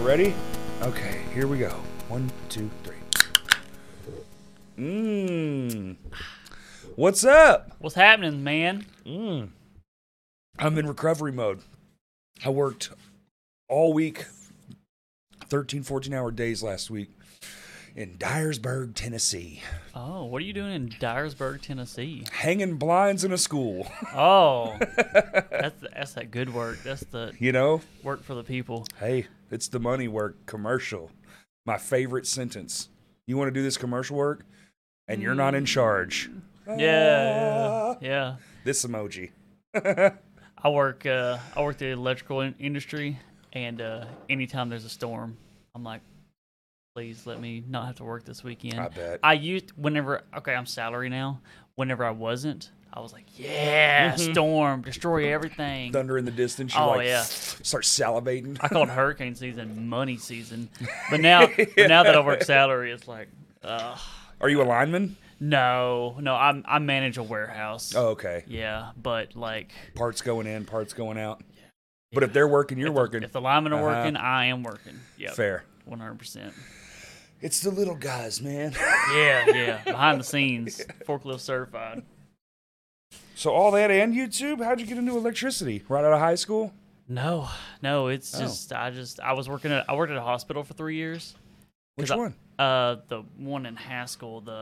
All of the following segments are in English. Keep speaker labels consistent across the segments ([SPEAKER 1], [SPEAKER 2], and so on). [SPEAKER 1] ready? Okay, here we go. One, two, three. Mmm. What's up?
[SPEAKER 2] What's happening, man?
[SPEAKER 1] Mmm. I'm in recovery mode. I worked all week, 13, 14 hour days last week in Dyersburg, Tennessee,
[SPEAKER 2] Oh, what are you doing in Dyersburg, Tennessee?
[SPEAKER 1] hanging blinds in a school.
[SPEAKER 2] Oh, that's that's that good work. That's the
[SPEAKER 1] you know,
[SPEAKER 2] work for the people.
[SPEAKER 1] hey, it's the money work commercial. My favorite sentence. You want to do this commercial work and you're not in charge.
[SPEAKER 2] Mm.
[SPEAKER 1] Ah.
[SPEAKER 2] Yeah, yeah.
[SPEAKER 1] This emoji.
[SPEAKER 2] I work uh, I work the electrical in- industry, and uh, anytime there's a storm, I'm like, please let me not have to work this weekend.
[SPEAKER 1] I bet.
[SPEAKER 2] I used whenever okay, I'm salary now. Whenever I wasn't, I was like, yeah, storm, destroy everything.
[SPEAKER 1] Thunder in Mm-hmm. the distance. You
[SPEAKER 2] Oh,
[SPEAKER 1] like
[SPEAKER 2] yeah.
[SPEAKER 1] start salivating.
[SPEAKER 2] I called hurricane season money season, but now but now that I work salary, it's like, uh,
[SPEAKER 1] Are you a lineman?
[SPEAKER 2] no, no, I I manage a warehouse.
[SPEAKER 1] Oh, okay.
[SPEAKER 2] Yeah, but like
[SPEAKER 1] Parts going in, parts going out. But if they're working, you're
[SPEAKER 2] if the-
[SPEAKER 1] working.
[SPEAKER 2] if the linemen are
[SPEAKER 1] Uh-huh.
[SPEAKER 2] working, I am working. Yeah,
[SPEAKER 1] Fair.
[SPEAKER 2] one hundred percent.
[SPEAKER 1] It's the little guys, man.
[SPEAKER 2] Yeah, yeah, behind the scenes, forklift certified.
[SPEAKER 1] so all that and YouTube, how'd you get into electricity? Right out of high school?
[SPEAKER 2] No, no, it's
[SPEAKER 1] Oh.
[SPEAKER 2] just I just I was working at I worked at a hospital for three years.
[SPEAKER 1] Which
[SPEAKER 2] 'Cause I-
[SPEAKER 1] one?
[SPEAKER 2] Uh, the one in Haskell, the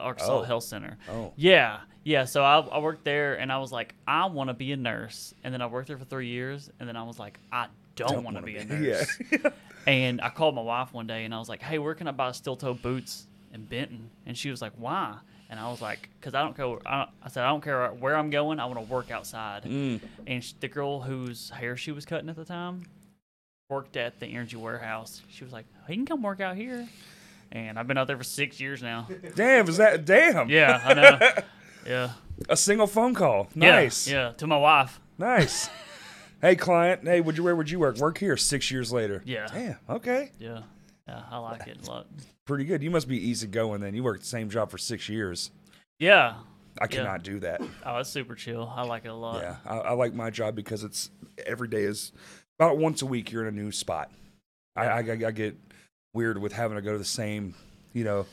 [SPEAKER 2] Arkansas
[SPEAKER 1] Oh.
[SPEAKER 2] Health Center.
[SPEAKER 1] Oh.
[SPEAKER 2] Yeah, yeah. So I, I worked there, and I was like, I want to be a nurse. And then I worked there for three years, and then I was like, I don't, want to
[SPEAKER 1] wanna
[SPEAKER 2] be, a
[SPEAKER 1] be-
[SPEAKER 2] nurse.
[SPEAKER 1] Yeah.
[SPEAKER 2] And I called my wife one day, and I was like, Hey, where can I buy steel toe boots in Benton? And she was like, Why? And I was like, Because I don't go. I, don't, I said, I don't care where I'm going. I want to work outside. And sh the girl whose hair she was cutting at the time worked at the energy warehouse. She was like, He can come work out here. And I've been out there for six years now.
[SPEAKER 1] Damn, is that damn?
[SPEAKER 2] Yeah, I know. Yeah.
[SPEAKER 1] A single phone call.
[SPEAKER 2] Yeah,
[SPEAKER 1] Nice.
[SPEAKER 2] Yeah, to my wife.
[SPEAKER 1] Nice. hey, client. Hey, would you where would you work? Work here six years later.
[SPEAKER 2] Yeah.
[SPEAKER 1] Damn. Okay.
[SPEAKER 2] Yeah. Yeah, I like it a lot.
[SPEAKER 1] Pretty good. You must be easy going then. You worked the same job for six years.
[SPEAKER 2] Yeah.
[SPEAKER 1] I cannot do that.
[SPEAKER 2] Oh, it's super chill. I like it a lot.
[SPEAKER 1] Yeah. I, I like my job because it's every day is about once a week you're in a new spot. I, I, I get weird with having to go to the same, you know,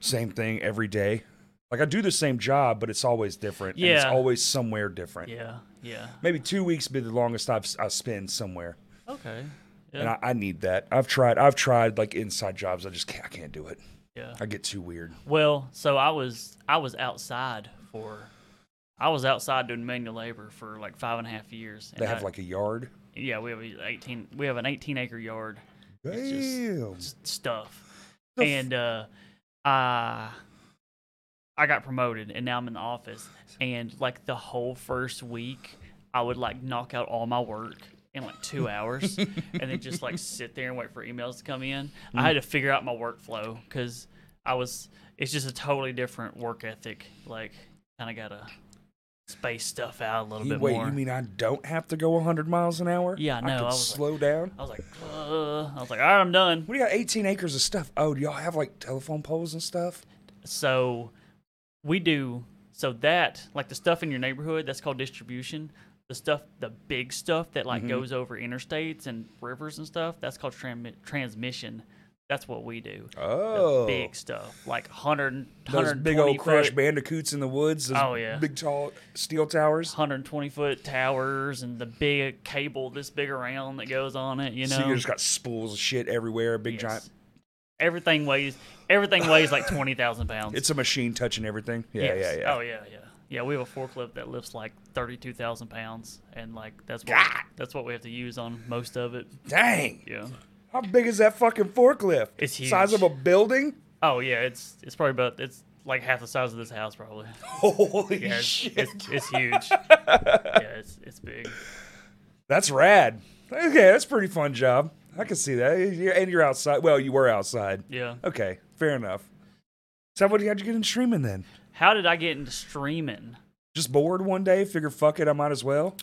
[SPEAKER 1] same thing every day. Like I do the same job, but it's always different. And it's
[SPEAKER 2] Yeah.
[SPEAKER 1] always somewhere different.
[SPEAKER 2] Yeah. Yeah.
[SPEAKER 1] Maybe two weeks be the longest I've, I spend somewhere.
[SPEAKER 2] Okay. Yeah.
[SPEAKER 1] and I, I need that. I've tried. I've tried like inside jobs. I just can't, I can't do it.
[SPEAKER 2] yeah.
[SPEAKER 1] I get too weird.
[SPEAKER 2] Well, so I was I was outside for I was outside doing manual labor for like five and a half years. and
[SPEAKER 1] They
[SPEAKER 2] I-
[SPEAKER 1] have like a yard.
[SPEAKER 2] yeah, we have a eighteen we have an eighteen acre yard it's just-
[SPEAKER 1] Damn.
[SPEAKER 2] s- stuff,
[SPEAKER 1] The f-
[SPEAKER 2] and uh, I I got promoted and now I'm in the office. And like the whole first week, I would like knock out all my work in like two hours, and then just like sit there and wait for emails to come in.
[SPEAKER 1] Mm-hmm.
[SPEAKER 2] I had to figure out my workflow because I was it's just a totally different work ethic. Like kind of gotta space stuff out a little
[SPEAKER 1] You-
[SPEAKER 2] bit
[SPEAKER 1] wait,
[SPEAKER 2] more.
[SPEAKER 1] you mean I don't have to go 100 miles an hour?
[SPEAKER 2] Yeah,
[SPEAKER 1] I
[SPEAKER 2] no,
[SPEAKER 1] can
[SPEAKER 2] I was like-
[SPEAKER 1] slow down.
[SPEAKER 2] I was like, uh, I was like, all right, I'm done.
[SPEAKER 1] What do you got? 18 acres of stuff. Oh, do y'all have like telephone poles and stuff?
[SPEAKER 2] So we do so that like the stuff in your neighborhood that's called distribution. The stuff, the big stuff that
[SPEAKER 1] Mm-hmm.
[SPEAKER 2] like goes over interstates and rivers and stuff, that's called transmi- transmission. That's what we do.
[SPEAKER 1] Oh.
[SPEAKER 2] The big stuff, like 100,
[SPEAKER 1] Those
[SPEAKER 2] 120
[SPEAKER 1] big old crush
[SPEAKER 2] foot,
[SPEAKER 1] bandicoots in the woods. Those
[SPEAKER 2] Oh, yeah.
[SPEAKER 1] Big tall steel towers.
[SPEAKER 2] 120 foot towers, and the big cable this big around that goes on it. You know,
[SPEAKER 1] So you just got spools of shit everywhere. Big
[SPEAKER 2] Yes.
[SPEAKER 1] giant.
[SPEAKER 2] Everything weighs everything weighs like twenty thousand pounds.
[SPEAKER 1] It's a machine touching everything. Yeah,
[SPEAKER 2] Yes.
[SPEAKER 1] yeah, yeah.
[SPEAKER 2] Oh yeah, yeah, yeah. We have a forklift that lifts like thirty-two thousand pounds, and like that's what
[SPEAKER 1] God.
[SPEAKER 2] that's what we have to use on most of it.
[SPEAKER 1] Dang.
[SPEAKER 2] Yeah.
[SPEAKER 1] How big is that fucking forklift?
[SPEAKER 2] It's
[SPEAKER 1] Size of
[SPEAKER 2] huge.
[SPEAKER 1] a building?
[SPEAKER 2] Oh yeah, it's it's probably about it's like half the size of this house probably.
[SPEAKER 1] Holy
[SPEAKER 2] Yeah, it's,
[SPEAKER 1] shit.
[SPEAKER 2] it's, it's huge. yeah, it's it's big.
[SPEAKER 1] That's rad. Okay, that's a pretty fun job. I can see that. You- And you're outside. Well, you were outside.
[SPEAKER 2] Yeah.
[SPEAKER 1] Okay, fair enough. So what how'd you get into streaming then?
[SPEAKER 2] How did I get into streaming?
[SPEAKER 1] Just bored one day, figure fuck it, I might as well.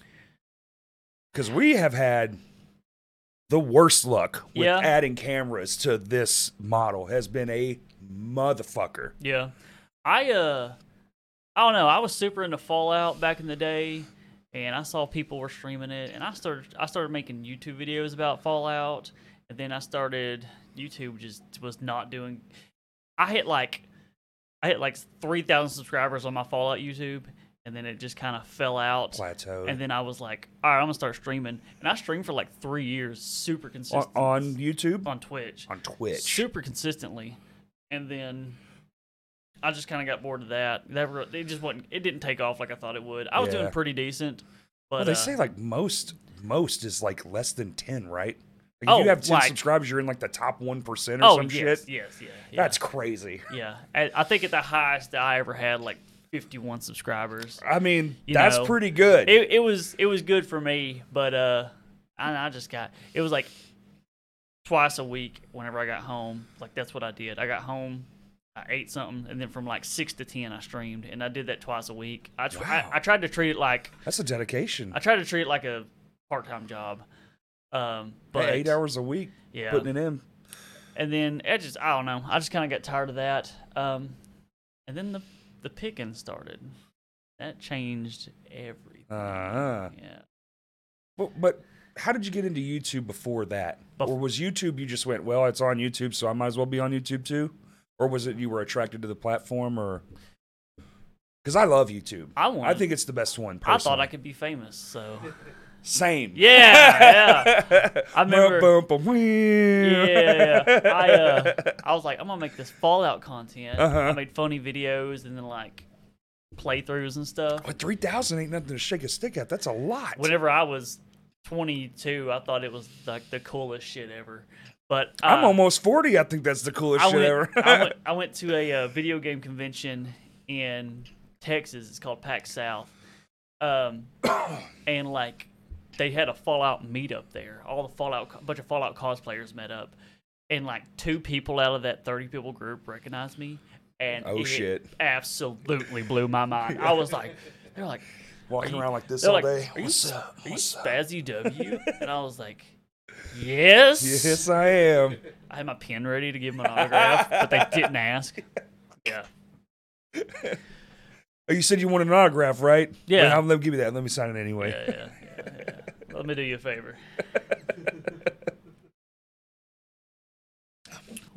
[SPEAKER 1] Cause we have had the worst luck with
[SPEAKER 2] Yeah.
[SPEAKER 1] adding cameras to this model has been a motherfucker.
[SPEAKER 2] Yeah. I uh I don't know, I was super into Fallout back in the day and I saw people were streaming it and I started I started making YouTube videos about Fallout And then I started YouTube just was not doing I hit like I hit like 3,000 subscribers on my Fallout YouTube and then it just kind of fell out.
[SPEAKER 1] plateau
[SPEAKER 2] And then I was like, all right, I'm going to start streaming. And I streamed for like 3 years super
[SPEAKER 1] on,
[SPEAKER 2] consistent
[SPEAKER 1] on YouTube,
[SPEAKER 2] on Twitch
[SPEAKER 1] on Twitch.
[SPEAKER 2] super consistently, and then I just kind of got bored of that. That re- it just wasn't. It didn't take off like I thought it would. I was
[SPEAKER 1] Yeah.
[SPEAKER 2] doing pretty decent, but
[SPEAKER 1] Well, they
[SPEAKER 2] uh,
[SPEAKER 1] say like most most is like less than ten, right? Like if
[SPEAKER 2] Oh,
[SPEAKER 1] you have ten
[SPEAKER 2] like-
[SPEAKER 1] subscribers, you're in like the top one percent or
[SPEAKER 2] oh
[SPEAKER 1] some
[SPEAKER 2] yes,
[SPEAKER 1] shit.
[SPEAKER 2] yes, yeah, yeah,
[SPEAKER 1] That's crazy.
[SPEAKER 2] yeah. I, I think at the highest that I ever had like 51 subscribers.
[SPEAKER 1] I mean,
[SPEAKER 2] You
[SPEAKER 1] that's
[SPEAKER 2] know,
[SPEAKER 1] pretty good.
[SPEAKER 2] It, it was it was good for me, but uh, I, I just got it was like twice a week. Whenever I got home, like that's what I did. I got home. I ate something, and then from like six to ten, I streamed, and I did that twice a week. I, tr-
[SPEAKER 1] Wow.
[SPEAKER 2] I, I tried to treat it like
[SPEAKER 1] that's a dedication.
[SPEAKER 2] I try to treat it like a part time job. Um, but
[SPEAKER 1] Hey, eight hours a week
[SPEAKER 2] yeah,
[SPEAKER 1] putting it in.
[SPEAKER 2] and then it just I don't know. I just kind of got tired of that. Um, and then the the picking started. That changed everything.
[SPEAKER 1] Uh-huh.
[SPEAKER 2] yeah.
[SPEAKER 1] But, but how did you get into YouTube before that?
[SPEAKER 2] Bef-
[SPEAKER 1] or was YouTube you just went, well, it's on YouTube, so I might as well be on YouTube too? Or was it you were attracted to the platform or because I love YouTube.
[SPEAKER 2] I
[SPEAKER 1] I
[SPEAKER 2] wanted-
[SPEAKER 1] think it's the best one.
[SPEAKER 2] I thought I
[SPEAKER 1] personally.
[SPEAKER 2] could be famous, so
[SPEAKER 1] Same.
[SPEAKER 2] yeah, yeah. I remember,
[SPEAKER 1] Bum, bum, bum, whew.
[SPEAKER 2] yeah. I uh, I was like, I'm gonna make this Fallout content.
[SPEAKER 1] Uh-huh.
[SPEAKER 2] I made funny videos and then like playthroughs and stuff.
[SPEAKER 1] But 3,000 ain't nothing to shake a stick at. That's a lot.
[SPEAKER 2] whenever I was 22, I thought it was like the coolest shit ever. But uh,
[SPEAKER 1] I'm almost 40. I think that's the coolest
[SPEAKER 2] I
[SPEAKER 1] shit
[SPEAKER 2] went,
[SPEAKER 1] ever.
[SPEAKER 2] I went I went to a uh, video game convention in Texas. It's called Pack South, um, and like they had a Fallout meetup there. All the Fallout, a bunch of Fallout cosplayers met up, and like two people out of that 30 people group recognized me. And
[SPEAKER 1] Oh,
[SPEAKER 2] it
[SPEAKER 1] shit.
[SPEAKER 2] Absolutely blew my mind. I was like, they're like,
[SPEAKER 1] Walking around like this
[SPEAKER 2] they're
[SPEAKER 1] all
[SPEAKER 2] like,
[SPEAKER 1] day.
[SPEAKER 2] "Are you
[SPEAKER 1] What's
[SPEAKER 2] s-
[SPEAKER 1] up?
[SPEAKER 2] are you
[SPEAKER 1] What's up?"
[SPEAKER 2] Spazzy W? and I was like, yes.
[SPEAKER 1] Yes, I am.
[SPEAKER 2] I had my pen ready to give him an autograph, but they didn't ask. Yeah.
[SPEAKER 1] Oh, you said you wanted an autograph, right?
[SPEAKER 2] Yeah.
[SPEAKER 1] Wait, I'll- let me give you that. Let me sign it anyway.
[SPEAKER 2] Yeah, yeah, yeah, yeah. Let me do you a favor.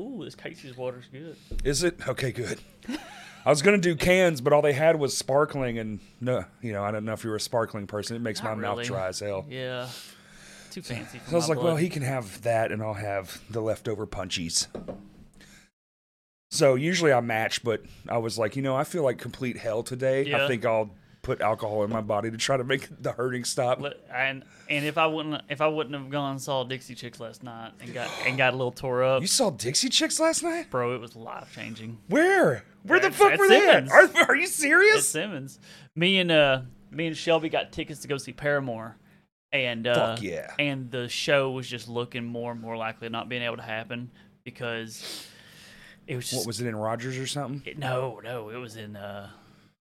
[SPEAKER 2] Ooh, this Casey's water's good.
[SPEAKER 1] Is it? Okay, good. I was going to do cans, but all they had was sparkling. And no, you know, I don't know if you were a sparkling person. It makes
[SPEAKER 2] Not
[SPEAKER 1] my mouth
[SPEAKER 2] really.
[SPEAKER 1] dry as hell.
[SPEAKER 2] Yeah. Too fancy for
[SPEAKER 1] So I was
[SPEAKER 2] my
[SPEAKER 1] like,
[SPEAKER 2] blood.
[SPEAKER 1] well, he can have that, and I'll have the leftover punchies. So usually I match, but I was like, you know, I feel like complete hell today. I
[SPEAKER 2] Yeah.
[SPEAKER 1] think I'll put alcohol in my body to try to make the hurting stop.
[SPEAKER 2] Let- and and if I wouldn't if I wouldn't have gone and saw Dixie Chicks last night and got and got a little tore up,
[SPEAKER 1] you saw Dixie Chicks last night?
[SPEAKER 2] bro, it was life changing.
[SPEAKER 1] Where? Where the
[SPEAKER 2] At-
[SPEAKER 1] fuck
[SPEAKER 2] at
[SPEAKER 1] were they? at?
[SPEAKER 2] Simmons.
[SPEAKER 1] Are, are you
[SPEAKER 2] at
[SPEAKER 1] serious?
[SPEAKER 2] Simmons. Me and uh, me and Shelby got tickets to go see Paramore, and uh,
[SPEAKER 1] Fuck yeah.
[SPEAKER 2] and the show was just looking more and more likely not being able to happen because it was
[SPEAKER 1] What
[SPEAKER 2] just
[SPEAKER 1] was it in Rogers or something?
[SPEAKER 2] it- no, no, it was in uh,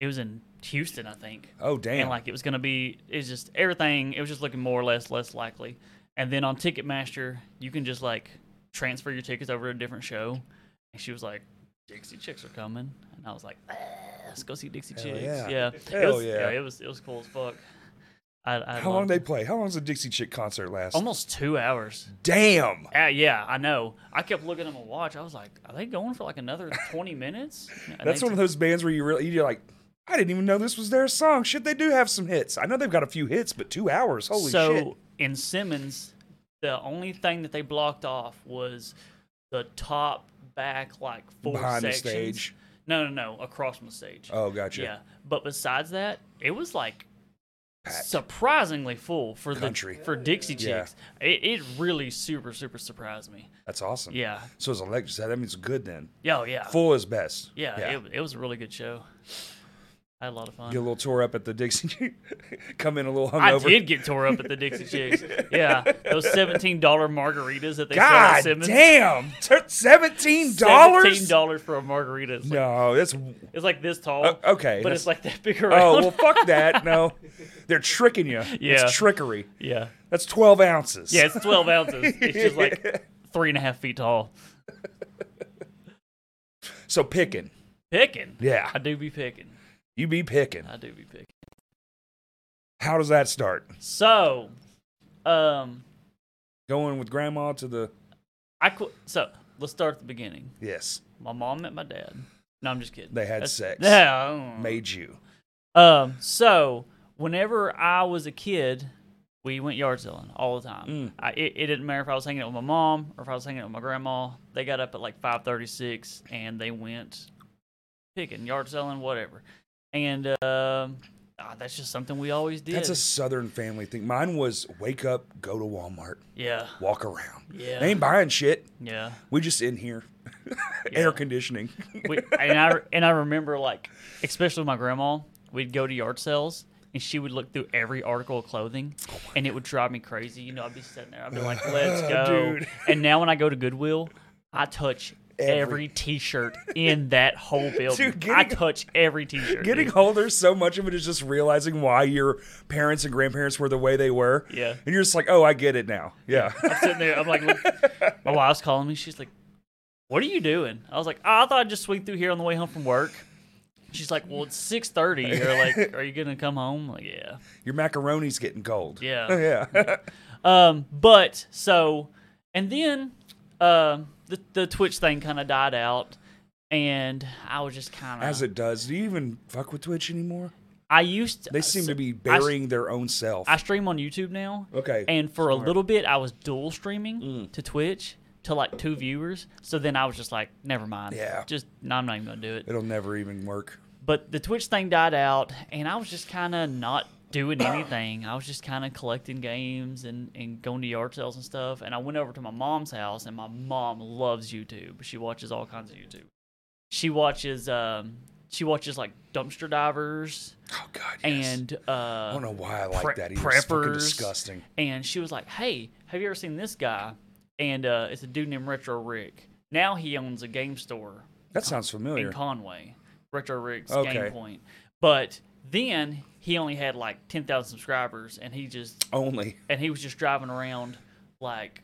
[SPEAKER 2] it was in Houston, I think,
[SPEAKER 1] Oh damn!
[SPEAKER 2] and like it was gonna be, it's just everything. It was just looking more or less less likely, and then on Ticketmaster, you can just like transfer your tickets over to a different show, and she was like. Dixie Chicks are coming, and I was like, "Ah, "Let's go see Dixie
[SPEAKER 1] Hell
[SPEAKER 2] Chicks."
[SPEAKER 1] yeah.
[SPEAKER 2] Yeah,
[SPEAKER 1] Hell
[SPEAKER 2] it was,
[SPEAKER 1] yeah.
[SPEAKER 2] it was it was cool as fuck. I, I
[SPEAKER 1] How long
[SPEAKER 2] loved
[SPEAKER 1] did
[SPEAKER 2] it.
[SPEAKER 1] they play? How long does a Dixie Chick concert last?
[SPEAKER 2] um, Almost two hours.
[SPEAKER 1] Damn!
[SPEAKER 2] Ah, yeah, I know. I kept looking at my watch. I was like, "Are they going for like another twenty minutes?" And
[SPEAKER 1] That's
[SPEAKER 2] they-
[SPEAKER 1] one of those bands where you really you're like, I didn't even know this was their song. Shit, they do have some hits. I know they've got a few hits, but two hours, holy
[SPEAKER 2] so
[SPEAKER 1] shit!
[SPEAKER 2] in Simmons, the only thing that they blocked off was the top back like four
[SPEAKER 1] Behind the
[SPEAKER 2] sections.
[SPEAKER 1] stage.
[SPEAKER 2] No, no, no, across from the stage.
[SPEAKER 1] Oh, gotcha.
[SPEAKER 2] Yeah, but besides that, it was like
[SPEAKER 1] Packed.
[SPEAKER 2] surprisingly full for
[SPEAKER 1] Country.
[SPEAKER 2] the for Dixie
[SPEAKER 1] Yeah.
[SPEAKER 2] Chicks. It, it really super super surprised me.
[SPEAKER 1] That's awesome.
[SPEAKER 2] Yeah.
[SPEAKER 1] So it's electric. so That means good then.
[SPEAKER 2] Yeah, oh, yeah.
[SPEAKER 1] Full is best.
[SPEAKER 2] yeah, It, it was a really good show. I had a lot of fun.
[SPEAKER 1] Get a little tore up at the Dixie. Chick. Come in a little
[SPEAKER 2] I
[SPEAKER 1] hungover.
[SPEAKER 2] did get tore up at the Dixie Chicks. Yeah, those seventeen dollar margaritas that they sell at
[SPEAKER 1] God
[SPEAKER 2] Simmons.
[SPEAKER 1] damn! Tur- Seventeen
[SPEAKER 2] Seventeen
[SPEAKER 1] dollars.
[SPEAKER 2] dollars for a margarita. It's like,
[SPEAKER 1] No, that's
[SPEAKER 2] it's like this tall.
[SPEAKER 1] O- okay,
[SPEAKER 2] but
[SPEAKER 1] that's-
[SPEAKER 2] it's like that big around.
[SPEAKER 1] oh well. Fuck that. No, they're tricking you.
[SPEAKER 2] Yeah.
[SPEAKER 1] It's trickery.
[SPEAKER 2] yeah,
[SPEAKER 1] That's twelve ounces.
[SPEAKER 2] yeah. It's twelve ounces. It's just like three and a half feet tall.
[SPEAKER 1] So picking.
[SPEAKER 2] Picking.
[SPEAKER 1] Yeah.
[SPEAKER 2] I do be picking.
[SPEAKER 1] You be picking.
[SPEAKER 2] I do be picking.
[SPEAKER 1] How does that start?
[SPEAKER 2] So, um,
[SPEAKER 1] Going with grandma to the
[SPEAKER 2] I quit. So let's start at the beginning.
[SPEAKER 1] Yes,
[SPEAKER 2] My mom met my dad. No, I'm just kidding.
[SPEAKER 1] They had sex.
[SPEAKER 2] Yeah. I don't know.
[SPEAKER 1] made you.
[SPEAKER 2] Um. So whenever I was a kid, we went yard selling all the time.
[SPEAKER 1] Mm.
[SPEAKER 2] I, it, it didn't matter if I was hanging out with my mom or if I was hanging out with my grandma. They got up at like five thirty six and they went picking, yard selling, whatever. And um, ah, that's just something we always did.
[SPEAKER 1] That's a Southern family thing. Mine was wake up, go to Walmart,
[SPEAKER 2] yeah,
[SPEAKER 1] walk around.
[SPEAKER 2] Yeah.
[SPEAKER 1] They ain't buying shit.
[SPEAKER 2] yeah.
[SPEAKER 1] We just in here,
[SPEAKER 2] Yeah.
[SPEAKER 1] air conditioning.
[SPEAKER 2] we, and I and I remember like, especially with my grandma, we'd go to yard sales and she would look through every article of clothing, and it would drive me crazy. You know, I'd be sitting there, I'd be like, "Let's go!"
[SPEAKER 1] Dude.
[SPEAKER 2] And now when I go to Goodwill, I touch. Every,
[SPEAKER 1] Every-
[SPEAKER 2] T-shirt in that whole building,
[SPEAKER 1] Dude,
[SPEAKER 2] I
[SPEAKER 1] getting-
[SPEAKER 2] touch every T-shirt.
[SPEAKER 1] Getting
[SPEAKER 2] dude.
[SPEAKER 1] older, so much of it is just realizing why your parents and grandparents were the way they were.
[SPEAKER 2] Yeah.
[SPEAKER 1] And you're just like, oh, I get it now. Yeah.
[SPEAKER 2] I'm sitting there. I'm like, look, my wife's calling me. She's like, "What are you doing?" I was like, oh, "I thought I'd just swing through here on the way home from work." She's like, "Well, it's 6:30." You're like, "Are you gonna come home?" I'm like, yeah.
[SPEAKER 1] your macaroni's getting cold.
[SPEAKER 2] Yeah.
[SPEAKER 1] Yeah.
[SPEAKER 2] Um, but so, and then um, the the Twitch thing kind of died out, and I was just kind
[SPEAKER 1] As
[SPEAKER 2] of.
[SPEAKER 1] it does. Do you even fuck with Twitch anymore?
[SPEAKER 2] I used to,
[SPEAKER 1] They seem to be burying their own self.
[SPEAKER 2] I stream on YouTube now.
[SPEAKER 1] Okay,
[SPEAKER 2] And for a little bit, I was dual streaming to Twitch to like two viewers. So then I was just like, never mind.
[SPEAKER 1] Yeah.
[SPEAKER 2] Just no, I'm not even gonna do it.
[SPEAKER 1] It'll never even work.
[SPEAKER 2] But the Twitch thing died out, and I was just kind of not doing anything. I was just kind of collecting games and, and going to yard sales and stuff. And I went over to my mom's house, and my mom loves YouTube. She watches all kinds of YouTube. She watches um she watches like dumpster divers
[SPEAKER 1] Oh God. Yes. Oh,
[SPEAKER 2] and uh, I
[SPEAKER 1] I don't know why I like
[SPEAKER 2] pre-
[SPEAKER 1] that. Either. It's fucking
[SPEAKER 2] preppers.
[SPEAKER 1] disgusting.
[SPEAKER 2] and she was like, "Hey, have you ever seen this guy?" And uh, it's a dude named Retro Rick. Now he owns a game store
[SPEAKER 1] That sounds
[SPEAKER 2] in
[SPEAKER 1] familiar.
[SPEAKER 2] Conway, Retro Rick's
[SPEAKER 1] Okay.
[SPEAKER 2] Game Point. But then he only had like ten thousand subscribers, and he just
[SPEAKER 1] Only.
[SPEAKER 2] and he was just driving around like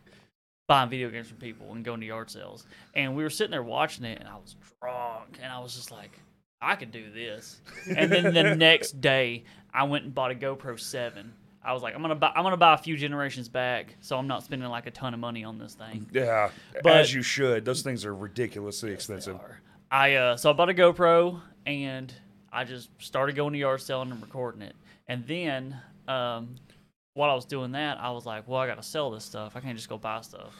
[SPEAKER 2] buying video games from people and going to yard sales. And we were sitting there watching it, and I was drunk, and I was just like, I could do this. And then the next day, I went and bought a GoPro Seven. I was like, I'm gonna buy, I'm gonna buy a few generations back, so I'm not spending like a ton of money on this thing.
[SPEAKER 1] Yeah.
[SPEAKER 2] But-
[SPEAKER 1] as you should. Those things are ridiculously expensive.
[SPEAKER 2] I uh, so I bought a GoPro and I just started going to yard selling and recording it. And then um, while I was doing that, I was like, well, I got to sell this stuff. I can't just go buy stuff.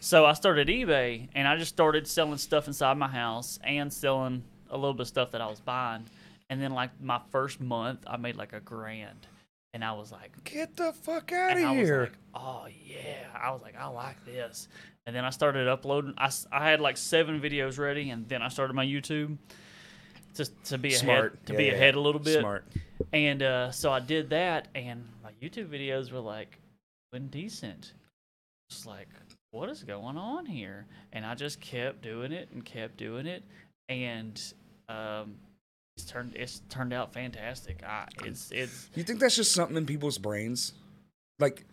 [SPEAKER 2] so I started eBay and I just started selling stuff inside my house and selling a little bit of stuff that I was buying. And then like my first month, I made like a grand, and I was like,
[SPEAKER 1] Get the fuck out
[SPEAKER 2] and I
[SPEAKER 1] of
[SPEAKER 2] was
[SPEAKER 1] here.
[SPEAKER 2] like, oh yeah. I was like, I like this. And then I started uploading. I, s- I had like seven videos ready, and then I started my YouTube to, to be ahead
[SPEAKER 1] Smart.
[SPEAKER 2] to
[SPEAKER 1] Yeah,
[SPEAKER 2] be
[SPEAKER 1] yeah,
[SPEAKER 2] ahead
[SPEAKER 1] yeah.
[SPEAKER 2] a little bit.
[SPEAKER 1] Smart.
[SPEAKER 2] And uh, so I did that, and my YouTube videos were like indecent. Just like, what is going on here? And I just kept doing it and kept doing it, and um, it's turned it's turned out fantastic. I, it's it's
[SPEAKER 1] You think that's just something in people's brains? Like,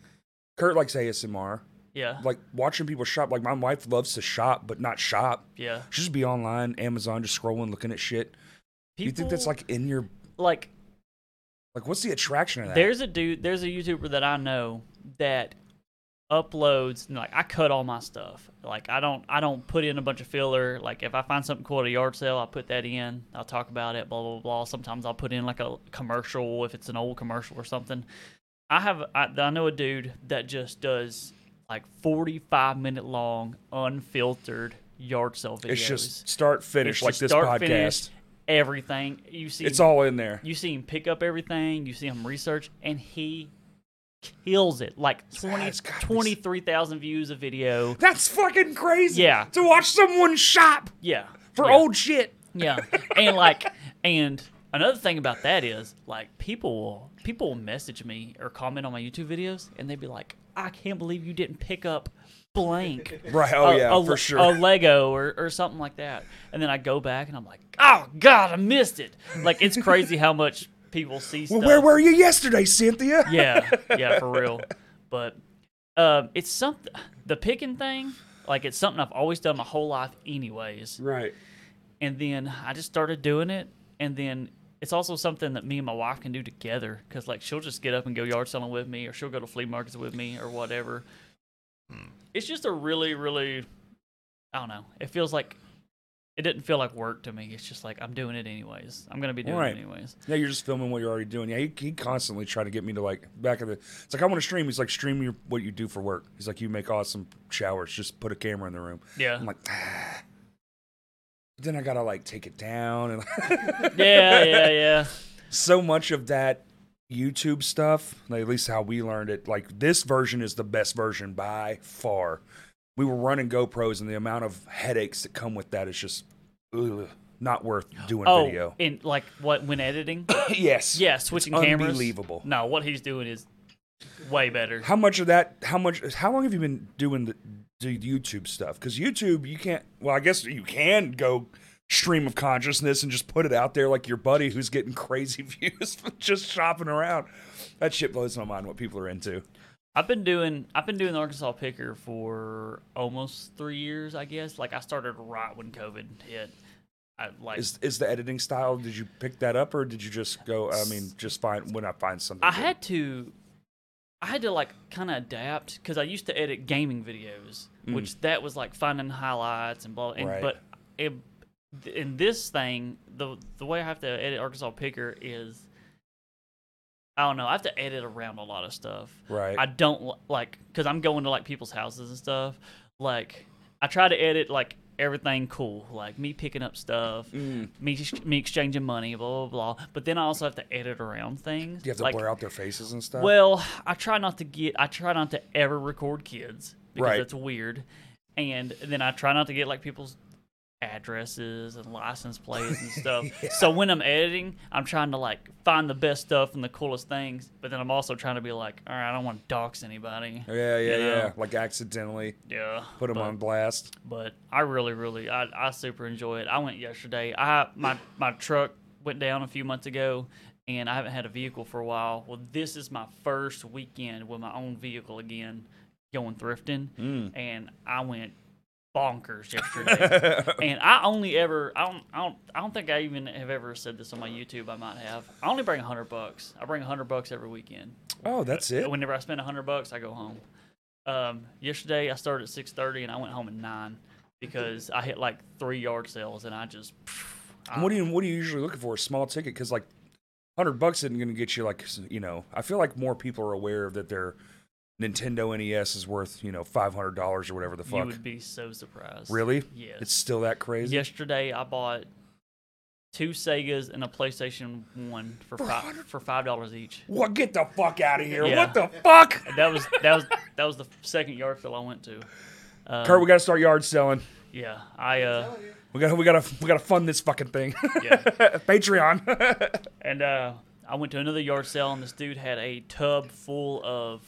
[SPEAKER 1] Kurt likes ASMR.
[SPEAKER 2] yeah
[SPEAKER 1] Like watching people shop. Like my wife loves to shop, but not shop.
[SPEAKER 2] yeah.
[SPEAKER 1] She'll just be online, Amazon, just scrolling, looking at shit.
[SPEAKER 2] People,
[SPEAKER 1] you think that's like in your
[SPEAKER 2] like
[SPEAKER 1] like? What's the attraction of that?
[SPEAKER 2] There's a dude. There's a YouTuber that I know that uploads. and, Like I cut all my stuff. Like I don't. I don't put in a bunch of filler. Like if I find something cool at a yard sale, I put that in. I'll talk about it. Blah blah blah. Sometimes I'll put in like a commercial if it's an old commercial or something. I have. I, I know a dude that just does like 45 minute long unfiltered yard sale videos.
[SPEAKER 1] it's just start finish
[SPEAKER 2] It's
[SPEAKER 1] like
[SPEAKER 2] just
[SPEAKER 1] this
[SPEAKER 2] start,
[SPEAKER 1] podcast.
[SPEAKER 2] finish, everything you see.
[SPEAKER 1] It's all in there.
[SPEAKER 2] You see him pick up everything. You see him research, and he kills it. Like 20,
[SPEAKER 1] That's gotta be s-
[SPEAKER 2] 23,000 views a video.
[SPEAKER 1] That's fucking crazy.
[SPEAKER 2] Yeah.
[SPEAKER 1] To watch someone shop
[SPEAKER 2] Yeah.
[SPEAKER 1] for
[SPEAKER 2] yeah.
[SPEAKER 1] old shit.
[SPEAKER 2] Yeah. And like, and another thing about that is like people will people will message me or comment on my YouTube videos, and they'd be like, "I can't believe you didn't pick up blank."
[SPEAKER 1] Right. Oh
[SPEAKER 2] a-
[SPEAKER 1] yeah,
[SPEAKER 2] a,
[SPEAKER 1] for
[SPEAKER 2] Le-
[SPEAKER 1] sure.
[SPEAKER 2] a Lego or, or something like that. And then I go back and I'm like, oh god, I missed it. Like it's crazy how much people see
[SPEAKER 1] well,
[SPEAKER 2] stuff.
[SPEAKER 1] where were you yesterday, Cynthia?
[SPEAKER 2] yeah, yeah, for real. But um, it's something. The picking thing, like it's something I've always done my whole life, anyways.
[SPEAKER 1] Right.
[SPEAKER 2] And then I just started doing it, and then it's also something that me and my wife can do together. Cause like she'll just get up and go yard selling with me, or she'll go to flea markets with me, or whatever. It's just a really, really I don't know. It feels like it didn't feel like work to me. It's just like I'm doing it anyways. I'm gonna be doing
[SPEAKER 1] Right.
[SPEAKER 2] it anyways.
[SPEAKER 1] Yeah, you're just filming what you're already doing. Yeah, he, he constantly tried to get me to like back of the. It's like I want to stream. He's like, stream your what you do for work. He's like, you make awesome showers. Just put a camera in the room.
[SPEAKER 2] Yeah.
[SPEAKER 1] I'm like, ah. But then I gotta like take it down and
[SPEAKER 2] yeah, yeah, yeah.
[SPEAKER 1] so much of that YouTube stuff, like, at least how we learned it, like this version is the best version by far. We were running GoPros, and the amount of headaches that come with that is just ugh, not worth doing
[SPEAKER 2] Oh,
[SPEAKER 1] video.
[SPEAKER 2] in like what when editing?
[SPEAKER 1] yes.
[SPEAKER 2] yeah, switching
[SPEAKER 1] It's
[SPEAKER 2] cameras.
[SPEAKER 1] unbelievable.
[SPEAKER 2] No, what he's doing is way better.
[SPEAKER 1] How much of that? How much? How long have you been doing the, the YouTube stuff? Because YouTube, you can't. Well, I guess you can go stream of consciousness and just put it out there like your buddy who's getting crazy views from just shopping around. That shit blows my mind. What people are into.
[SPEAKER 2] I've been doing I've been doing the Arkansas Picker for almost three years, I guess. Like I started right when COVID hit. I like
[SPEAKER 1] Is is the editing style? Did you pick that up, or did you just go? I mean, just find when I find something.
[SPEAKER 2] I
[SPEAKER 1] good?
[SPEAKER 2] had to, I had to like kind of adapt because I used to edit gaming videos, which that was like finding highlights and blah. And,
[SPEAKER 1] Mm. Right.
[SPEAKER 2] But it, in this thing, the the way I have to edit Arkansas Picker is, I don't know. I have to edit around a lot of stuff.
[SPEAKER 1] Right.
[SPEAKER 2] I don't li- like because I'm going to like people's houses and stuff. Like I try to edit like everything cool, like me picking up stuff,
[SPEAKER 1] Mm.
[SPEAKER 2] me me exchanging money, blah blah blah. But then I also have to edit around things.
[SPEAKER 1] Do you have to
[SPEAKER 2] like,
[SPEAKER 1] blur out their faces and stuff?
[SPEAKER 2] well, I try not to get. I try not to ever record kids because
[SPEAKER 1] Right.
[SPEAKER 2] it's weird, and then I try not to get like people's addresses and license plates and stuff. So when I'm editing, I'm trying to like find the best stuff and the coolest things, but then I'm also trying to be like, all right, I don't want to dox anybody.
[SPEAKER 1] Oh, yeah, yeah,
[SPEAKER 2] you know?
[SPEAKER 1] yeah. Like accidentally
[SPEAKER 2] Yeah.
[SPEAKER 1] put them
[SPEAKER 2] but,
[SPEAKER 1] on blast.
[SPEAKER 2] But I really, really, I, I super enjoy it. I went yesterday. I my my truck went down a few months ago, and I haven't had a vehicle for a while. Well, this is my first weekend with my own vehicle again, going thrifting, and I went bonkers yesterday. and I only ever I don't I don't I don't think I even have ever said this on my YouTube. I might have. I only bring hundred bucks. I bring hundred bucks every weekend
[SPEAKER 1] Oh, that's it.
[SPEAKER 2] whenever I spend a hundred bucks, I go home. Um, yesterday I started at six thirty and I went home at nine because I hit like three yard sales and I just I-
[SPEAKER 1] what do you What are you usually looking for? A small ticket? Because like, hundred bucks isn't going to get you like s- you know. I feel like more people are aware that their Nintendo NES is worth you know five hundred dollars or whatever the
[SPEAKER 2] you
[SPEAKER 1] fuck.
[SPEAKER 2] would be so surprised.
[SPEAKER 1] Really?
[SPEAKER 2] Yes.
[SPEAKER 1] It's still that crazy.
[SPEAKER 2] yesterday I bought two Segas and a PlayStation One for five for five dollars each.
[SPEAKER 1] What? Get the fuck out of here!
[SPEAKER 2] Yeah.
[SPEAKER 1] What the fuck?
[SPEAKER 2] That was that was that was the second yard sale I went to. Um,
[SPEAKER 1] Kurt, we got to start yard selling.
[SPEAKER 2] yeah, I uh,
[SPEAKER 1] We got to we got to we got to fund this fucking thing.
[SPEAKER 2] yeah.
[SPEAKER 1] Patreon.
[SPEAKER 2] And uh, I went to another yard sale, and this dude had a tub full of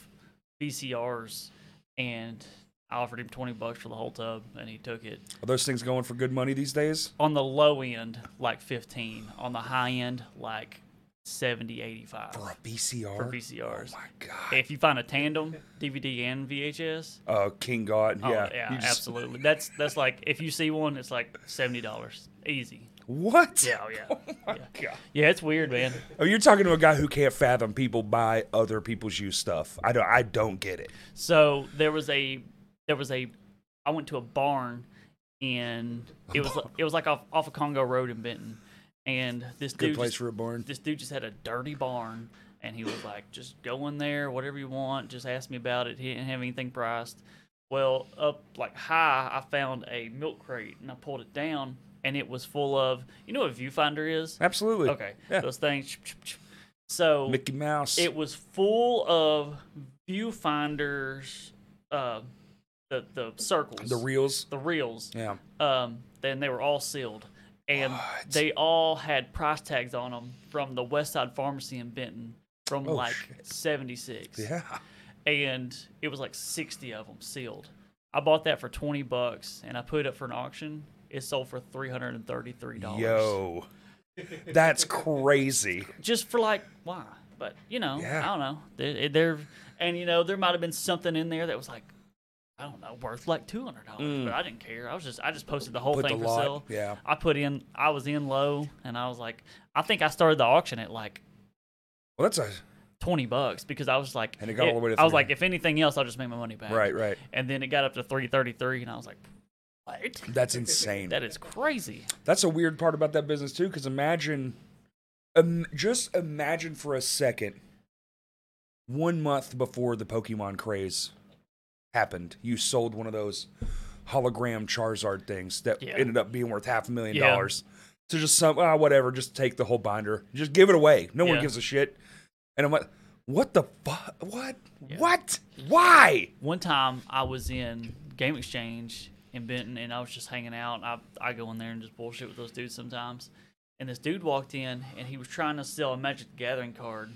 [SPEAKER 2] VCRs, and I offered him twenty bucks for the whole tub, and he took it.
[SPEAKER 1] Are those things going for good money these days?
[SPEAKER 2] On the low end, like fifteen. On the high end, like 70, 85
[SPEAKER 1] For a VCR?
[SPEAKER 2] for VCRs.
[SPEAKER 1] Oh My God.
[SPEAKER 2] If you find a tandem DVD and VHS,
[SPEAKER 1] Oh, King God.
[SPEAKER 2] oh,
[SPEAKER 1] yeah.
[SPEAKER 2] yeah,
[SPEAKER 1] You just-
[SPEAKER 2] absolutely. That's that's like if you see one, it's like seventy dollars, easy.
[SPEAKER 1] What?
[SPEAKER 2] Yeah, oh, yeah, yeah.
[SPEAKER 1] God.
[SPEAKER 2] yeah. It's weird, man.
[SPEAKER 1] Oh, you're talking to a guy who can't fathom people buy other people's used stuff. I don't. I don't get it.
[SPEAKER 2] So there was a there was a I went to a barn and it was it was like off off of Congo Road in Benton, and this
[SPEAKER 1] Good
[SPEAKER 2] dude
[SPEAKER 1] place
[SPEAKER 2] just,
[SPEAKER 1] for a barn.
[SPEAKER 2] this dude just had a dirty barn and he was like, just go in there, whatever you want, just ask me about it. He didn't have anything priced. Well, up like high, I found a milk crate and I pulled it down and it was full of you know what a viewfinder is
[SPEAKER 1] Absolutely.
[SPEAKER 2] okay
[SPEAKER 1] Yeah.
[SPEAKER 2] those things. So
[SPEAKER 1] Mickey Mouse.
[SPEAKER 2] it was full of viewfinders, uh, the the circles,
[SPEAKER 1] the reels.
[SPEAKER 2] the reels.
[SPEAKER 1] Yeah.
[SPEAKER 2] Um, then they were all sealed, and
[SPEAKER 1] What?
[SPEAKER 2] they all had price tags on them from the West Side Pharmacy in Benton from
[SPEAKER 1] Oh,
[SPEAKER 2] like
[SPEAKER 1] shit.
[SPEAKER 2] '76,
[SPEAKER 1] Yeah.
[SPEAKER 2] and it was like 60 of them sealed. I bought that for 20 bucks, and I put it up for an auction. It sold for 333 dollars.
[SPEAKER 1] Yo. That's crazy.
[SPEAKER 2] just for like why but you know
[SPEAKER 1] Yeah.
[SPEAKER 2] i don't know they they're and you know there might have been something in there that was like i don't know worth like $200 but i didn't care i was just i just posted the whole
[SPEAKER 1] Mm. Put
[SPEAKER 2] thing
[SPEAKER 1] the
[SPEAKER 2] for
[SPEAKER 1] lot-
[SPEAKER 2] sale
[SPEAKER 1] yeah.
[SPEAKER 2] i put in i was in low and i was like i think i started the auction at like
[SPEAKER 1] Well, that's a
[SPEAKER 2] 20 bucks because i was like
[SPEAKER 1] And it got all the way to
[SPEAKER 2] i was
[SPEAKER 1] 300.
[SPEAKER 2] like if anything else i'll just make my money back
[SPEAKER 1] right. Right.
[SPEAKER 2] and then it got up to 333 and i was like What?
[SPEAKER 1] That's insane.
[SPEAKER 2] That is crazy.
[SPEAKER 1] That's a weird part about that business too, because imagine, um, just imagine for a second, one month before the Pokemon craze happened, you sold one of those hologram Charizard things that
[SPEAKER 2] Yeah.
[SPEAKER 1] ended up being worth half a million
[SPEAKER 2] Yeah.
[SPEAKER 1] dollars to just some ah whatever, just take the whole binder, just give it away. No
[SPEAKER 2] Yeah.
[SPEAKER 1] one gives a shit. And I'm like, what the fuck? What?
[SPEAKER 2] Yeah.
[SPEAKER 1] What? Why?
[SPEAKER 2] One time I was in Game Exchange in Benton and I was just hanging out. I, I go in there and just bullshit with those dudes sometimes. And this dude walked in and he was trying to sell a Magic the Gathering card.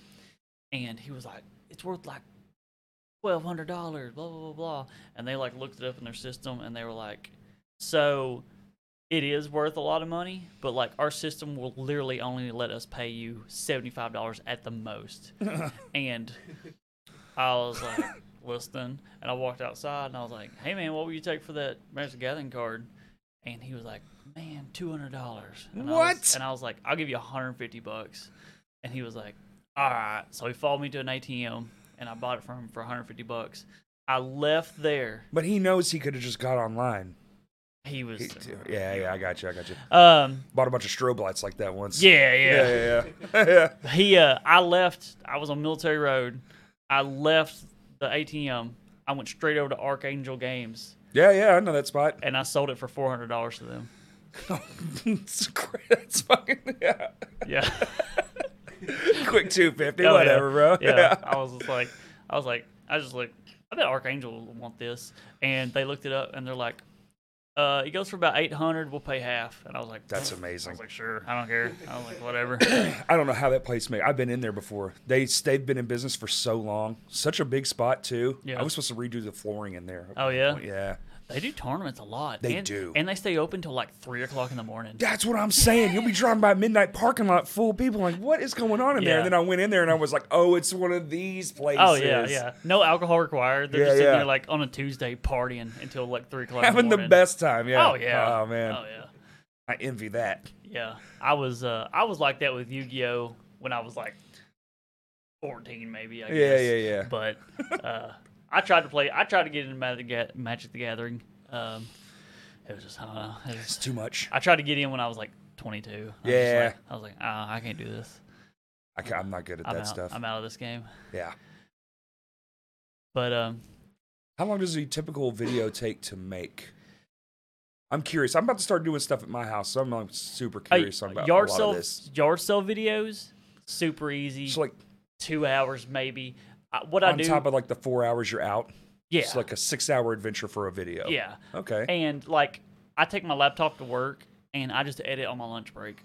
[SPEAKER 2] And he was like, it's worth like $1,200, blah, blah, blah, blah. And they like looked it up in their system and they were like, so it is worth a lot of money, but like our system will literally only let us pay you $75 at the most. and I was like listening, and I walked outside, and I was like, "Hey man, what will you take for that Magic the Gathering card?" And he was like, "Man, two hundred dollars."
[SPEAKER 1] What?
[SPEAKER 2] and I was like, "I'll give you one hundred fifty bucks." And he was like, "All right." So he followed me to an ATM, and I bought it from him for one hundred fifty bucks. I left there.
[SPEAKER 1] But he knows he could have just got online.
[SPEAKER 2] He was,
[SPEAKER 1] He- yeah, yeah, I got you. I got you.
[SPEAKER 2] um,
[SPEAKER 1] Bought a bunch of strobe lights like that once.
[SPEAKER 2] yeah, yeah.
[SPEAKER 1] yeah, yeah. yeah.
[SPEAKER 2] he uh I left I was on Military Road. I left the ATM. I went straight over to Archangel Games
[SPEAKER 1] Yeah, yeah, I know that spot.
[SPEAKER 2] and I sold it for four hundred dollars to them.
[SPEAKER 1] it's great. That's fucking yeah.
[SPEAKER 2] Yeah.
[SPEAKER 1] Quick two fifty,
[SPEAKER 2] Oh, yeah.
[SPEAKER 1] whatever, bro.
[SPEAKER 2] Yeah. I was just like I was like I just like I bet Archangel will want this and they looked it up and they're like uh, it goes for about eight hundred. We'll pay half, and I was like,
[SPEAKER 1] That's
[SPEAKER 2] I
[SPEAKER 1] amazing.
[SPEAKER 2] was like, sure, I don't care. I was like, whatever.
[SPEAKER 1] I don't know how that place made. I've been in there before. They they've been in business for so long. Such a big spot too.
[SPEAKER 2] Yeah.
[SPEAKER 1] I was supposed to redo the flooring in there.
[SPEAKER 2] Oh, yeah?
[SPEAKER 1] Yeah.
[SPEAKER 2] they do tournaments a lot.
[SPEAKER 1] They
[SPEAKER 2] and-
[SPEAKER 1] do.
[SPEAKER 2] and they stay open till like three o'clock in the morning.
[SPEAKER 1] That's what I'm saying. You'll be driving by a midnight parking lot full of people. Like, what is going on in there?
[SPEAKER 2] Yeah.
[SPEAKER 1] And then I went in there and I was like, oh, it's one of these places.
[SPEAKER 2] Oh yeah, yeah. No alcohol required. They're
[SPEAKER 1] Yeah,
[SPEAKER 2] just sitting
[SPEAKER 1] yeah.
[SPEAKER 2] there like on a Tuesday partying until like three o'clock. in
[SPEAKER 1] Having
[SPEAKER 2] the,
[SPEAKER 1] the
[SPEAKER 2] morning.
[SPEAKER 1] best time. Yeah.
[SPEAKER 2] Oh yeah.
[SPEAKER 1] Oh man,
[SPEAKER 2] Oh yeah.
[SPEAKER 1] I envy that.
[SPEAKER 2] Yeah. I was uh I was like that with Yu Gi Oh when I was like fourteen maybe. I
[SPEAKER 1] Yeah,
[SPEAKER 2] guess.
[SPEAKER 1] yeah, yeah.
[SPEAKER 2] But uh, I tried to play. I tried to get into Magic the, Ga- Magic the Gathering. Um, it was just I don't know. It was-
[SPEAKER 1] It's too much.
[SPEAKER 2] I tried to get in when I was like twenty two.
[SPEAKER 1] Yeah.
[SPEAKER 2] I was like, uh, I can't do this.
[SPEAKER 1] I ca- I'm not good at
[SPEAKER 2] I'm
[SPEAKER 1] that
[SPEAKER 2] out.
[SPEAKER 1] stuff.
[SPEAKER 2] I'm out of this game.
[SPEAKER 1] yeah.
[SPEAKER 2] But um,
[SPEAKER 1] How long does a typical video take to make? I'm curious. I'm about to start doing stuff at my house, so I'm like, super
[SPEAKER 2] Hey,
[SPEAKER 1] curious about
[SPEAKER 2] yard
[SPEAKER 1] a lot
[SPEAKER 2] sale
[SPEAKER 1] of this.
[SPEAKER 2] yard sale videos super easy
[SPEAKER 1] It's like
[SPEAKER 2] two hours maybe I, what i
[SPEAKER 1] on
[SPEAKER 2] do
[SPEAKER 1] top of like the four hours you're out.
[SPEAKER 2] yeah
[SPEAKER 1] It's like a six-hour adventure for a video.
[SPEAKER 2] yeah
[SPEAKER 1] Okay.
[SPEAKER 2] and like i take my laptop to work and i just edit on my lunch break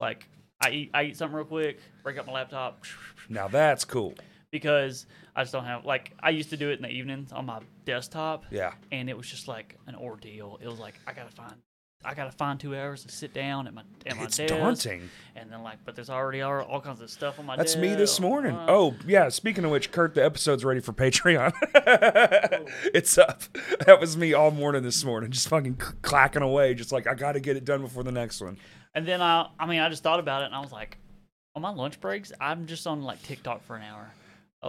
[SPEAKER 2] like i eat i eat something real quick break up my laptop
[SPEAKER 1] now that's cool.
[SPEAKER 2] because i just don't have like i used to do it in the evenings on my desktop
[SPEAKER 1] Yeah.
[SPEAKER 2] and it was just like an ordeal it was like i gotta find I gotta find two hours to sit down at my at my
[SPEAKER 1] It's
[SPEAKER 2] desk,
[SPEAKER 1] daunting.
[SPEAKER 2] and then like, but there's already all, all kinds of stuff on my
[SPEAKER 1] That's
[SPEAKER 2] desk.
[SPEAKER 1] me this morning.
[SPEAKER 2] Uh,
[SPEAKER 1] Oh, yeah. Speaking of which, Kurt, the episode's ready for Patreon. it's up. That was me all morning this morning, just fucking cl- clacking away, just like, I got to get it done before the next one.
[SPEAKER 2] And then I, I mean, I just thought about it, and I was like, on my lunch breaks, I'm just on like TikTok for an hour. I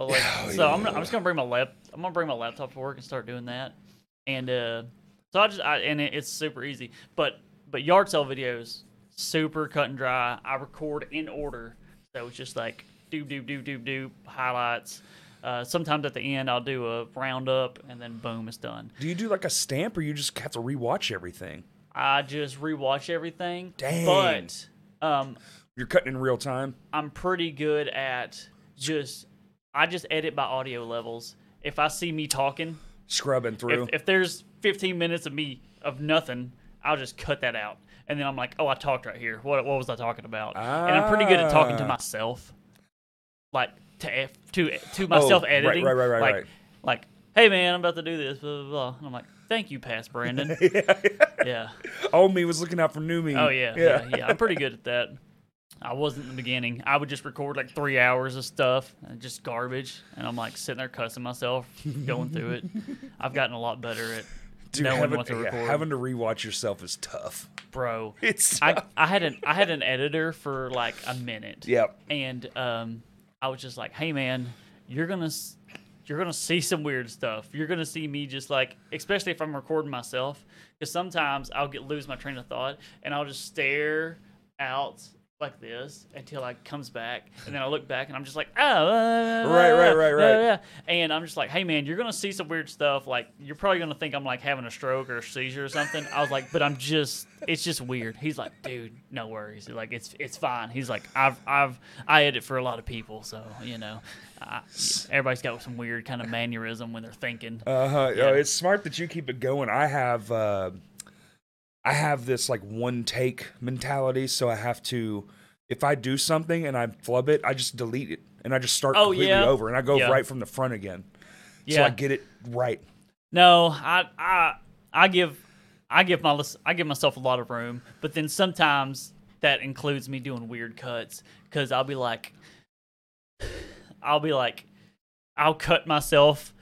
[SPEAKER 2] was like,
[SPEAKER 1] Oh,
[SPEAKER 2] so I'm, gonna, I'm just gonna bring my lap, I'm gonna bring my laptop to work and start doing that. And uh, so I just, I, and it, it's super easy. But but yard sale videos, super cut and dry. I record in order, so it's just like doop doop doop doop doop highlights. Uh, sometimes at the end, I'll do a roundup, and then boom, it's done.
[SPEAKER 1] Do you do like a stamp or you just have to rewatch everything?
[SPEAKER 2] I just rewatch everything.
[SPEAKER 1] Dang.
[SPEAKER 2] But um,
[SPEAKER 1] You're cutting in real time?
[SPEAKER 2] I'm pretty good at just I just edit by audio levels. If I see me talking,
[SPEAKER 1] scrubbing through.
[SPEAKER 2] if, if there's 15 minutes of me of nothing, I'll just cut that out. And then I'm like, oh, I talked right here. What what was I talking about? and I'm pretty good at talking to
[SPEAKER 1] Ah.
[SPEAKER 2] myself, like to F, to to myself
[SPEAKER 1] Oh, right,
[SPEAKER 2] editing.
[SPEAKER 1] right, right, right,
[SPEAKER 2] like,
[SPEAKER 1] right.
[SPEAKER 2] Like, hey man, I'm about to do this. Blah blah. blah. And I'm like, thank you, past Brandon. yeah.
[SPEAKER 1] Old me was looking out for new me.
[SPEAKER 2] Oh yeah, yeah, yeah. I'm pretty good at that. I wasn't in the beginning. I would just record like three hours of stuff, and just garbage, and I'm like sitting there cussing myself, going through it. I've gotten a lot better at
[SPEAKER 1] Dude,
[SPEAKER 2] knowing
[SPEAKER 1] having,
[SPEAKER 2] what to
[SPEAKER 1] yeah,
[SPEAKER 2] record,
[SPEAKER 1] having to rewatch yourself is tough.
[SPEAKER 2] bro.
[SPEAKER 1] It's
[SPEAKER 2] I, I had an I had an editor for like a minute.
[SPEAKER 1] Yep.
[SPEAKER 2] And um, I was just like, hey man, you're gonna s- you're gonna see some weird stuff. You're gonna see me just like, especially if I'm recording myself, because sometimes I'll get lose my train of thought and I'll just stare out like this until I comes back, and then I look back and I'm just like, oh, uh,
[SPEAKER 1] Right, right, right, right.
[SPEAKER 2] uh, uh," and I'm just like, hey man, you're gonna see some weird stuff. Like you're probably gonna think I'm like having a stroke or a seizure or something. I was like, but I'm just, it's just weird. He's like, dude, no worries. Like it's it's fine. He's like, I've I've I edit for a lot of people, so you know, I, everybody's got some weird kind of mannerism when they're thinking.
[SPEAKER 1] Uh huh. Oh, it's smart that you keep it going. I have uh, I have this like one take mentality, so I have to. If I do something and I flub it, I just delete it and I just start
[SPEAKER 2] Oh,
[SPEAKER 1] completely
[SPEAKER 2] yeah.
[SPEAKER 1] over, and I go
[SPEAKER 2] Yeah.
[SPEAKER 1] right from the front again. So
[SPEAKER 2] Yeah.
[SPEAKER 1] I get it right.
[SPEAKER 2] No, I I I give I give my lis- I give myself a lot of room, but then sometimes that includes me doing weird cuts because I'll be like, I'll be like, I'll cut myself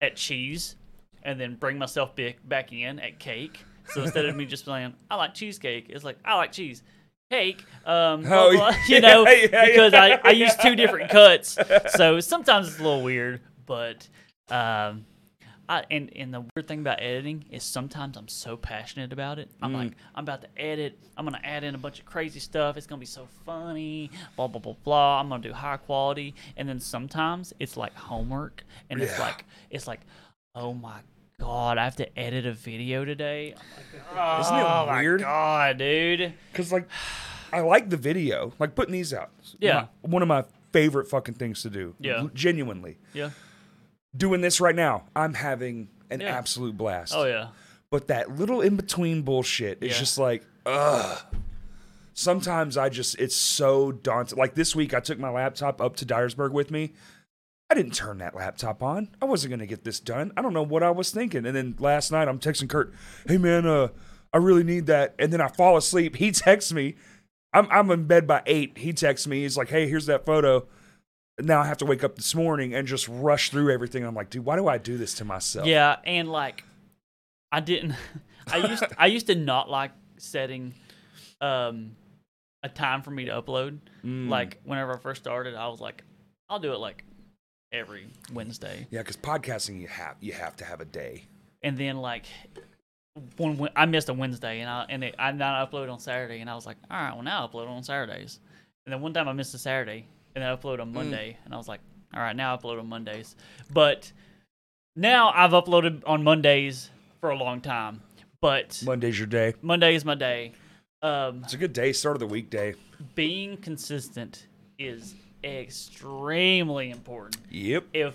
[SPEAKER 2] at cheese and then bring myself back back in at cake. So instead of me just playing, I like cheesecake, it's like I like cheese. Cake, um, blah,
[SPEAKER 1] Oh,
[SPEAKER 2] blah,"
[SPEAKER 1] yeah,
[SPEAKER 2] you know,
[SPEAKER 1] yeah,
[SPEAKER 2] because
[SPEAKER 1] yeah,
[SPEAKER 2] I, I use
[SPEAKER 1] yeah.
[SPEAKER 2] two different cuts, so sometimes it's a little weird, but um, I, and and the weird thing about editing is sometimes I'm so passionate about it.
[SPEAKER 1] Mm.
[SPEAKER 2] I'm like, I'm about to edit. I'm gonna add in a bunch of crazy stuff. It's gonna be so funny. Blah blah blah blah. I'm gonna do high quality. And then sometimes it's like homework, and it's
[SPEAKER 1] Yeah.
[SPEAKER 2] like it's like, oh my god, I have to edit a video today. I'm like,
[SPEAKER 1] Isn't it
[SPEAKER 2] oh my
[SPEAKER 1] weird?
[SPEAKER 2] god, dude.
[SPEAKER 1] Because like, I like the video, like putting these out. It's
[SPEAKER 2] Yeah.
[SPEAKER 1] my- one of my favorite fucking things to do.
[SPEAKER 2] Yeah.
[SPEAKER 1] genuinely
[SPEAKER 2] Yeah.
[SPEAKER 1] doing this right now. I'm having an
[SPEAKER 2] Yeah.
[SPEAKER 1] absolute blast.
[SPEAKER 2] Oh yeah.
[SPEAKER 1] But that little in between bullshit is
[SPEAKER 2] Yeah.
[SPEAKER 1] just like, ugh. Sometimes I just, it's so daunting. Like this week, I took my laptop up to Dyersburg with me. I didn't turn that laptop on. I wasn't going to get this done. I don't know what I was thinking. And then last night, I'm texting Kurt, hey, man, uh, I really need that. And then I fall asleep. He texts me. I'm, I'm in bed by eight. He texts me. He's like, hey, here's that photo. Now I have to wake up this morning and just rush through everything. I'm like, dude, why do I do this to myself?
[SPEAKER 2] Yeah, and like I didn't I used I used to not like setting um a time for me to upload.
[SPEAKER 1] Mm.
[SPEAKER 2] Like whenever I first started, I was like I'll do it like every Wednesday.
[SPEAKER 1] Yeah, because podcasting you have you have to have a day.
[SPEAKER 2] And then like one Wed- I missed a Wednesday and I and it, I not uploaded on Saturday and I was like, "All right, well now I upload on Saturdays." And then one time I missed a Saturday and I uploaded on Monday and I was like, "All right, now I upload on Mondays." But now I've uploaded on Mondays for a long time. But
[SPEAKER 1] Monday's your day.
[SPEAKER 2] Monday is my day. Um,
[SPEAKER 1] It's a good day. Start of the weekday.
[SPEAKER 2] being consistent is extremely important.
[SPEAKER 1] Yep.
[SPEAKER 2] If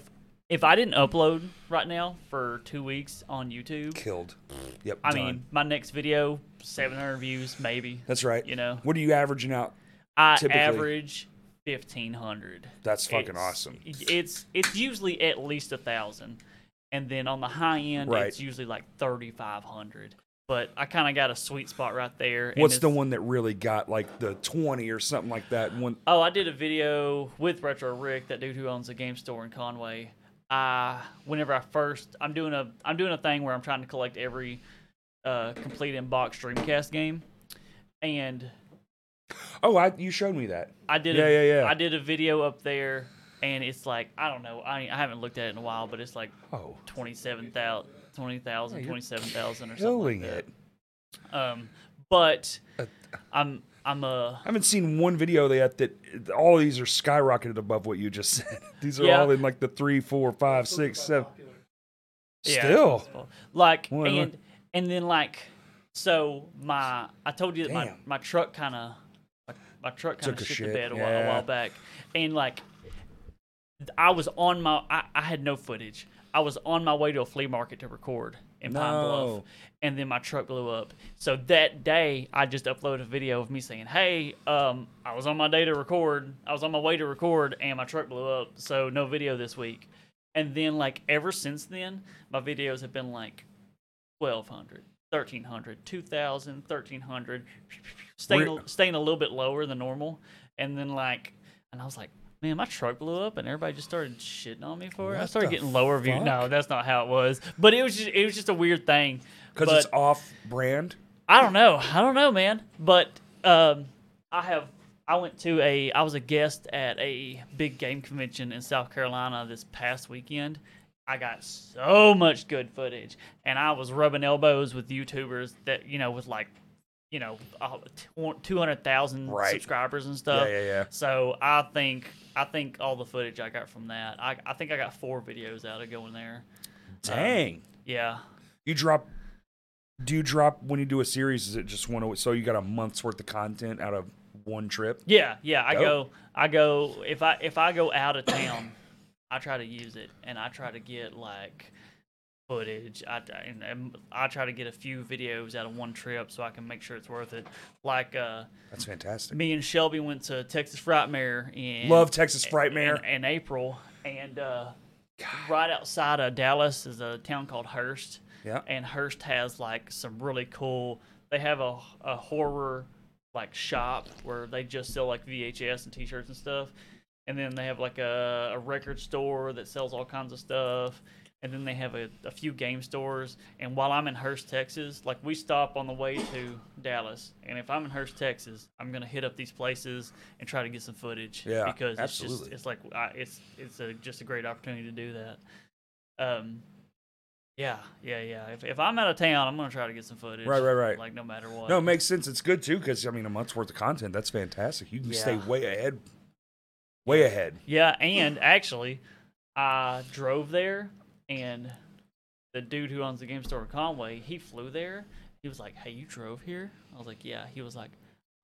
[SPEAKER 2] if I didn't upload right now for two weeks on YouTube,
[SPEAKER 1] Killed. Yep.
[SPEAKER 2] I
[SPEAKER 1] done.
[SPEAKER 2] mean, my next video, 700 views, maybe.
[SPEAKER 1] that's right.
[SPEAKER 2] you know.
[SPEAKER 1] what are you averaging out?
[SPEAKER 2] I
[SPEAKER 1] typically-
[SPEAKER 2] average 1,500.
[SPEAKER 1] That's fucking
[SPEAKER 2] It's-
[SPEAKER 1] awesome.
[SPEAKER 2] It's it's usually at least a thousand, and then on the high end,
[SPEAKER 1] Right.
[SPEAKER 2] it's usually like 3,500. But I kind of got a sweet spot right there. and
[SPEAKER 1] What's the
[SPEAKER 2] it's-
[SPEAKER 1] one that really got like the twenty or something like that? One.
[SPEAKER 2] Oh, I did a video with Retro Rick, that dude who owns a game store in Conway. I whenever I first, I'm doing a I'm doing a thing where I'm trying to collect every uh, complete inbox Dreamcast game, and
[SPEAKER 1] Oh, I you showed me that.
[SPEAKER 2] I did
[SPEAKER 1] Yeah,
[SPEAKER 2] a,
[SPEAKER 1] yeah, yeah.
[SPEAKER 2] I did a video up there, and it's like I don't know I I haven't looked at it in a while, but it's like
[SPEAKER 1] Oh,
[SPEAKER 2] 27,000, 20,000,
[SPEAKER 1] you're
[SPEAKER 2] 27,000 or something like
[SPEAKER 1] killing
[SPEAKER 2] that.
[SPEAKER 1] it.
[SPEAKER 2] Um, but
[SPEAKER 1] Uh,
[SPEAKER 2] I'm I'm uh
[SPEAKER 1] I haven't seen one video yet that all these are skyrocketed above what you just said. These are
[SPEAKER 2] Yeah.
[SPEAKER 1] all in like the three, four, five, six, seven.
[SPEAKER 2] Yeah,
[SPEAKER 1] Still,
[SPEAKER 2] it's possible. like
[SPEAKER 1] Well,
[SPEAKER 2] and and then like so my I told you that my,
[SPEAKER 1] Damn.
[SPEAKER 2] my truck kind of my, my truck kind of
[SPEAKER 1] Took a
[SPEAKER 2] shit, the
[SPEAKER 1] shit,
[SPEAKER 2] bed a, while, a
[SPEAKER 1] yeah.
[SPEAKER 2] while back and like I was on my I, I had no footage I was on my way to a flea market to record in Pine Bluff
[SPEAKER 1] No.
[SPEAKER 2] and then my truck blew up so that day I just uploaded a video of me saying hey um I was on my day to record I was on my way to record and my truck blew up so no video this week and then like ever since then my videos have been like 1200 1300 2000 1300 staying,
[SPEAKER 1] We're-
[SPEAKER 2] a, staying a little bit lower than normal and then like and i was like man my truck blew up and everybody just started shitting on me for it i
[SPEAKER 1] What
[SPEAKER 2] started
[SPEAKER 1] the
[SPEAKER 2] getting lower view
[SPEAKER 1] fuck?
[SPEAKER 2] no that's not how it was but it was just it was just a weird thing
[SPEAKER 1] because
[SPEAKER 2] But-
[SPEAKER 1] it's off brand.
[SPEAKER 2] I don't know. I don't know, man. But um, I have. I went to a. I was a guest at a big game convention in South Carolina this past weekend, I got so much good footage, and I was rubbing elbows with YouTubers that you know with like, you know, two hundred thousand
[SPEAKER 1] Right.
[SPEAKER 2] subscribers and stuff.
[SPEAKER 1] Yeah, yeah, yeah.
[SPEAKER 2] So I think I think all the footage I got from that, I, I think I got four videos out of going there.
[SPEAKER 1] Dang.
[SPEAKER 2] Yeah,
[SPEAKER 1] you drop do you drop when you do a series is it just one so you got a month's worth of content out of one trip
[SPEAKER 2] yeah, yeah. I
[SPEAKER 1] Dope.
[SPEAKER 2] go I go if I if I go out of town, I try to use it and I try to get like footage. I and, and I try to get a few videos out of one trip so I can make sure it's worth it. Like uh,
[SPEAKER 1] that's fantastic
[SPEAKER 2] me and Shelby went to Texas Frightmare in
[SPEAKER 1] love texas frightmare
[SPEAKER 2] in, in April, and uh, right outside of Dallas is a town called Hearst.
[SPEAKER 1] Yeah.
[SPEAKER 2] and Hearst has like some really cool. They have a a horror like shop where they just sell like VHS and T-shirts and stuff, and then they have like a, a record store that sells all kinds of stuff. And then they have a, a few game stores. And while I'm in Hearst, Texas, like we stop on the way to Dallas. And if I'm in Hearst, Texas, I'm gonna hit up these places and try to get some footage
[SPEAKER 1] Yeah,
[SPEAKER 2] because it's
[SPEAKER 1] absolutely.
[SPEAKER 2] just it's like I, it's it's a, just a great opportunity to do that. Um, yeah, yeah, yeah. If if I'm out of town, I'm gonna try to get some footage.
[SPEAKER 1] Right, right, right.
[SPEAKER 2] Like no matter what.
[SPEAKER 1] no it makes sense it's good too because i mean a month's worth of content that's fantastic you can stay
[SPEAKER 2] Yeah.
[SPEAKER 1] way ahead way ahead
[SPEAKER 2] Yeah, and actually, I drove there, and the dude who owns the game store in Conway, he flew there. He was like, "Hey, you drove here?" I was like, "Yeah." He was like,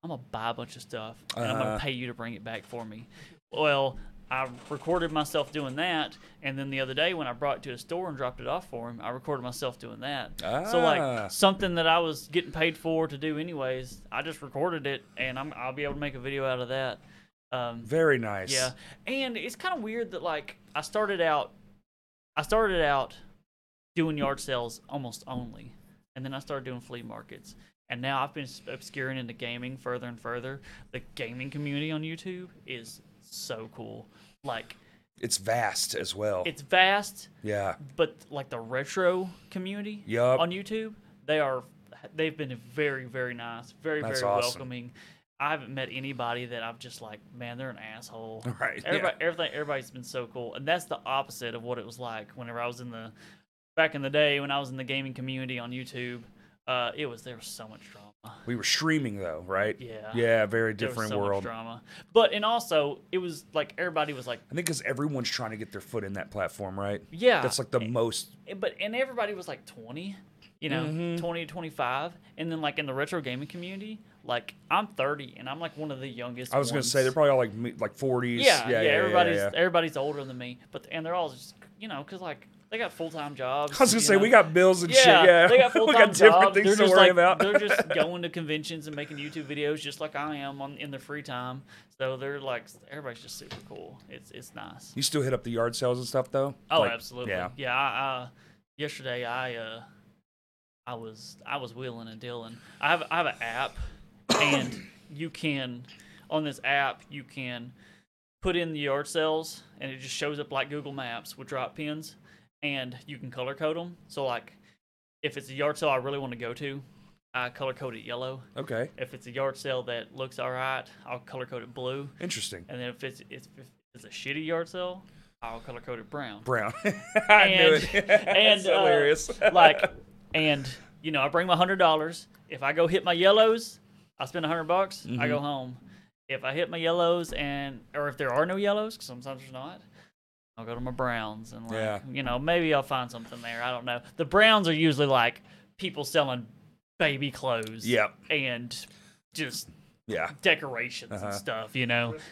[SPEAKER 2] "I'm gonna buy a bunch of stuff, and I'm gonna
[SPEAKER 1] Uh-huh.
[SPEAKER 2] pay you to bring it back for me." Well, I recorded myself doing that, and then the other day when I brought it to a store and dropped it off for him, I recorded myself doing that. So
[SPEAKER 1] Ah.
[SPEAKER 2] like something that I was getting paid for to do anyways, I just recorded it, and I'm I'll be able to make a video out of that. Um,
[SPEAKER 1] very nice
[SPEAKER 2] yeah, and it's kind of weird that like I started out, I started out doing yard sales almost only, and then I started doing flea markets, and now I've been s- obscuring into gaming further and further. The gaming community on YouTube is so cool. Like
[SPEAKER 1] it's vast as well
[SPEAKER 2] it's vast,
[SPEAKER 1] yeah
[SPEAKER 2] but like the retro community
[SPEAKER 1] Yup.
[SPEAKER 2] on YouTube, they are they've been very very nice, very
[SPEAKER 1] That's
[SPEAKER 2] very
[SPEAKER 1] awesome.
[SPEAKER 2] welcoming. I haven't met anybody that I'm just like, man, they're an asshole.
[SPEAKER 1] Right, yeah.
[SPEAKER 2] Everybody, everything, everybody's been so cool, and that's the opposite of what it was like whenever I was in the back in the day when I was in the gaming community on YouTube. Uh, it was there was so much drama.
[SPEAKER 1] we were streaming though right
[SPEAKER 2] Yeah.
[SPEAKER 1] yeah very
[SPEAKER 2] There was
[SPEAKER 1] different
[SPEAKER 2] so much
[SPEAKER 1] world
[SPEAKER 2] drama. But and also it was like everybody was like,
[SPEAKER 1] i think because everyone's trying to get their foot in that platform right
[SPEAKER 2] Yeah. Eh,
[SPEAKER 1] that's like the most
[SPEAKER 2] but and everybody was like 20 you know
[SPEAKER 1] Mm-hmm.
[SPEAKER 2] 20 to 25 and then like in the retro gaming community like i'm 30 and i'm like one of the youngest
[SPEAKER 1] i was gonna say they're
[SPEAKER 2] ones.
[SPEAKER 1] probably all like me- like 40s
[SPEAKER 2] yeah yeah, everybody's
[SPEAKER 1] yeah.
[SPEAKER 2] everybody's older than me but and they're all just you know because like they got full-time jobs
[SPEAKER 1] I was gonna
[SPEAKER 2] you
[SPEAKER 1] say
[SPEAKER 2] know?
[SPEAKER 1] we got bills and shit.
[SPEAKER 2] yeah,
[SPEAKER 1] Yeah,
[SPEAKER 2] they got
[SPEAKER 1] we
[SPEAKER 2] full-time
[SPEAKER 1] got different
[SPEAKER 2] jobs.
[SPEAKER 1] things
[SPEAKER 2] they're
[SPEAKER 1] to
[SPEAKER 2] just
[SPEAKER 1] worry
[SPEAKER 2] like,
[SPEAKER 1] about.
[SPEAKER 2] they're just going to conventions and making YouTube videos, just like I am on in their free time. So they're like, everybody's just super cool. It's it's nice.
[SPEAKER 1] you still hit up the yard sales and stuff though.
[SPEAKER 2] Oh,
[SPEAKER 1] Like,
[SPEAKER 2] absolutely. Yeah.
[SPEAKER 1] Yeah,
[SPEAKER 2] I, I, yesterday, I uh, I was I was wheeling and dealing. I have I have an app, and you can on this app you can put in the yard sales, and it just shows up like Google Maps with drop pins, and you can color code them. So like, if it's a yard sale I really want to go to, I color code it yellow.
[SPEAKER 1] okay,
[SPEAKER 2] If it's a yard sale that looks all right, I'll color code it blue.
[SPEAKER 1] interesting.
[SPEAKER 2] And then if it's if it's a shitty yard sale, I'll color code it brown
[SPEAKER 1] Brown, I knew
[SPEAKER 2] and,
[SPEAKER 1] it.
[SPEAKER 2] and
[SPEAKER 1] That's
[SPEAKER 2] uh,
[SPEAKER 1] hilarious.
[SPEAKER 2] like, and you know, I bring my hundred dollars. If I go hit my yellows, I spend a hundred bucks. I
[SPEAKER 1] Mm-hmm.
[SPEAKER 2] go home. If I hit my yellows and or if there are no yellows, 'cause sometimes there's not, I'll go to my browns and like,
[SPEAKER 1] Yeah.
[SPEAKER 2] you know, maybe I'll find something there. I don't know. The browns are usually like people selling baby clothes.
[SPEAKER 1] Yep.
[SPEAKER 2] And just
[SPEAKER 1] yeah,
[SPEAKER 2] decorations and stuff. You know.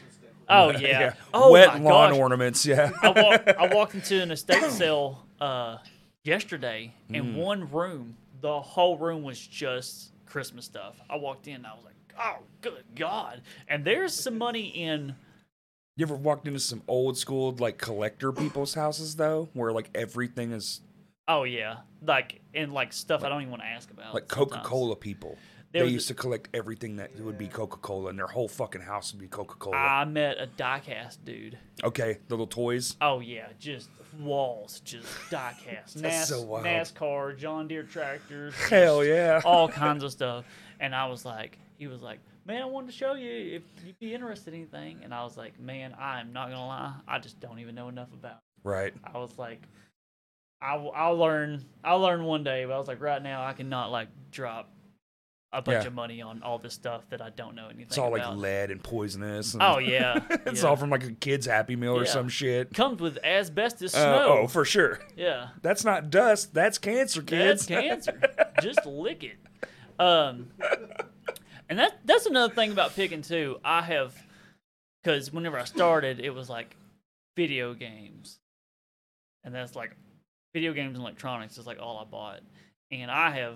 [SPEAKER 2] Oh yeah. Oh
[SPEAKER 1] Uh-huh. wet
[SPEAKER 2] my
[SPEAKER 1] lawn
[SPEAKER 2] gosh.
[SPEAKER 1] ornaments. Yeah,
[SPEAKER 2] I, walk, I walked into an estate sale uh, yesterday,
[SPEAKER 1] Mm.
[SPEAKER 2] and one room, the whole room was just Christmas stuff. I walked in, and I was like, "Oh, good God!" And there's some money in.
[SPEAKER 1] you ever walked into some old school like collector people's houses though, where like everything is
[SPEAKER 2] Oh yeah, like and like stuff I don't even want to ask about.
[SPEAKER 1] like
[SPEAKER 2] sometimes.
[SPEAKER 1] Coca Cola people.
[SPEAKER 2] There
[SPEAKER 1] They
[SPEAKER 2] was-
[SPEAKER 1] used to collect everything that would be Coca Cola, and their whole fucking house would be Coca Cola.
[SPEAKER 2] I met a diecast dude.
[SPEAKER 1] okay, the little toys.
[SPEAKER 2] Oh yeah, just walls, just diecast,
[SPEAKER 1] That's
[SPEAKER 2] NAS,
[SPEAKER 1] so wild.
[SPEAKER 2] NASCAR, John Deere tractors.
[SPEAKER 1] Hell
[SPEAKER 2] just
[SPEAKER 1] yeah.
[SPEAKER 2] all kinds of stuff. And I was like, he was like, man, I wanted to show you if you'd be interested in anything. And I was like, man, I am not gonna lie, I just don't even know enough about. It.
[SPEAKER 1] Right.
[SPEAKER 2] I was like, I will, I'll learn. I'll learn one day. But I was like, right now, I cannot like drop a bunch
[SPEAKER 1] Yeah.
[SPEAKER 2] of money on all this stuff that I don't know anything.
[SPEAKER 1] It's all
[SPEAKER 2] about.
[SPEAKER 1] like lead and poisonous. And
[SPEAKER 2] Oh yeah,
[SPEAKER 1] it's
[SPEAKER 2] yeah.
[SPEAKER 1] all from like a kid's Happy Meal or
[SPEAKER 2] Yeah.
[SPEAKER 1] some shit.
[SPEAKER 2] comes with asbestos
[SPEAKER 1] Uh,
[SPEAKER 2] snow.
[SPEAKER 1] oh, for sure.
[SPEAKER 2] Yeah,
[SPEAKER 1] That's not dust. That's cancer, kids.
[SPEAKER 2] that's cancer. Just lick it. Um, and that that's another thing about picking too. I have because whenever I started, it was like video games, and that's like video games and electronics is like all I bought, and I have.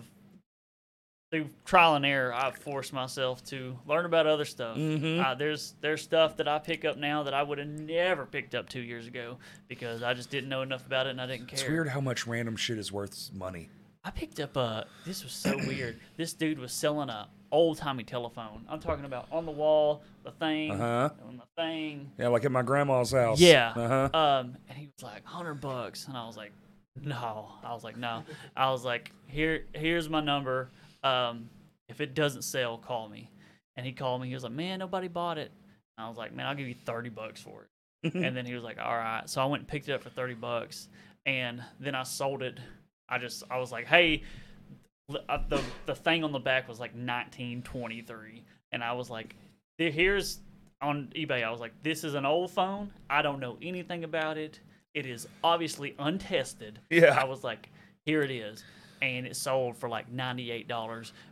[SPEAKER 2] Through trial and error, I've forced myself to learn about other stuff.
[SPEAKER 1] Mhm.
[SPEAKER 2] Uh, there's there's stuff that I pick up now that I would have never picked up two years ago because I just didn't know enough about it and I didn't care.
[SPEAKER 1] It's weird how much random shit is worth money.
[SPEAKER 2] I picked up a. This was so weird. This dude was selling a old timey telephone. I'm talking about on the wall, the thing,
[SPEAKER 1] Uh-huh.
[SPEAKER 2] on the thing.
[SPEAKER 1] Yeah, like at my grandma's house.
[SPEAKER 2] Yeah.
[SPEAKER 1] Uh-huh.
[SPEAKER 2] Um, and he was like hundred bucks, and I was like, no. I was like, no. I was like, here, here's my number. Um, if it doesn't sell, call me. And he called me. He was like, man, nobody bought it. And I was like, man, I'll give you thirty bucks for it. and then he was like, all right. So I went and picked it up for thirty bucks, and then I sold it. I just, I was like, hey. l- uh, The the thing on the back was like 1923, and I was like, "There- "Here's on eBay, I was like, this is an old phone. I don't know anything about it. It is obviously untested.
[SPEAKER 1] Yeah.
[SPEAKER 2] I was like, here it is. And it sold for like $98.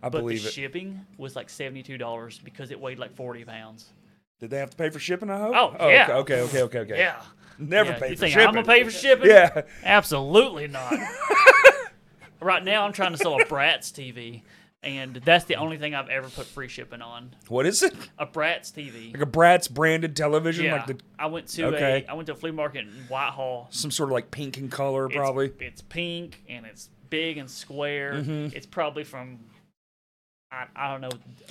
[SPEAKER 1] I
[SPEAKER 2] but
[SPEAKER 1] believe
[SPEAKER 2] the
[SPEAKER 1] it.
[SPEAKER 2] shipping was like $72 because it weighed like 40 pounds.
[SPEAKER 1] Did they have to pay for shipping? I hope.
[SPEAKER 2] Oh, yeah.
[SPEAKER 1] Okay. Okay. Okay. Okay.
[SPEAKER 2] Yeah.
[SPEAKER 1] Never
[SPEAKER 2] Yeah,
[SPEAKER 1] pay
[SPEAKER 2] you
[SPEAKER 1] for
[SPEAKER 2] think
[SPEAKER 1] shipping.
[SPEAKER 2] I'm going to pay for shipping?
[SPEAKER 1] Yeah.
[SPEAKER 2] Absolutely not. right now, I'm trying to sell a Bratz TV, and that's the only thing I've ever put free shipping on.
[SPEAKER 1] What is it?
[SPEAKER 2] A Bratz TV.
[SPEAKER 1] Like a Bratz branded television,
[SPEAKER 2] Yeah,
[SPEAKER 1] like the
[SPEAKER 2] I went to
[SPEAKER 1] Okay.
[SPEAKER 2] a I went to a flea market in Whitehall.
[SPEAKER 1] some sort of like pink in color,
[SPEAKER 2] It's-
[SPEAKER 1] probably.
[SPEAKER 2] it's, pink and it's big and square.
[SPEAKER 1] Mm-hmm.
[SPEAKER 2] It's probably from I, I don't know.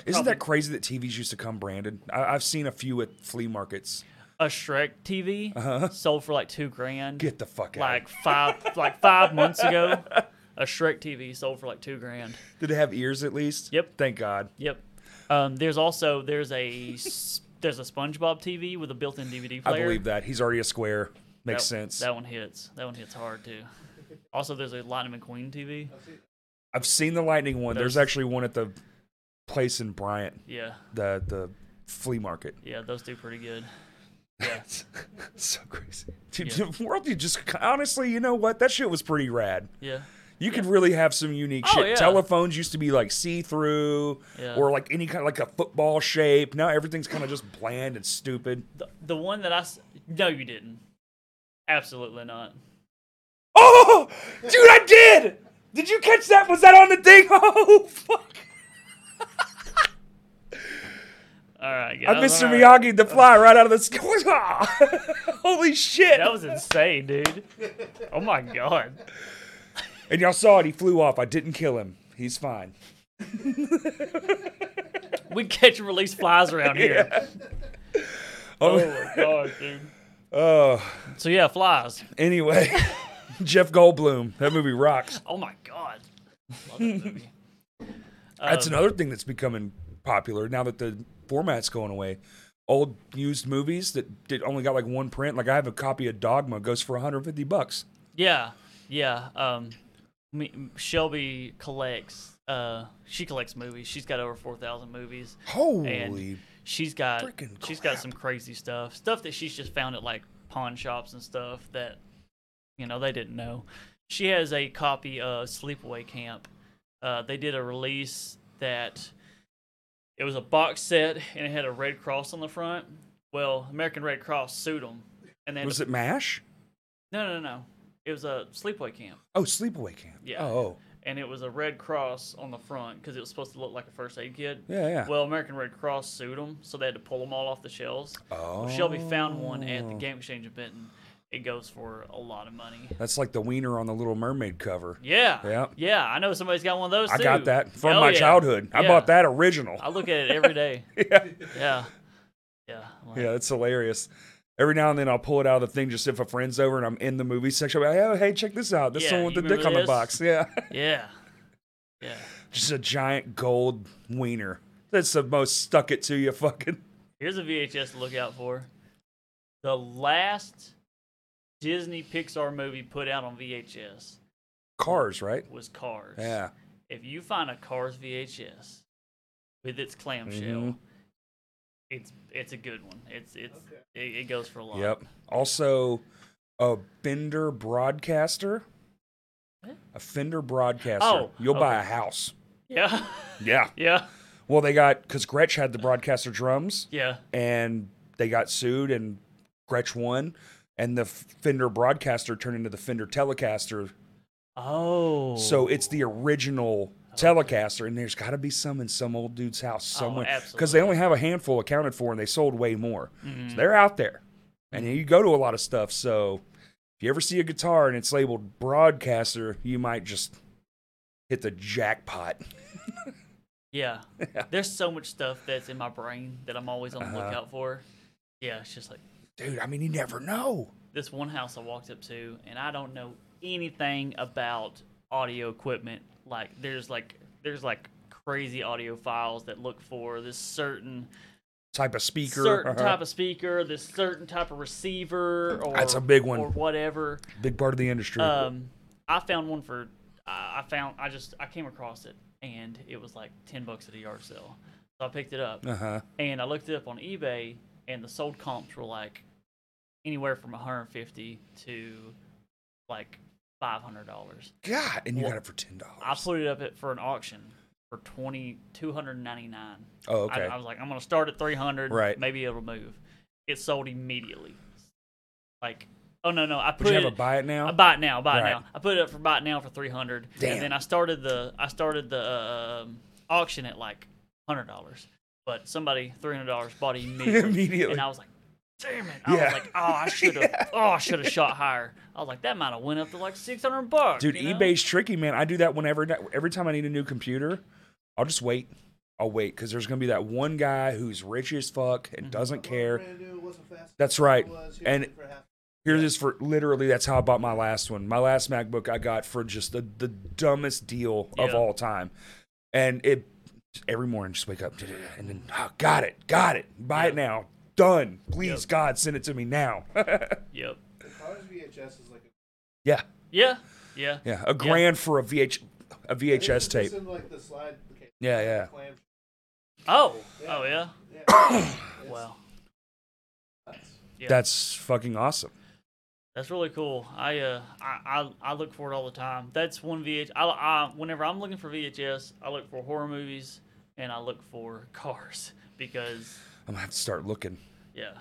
[SPEAKER 1] Isn't that
[SPEAKER 2] probably
[SPEAKER 1] crazy that TVs used to come branded? I, I've seen a few at flea markets.
[SPEAKER 2] a Shrek TV sold for like two grand?
[SPEAKER 1] Uh-huh. Get the fuck out.
[SPEAKER 2] like five like five months ago, a Shrek TV sold for like two grand.
[SPEAKER 1] Did it have ears at least?
[SPEAKER 2] Yep.
[SPEAKER 1] Thank God.
[SPEAKER 2] Yep. Um, there's also there's a s- there's a SpongeBob TV with a built-in DVD
[SPEAKER 1] I
[SPEAKER 2] player.
[SPEAKER 1] believe that. He's already a square. Makes
[SPEAKER 2] That-
[SPEAKER 1] sense.
[SPEAKER 2] That one hits. That one hits hard too. Also, there's a Lightning McQueen TV.
[SPEAKER 1] I've seen the lightning one. There's
[SPEAKER 2] Those-
[SPEAKER 1] actually one at the place in Bryant,
[SPEAKER 2] Yeah.
[SPEAKER 1] the the flea market.
[SPEAKER 2] Yeah, those do pretty good. Yeah.
[SPEAKER 1] so crazy. Dude,
[SPEAKER 2] Yeah.
[SPEAKER 1] the world you just honestly, you know what? That shit was pretty rad.
[SPEAKER 2] Yeah.
[SPEAKER 1] You could really have some unique
[SPEAKER 2] Oh,
[SPEAKER 1] shit.
[SPEAKER 2] yeah.
[SPEAKER 1] Telephones used to be like see through
[SPEAKER 2] Yeah.
[SPEAKER 1] or like any kind of like a football shape. Now everything's kind of just bland and stupid.
[SPEAKER 2] The, the one that I s- no, you didn't. Absolutely not.
[SPEAKER 1] Oh, dude, I did. Did you catch that? Was that on the thing? Oh, fuck.
[SPEAKER 2] All right,
[SPEAKER 1] I
[SPEAKER 2] that was
[SPEAKER 1] Mr.
[SPEAKER 2] all right.
[SPEAKER 1] Miyagi the fly right out of the sky. Holy shit.
[SPEAKER 2] That was insane, dude. Oh my god.
[SPEAKER 1] And y'all saw it. He flew off. I didn't kill him. He's fine.
[SPEAKER 2] We catch and release flies around here. Oh my god, dude.
[SPEAKER 1] Oh,
[SPEAKER 2] So yeah, flies.
[SPEAKER 1] anyway, Jeff Goldblum. That movie rocks.
[SPEAKER 2] Oh my god. Love that movie.
[SPEAKER 1] That's
[SPEAKER 2] Um,
[SPEAKER 1] another thing that's becoming popular now that the format's going away. Old used movies that did, only got like one print. Like I have a copy of Dogma goes for 150 bucks.
[SPEAKER 2] Yeah, yeah. Um, me, Shelby collects. Uh, she collects movies. She's got over four thousand movies.
[SPEAKER 1] Holy.
[SPEAKER 2] and she's got
[SPEAKER 1] freaking
[SPEAKER 2] she's got
[SPEAKER 1] crap.
[SPEAKER 2] some crazy stuff stuff that she's just found at like pawn shops and stuff that you know they didn't know she has a copy of sleepaway camp uh, they did a release that it was a box set and it had a red cross on the front well american red cross sued them and then
[SPEAKER 1] was it MASH?
[SPEAKER 2] no no no it was a sleepaway camp
[SPEAKER 1] Oh, Sleepaway Camp.
[SPEAKER 2] Yeah.
[SPEAKER 1] Oh, oh.
[SPEAKER 2] and it was a red cross on the front because it was supposed to look like a first aid kit
[SPEAKER 1] yeah, yeah.
[SPEAKER 2] well american red cross sued them so they had to pull them all off the shelves
[SPEAKER 1] oh.
[SPEAKER 2] Shelby found one at the Game Exchange in Benton. It goes for a lot of money.
[SPEAKER 1] That's like the wiener on the Little Mermaid cover.
[SPEAKER 2] Yeah.
[SPEAKER 1] Yeah.
[SPEAKER 2] Yeah. I know somebody's got one of those.
[SPEAKER 1] I got
[SPEAKER 2] too.
[SPEAKER 1] that from
[SPEAKER 2] Hell
[SPEAKER 1] my
[SPEAKER 2] yeah.
[SPEAKER 1] childhood. I
[SPEAKER 2] Yeah.
[SPEAKER 1] bought that original.
[SPEAKER 2] I look at it every day.
[SPEAKER 1] yeah.
[SPEAKER 2] yeah. Yeah. I'm like,
[SPEAKER 1] Yeah, that's hilarious. Every now and then I'll pull it out of the thing just if a friend's over and I'm in the movie section. I'll be like, oh, hey, check this out. This
[SPEAKER 2] Yeah,
[SPEAKER 1] one with
[SPEAKER 2] you
[SPEAKER 1] the dick
[SPEAKER 2] remember
[SPEAKER 1] on the
[SPEAKER 2] this?
[SPEAKER 1] box. Yeah.
[SPEAKER 2] Yeah. Yeah.
[SPEAKER 1] just a giant gold wiener. That's the most stuck it to you fucking.
[SPEAKER 2] Here's a VHS to look out for. The last Disney Pixar movie put out on VHS
[SPEAKER 1] Cars, right?
[SPEAKER 2] was Cars.
[SPEAKER 1] Yeah.
[SPEAKER 2] If you find a Cars VHS with its clamshell,
[SPEAKER 1] Mhm.
[SPEAKER 2] it's it's a good one. It's it's it, it goes for a lot.
[SPEAKER 1] Yep. Also, a Fender broadcaster.
[SPEAKER 2] What?
[SPEAKER 1] A Fender broadcaster.
[SPEAKER 2] Oh,
[SPEAKER 1] You'll buy
[SPEAKER 2] okay.
[SPEAKER 1] a house.
[SPEAKER 2] Yeah.
[SPEAKER 1] Yeah.
[SPEAKER 2] yeah.
[SPEAKER 1] Well, they got because Gretsch had the broadcaster drums,
[SPEAKER 2] Yeah.
[SPEAKER 1] and they got sued, and Gretsch won, and the Fender broadcaster turned into the Fender Telecaster.
[SPEAKER 2] Oh.
[SPEAKER 1] So it's the original Telecaster, and there's got to be some in some old dude's house somewhere because they
[SPEAKER 2] Oh, absolutely. Mm-hmm.
[SPEAKER 1] only have a handful accounted for, and they sold way more. So they're out there, and you go to a lot of stuff. So if you ever see a guitar and it's labeled broadcaster, you might just hit the jackpot.
[SPEAKER 2] Yeah. There's so much stuff that's in my brain that I'm always on the lookout for. Yeah, it's just like
[SPEAKER 1] Dude, I mean, you never know.
[SPEAKER 2] this one house I walked up to, and I don't know anything about audio equipment. Like there's like there's like crazy audio files that look for this certain
[SPEAKER 1] Type of speaker.
[SPEAKER 2] certain
[SPEAKER 1] uh-huh.
[SPEAKER 2] type of speaker, this certain type of receiver, or
[SPEAKER 1] That's a big one.
[SPEAKER 2] or whatever.
[SPEAKER 1] Big part of the industry.
[SPEAKER 2] Um, I found one for I I found I just I came across it, and it was like ten bucks at a yard sale, so I picked it up.
[SPEAKER 1] uh huh.
[SPEAKER 2] And I looked it up on eBay, and the sold comps were like anywhere from 150 to like 500 dollars.
[SPEAKER 1] God, and you
[SPEAKER 2] Well,
[SPEAKER 1] got it for ten dollars.
[SPEAKER 2] I put it up at, for an auction for 20 299.
[SPEAKER 1] Oh, okay.
[SPEAKER 2] I, I was like, I'm gonna start at 300.
[SPEAKER 1] Right.
[SPEAKER 2] Maybe it'll move. It sold immediately. Like, oh no no, I put
[SPEAKER 1] Would you have
[SPEAKER 2] it,
[SPEAKER 1] a buy it now?
[SPEAKER 2] I buy it now, buy it
[SPEAKER 1] Right.
[SPEAKER 2] now. I put it up for buy it now for three hundred,
[SPEAKER 1] Damn.
[SPEAKER 2] and then I started the I started the um, auction at like hundred dollars, but somebody three hundred dollars bought it immediately,
[SPEAKER 1] Immediately.
[SPEAKER 2] and I was like, damn it! I
[SPEAKER 1] Yeah.
[SPEAKER 2] was like, oh, I should have, oh, I should have shot higher. I was like, that might have went up to like six hundred bucks,
[SPEAKER 1] Dude,
[SPEAKER 2] you know?
[SPEAKER 1] eBay's tricky, man. I do that whenever every time I need a new computer, I'll just wait. I'll wait because there's gonna be that one guy who's rich as fuck
[SPEAKER 2] Mm-hmm.
[SPEAKER 1] and doesn't care. That's right. And here's this for literally that's how I bought my last one. My last MacBook I got for just the, the dumbest deal of
[SPEAKER 2] Yeah.
[SPEAKER 1] all time, and it every morning just wake up and then oh, got it, got it, buy it
[SPEAKER 2] Yeah.
[SPEAKER 1] now, done. Please,
[SPEAKER 2] Yep.
[SPEAKER 1] God, send it to me now.
[SPEAKER 2] Yep.
[SPEAKER 3] Cars VHS is like a
[SPEAKER 1] yeah,
[SPEAKER 2] Yeah. Yeah.
[SPEAKER 1] yeah, a grand for a VH a VHS tape.
[SPEAKER 3] It's in like the slide. Okay,
[SPEAKER 1] Yeah, yeah.
[SPEAKER 3] clam.
[SPEAKER 2] Oh. Oh yeah.
[SPEAKER 3] Yeah. It's
[SPEAKER 2] Wow.
[SPEAKER 3] nuts.
[SPEAKER 2] Yeah.
[SPEAKER 1] That's fucking awesome.
[SPEAKER 2] That's really cool. I uh I, I, I look for it all the time. That's one VH. I, I whenever I'm looking for VHS, I look for horror movies and I look for cars because
[SPEAKER 1] I'm gonna have to start looking.
[SPEAKER 2] yeah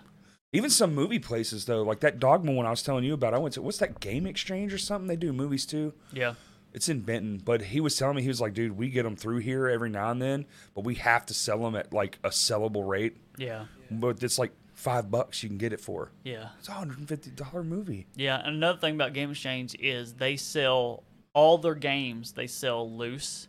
[SPEAKER 1] Even some movie places though, like that Dogma one I was telling you about. I went to what's that Game Exchange or something? They do movies too.
[SPEAKER 2] yeah
[SPEAKER 1] It's in Benton, but he was telling me he was like, "Dude, we get them through here every now and then, but we have to sell them at like a sellable rate.
[SPEAKER 2] yeah
[SPEAKER 1] But it's like five bucks you can get it for.
[SPEAKER 2] yeah
[SPEAKER 1] It's a hundred and fifty dollar movie.
[SPEAKER 2] yeah. And another thing about Game Exchange is they sell all their games. They sell loose.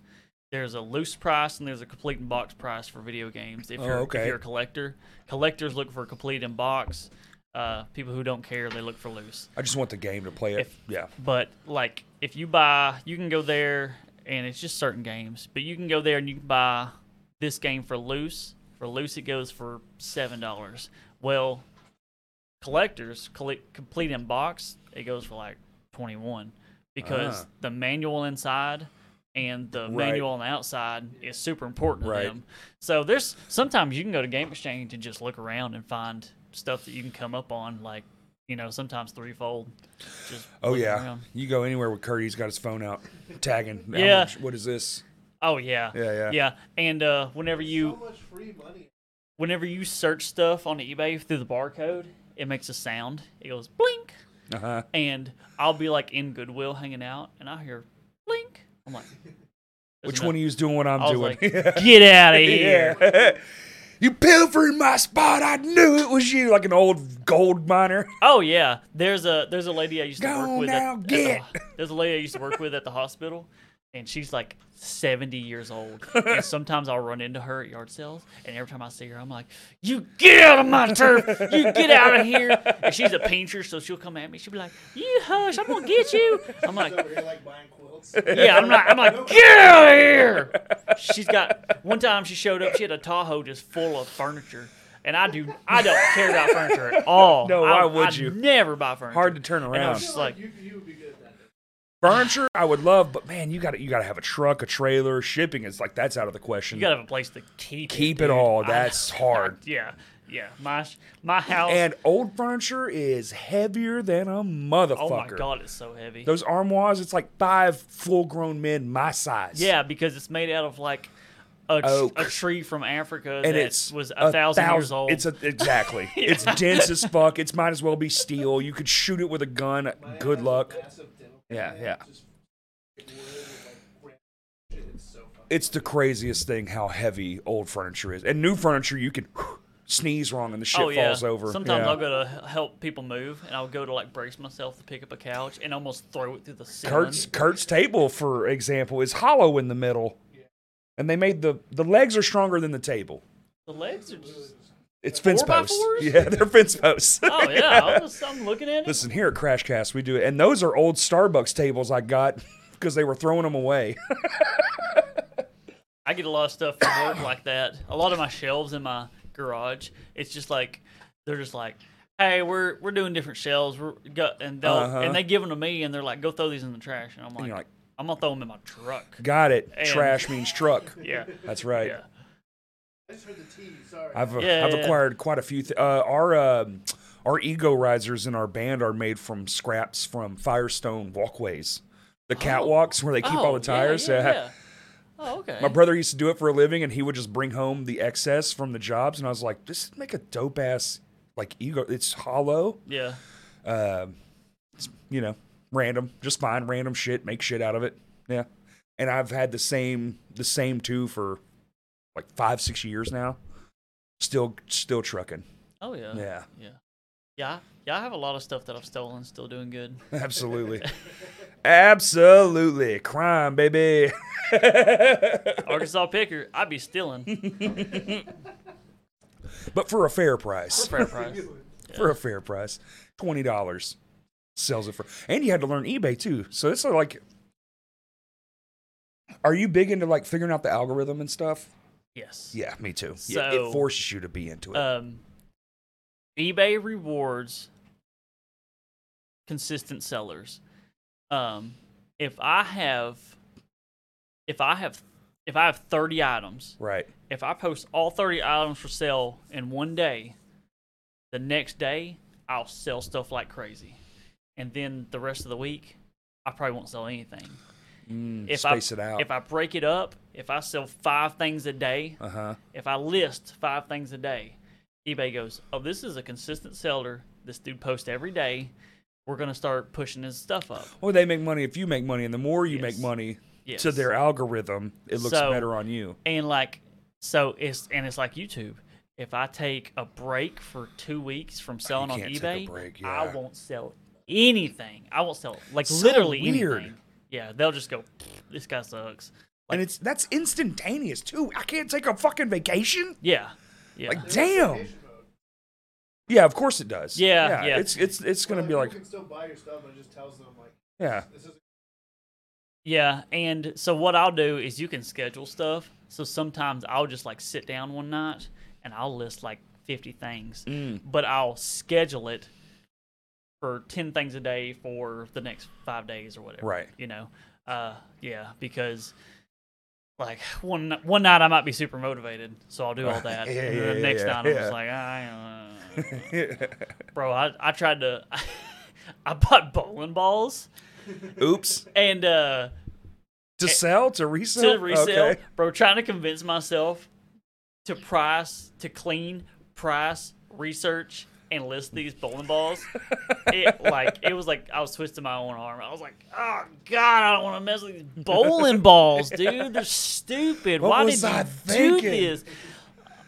[SPEAKER 2] There's a loose price and there's a complete and box price for video games. If
[SPEAKER 1] Oh,
[SPEAKER 2] you're
[SPEAKER 1] okay.
[SPEAKER 2] if you're a collector, collectors look for complete and box. Uh, people who don't care, they look for loose.
[SPEAKER 1] I just want the game to play it.
[SPEAKER 2] If-
[SPEAKER 1] yeah,
[SPEAKER 2] But like, if you buy, you can go there, and it's just certain games. But you can go there and you can buy this game for loose. For loose, it goes for seven dollars. Well, collectors collect, complete in box, it goes for like twenty one because
[SPEAKER 1] Ah.
[SPEAKER 2] the manual inside and the
[SPEAKER 1] Right.
[SPEAKER 2] manual on the outside is super important to
[SPEAKER 1] Right.
[SPEAKER 2] them. So there's sometimes you can go to Game Exchange and just look around and find stuff that you can come up on like. You know, sometimes threefold. Just
[SPEAKER 1] oh
[SPEAKER 2] looking
[SPEAKER 1] yeah.
[SPEAKER 2] around.
[SPEAKER 1] You go anywhere with Curdy, he's got his phone out, tagging. "How
[SPEAKER 2] Yeah.
[SPEAKER 1] much- what is this?
[SPEAKER 2] Oh yeah.
[SPEAKER 1] Yeah, yeah.
[SPEAKER 2] Yeah. And uh, whenever
[SPEAKER 3] So
[SPEAKER 2] you
[SPEAKER 3] much free money.
[SPEAKER 2] whenever you search stuff on eBay through the barcode, it makes a sound. It goes blink.
[SPEAKER 1] Uh huh.
[SPEAKER 2] And I'll be like in Goodwill hanging out and I hear blink. I'm like
[SPEAKER 1] Which
[SPEAKER 2] another-
[SPEAKER 1] one of you's doing what I'm
[SPEAKER 2] I was
[SPEAKER 1] doing?
[SPEAKER 2] like, get out of here.
[SPEAKER 1] Yeah. you pilfered my spot. I knew it was you, like an old gold miner.
[SPEAKER 2] Oh yeah. There's a there's a lady I used to
[SPEAKER 1] Go
[SPEAKER 2] work with
[SPEAKER 1] now,
[SPEAKER 2] at, at
[SPEAKER 1] get.
[SPEAKER 2] the, there's a lady I used to work with at the hospital and she's like 70 years old. And sometimes I'll run into her at yard sales and every time I see her I'm like, "You get out of my turf. You get out of here." And she's a painter so she'll come at me. She'll be like, "You hush, I'm going to get you." I'm like,
[SPEAKER 3] Over here, like buying quilts.
[SPEAKER 2] yeah, I'm like, I'm like, get out of here. She's got one time she showed up. She had a Tahoe just full of furniture, and I do I don't care about furniture at all.
[SPEAKER 1] No, why
[SPEAKER 2] I,
[SPEAKER 1] would
[SPEAKER 2] I
[SPEAKER 1] you?
[SPEAKER 2] Never buy furniture.
[SPEAKER 1] Hard to turn
[SPEAKER 2] I
[SPEAKER 1] around.
[SPEAKER 2] was- Just like-
[SPEAKER 3] you, you would be good at that.
[SPEAKER 1] Furniture, I would love, but man, you got to you got to have a truck, a trailer, shipping. It's like that's out of the question.
[SPEAKER 2] you gotta have a place to keep
[SPEAKER 1] Keep
[SPEAKER 2] it,
[SPEAKER 1] it
[SPEAKER 2] dude.
[SPEAKER 1] all.
[SPEAKER 2] I-
[SPEAKER 1] That's hard.
[SPEAKER 2] yeah, yeah. My sh- my house.
[SPEAKER 1] And old furniture is heavier than a motherfucker.
[SPEAKER 2] oh my god, it's so heavy.
[SPEAKER 1] Those armoires, it's like five full-grown men my size.
[SPEAKER 2] yeah, because it's made out of like a, tr-
[SPEAKER 1] Oak.
[SPEAKER 2] a tree from Africa
[SPEAKER 1] and
[SPEAKER 2] that
[SPEAKER 1] it's
[SPEAKER 2] was a, thousand, years old.
[SPEAKER 1] It's a, exactly. It's dense as fuck. It's might as well be steel. You could shoot it with a gun.
[SPEAKER 3] My
[SPEAKER 1] Good
[SPEAKER 3] ass
[SPEAKER 1] luck.
[SPEAKER 3] is massive dental
[SPEAKER 1] Yeah,
[SPEAKER 3] plan,
[SPEAKER 1] yeah.
[SPEAKER 3] just wood with, like, grand shit, it's so fucking-
[SPEAKER 1] It's the craziest thing how heavy old furniture is, and new furniture you can sneeze wrong and the shit
[SPEAKER 2] oh yeah.
[SPEAKER 1] falls over.
[SPEAKER 2] Sometimes
[SPEAKER 1] Yeah.
[SPEAKER 2] I'll go to h- help people move, and I'll go to like brace myself to pick up a couch and almost throw it through the ceiling.
[SPEAKER 1] Kurt's Kurt's table, for example, is hollow in the middle, and they made the the legs are stronger than the table.
[SPEAKER 2] the legs are just.
[SPEAKER 1] It's fence
[SPEAKER 2] Four by
[SPEAKER 1] posts.
[SPEAKER 2] fours?
[SPEAKER 1] Yeah, they're fence posts.
[SPEAKER 2] Oh yeah, I'm, just, I'm looking at it.
[SPEAKER 1] Listen, here at Crashcast, we do it. And those are old Starbucks tables I got because they were throwing them away.
[SPEAKER 2] I get a lot of stuff from work like that. A lot of my shelves in my garage, it's just like they're just like, "Hey, we're we're doing different shelves." We're got, and they'll
[SPEAKER 1] Uh-huh.
[SPEAKER 2] and they give them to me, and they're like, "Go throw these in the trash." And I'm like,
[SPEAKER 1] you're like-
[SPEAKER 2] "I'm gonna throw them in my truck."
[SPEAKER 1] Got it.
[SPEAKER 2] And-
[SPEAKER 1] Trash means truck.
[SPEAKER 2] Yeah,
[SPEAKER 1] That's right.
[SPEAKER 2] yeah.
[SPEAKER 3] I just heard the T, sorry.
[SPEAKER 1] I've uh,
[SPEAKER 2] Yeah,
[SPEAKER 1] I've
[SPEAKER 2] yeah, yeah.
[SPEAKER 1] acquired quite a few. Th- uh, our um our ego risers in our band are made from scraps from Firestone walkways, the catwalks where they keep all
[SPEAKER 2] Oh,
[SPEAKER 1] the tires.
[SPEAKER 2] Yeah, yeah,
[SPEAKER 1] Yeah.
[SPEAKER 2] yeah. Oh, okay.
[SPEAKER 1] My brother used to do it for a living, and he would just bring home the excess from the jobs. And I was like, "This would make a dope ass like ego. It's hollow,
[SPEAKER 2] yeah.
[SPEAKER 1] Um, you know, random. Just find random shit, make shit out of it. Yeah. And I've had the same the same two for like five six years now. Still still trucking.
[SPEAKER 2] Oh yeah.
[SPEAKER 1] Yeah,
[SPEAKER 2] Yeah. Yeah. I- Yeah. I have a lot of stuff that I've stolen, still doing good.
[SPEAKER 1] absolutely, absolutely. Crime, baby.
[SPEAKER 2] Arkansas picker, I'd be stealing
[SPEAKER 1] But for a fair price.
[SPEAKER 2] fair price.
[SPEAKER 1] For a fair price, twenty dollars sells it for. And you had to learn eBay too. So it's like, are you big into like figuring out the algorithm and stuff?
[SPEAKER 2] Yes.
[SPEAKER 1] Yeah, me too. Yeah,
[SPEAKER 2] So-
[SPEAKER 1] it forces you to be into it.
[SPEAKER 2] um, eBay rewards consistent sellers. Um, if I have, if I have, if I have thirty items,
[SPEAKER 1] right.
[SPEAKER 2] if I post all thirty items for sale in one day, the next day I'll sell stuff like crazy, and then the rest of the week I probably won't sell anything. if
[SPEAKER 1] Mm, space
[SPEAKER 2] I,
[SPEAKER 1] it out.
[SPEAKER 2] If I break it up, if I sell five things a day,
[SPEAKER 1] Uh huh.
[SPEAKER 2] if I list five things a day, eBay goes, "Oh, this is a consistent seller. This dude posts every day. We're gonna start pushing his stuff up."
[SPEAKER 1] Well, they make money if you make money, and the more you make
[SPEAKER 2] Yes.
[SPEAKER 1] money
[SPEAKER 2] Yes.
[SPEAKER 1] to their algorithm, it looks
[SPEAKER 2] So-
[SPEAKER 1] better on you.
[SPEAKER 2] and like, so it's and it's like YouTube. If I take a break for two weeks from selling on
[SPEAKER 1] can't
[SPEAKER 2] eBay,
[SPEAKER 1] take a break, yeah.
[SPEAKER 2] I won't sell anything. I won't sell like
[SPEAKER 1] So
[SPEAKER 2] literally
[SPEAKER 1] weird.
[SPEAKER 2] anything. Yeah, they'll just go, "This guy sucks."
[SPEAKER 1] and it's that's instantaneous too. I can't take a fucking vacation.
[SPEAKER 2] Yeah, yeah,
[SPEAKER 1] Like, damn. Yeah, of course it does.
[SPEAKER 2] Yeah, yeah.
[SPEAKER 1] It's it's it's gonna be
[SPEAKER 3] People
[SPEAKER 1] like
[SPEAKER 3] can still buy your stuff, but it just tells them, like,
[SPEAKER 1] yeah.
[SPEAKER 3] this is
[SPEAKER 2] Yeah, and so what I'll do is you can schedule stuff. So sometimes I'll just like sit down one night and I'll list like 50 things,
[SPEAKER 1] Mm.
[SPEAKER 2] but I'll schedule it for 10 things a day for the next 5 days or whatever.
[SPEAKER 1] Right.
[SPEAKER 2] You know. Uh yeah, because like one n- one night I might be super motivated, so I'll do all that.
[SPEAKER 1] Yeah,
[SPEAKER 2] and
[SPEAKER 1] yeah,
[SPEAKER 2] then the
[SPEAKER 1] yeah,
[SPEAKER 2] next
[SPEAKER 1] yeah,
[SPEAKER 2] night I'm
[SPEAKER 1] yeah.
[SPEAKER 2] just like, I don't know." bro, I I tried to I bought bowling balls
[SPEAKER 1] Oops.
[SPEAKER 2] and uh
[SPEAKER 1] To sell to resell.
[SPEAKER 2] to resell,
[SPEAKER 1] Okay.
[SPEAKER 2] bro. Trying to convince myself to price, to clean, price, research, and list these bowling balls. it like it was like I was twisting my own arm. I was like, oh god, I don't want to mess with these bowling balls, dude. They're stupid.
[SPEAKER 1] What
[SPEAKER 2] Why
[SPEAKER 1] was
[SPEAKER 2] did
[SPEAKER 1] I
[SPEAKER 2] you do
[SPEAKER 1] thinking?"
[SPEAKER 2] this?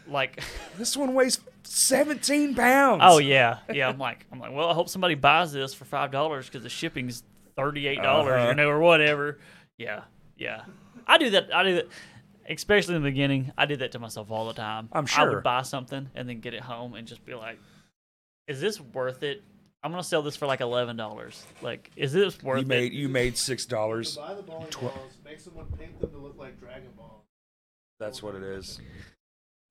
[SPEAKER 2] Like,
[SPEAKER 1] This one weighs seventeen pounds.
[SPEAKER 2] oh yeah, yeah. I'm like, I'm like, well, I hope somebody buys this for five dollars because the shipping's thirty eight dollars,
[SPEAKER 1] Uh-huh.
[SPEAKER 2] you know, or whatever. Yeah, yeah. I do that. I do that, especially in the beginning. I did that to myself all the time.
[SPEAKER 1] I'm
[SPEAKER 2] I
[SPEAKER 1] sure.
[SPEAKER 2] would buy something and then get it home and just be like, "Is this worth it? I'm gonna sell this for like eleven dollars. Like, is this worth
[SPEAKER 1] You made
[SPEAKER 2] it?"
[SPEAKER 1] you made six
[SPEAKER 3] to
[SPEAKER 1] dollars.
[SPEAKER 3] buy the bowling
[SPEAKER 1] Tw-
[SPEAKER 3] balls, make someone paint them to look like Dragon Ball.
[SPEAKER 1] That's what it is.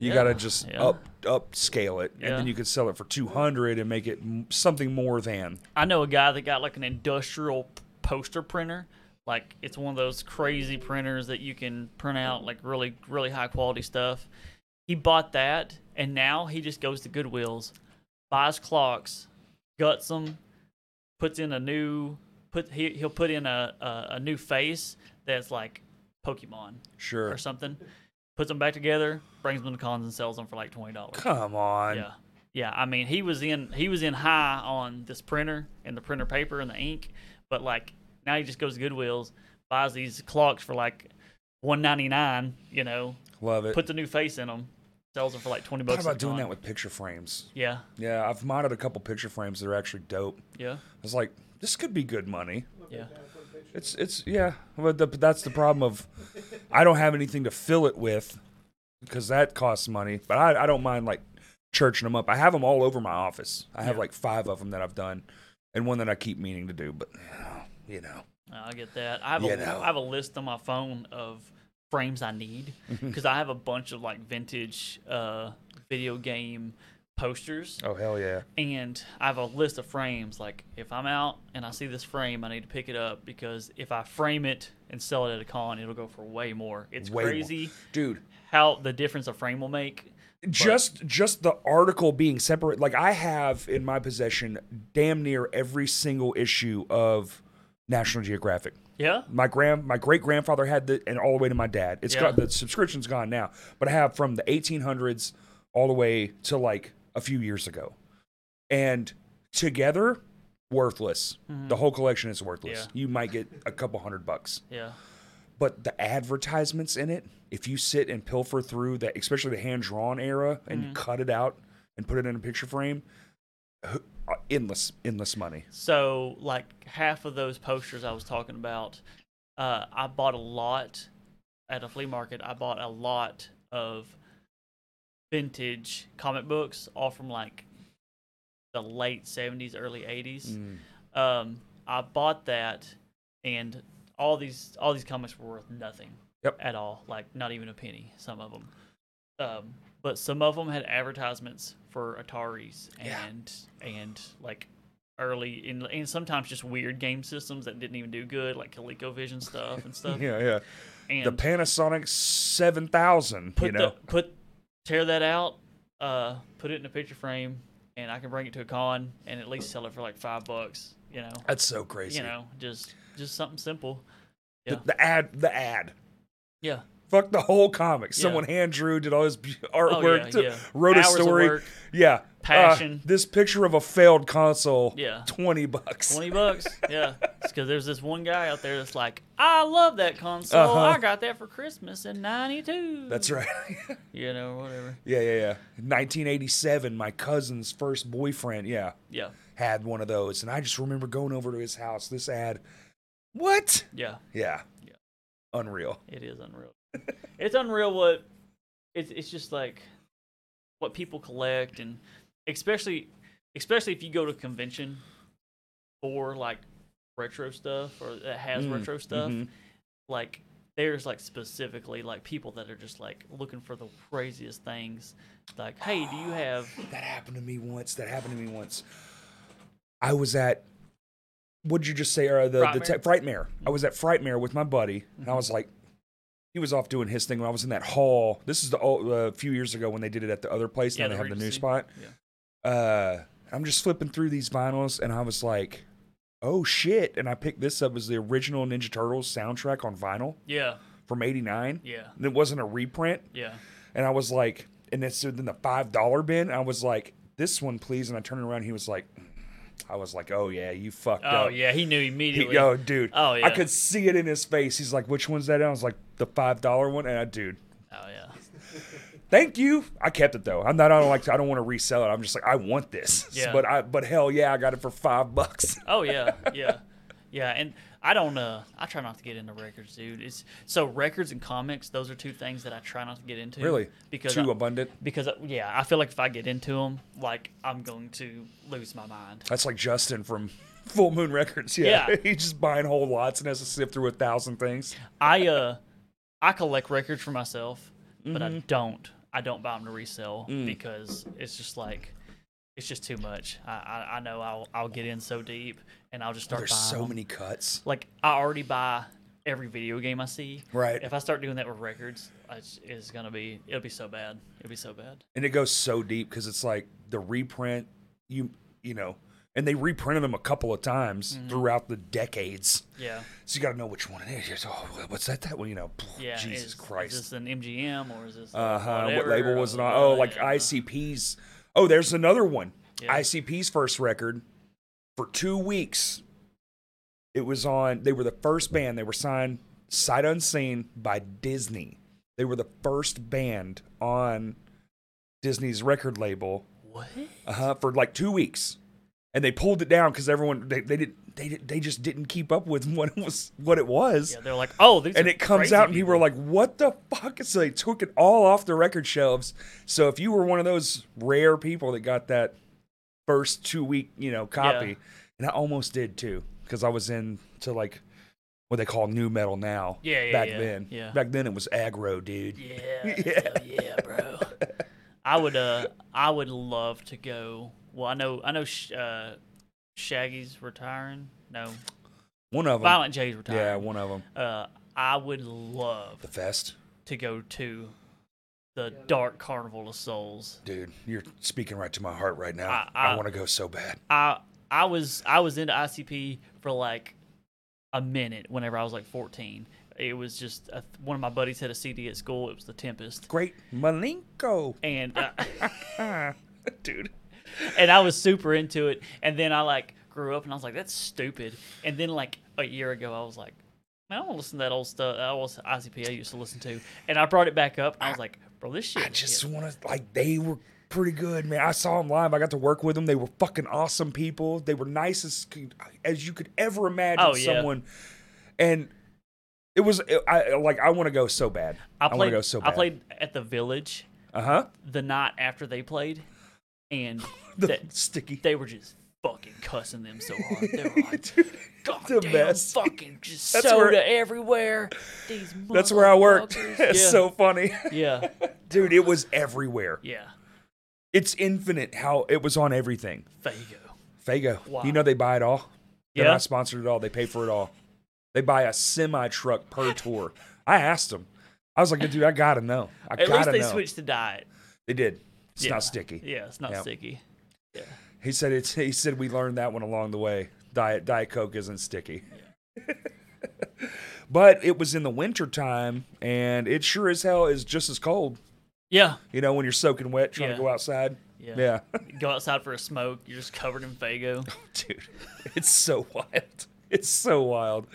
[SPEAKER 1] You
[SPEAKER 2] Yeah,
[SPEAKER 1] gotta just
[SPEAKER 2] yeah.
[SPEAKER 1] up upscale it, and
[SPEAKER 2] Yeah.
[SPEAKER 1] then you could sell it for two hundred and make it m- something more than.
[SPEAKER 2] I know a guy that got like an industrial p- poster printer. Like it's one of those crazy printers that you can print out like really really high quality stuff. He bought that and now he just goes to Goodwill's, buys clocks, guts them, puts in a new put he he'll put in a a, a new face that's like Pokemon
[SPEAKER 1] Sure.
[SPEAKER 2] or something. Puts them back together, brings them to cons and sells them for like twenty dollars.
[SPEAKER 1] Come on.
[SPEAKER 2] Yeah, yeah. I mean, he was in he was in high on this printer and the printer paper and the ink, but like now he just goes to Goodwill's, buys these clocks for like one ninety nine. You know,
[SPEAKER 1] Love it.
[SPEAKER 2] puts a new face in them, sells them for like twenty
[SPEAKER 1] Thought
[SPEAKER 2] bucks.
[SPEAKER 1] about doing that with picture frames.
[SPEAKER 2] Yeah,
[SPEAKER 1] Yeah, I've modded a couple picture frames that are actually dope.
[SPEAKER 2] yeah,
[SPEAKER 1] I was like, this could be good money.
[SPEAKER 2] yeah.
[SPEAKER 1] It's it's yeah, but the, but that's the problem of I don't have anything to fill it with because that costs money. But I, I don't mind like churching them up. I have them all over my office. I have
[SPEAKER 2] Yeah.
[SPEAKER 1] like five of them that I've done, and one that I keep meaning to do. But you know,
[SPEAKER 2] I get that. I have
[SPEAKER 1] You
[SPEAKER 2] a
[SPEAKER 1] know.
[SPEAKER 2] I have a list on my phone of frames I need because I have a bunch of like vintage uh, video game posters.
[SPEAKER 1] oh hell yeah,
[SPEAKER 2] and I have a list of frames. Like if I'm out and I see this frame, I need to pick it up because if I frame it and sell it at a con, it'll go for way more. It's
[SPEAKER 1] Way more.
[SPEAKER 2] crazy
[SPEAKER 1] dude.
[SPEAKER 2] how the difference a frame will make.
[SPEAKER 1] just just the article being separate like i have in my possession damn near every single issue of national geographic
[SPEAKER 2] Yeah,
[SPEAKER 1] my grand my great grandfather had the and all the way to my dad It's
[SPEAKER 2] Yeah.
[SPEAKER 1] got the subscription's gone now but i have from the 1800s all the way to like a few years ago and together worthless the whole collection is worthless
[SPEAKER 2] Mm-hmm. Yeah.
[SPEAKER 1] you might get a couple hundred bucks
[SPEAKER 2] yeah,
[SPEAKER 1] but the advertisements in it, if you sit and pilfer through that, especially the hand drawn era, and
[SPEAKER 2] Mm-hmm.
[SPEAKER 1] you cut it out and put it in a picture frame, h- uh, endless, endless money.
[SPEAKER 2] So, like half of those posters I was talking about, uh, I bought a lot at a flea market. I bought a lot of vintage comic books, all from like the late 70s, early 80s.
[SPEAKER 1] Mm.
[SPEAKER 2] Um, I bought that, and all these all these comics were worth nothing
[SPEAKER 1] Yep.
[SPEAKER 2] at all, like not even a penny. Some of them, um, but some of them had advertisements for Ataris
[SPEAKER 1] Yeah.
[SPEAKER 2] and and like early and, and sometimes just weird game systems that didn't even do good, like ColecoVision stuff and stuff.
[SPEAKER 1] Yeah, yeah.
[SPEAKER 2] And
[SPEAKER 1] the Panasonic seven thousand.
[SPEAKER 2] put
[SPEAKER 1] You know,
[SPEAKER 2] the, put tear that out, uh, put it in a picture frame, and I can bring it to a con and at least sell it for like five bucks. You know,
[SPEAKER 1] that's so crazy.
[SPEAKER 2] you know, just just something simple.
[SPEAKER 1] The-
[SPEAKER 2] yeah.
[SPEAKER 1] the, ad, the ad.
[SPEAKER 2] Yeah.
[SPEAKER 1] Fuck the whole comic.
[SPEAKER 2] Yeah.
[SPEAKER 1] Someone hand drew, did all this be-
[SPEAKER 2] Oh,
[SPEAKER 1] artwork,
[SPEAKER 2] yeah,
[SPEAKER 1] to-
[SPEAKER 2] yeah.
[SPEAKER 1] wrote a
[SPEAKER 2] Hours of
[SPEAKER 1] story.
[SPEAKER 2] work,
[SPEAKER 1] yeah, Uh,
[SPEAKER 2] passion.
[SPEAKER 1] this picture of a failed console.
[SPEAKER 2] Yeah.
[SPEAKER 1] twenty bucks.
[SPEAKER 2] 20 bucks. Yeah. because there's this one guy out there that's like, I love that console.
[SPEAKER 1] Uh-huh.
[SPEAKER 2] I got that for Christmas in 92.
[SPEAKER 1] That's right.
[SPEAKER 2] You know, whatever.
[SPEAKER 1] Yeah, yeah, yeah. 1987, my cousin's first boyfriend, yeah,
[SPEAKER 2] Yeah.
[SPEAKER 1] had one of those. And I just remember going over to his house, this ad. What?
[SPEAKER 2] Yeah.
[SPEAKER 1] Yeah.
[SPEAKER 2] Yeah.
[SPEAKER 1] Unreal.
[SPEAKER 2] It is unreal. it's unreal what it's it's just like what people collect and especially especially if you go to a convention for like retro stuff or that has
[SPEAKER 1] Mm,
[SPEAKER 2] retro stuff
[SPEAKER 1] mhm.
[SPEAKER 2] like there's like specifically like people that are just like looking for the craziest things like hey do you have
[SPEAKER 1] That happened to me once. That happened to me once. I was at, what'd you just say? Uh, the, the
[SPEAKER 2] Frightmare?
[SPEAKER 1] te- Frightmare. I was at Frightmare with my buddy, and I was like, he was off doing his thing when I was in that hall. This is the old, uh, few years ago when they did it at the other place.
[SPEAKER 2] Yeah,
[SPEAKER 1] now they
[SPEAKER 2] the
[SPEAKER 1] have the new
[SPEAKER 2] Regency.
[SPEAKER 1] spot.
[SPEAKER 2] Yeah.
[SPEAKER 1] uh, I'm just flipping through these vinyls, and I was like, "Oh shit!" And I picked this up as the original Ninja Turtles soundtrack on vinyl
[SPEAKER 2] yeah
[SPEAKER 1] from '89.
[SPEAKER 2] yeah
[SPEAKER 1] And it wasn't a reprint,
[SPEAKER 2] yeah
[SPEAKER 1] and I was like, and it's in the five dollar bin. I was like, "This one, please." And I turned around. He was like, "I was like, oh yeah, you fucked
[SPEAKER 2] oh
[SPEAKER 1] up."
[SPEAKER 2] yeah he knew
[SPEAKER 1] He-
[SPEAKER 2] immediately
[SPEAKER 1] yo, dude.
[SPEAKER 2] Oh,
[SPEAKER 1] I
[SPEAKER 2] yeah.
[SPEAKER 1] could see it in his face. He's like, "Which one's that?" And I was like, "The five dollar one." And I, dude,
[SPEAKER 2] oh yeah
[SPEAKER 1] thank you. I kept it though. I'm not. I don't like. I don't want to resell it. I'm just like, I want this.
[SPEAKER 2] Yeah.
[SPEAKER 1] But I. But hell yeah, I got it for five bucks.
[SPEAKER 2] Oh yeah, yeah, yeah. And I don't. Uh, I try not to get into records, dude. It's so records and comics. Those are two things that I try not to get into.
[SPEAKER 1] Really?
[SPEAKER 2] Because
[SPEAKER 1] too
[SPEAKER 2] I-
[SPEAKER 1] abundant.
[SPEAKER 2] because uh, yeah, I feel like if I get into them, like I'm going to lose my mind.
[SPEAKER 1] That's like Justin from Full Moon Records. Yeah,
[SPEAKER 2] Yeah.
[SPEAKER 1] he's just buying whole lots and has to sift through a thousand things.
[SPEAKER 2] I uh, I collect records for myself, but I don't I don't buy them to resell
[SPEAKER 1] Mm-hmm. Mm.
[SPEAKER 2] because it's just like it's just too much. I I, I know I'll I'll get in so deep and I'll just start.
[SPEAKER 1] There's
[SPEAKER 2] buying
[SPEAKER 1] so
[SPEAKER 2] 'em.
[SPEAKER 1] many cuts.
[SPEAKER 2] Like I already buy every video game I see.
[SPEAKER 1] Right.
[SPEAKER 2] If I start doing that with records, it's, it's gonna be it'll be so bad. It'll be so bad.
[SPEAKER 1] and it goes so deep because it's like the reprint you you know and they reprinted them a couple of times
[SPEAKER 2] Mm-hmm.
[SPEAKER 1] throughout the decades
[SPEAKER 2] Yeah.
[SPEAKER 1] so you got to know which one it is You're just, oh wh- what's that that one you know pff,
[SPEAKER 2] Yeah.
[SPEAKER 1] jesus
[SPEAKER 2] is,
[SPEAKER 1] christ
[SPEAKER 2] Is this an MGM or is this
[SPEAKER 1] uh-huh what
[SPEAKER 2] whatever,
[SPEAKER 1] label was it
[SPEAKER 2] or-
[SPEAKER 1] on oh like
[SPEAKER 2] yeah.
[SPEAKER 1] icp's oh there's another one
[SPEAKER 2] Yeah.
[SPEAKER 1] icp's first record for two weeks it was on they were the first band they were signed sight unseen by disney they were the first band on disney's record label
[SPEAKER 2] What?
[SPEAKER 1] uh-huh, for like two weeks, and they pulled it down because everyone they they didn't they didn't- they just didn't keep up with what it was what it was,
[SPEAKER 2] Yeah, they're like, oh, these
[SPEAKER 1] and
[SPEAKER 2] are
[SPEAKER 1] it comes
[SPEAKER 2] crazy
[SPEAKER 1] out and
[SPEAKER 2] people.
[SPEAKER 1] people are like, "What the fuck?" So they took it all off the record shelves. So if you were one of those rare people that got that first two week you know copy,
[SPEAKER 2] Yeah.
[SPEAKER 1] and I almost did too because I was into like what they call new metal now.
[SPEAKER 2] Yeah, yeah,
[SPEAKER 1] back
[SPEAKER 2] yeah,
[SPEAKER 1] then,
[SPEAKER 2] yeah.
[SPEAKER 1] back then it was aggro, dude.
[SPEAKER 2] Yeah, yeah, yeah, bro. I would, uh, I would love to go. Well, I know, I know, Sh- uh, Shaggy's retiring. No,
[SPEAKER 1] One of them,
[SPEAKER 2] Violent J's
[SPEAKER 1] yeah,
[SPEAKER 2] retiring.
[SPEAKER 1] one of them.
[SPEAKER 2] Yeah. Uh, I would love
[SPEAKER 1] The fest,
[SPEAKER 2] to go to the Dark Carnival of Souls.
[SPEAKER 1] dude. You're speaking right to my heart right now.
[SPEAKER 2] I-
[SPEAKER 1] I
[SPEAKER 2] I-
[SPEAKER 1] want to go so bad.
[SPEAKER 2] I, I was, I was into ICP for like a minute whenever I was like 14. It was just a, one of my buddies had a CD at school. It was The Tempest,
[SPEAKER 1] Great Malenko.
[SPEAKER 2] and. Uh,
[SPEAKER 1] Dude.
[SPEAKER 2] and I was super into it. And then I like grew up and I was like, that's stupid. And then like a year ago, I was like, man, I want to listen to that old stuff. That old ICP I used to listen to. And I brought it back up. And I was like, bro, this shit.
[SPEAKER 1] I just want to, like, they were pretty good, man. I saw them live. I got to work with them. They were fucking awesome people. They were nice as, c- as you could ever imagine
[SPEAKER 2] Oh, yeah.
[SPEAKER 1] someone. And it was, I like, I want to go so bad. I,
[SPEAKER 2] I
[SPEAKER 1] want
[SPEAKER 2] played.
[SPEAKER 1] to go so
[SPEAKER 2] I
[SPEAKER 1] bad.
[SPEAKER 2] played at the Village
[SPEAKER 1] Uh huh.
[SPEAKER 2] the night after they played, and
[SPEAKER 1] The
[SPEAKER 2] that-
[SPEAKER 1] sticky.
[SPEAKER 2] they were just fucking cussing them so hard. They were like,
[SPEAKER 1] the
[SPEAKER 2] goddamn
[SPEAKER 1] mess.
[SPEAKER 2] fucking just
[SPEAKER 1] That's
[SPEAKER 2] soda
[SPEAKER 1] where-
[SPEAKER 2] everywhere. These
[SPEAKER 1] That's where I worked.
[SPEAKER 2] motherfuckers."
[SPEAKER 1] That's
[SPEAKER 2] yeah.
[SPEAKER 1] so funny.
[SPEAKER 2] yeah,
[SPEAKER 1] Dude, it was everywhere.
[SPEAKER 2] yeah.
[SPEAKER 1] It's infinite how it was on everything.
[SPEAKER 2] Fago.
[SPEAKER 1] Fago.
[SPEAKER 2] Wow.
[SPEAKER 1] You know they buy it all. They're
[SPEAKER 2] Yeah.
[SPEAKER 1] not sponsored at all. They pay for it all. They buy a semi truck per tour. I asked them. I was like, dude, I gotta know. I
[SPEAKER 2] At least
[SPEAKER 1] gotta
[SPEAKER 2] they
[SPEAKER 1] know.
[SPEAKER 2] switched to diet.
[SPEAKER 1] They did. It's
[SPEAKER 2] Yeah.
[SPEAKER 1] not sticky.
[SPEAKER 2] Yeah, it's not
[SPEAKER 1] Yeah.
[SPEAKER 2] sticky.
[SPEAKER 1] He said it's he said we learned that one along the way. Diet Diet Coke isn't sticky. but it was in the wintertime and it sure as hell is just as cold.
[SPEAKER 2] Yeah.
[SPEAKER 1] You know, when you're soaking wet trying
[SPEAKER 2] Yeah.
[SPEAKER 1] to go outside.
[SPEAKER 2] Yeah.
[SPEAKER 1] Yeah.
[SPEAKER 2] Go outside for a smoke. You're just covered in Fago.
[SPEAKER 1] Dude, it's so wild. It's so wild.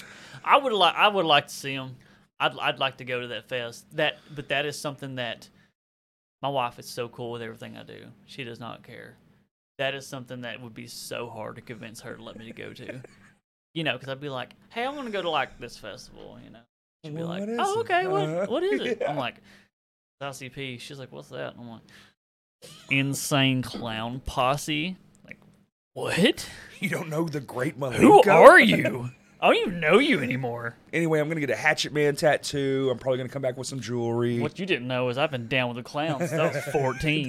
[SPEAKER 2] I would like. I would like to see them. I'd. I'd like to go to that fest. That. But that is something that my wife is so cool with everything I do. She does not care. That is something that would be so hard to convince her to let me to go to. You know, because I'd be like, "Hey, I want to go to like this festival." You know, she'd be like,
[SPEAKER 1] What is
[SPEAKER 2] "Oh,
[SPEAKER 1] it?
[SPEAKER 2] okay.
[SPEAKER 1] Uh,
[SPEAKER 2] What? What is it?"
[SPEAKER 1] yeah.
[SPEAKER 2] I'm like, it's "ICP." She's like, "What's that?" And I'm like, "Insane Clown Posse." Like, what?
[SPEAKER 1] You don't know the great Malenko.
[SPEAKER 2] Who are you? I don't even know you anymore.
[SPEAKER 1] Anyway, I'm gonna get a Hatchet Man tattoo. I'm probably gonna come back with some jewelry.
[SPEAKER 2] What you didn't know is I've been down with the clowns since I was 14.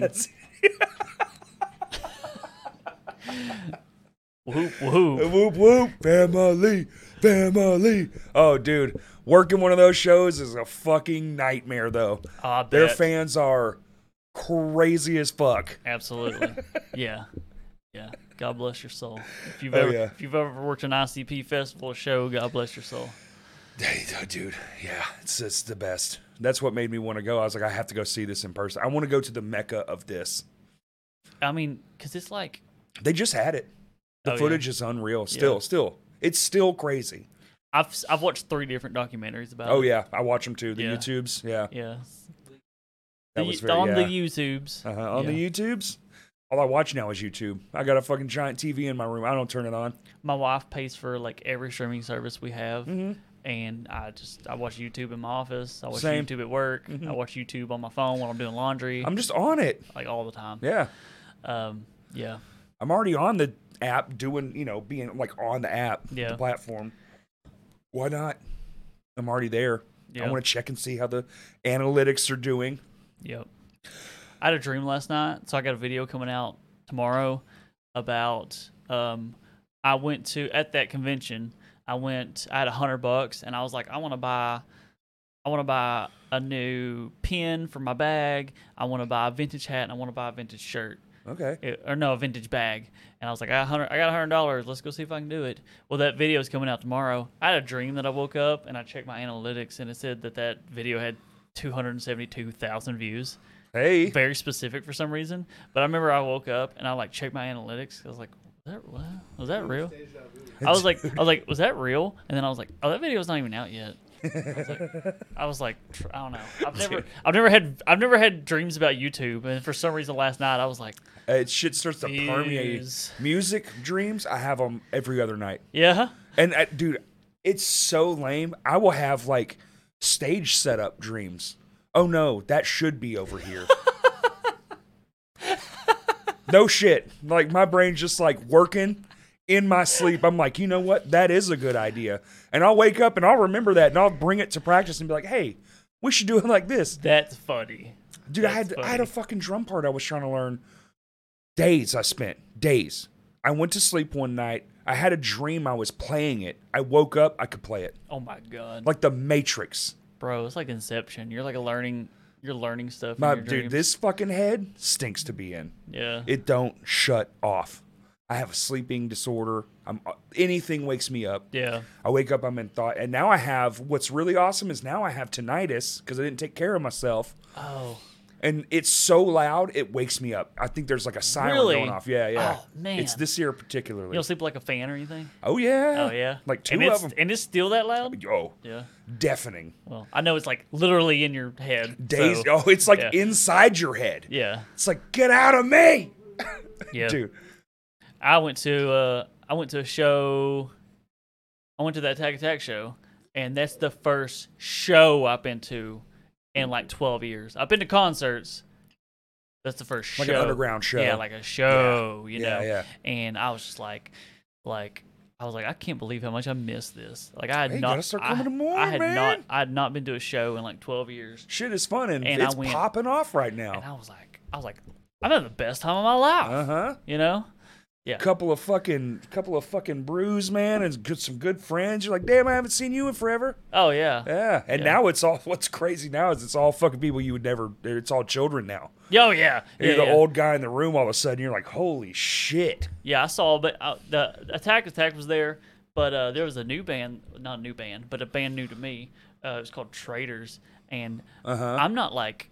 [SPEAKER 2] whoop, whoop.
[SPEAKER 1] Whoop whoop, family, family. Oh, dude, working one of those shows is a fucking nightmare, though.
[SPEAKER 2] I bet.
[SPEAKER 1] Their fans are crazy as fuck.
[SPEAKER 2] Absolutely. Yeah. Yeah. God bless your soul. If you've
[SPEAKER 1] Oh,
[SPEAKER 2] ever
[SPEAKER 1] yeah.
[SPEAKER 2] if you've ever worked an ICP festival or show, God bless your soul.
[SPEAKER 1] Dude, yeah, it's it's the best. That's what made me want to go. I was like, I have to go see this in person. I want to go to the mecca of this.
[SPEAKER 2] I mean, cuz it's like
[SPEAKER 1] They just had it. The
[SPEAKER 2] Oh, yeah.
[SPEAKER 1] footage is unreal. Still,
[SPEAKER 2] Yeah.
[SPEAKER 1] still, it's still crazy.
[SPEAKER 2] I've s- I've watched 3 different documentaries about
[SPEAKER 1] Oh
[SPEAKER 2] it.
[SPEAKER 1] yeah, I watch them too. The
[SPEAKER 2] Yeah.
[SPEAKER 1] YouTubes, yeah.
[SPEAKER 2] Yeah.
[SPEAKER 1] That
[SPEAKER 2] The-
[SPEAKER 1] was very,
[SPEAKER 2] on the
[SPEAKER 1] yeah.
[SPEAKER 2] YouTubes.
[SPEAKER 1] Uh-huh. On the YouTubes, all I watch now is YouTube. I got a fucking giant TV in my room. I don't turn it on.
[SPEAKER 2] my wife pays for like every streaming service we have,
[SPEAKER 1] Mhm.
[SPEAKER 2] and I just I watch YouTube in my office. I watch
[SPEAKER 1] Same. Mm-hmm.
[SPEAKER 2] YouTube at work. I watch YouTube on my phone when I'm doing laundry,
[SPEAKER 1] I'm just on it.
[SPEAKER 2] like all the time.
[SPEAKER 1] Yeah,
[SPEAKER 2] Um, yeah,
[SPEAKER 1] I'm already on the app, doing you know, being like on the app,
[SPEAKER 2] Yeah.
[SPEAKER 1] the platform. Why not? I'm already there.
[SPEAKER 2] Yeah.
[SPEAKER 1] I want to check and see how the analytics are doing.
[SPEAKER 2] yep. I had a dream last night, so I got a video coming out tomorrow about um I went to at that convention, I went I had a hundred bucks and I was like, I wanna buy I wanna buy a new pin for my bag, I wanna buy a vintage hat, and I wanna buy a vintage shirt.
[SPEAKER 1] Okay.
[SPEAKER 2] It- or no, a vintage bag. And I was like, I, got a hundred, I got a hundred dollars. Let's go see if I can do it. Well, that video is coming out tomorrow. I had a dream that I woke up and I checked my analytics and it said that that video had 272,000 views.
[SPEAKER 1] Hey.
[SPEAKER 2] Very specific for some reason. But I remember I woke up and I like checked my analytics. I was like, was that, what? Was that real? I was like, I was like, was that real? And then I was like, oh, that video's not even out yet. I was like, tr- I don't know. I've never, I've never had, I've never had dreams about YouTube. And for some reason, last night I was like,
[SPEAKER 1] Uh, It shit starts to permeate
[SPEAKER 2] Views.
[SPEAKER 1] music dreams. I have them every other night,
[SPEAKER 2] yeah,
[SPEAKER 1] and uh, dude, it's so lame. I will have like stage setup dreams. Oh no, that should be over here. no shit. Like my brain's just like working in my sleep. I'm like, you know what? That is a good idea, and I'll wake up and I'll remember that, and I'll bring it to practice and be like, hey. We should do it like this.
[SPEAKER 2] that's funny.
[SPEAKER 1] Dude, I had
[SPEAKER 2] That's
[SPEAKER 1] I had a
[SPEAKER 2] funny.
[SPEAKER 1] fucking drum part I was trying to learn. Days I spent days. I went to sleep one night. I had a dream I was playing it. I woke up. I could play it
[SPEAKER 2] Oh my god,
[SPEAKER 1] like the Matrix.
[SPEAKER 2] bro, it's like Inception. You're like a learning, you're learning stuff.
[SPEAKER 1] My
[SPEAKER 2] in your
[SPEAKER 1] dude,
[SPEAKER 2] dreams.
[SPEAKER 1] this fucking head stinks to be in.
[SPEAKER 2] yeah,
[SPEAKER 1] It don't shut off. I have a sleeping disorder. I'm uh, anything wakes me up.
[SPEAKER 2] yeah.
[SPEAKER 1] I wake up, I'm in thought, and now I have. What's really awesome is now I have tinnitus because I didn't take care of myself,
[SPEAKER 2] Oh,
[SPEAKER 1] and it's so loud it wakes me up. I think there's like a siren
[SPEAKER 2] Really?
[SPEAKER 1] going off. Yeah, yeah.
[SPEAKER 2] Oh, man.
[SPEAKER 1] it's this year
[SPEAKER 2] you
[SPEAKER 1] particularly.
[SPEAKER 2] don't sleep like a fan or anything.
[SPEAKER 1] Oh yeah.
[SPEAKER 2] Oh yeah,
[SPEAKER 1] Like two
[SPEAKER 2] and
[SPEAKER 1] of
[SPEAKER 2] it's,
[SPEAKER 1] them.
[SPEAKER 2] and it's still that loud.
[SPEAKER 1] Oh,
[SPEAKER 2] Yeah.
[SPEAKER 1] deafening.
[SPEAKER 2] Well, I know it's like literally in your head.
[SPEAKER 1] Days.
[SPEAKER 2] so-
[SPEAKER 1] oh, it's like
[SPEAKER 2] yeah.
[SPEAKER 1] inside your head.
[SPEAKER 2] Yeah.
[SPEAKER 1] It's like get out of me,
[SPEAKER 2] Yeah.
[SPEAKER 1] dude.
[SPEAKER 2] I went to uh I went to a show I went to that Attack Attack show and that's the first show I've been to in like twelve years. I've been to concerts. That's the first
[SPEAKER 1] Like
[SPEAKER 2] show.
[SPEAKER 1] an underground show.
[SPEAKER 2] Yeah, like a show, you
[SPEAKER 1] Yeah,
[SPEAKER 2] know.
[SPEAKER 1] yeah.
[SPEAKER 2] And I was just like like I was like, I can't believe how much I missed this. Like I had
[SPEAKER 1] Hey, you
[SPEAKER 2] not
[SPEAKER 1] gotta start
[SPEAKER 2] I-
[SPEAKER 1] coming to more,
[SPEAKER 2] I had not
[SPEAKER 1] man.
[SPEAKER 2] I had not been to a show in like twelve years.
[SPEAKER 1] Shit is fun and,
[SPEAKER 2] And I
[SPEAKER 1] it's
[SPEAKER 2] went-
[SPEAKER 1] popping off right now.
[SPEAKER 2] And I was like I was like, I'm having the best time of my life.
[SPEAKER 1] Uh huh.
[SPEAKER 2] You know?
[SPEAKER 1] Couple of fucking, couple of fucking brews, man, and good, some good friends. You're like, damn, I haven't seen you in forever.
[SPEAKER 2] Oh yeah.
[SPEAKER 1] Yeah. And
[SPEAKER 2] Yeah.
[SPEAKER 1] now it's all. What's crazy now is it's all fucking people you would never. It's all children now.
[SPEAKER 2] Yo Oh, yeah.
[SPEAKER 1] You're
[SPEAKER 2] yeah
[SPEAKER 1] the
[SPEAKER 2] yeah.
[SPEAKER 1] old guy in the room. All of a sudden, you're like, holy shit.
[SPEAKER 2] Yeah, I saw, but uh, the Attack Attack was there, but uh, there was a new band, not a new band, but a band new to me. Uh, it was called Traders, and I'm not like,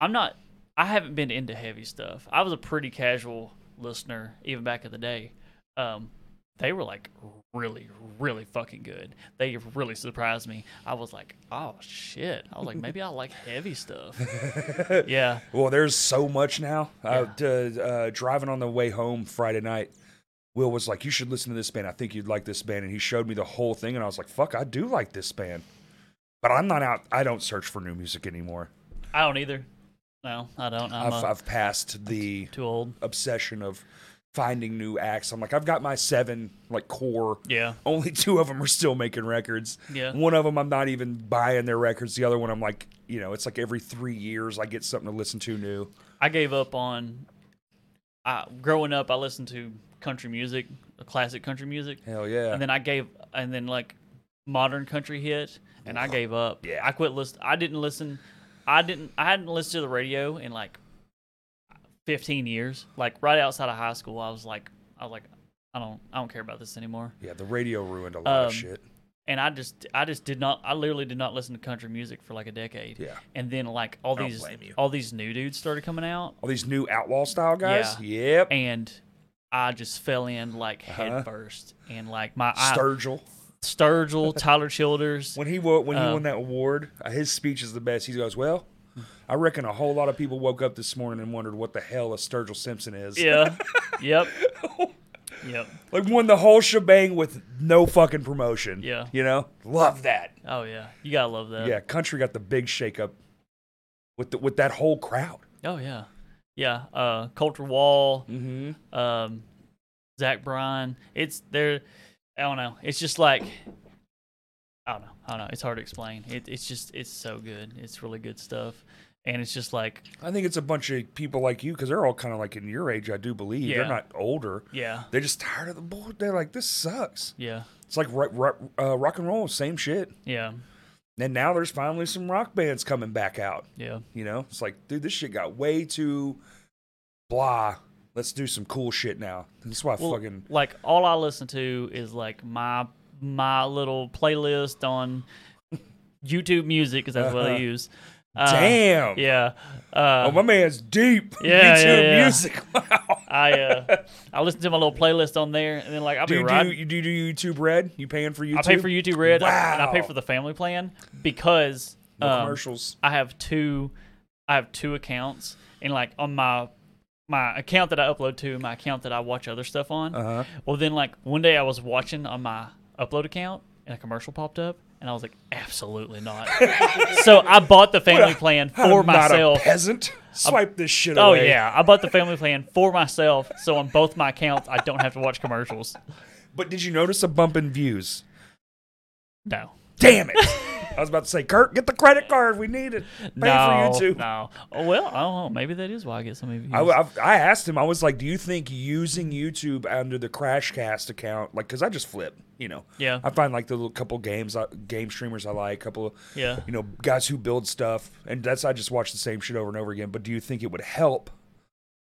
[SPEAKER 2] I'm not, I haven't been into heavy stuff. I was a pretty casual listener even back in the day. Um, they were like really, really fucking good. They really surprised me. I was like, oh shit. I was like, maybe I like heavy stuff. yeah.
[SPEAKER 1] Well, there's so much now. Uh, d- uh, driving on the way home Friday night, Will was like, "You should listen to this band. I think you'd like this band." And he showed me the whole thing, and I was like, "Fuck, I do like this band." But I'm not out. I don't search for new music anymore.
[SPEAKER 2] I don't either. No, I don't. I'm
[SPEAKER 1] I've,
[SPEAKER 2] uh,
[SPEAKER 1] I've passed the
[SPEAKER 2] too old.
[SPEAKER 1] obsession of finding new acts. I'm like, I've got my seven like core.
[SPEAKER 2] Yeah.
[SPEAKER 1] Only two of them are still making records.
[SPEAKER 2] Yeah.
[SPEAKER 1] One of them I'm not even buying their records. The other one I'm like, you know, it's like every three years I get something to listen to new.
[SPEAKER 2] I gave up on. I growing up, I listened to country music, classic country music,
[SPEAKER 1] Hell yeah.
[SPEAKER 2] and then I gave, and then like modern country hit, and I gave up.
[SPEAKER 1] Yeah.
[SPEAKER 2] I quit list. I didn't listen. I didn't. I hadn't listened to the radio in like fifteen years. Like right outside of high school, I was like, I was like, I don't, I don't care about this anymore.
[SPEAKER 1] yeah, the radio ruined a lot
[SPEAKER 2] Um,
[SPEAKER 1] of shit.
[SPEAKER 2] And I just, I just did not. I literally did not listen to country music for like a decade.
[SPEAKER 1] Yeah.
[SPEAKER 2] And then like all
[SPEAKER 1] don't
[SPEAKER 2] these,
[SPEAKER 1] blame you.
[SPEAKER 2] all these new dudes started coming out,
[SPEAKER 1] All these new outlaw style guys. Yep.
[SPEAKER 2] and I just fell in like
[SPEAKER 1] Uh-huh.
[SPEAKER 2] head first, and like my eye-
[SPEAKER 1] Sturgill.
[SPEAKER 2] Sturgill, Tyler Childers.
[SPEAKER 1] When he won, when he
[SPEAKER 2] Um,
[SPEAKER 1] won that award, uh, his speech is the best. He goes, "Well, I reckon a whole lot of people woke up this morning and wondered what the hell a Sturgill Simpson is.
[SPEAKER 2] yeah, yep, yep.
[SPEAKER 1] Like won the whole shebang with no fucking promotion.
[SPEAKER 2] Yeah.
[SPEAKER 1] you know, love that.
[SPEAKER 2] Oh yeah, you gotta love that.
[SPEAKER 1] yeah, country got the big shakeup with the, with that whole crowd.
[SPEAKER 2] Oh yeah, yeah. Uh, Culture Wall,
[SPEAKER 1] Mm-hmm.
[SPEAKER 2] um, Zach Bryan. It's there. I don't know. It's just like. I don't know. I don't know. It's hard to explain. It, it's just, it's so good. It's really good stuff. and it's just like
[SPEAKER 1] I think it's a bunch of people like you because they're all kind of like in your age. I do believe
[SPEAKER 2] Yeah.
[SPEAKER 1] they're not older.
[SPEAKER 2] yeah,
[SPEAKER 1] They're just tired of the bull. They're like, this sucks.
[SPEAKER 2] yeah,
[SPEAKER 1] It's like rock, rock, uh, rock and roll, same shit.
[SPEAKER 2] yeah,
[SPEAKER 1] And now there's finally some rock bands coming back out.
[SPEAKER 2] yeah,
[SPEAKER 1] You know, it's like, dude, this shit got way too blah. Let's do some cool shit now. That's why I
[SPEAKER 2] Well,
[SPEAKER 1] fucking
[SPEAKER 2] like all I listen to is like my my little playlist on YouTube Music because that's what I
[SPEAKER 1] Uh-huh.
[SPEAKER 2] use. Uh,
[SPEAKER 1] damn.
[SPEAKER 2] Yeah.
[SPEAKER 1] Oh,
[SPEAKER 2] Uh,
[SPEAKER 1] my man's deep.
[SPEAKER 2] Yeah,
[SPEAKER 1] YouTube
[SPEAKER 2] yeah, yeah.
[SPEAKER 1] music. Wow.
[SPEAKER 2] I uh, I listen to my little playlist on there, and then like I'll
[SPEAKER 1] Do
[SPEAKER 2] be
[SPEAKER 1] you
[SPEAKER 2] riding.
[SPEAKER 1] do you do, you do YouTube Red? You paying for YouTube?
[SPEAKER 2] I pay for YouTube Red, I- and I pay
[SPEAKER 1] Wow.
[SPEAKER 2] for the family plan because
[SPEAKER 1] No
[SPEAKER 2] um,
[SPEAKER 1] commercials.
[SPEAKER 2] I have two, I have two accounts, and like on my my account that I upload to, and my account that I watch other stuff on.
[SPEAKER 1] Uh-huh.
[SPEAKER 2] Well, then like one day I was watching on my upload account, and a commercial popped up, and I was like, absolutely not. so I bought the family plan for
[SPEAKER 1] I'm Not
[SPEAKER 2] myself.
[SPEAKER 1] a peasant. Swipe this shit
[SPEAKER 2] Oh
[SPEAKER 1] away.
[SPEAKER 2] yeah, I bought the family plan for myself, so on both my accounts I don't have to watch commercials.
[SPEAKER 1] But did you notice a bump in views?
[SPEAKER 2] No,
[SPEAKER 1] Damn it. I was about to say, Kurt, get the credit card. We need it. Pay
[SPEAKER 2] no,
[SPEAKER 1] for YouTube.
[SPEAKER 2] no. Oh, well, I don't know. Maybe that is why I get so many views.
[SPEAKER 1] I, I've- I asked him, I was like, do you think using YouTube under the Crashcast account, like, because I just flip, you know?
[SPEAKER 2] Yeah.
[SPEAKER 1] I find like the little couple games, I- game streamers I like, couple of,
[SPEAKER 2] Yeah.
[SPEAKER 1] you know, guys who build stuff. And that's, I just watch the same shit over and over again. But do you think it would help?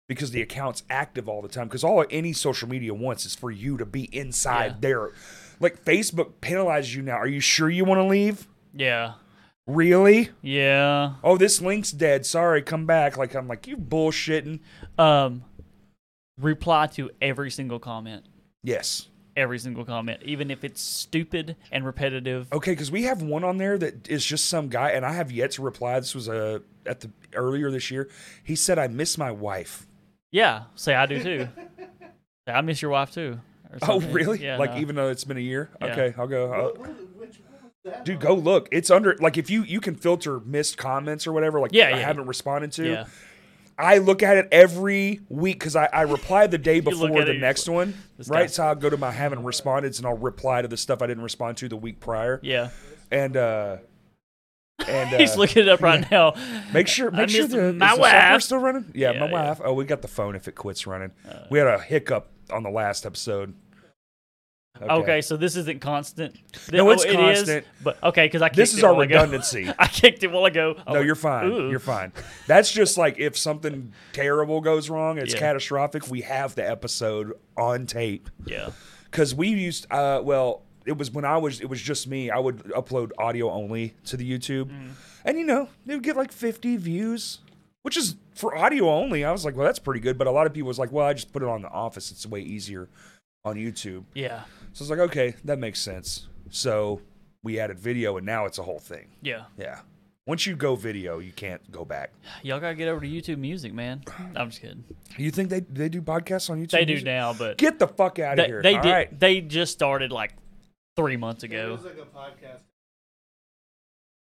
[SPEAKER 1] Because the account's active all the time. Because all any social media wants is for you to be inside
[SPEAKER 2] Yeah.
[SPEAKER 1] there. Like Facebook penalizes you now. Are you sure you want to leave?
[SPEAKER 2] yeah,
[SPEAKER 1] Really?
[SPEAKER 2] yeah.
[SPEAKER 1] Oh, this link's dead. Sorry, come back. Like I'm like you bullshitting.
[SPEAKER 2] Um, reply to every single comment.
[SPEAKER 1] Yes.
[SPEAKER 2] Every single comment, even if it's stupid and repetitive.
[SPEAKER 1] Okay, because we have one on there that is just some guy, and I have yet to reply. This was uh, at the earlier this year. He said, "I miss my wife."
[SPEAKER 2] Yeah, say I do too. Say, I miss your wife too. or
[SPEAKER 1] Oh,
[SPEAKER 2] something.
[SPEAKER 1] really?
[SPEAKER 2] Yeah,
[SPEAKER 1] like
[SPEAKER 2] no.
[SPEAKER 1] even though it's been a year.
[SPEAKER 2] Yeah.
[SPEAKER 1] Okay, I'll go. I'll-
[SPEAKER 3] Which one was that?
[SPEAKER 1] dude, go look. It's under like if you you can filter missed comments or whatever. Like
[SPEAKER 2] Yeah,
[SPEAKER 1] I
[SPEAKER 2] yeah.
[SPEAKER 1] haven't responded to.
[SPEAKER 2] Yeah,
[SPEAKER 1] I look at it every week because I, I reply the day
[SPEAKER 2] look
[SPEAKER 1] before
[SPEAKER 2] at
[SPEAKER 1] the
[SPEAKER 2] it,
[SPEAKER 1] next one.
[SPEAKER 2] This guy-
[SPEAKER 1] Right, so I'll go to my haven't responded and I'll reply to the stuff I didn't respond to the week prior.
[SPEAKER 2] yeah.
[SPEAKER 1] and uh and uh,
[SPEAKER 2] He's looking it up right now.
[SPEAKER 1] make sure
[SPEAKER 2] I
[SPEAKER 1] make sure
[SPEAKER 2] missed
[SPEAKER 1] the,
[SPEAKER 2] my
[SPEAKER 1] is the software
[SPEAKER 2] wife.
[SPEAKER 1] still running yeah,
[SPEAKER 2] Yeah,
[SPEAKER 1] my
[SPEAKER 2] yeah. Uh.
[SPEAKER 1] wife oh we got the phone if it quits running we had a hiccup on the last episode okay,
[SPEAKER 2] Okay. so this isn't constant.
[SPEAKER 1] No,
[SPEAKER 2] Oh,
[SPEAKER 1] it's
[SPEAKER 2] it is,
[SPEAKER 1] constant.
[SPEAKER 2] but okay, because I kicked
[SPEAKER 1] this
[SPEAKER 2] it
[SPEAKER 1] is our
[SPEAKER 2] while ago.
[SPEAKER 1] redundancy
[SPEAKER 2] I kicked it while ago. Oh,
[SPEAKER 1] no you're fine you're fine that's just like if something terrible goes wrong it's
[SPEAKER 2] Yeah.
[SPEAKER 1] catastrophic we have the episode on tape
[SPEAKER 2] Yeah,
[SPEAKER 1] because we used uh well it was when i was it was just me i would upload audio only to the youtube
[SPEAKER 2] Mm.
[SPEAKER 1] and you know they would get like 50 views which is for audio only i was like well that's pretty good but a lot of people was like well i just put it on the office it's way easier on youtube
[SPEAKER 2] yeah,
[SPEAKER 1] so i was like okay that makes sense so we added video and now it's a whole thing
[SPEAKER 2] yeah.
[SPEAKER 1] yeah once you go video you can't go back
[SPEAKER 2] Y'all gotta get over to YouTube Music, man. I'm just kidding.
[SPEAKER 1] you think they they do podcasts on youtube
[SPEAKER 2] They do
[SPEAKER 1] Music?
[SPEAKER 2] now, but
[SPEAKER 1] get the fuck out of
[SPEAKER 2] they,
[SPEAKER 1] here
[SPEAKER 2] they
[SPEAKER 1] All
[SPEAKER 2] did.
[SPEAKER 1] right.
[SPEAKER 2] They just started like three months
[SPEAKER 3] It
[SPEAKER 2] ago.
[SPEAKER 3] was like a podcast.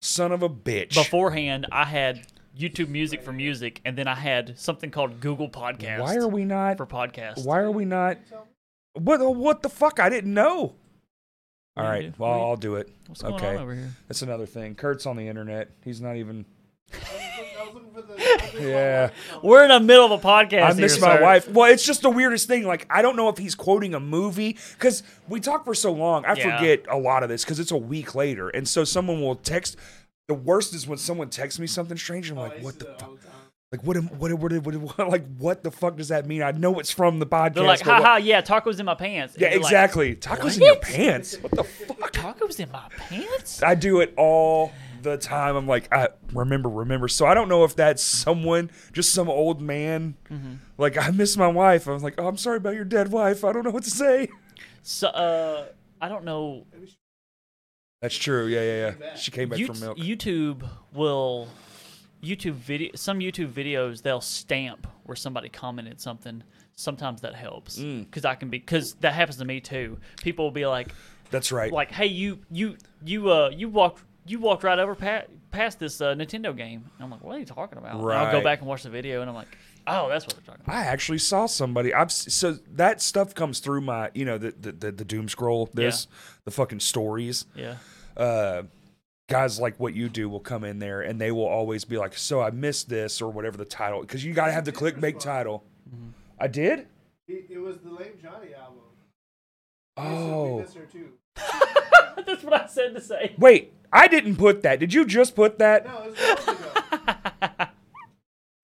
[SPEAKER 1] son of a bitch
[SPEAKER 2] Beforehand, I had YouTube Music for music, and then I had something called Google Podcast.
[SPEAKER 1] why are we not
[SPEAKER 2] for podcast?
[SPEAKER 1] Why are we not? What uh, what the fuck? I didn't know. All
[SPEAKER 2] Yeah,
[SPEAKER 1] right,
[SPEAKER 2] dude.
[SPEAKER 1] well
[SPEAKER 2] What are you-
[SPEAKER 1] I'll do it.
[SPEAKER 2] What's going
[SPEAKER 1] Okay,
[SPEAKER 2] on over here?
[SPEAKER 1] that's another thing. Kurt's on the internet. He's not even.
[SPEAKER 3] I was looking for the. I was looking
[SPEAKER 1] Yeah,
[SPEAKER 2] We're in the middle of a podcast.
[SPEAKER 1] I miss
[SPEAKER 2] here,
[SPEAKER 1] my
[SPEAKER 2] sir.
[SPEAKER 1] wife. Well, it's just the weirdest thing. Like I don't know if he's quoting a movie because we talk for so long. I
[SPEAKER 2] Yeah.
[SPEAKER 1] forget a lot of this because it's a week later, and so someone will text. The worst is when someone texts me something strange.
[SPEAKER 2] Oh,
[SPEAKER 1] And I'm
[SPEAKER 3] for- I
[SPEAKER 1] like, what the fuck? Like what? Am,
[SPEAKER 3] used to do that all the time.
[SPEAKER 1] what, what, what, what? Like what the fuck does that mean? I know it's from the podcast.
[SPEAKER 2] They're like,
[SPEAKER 1] but what-
[SPEAKER 2] haha, yeah, tacos in my pants. And
[SPEAKER 1] Yeah,
[SPEAKER 2] you're like,
[SPEAKER 1] exactly. Tacos in your
[SPEAKER 2] "What?"
[SPEAKER 1] pants. What the fuck?
[SPEAKER 2] tacos in my pants?
[SPEAKER 1] I do it all the time. I'm like, I remember, remember. So I don't know if that's someone, just some old man.
[SPEAKER 2] Mm-hmm.
[SPEAKER 1] Like, I miss my wife. I was like, oh, I'm sorry about your dead wife. I don't know what to say.
[SPEAKER 2] So, uh, I don't know.
[SPEAKER 1] That's true. Yeah, yeah, yeah. She came back
[SPEAKER 2] You-
[SPEAKER 1] from milk.
[SPEAKER 2] YouTube will YouTube video some YouTube videos they'll stamp where somebody commented something. Sometimes that helps
[SPEAKER 1] Mm.
[SPEAKER 2] because I can be because that happens to me too. People will be like,
[SPEAKER 1] That's right.
[SPEAKER 2] like, hey, you you you uh you walked you walked right over pa- past this uh, Nintendo game. And I'm like, what are you talking about? And I'll go
[SPEAKER 1] Right.
[SPEAKER 2] back and watch the video, and I'm like, oh, that's what they're talking about.
[SPEAKER 1] I actually saw somebody. I've s- so that stuff comes through my, you know, the the the, the doom scroll. This the fucking stories.
[SPEAKER 2] Yeah,
[SPEAKER 1] Uh, guys like what you do will come in there and they will always be like, "So I missed this" or whatever the title, because you gotta have the clickbait title.
[SPEAKER 2] Mm-hmm.
[SPEAKER 1] I did.
[SPEAKER 3] It, it was the Lame Johnny album. They said we
[SPEAKER 1] Oh
[SPEAKER 3] miss her too.
[SPEAKER 2] That's what I said to say.
[SPEAKER 1] wait, I didn't put that. Did you just put that?
[SPEAKER 3] No, it was a month ago.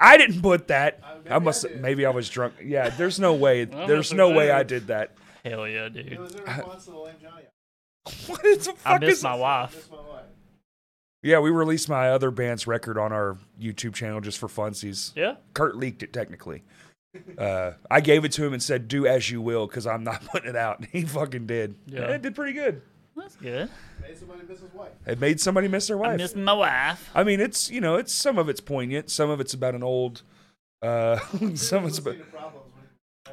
[SPEAKER 1] I didn't put that.
[SPEAKER 3] maybe
[SPEAKER 1] I
[SPEAKER 3] I
[SPEAKER 1] must.
[SPEAKER 3] did.
[SPEAKER 1] maybe I was drunk. Yeah, there's no way.
[SPEAKER 2] Well,
[SPEAKER 1] There's
[SPEAKER 2] that's
[SPEAKER 1] no way
[SPEAKER 2] okay.
[SPEAKER 1] I did that.
[SPEAKER 2] Hell yeah,
[SPEAKER 3] It
[SPEAKER 2] dude.
[SPEAKER 3] was in response to the Lame Johnny album.
[SPEAKER 1] What the fuck
[SPEAKER 2] I miss
[SPEAKER 1] is
[SPEAKER 2] my
[SPEAKER 3] That's
[SPEAKER 2] wife.
[SPEAKER 3] my wife.
[SPEAKER 1] Yeah, we released my other band's record on our YouTube channel just for funsies.
[SPEAKER 2] Yeah.
[SPEAKER 1] Kurt leaked it technically. Uh, I gave it to him and said, "Do as you will," because I'm not putting it out. He fucking did.
[SPEAKER 2] Yeah.
[SPEAKER 1] Yeah, it did pretty good.
[SPEAKER 2] That's good.
[SPEAKER 3] Made somebody miss his wife.
[SPEAKER 1] It made somebody miss their wife.
[SPEAKER 2] I miss my wife.
[SPEAKER 1] I mean, it's you know, it's some of it's poignant, some of it's about an old, uh, some of it's about.
[SPEAKER 3] Listening to problems when-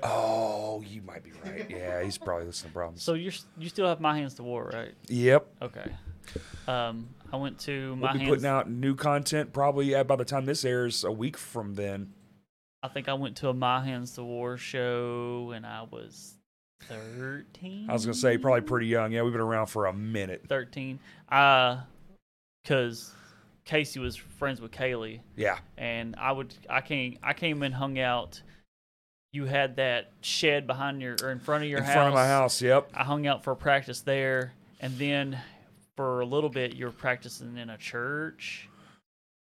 [SPEAKER 1] Oh, you might be right. Yeah, he's probably listening to problems.
[SPEAKER 2] So you're s- you still have my hands to war, right?
[SPEAKER 1] Yep,
[SPEAKER 2] Okay. Um, I went to
[SPEAKER 1] we'll
[SPEAKER 2] my
[SPEAKER 1] be
[SPEAKER 2] hands.
[SPEAKER 1] putting out new content probably yeah, by the time this airs a week from then.
[SPEAKER 2] I think I went to a My Hands to War show when I was thirteen.
[SPEAKER 1] I was gonna
[SPEAKER 2] Mm-hmm.
[SPEAKER 1] say probably pretty young. Yeah, we've been around for a minute.
[SPEAKER 2] thirteen. Uh, cause Casey was friends with Kaylee,
[SPEAKER 1] Yeah,
[SPEAKER 2] and I would I came I came and hung out. You had that shed behind your or in front of your
[SPEAKER 1] in
[SPEAKER 2] house.
[SPEAKER 1] front of my house. Yep.
[SPEAKER 2] I hung out for practice there, and then for a little bit you were practicing in a church.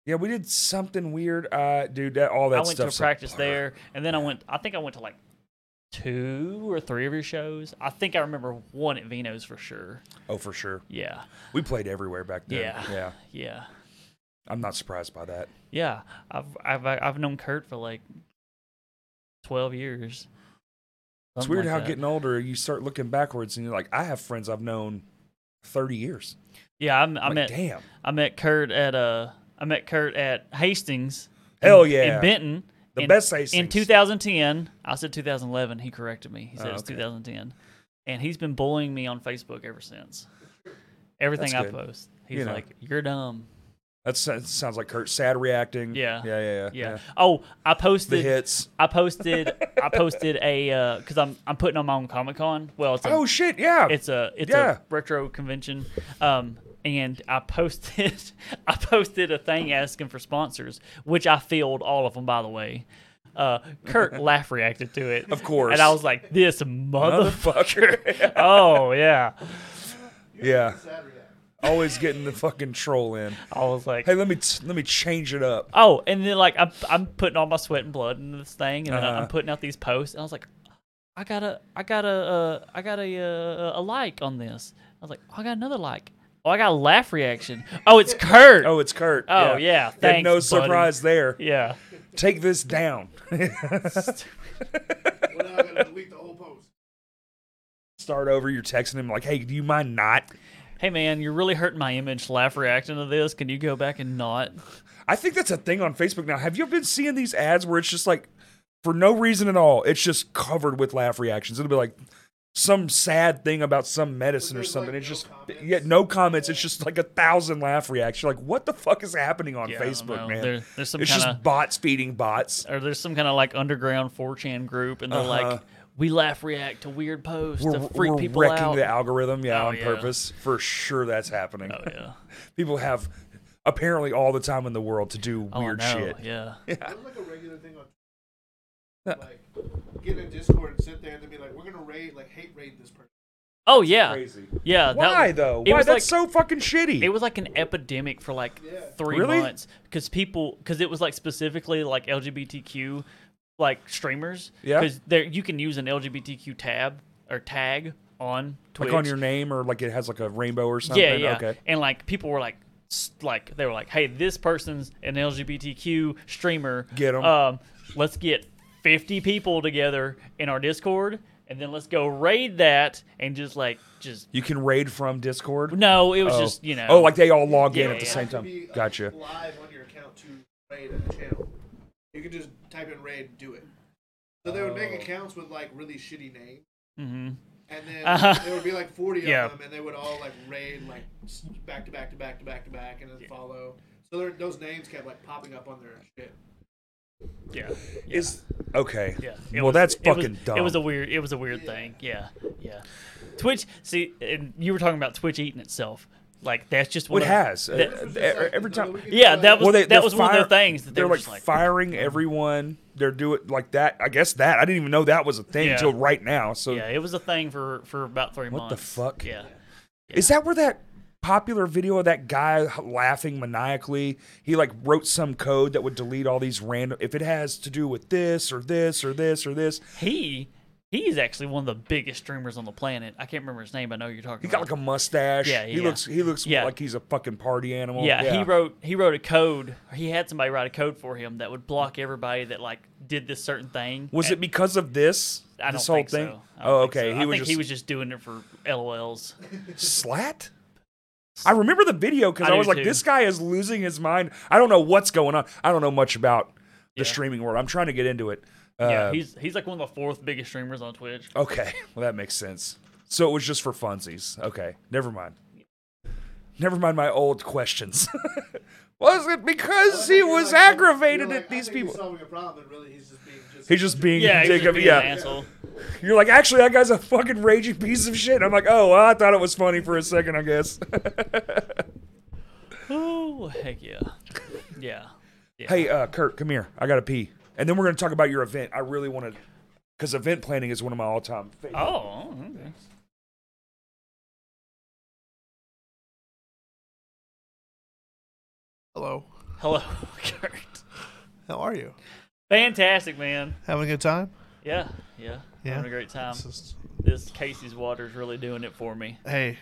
[SPEAKER 1] Yeah, we did something weird, uh, dude. That, all that
[SPEAKER 2] I went to a
[SPEAKER 1] stuff's a
[SPEAKER 2] practice
[SPEAKER 1] blur.
[SPEAKER 2] there, and then I went. I think I went to like two or three of your shows. I think I remember one at Vino's for sure.
[SPEAKER 1] Oh, for sure.
[SPEAKER 2] Yeah,
[SPEAKER 1] We played everywhere back then.
[SPEAKER 2] Yeah.
[SPEAKER 1] yeah.
[SPEAKER 2] yeah,
[SPEAKER 1] I'm not surprised by that.
[SPEAKER 2] yeah. I've I've I've known Kurt for like twelve years.
[SPEAKER 1] It's
[SPEAKER 2] Something
[SPEAKER 1] weird
[SPEAKER 2] like
[SPEAKER 1] how
[SPEAKER 2] that.
[SPEAKER 1] getting older, you start looking backwards and you're like, I have friends I've known 30 years.
[SPEAKER 2] Yeah, I'm, I
[SPEAKER 1] I'm like,
[SPEAKER 2] met
[SPEAKER 1] damn.
[SPEAKER 2] I met Kurt at uh I met Kurt at Hastings.
[SPEAKER 1] Hell
[SPEAKER 2] in,
[SPEAKER 1] yeah.
[SPEAKER 2] In Benton.
[SPEAKER 1] The
[SPEAKER 2] in-
[SPEAKER 1] best
[SPEAKER 2] In
[SPEAKER 1] Hastings.
[SPEAKER 2] 2010, I said 2011. He corrected me. He said
[SPEAKER 1] Oh,
[SPEAKER 2] it's
[SPEAKER 1] okay.
[SPEAKER 2] 2010, and he's been bullying me on Facebook ever since. Everything
[SPEAKER 1] That's
[SPEAKER 2] I
[SPEAKER 1] good.
[SPEAKER 2] post, he's
[SPEAKER 1] You know.
[SPEAKER 2] like, "You're dumb."
[SPEAKER 1] That's, that sounds like Kurt sad reacting.
[SPEAKER 2] Yeah.
[SPEAKER 1] Yeah, yeah, yeah.
[SPEAKER 2] Yeah.
[SPEAKER 1] yeah.
[SPEAKER 2] Oh, I
[SPEAKER 1] The
[SPEAKER 2] posted.
[SPEAKER 1] hits.
[SPEAKER 2] I posted. I posted a because I'm I'm putting on my own Comic Con. Well, it's a,
[SPEAKER 1] Oh, shit. Yeah.
[SPEAKER 2] it's a it's
[SPEAKER 1] Yeah.
[SPEAKER 2] a retro convention um and i posted i posted a thing asking for sponsors which i filled all of them by the way uh kurt laugh reacted to it
[SPEAKER 1] Of course.
[SPEAKER 2] and i was like this motherfucker
[SPEAKER 1] Motherfucker.
[SPEAKER 2] oh yeah
[SPEAKER 1] yeah.
[SPEAKER 3] Sad react.
[SPEAKER 1] Always getting the fucking troll in.
[SPEAKER 2] i was like
[SPEAKER 1] Hey, let me t- let me change it up.
[SPEAKER 2] oh and then like i'm, I'm putting all my sweat and blood into this thing and then
[SPEAKER 1] Uh-huh.
[SPEAKER 2] i'm putting out these posts and i was like i got a i got a uh, i got a uh, a like on this i was like oh, i got another like oh i got a laugh reaction oh it's kurt
[SPEAKER 1] Oh, it's Kurt.
[SPEAKER 2] Oh, yeah. Thanks,
[SPEAKER 1] no
[SPEAKER 2] buddy.
[SPEAKER 1] surprise there.
[SPEAKER 2] Yeah.
[SPEAKER 1] Take this down.
[SPEAKER 3] We're not going to delete the whole post.
[SPEAKER 1] Start over. You're texting him like, "Hey, do you mind not?"
[SPEAKER 2] Hey man, you're really hurting my image. Laugh reacting to this. Can you go back and not?
[SPEAKER 1] I think that's a thing on Facebook now. Have you been seeing these ads where it's just like, for no reason at all, it's just covered with laugh reactions? It'll be like some sad thing about some medicine or
[SPEAKER 3] There's,
[SPEAKER 1] something.
[SPEAKER 3] like,
[SPEAKER 1] it's
[SPEAKER 3] no
[SPEAKER 1] just,
[SPEAKER 3] comments.
[SPEAKER 1] yeah, no comments. It's just like a thousand laugh reactions. You're like, what the fuck is happening on
[SPEAKER 2] Yeah, I don't
[SPEAKER 1] Facebook,
[SPEAKER 2] know.
[SPEAKER 1] man?
[SPEAKER 2] There- there's some
[SPEAKER 1] it's
[SPEAKER 2] kinda-
[SPEAKER 1] just bots feeding bots.
[SPEAKER 2] Or there's some kind of like underground 4chan group, and they're like,
[SPEAKER 1] Uh-huh.
[SPEAKER 2] we laugh react to weird posts
[SPEAKER 1] We're,
[SPEAKER 2] to freak
[SPEAKER 1] we're
[SPEAKER 2] people
[SPEAKER 1] wrecking
[SPEAKER 2] out.
[SPEAKER 1] the algorithm, yeah,
[SPEAKER 2] Oh,
[SPEAKER 1] on
[SPEAKER 2] yeah.
[SPEAKER 1] purpose. For sure that's happening.
[SPEAKER 2] oh yeah.
[SPEAKER 1] People have apparently all the time in the world to do
[SPEAKER 2] Oh, I
[SPEAKER 1] weird
[SPEAKER 2] know.
[SPEAKER 1] shit.
[SPEAKER 2] Yeah.
[SPEAKER 3] It was like a regular thing on like get in Discord and sit there and then be like, we're gonna raid like hate raid this person.
[SPEAKER 2] Oh yeah.
[SPEAKER 1] Crazy.
[SPEAKER 2] Yeah. that-
[SPEAKER 1] Why though?
[SPEAKER 2] It
[SPEAKER 1] Why
[SPEAKER 2] was
[SPEAKER 1] that's
[SPEAKER 2] like
[SPEAKER 1] so fucking shitty?
[SPEAKER 2] it was like an epidemic for like
[SPEAKER 3] Yeah.
[SPEAKER 2] three
[SPEAKER 1] Really?
[SPEAKER 2] months because people because it was like specifically like LGBTQ like streamers.
[SPEAKER 1] Yeah.
[SPEAKER 2] Because there you can use an LGBTQ tab or tag on Twitch.
[SPEAKER 1] like on your name or like it has like a rainbow or something.
[SPEAKER 2] Yeah, yeah.
[SPEAKER 1] Okay.
[SPEAKER 2] And like people were like, s- like they were like, hey, this person's an LGBTQ streamer.
[SPEAKER 1] Get 'em.
[SPEAKER 2] Um, let's get fifty people together in our Discord, and then let's go raid that and just like just.
[SPEAKER 1] You can raid from Discord.
[SPEAKER 2] No, it was
[SPEAKER 1] oh.
[SPEAKER 2] just you know.
[SPEAKER 1] Oh, like they all log in
[SPEAKER 2] Yeah,
[SPEAKER 1] at the
[SPEAKER 2] yeah.
[SPEAKER 1] same
[SPEAKER 3] You have to
[SPEAKER 1] time.
[SPEAKER 3] be, uh,
[SPEAKER 1] Gotcha.
[SPEAKER 3] Live on your account to raid a channel. You can just type in raid and do it. So they would make accounts with like really shitty names. Mm-hmm.
[SPEAKER 2] hmm
[SPEAKER 3] And then
[SPEAKER 2] Uh-huh.
[SPEAKER 3] there would be like 40
[SPEAKER 2] Yeah.
[SPEAKER 3] of them, and they would all like raid like s- back to back to back to back to back, and then follow. So there- those names kept like popping up on their shit.
[SPEAKER 2] Yeah. Yeah.
[SPEAKER 1] Is okay.
[SPEAKER 2] Yeah. it
[SPEAKER 1] Well,
[SPEAKER 2] was-
[SPEAKER 1] that's
[SPEAKER 2] it was-
[SPEAKER 1] fucking dumb.
[SPEAKER 2] It was a weird. It was a weird thing. Yeah. Yeah. Twitch. See, and you were talking about Twitch eating itself. Like that's just
[SPEAKER 1] Well,
[SPEAKER 2] what
[SPEAKER 1] it has. Uh,
[SPEAKER 2] that-
[SPEAKER 1] e- every time.
[SPEAKER 2] Yeah, that was
[SPEAKER 1] Well, they,
[SPEAKER 2] that
[SPEAKER 1] they're
[SPEAKER 2] was one of
[SPEAKER 1] fire-
[SPEAKER 2] the things that they
[SPEAKER 1] they're
[SPEAKER 2] were
[SPEAKER 1] like,
[SPEAKER 2] just like,
[SPEAKER 1] firing everyone. They're doing like that. I guess that I didn't even know that was a thing
[SPEAKER 2] Yeah.
[SPEAKER 1] until right now. So
[SPEAKER 2] yeah, it was a thing for for about three
[SPEAKER 1] What the
[SPEAKER 2] months.
[SPEAKER 1] fuck?
[SPEAKER 2] Yeah,
[SPEAKER 1] is that where that popular video of that guy h- laughing maniacally? He like wrote some code that would delete all these random. If it has to do with this or this or this or this,
[SPEAKER 2] he he is actually one of the biggest streamers on the planet. I can't remember his name. but I know who you're talking.
[SPEAKER 1] he got
[SPEAKER 2] about.
[SPEAKER 1] like a mustache.
[SPEAKER 2] Yeah,
[SPEAKER 1] he
[SPEAKER 2] yeah.
[SPEAKER 1] looks he looks
[SPEAKER 2] Yeah.
[SPEAKER 1] like he's a fucking party animal.
[SPEAKER 2] yeah, he wrote he wrote a code. He had somebody write a code for him that would block everybody that like did this certain thing.
[SPEAKER 1] Was
[SPEAKER 2] And-
[SPEAKER 1] it because of this?
[SPEAKER 2] I don't
[SPEAKER 1] this whole
[SPEAKER 2] think
[SPEAKER 1] thing?
[SPEAKER 2] so. I don't
[SPEAKER 1] Oh,
[SPEAKER 2] think so.
[SPEAKER 1] okay.
[SPEAKER 2] I
[SPEAKER 1] He was
[SPEAKER 2] think
[SPEAKER 1] just
[SPEAKER 2] he was just doing it for LOLs.
[SPEAKER 1] Slat? I remember the video because
[SPEAKER 2] I
[SPEAKER 1] I, was
[SPEAKER 2] do
[SPEAKER 1] like,
[SPEAKER 2] too.
[SPEAKER 1] this guy is losing his mind. I don't know what's going on. I don't know much about the
[SPEAKER 2] Yeah.
[SPEAKER 1] streaming world. I'm trying to get into it. Uh,
[SPEAKER 2] yeah, he's he's like one of the fourth biggest streamers on Twitch.
[SPEAKER 1] okay. Well, that makes sense. So it was just for funsies. Okay. Never mind. Never mind my old questions. was it because he was aggravated at these people?
[SPEAKER 3] He's solving a problem, and really he's just being just.
[SPEAKER 1] He's just being
[SPEAKER 2] Yeah,
[SPEAKER 1] yeah,
[SPEAKER 2] he's just being
[SPEAKER 1] yeah.
[SPEAKER 2] an asshole.
[SPEAKER 1] You're like, actually, that guy's a fucking raging piece of shit. I'm like, oh, well, I thought it was funny for a second, I guess.
[SPEAKER 2] Oh heck yeah, yeah.
[SPEAKER 1] Hey, uh, Kurt, come here. I gotta pee, and then we're gonna talk about your event. I really want to, because event planning is one of my all-time favorites.
[SPEAKER 2] Oh, okay.
[SPEAKER 3] Hello,
[SPEAKER 2] hello, Kurt.
[SPEAKER 3] how are you?
[SPEAKER 2] Fantastic, man.
[SPEAKER 3] Having a good time?
[SPEAKER 2] Yeah, yeah.
[SPEAKER 3] Yeah.
[SPEAKER 2] Having a great time.
[SPEAKER 3] It's just-
[SPEAKER 2] This Casey's water's really doing it for me.
[SPEAKER 4] hey,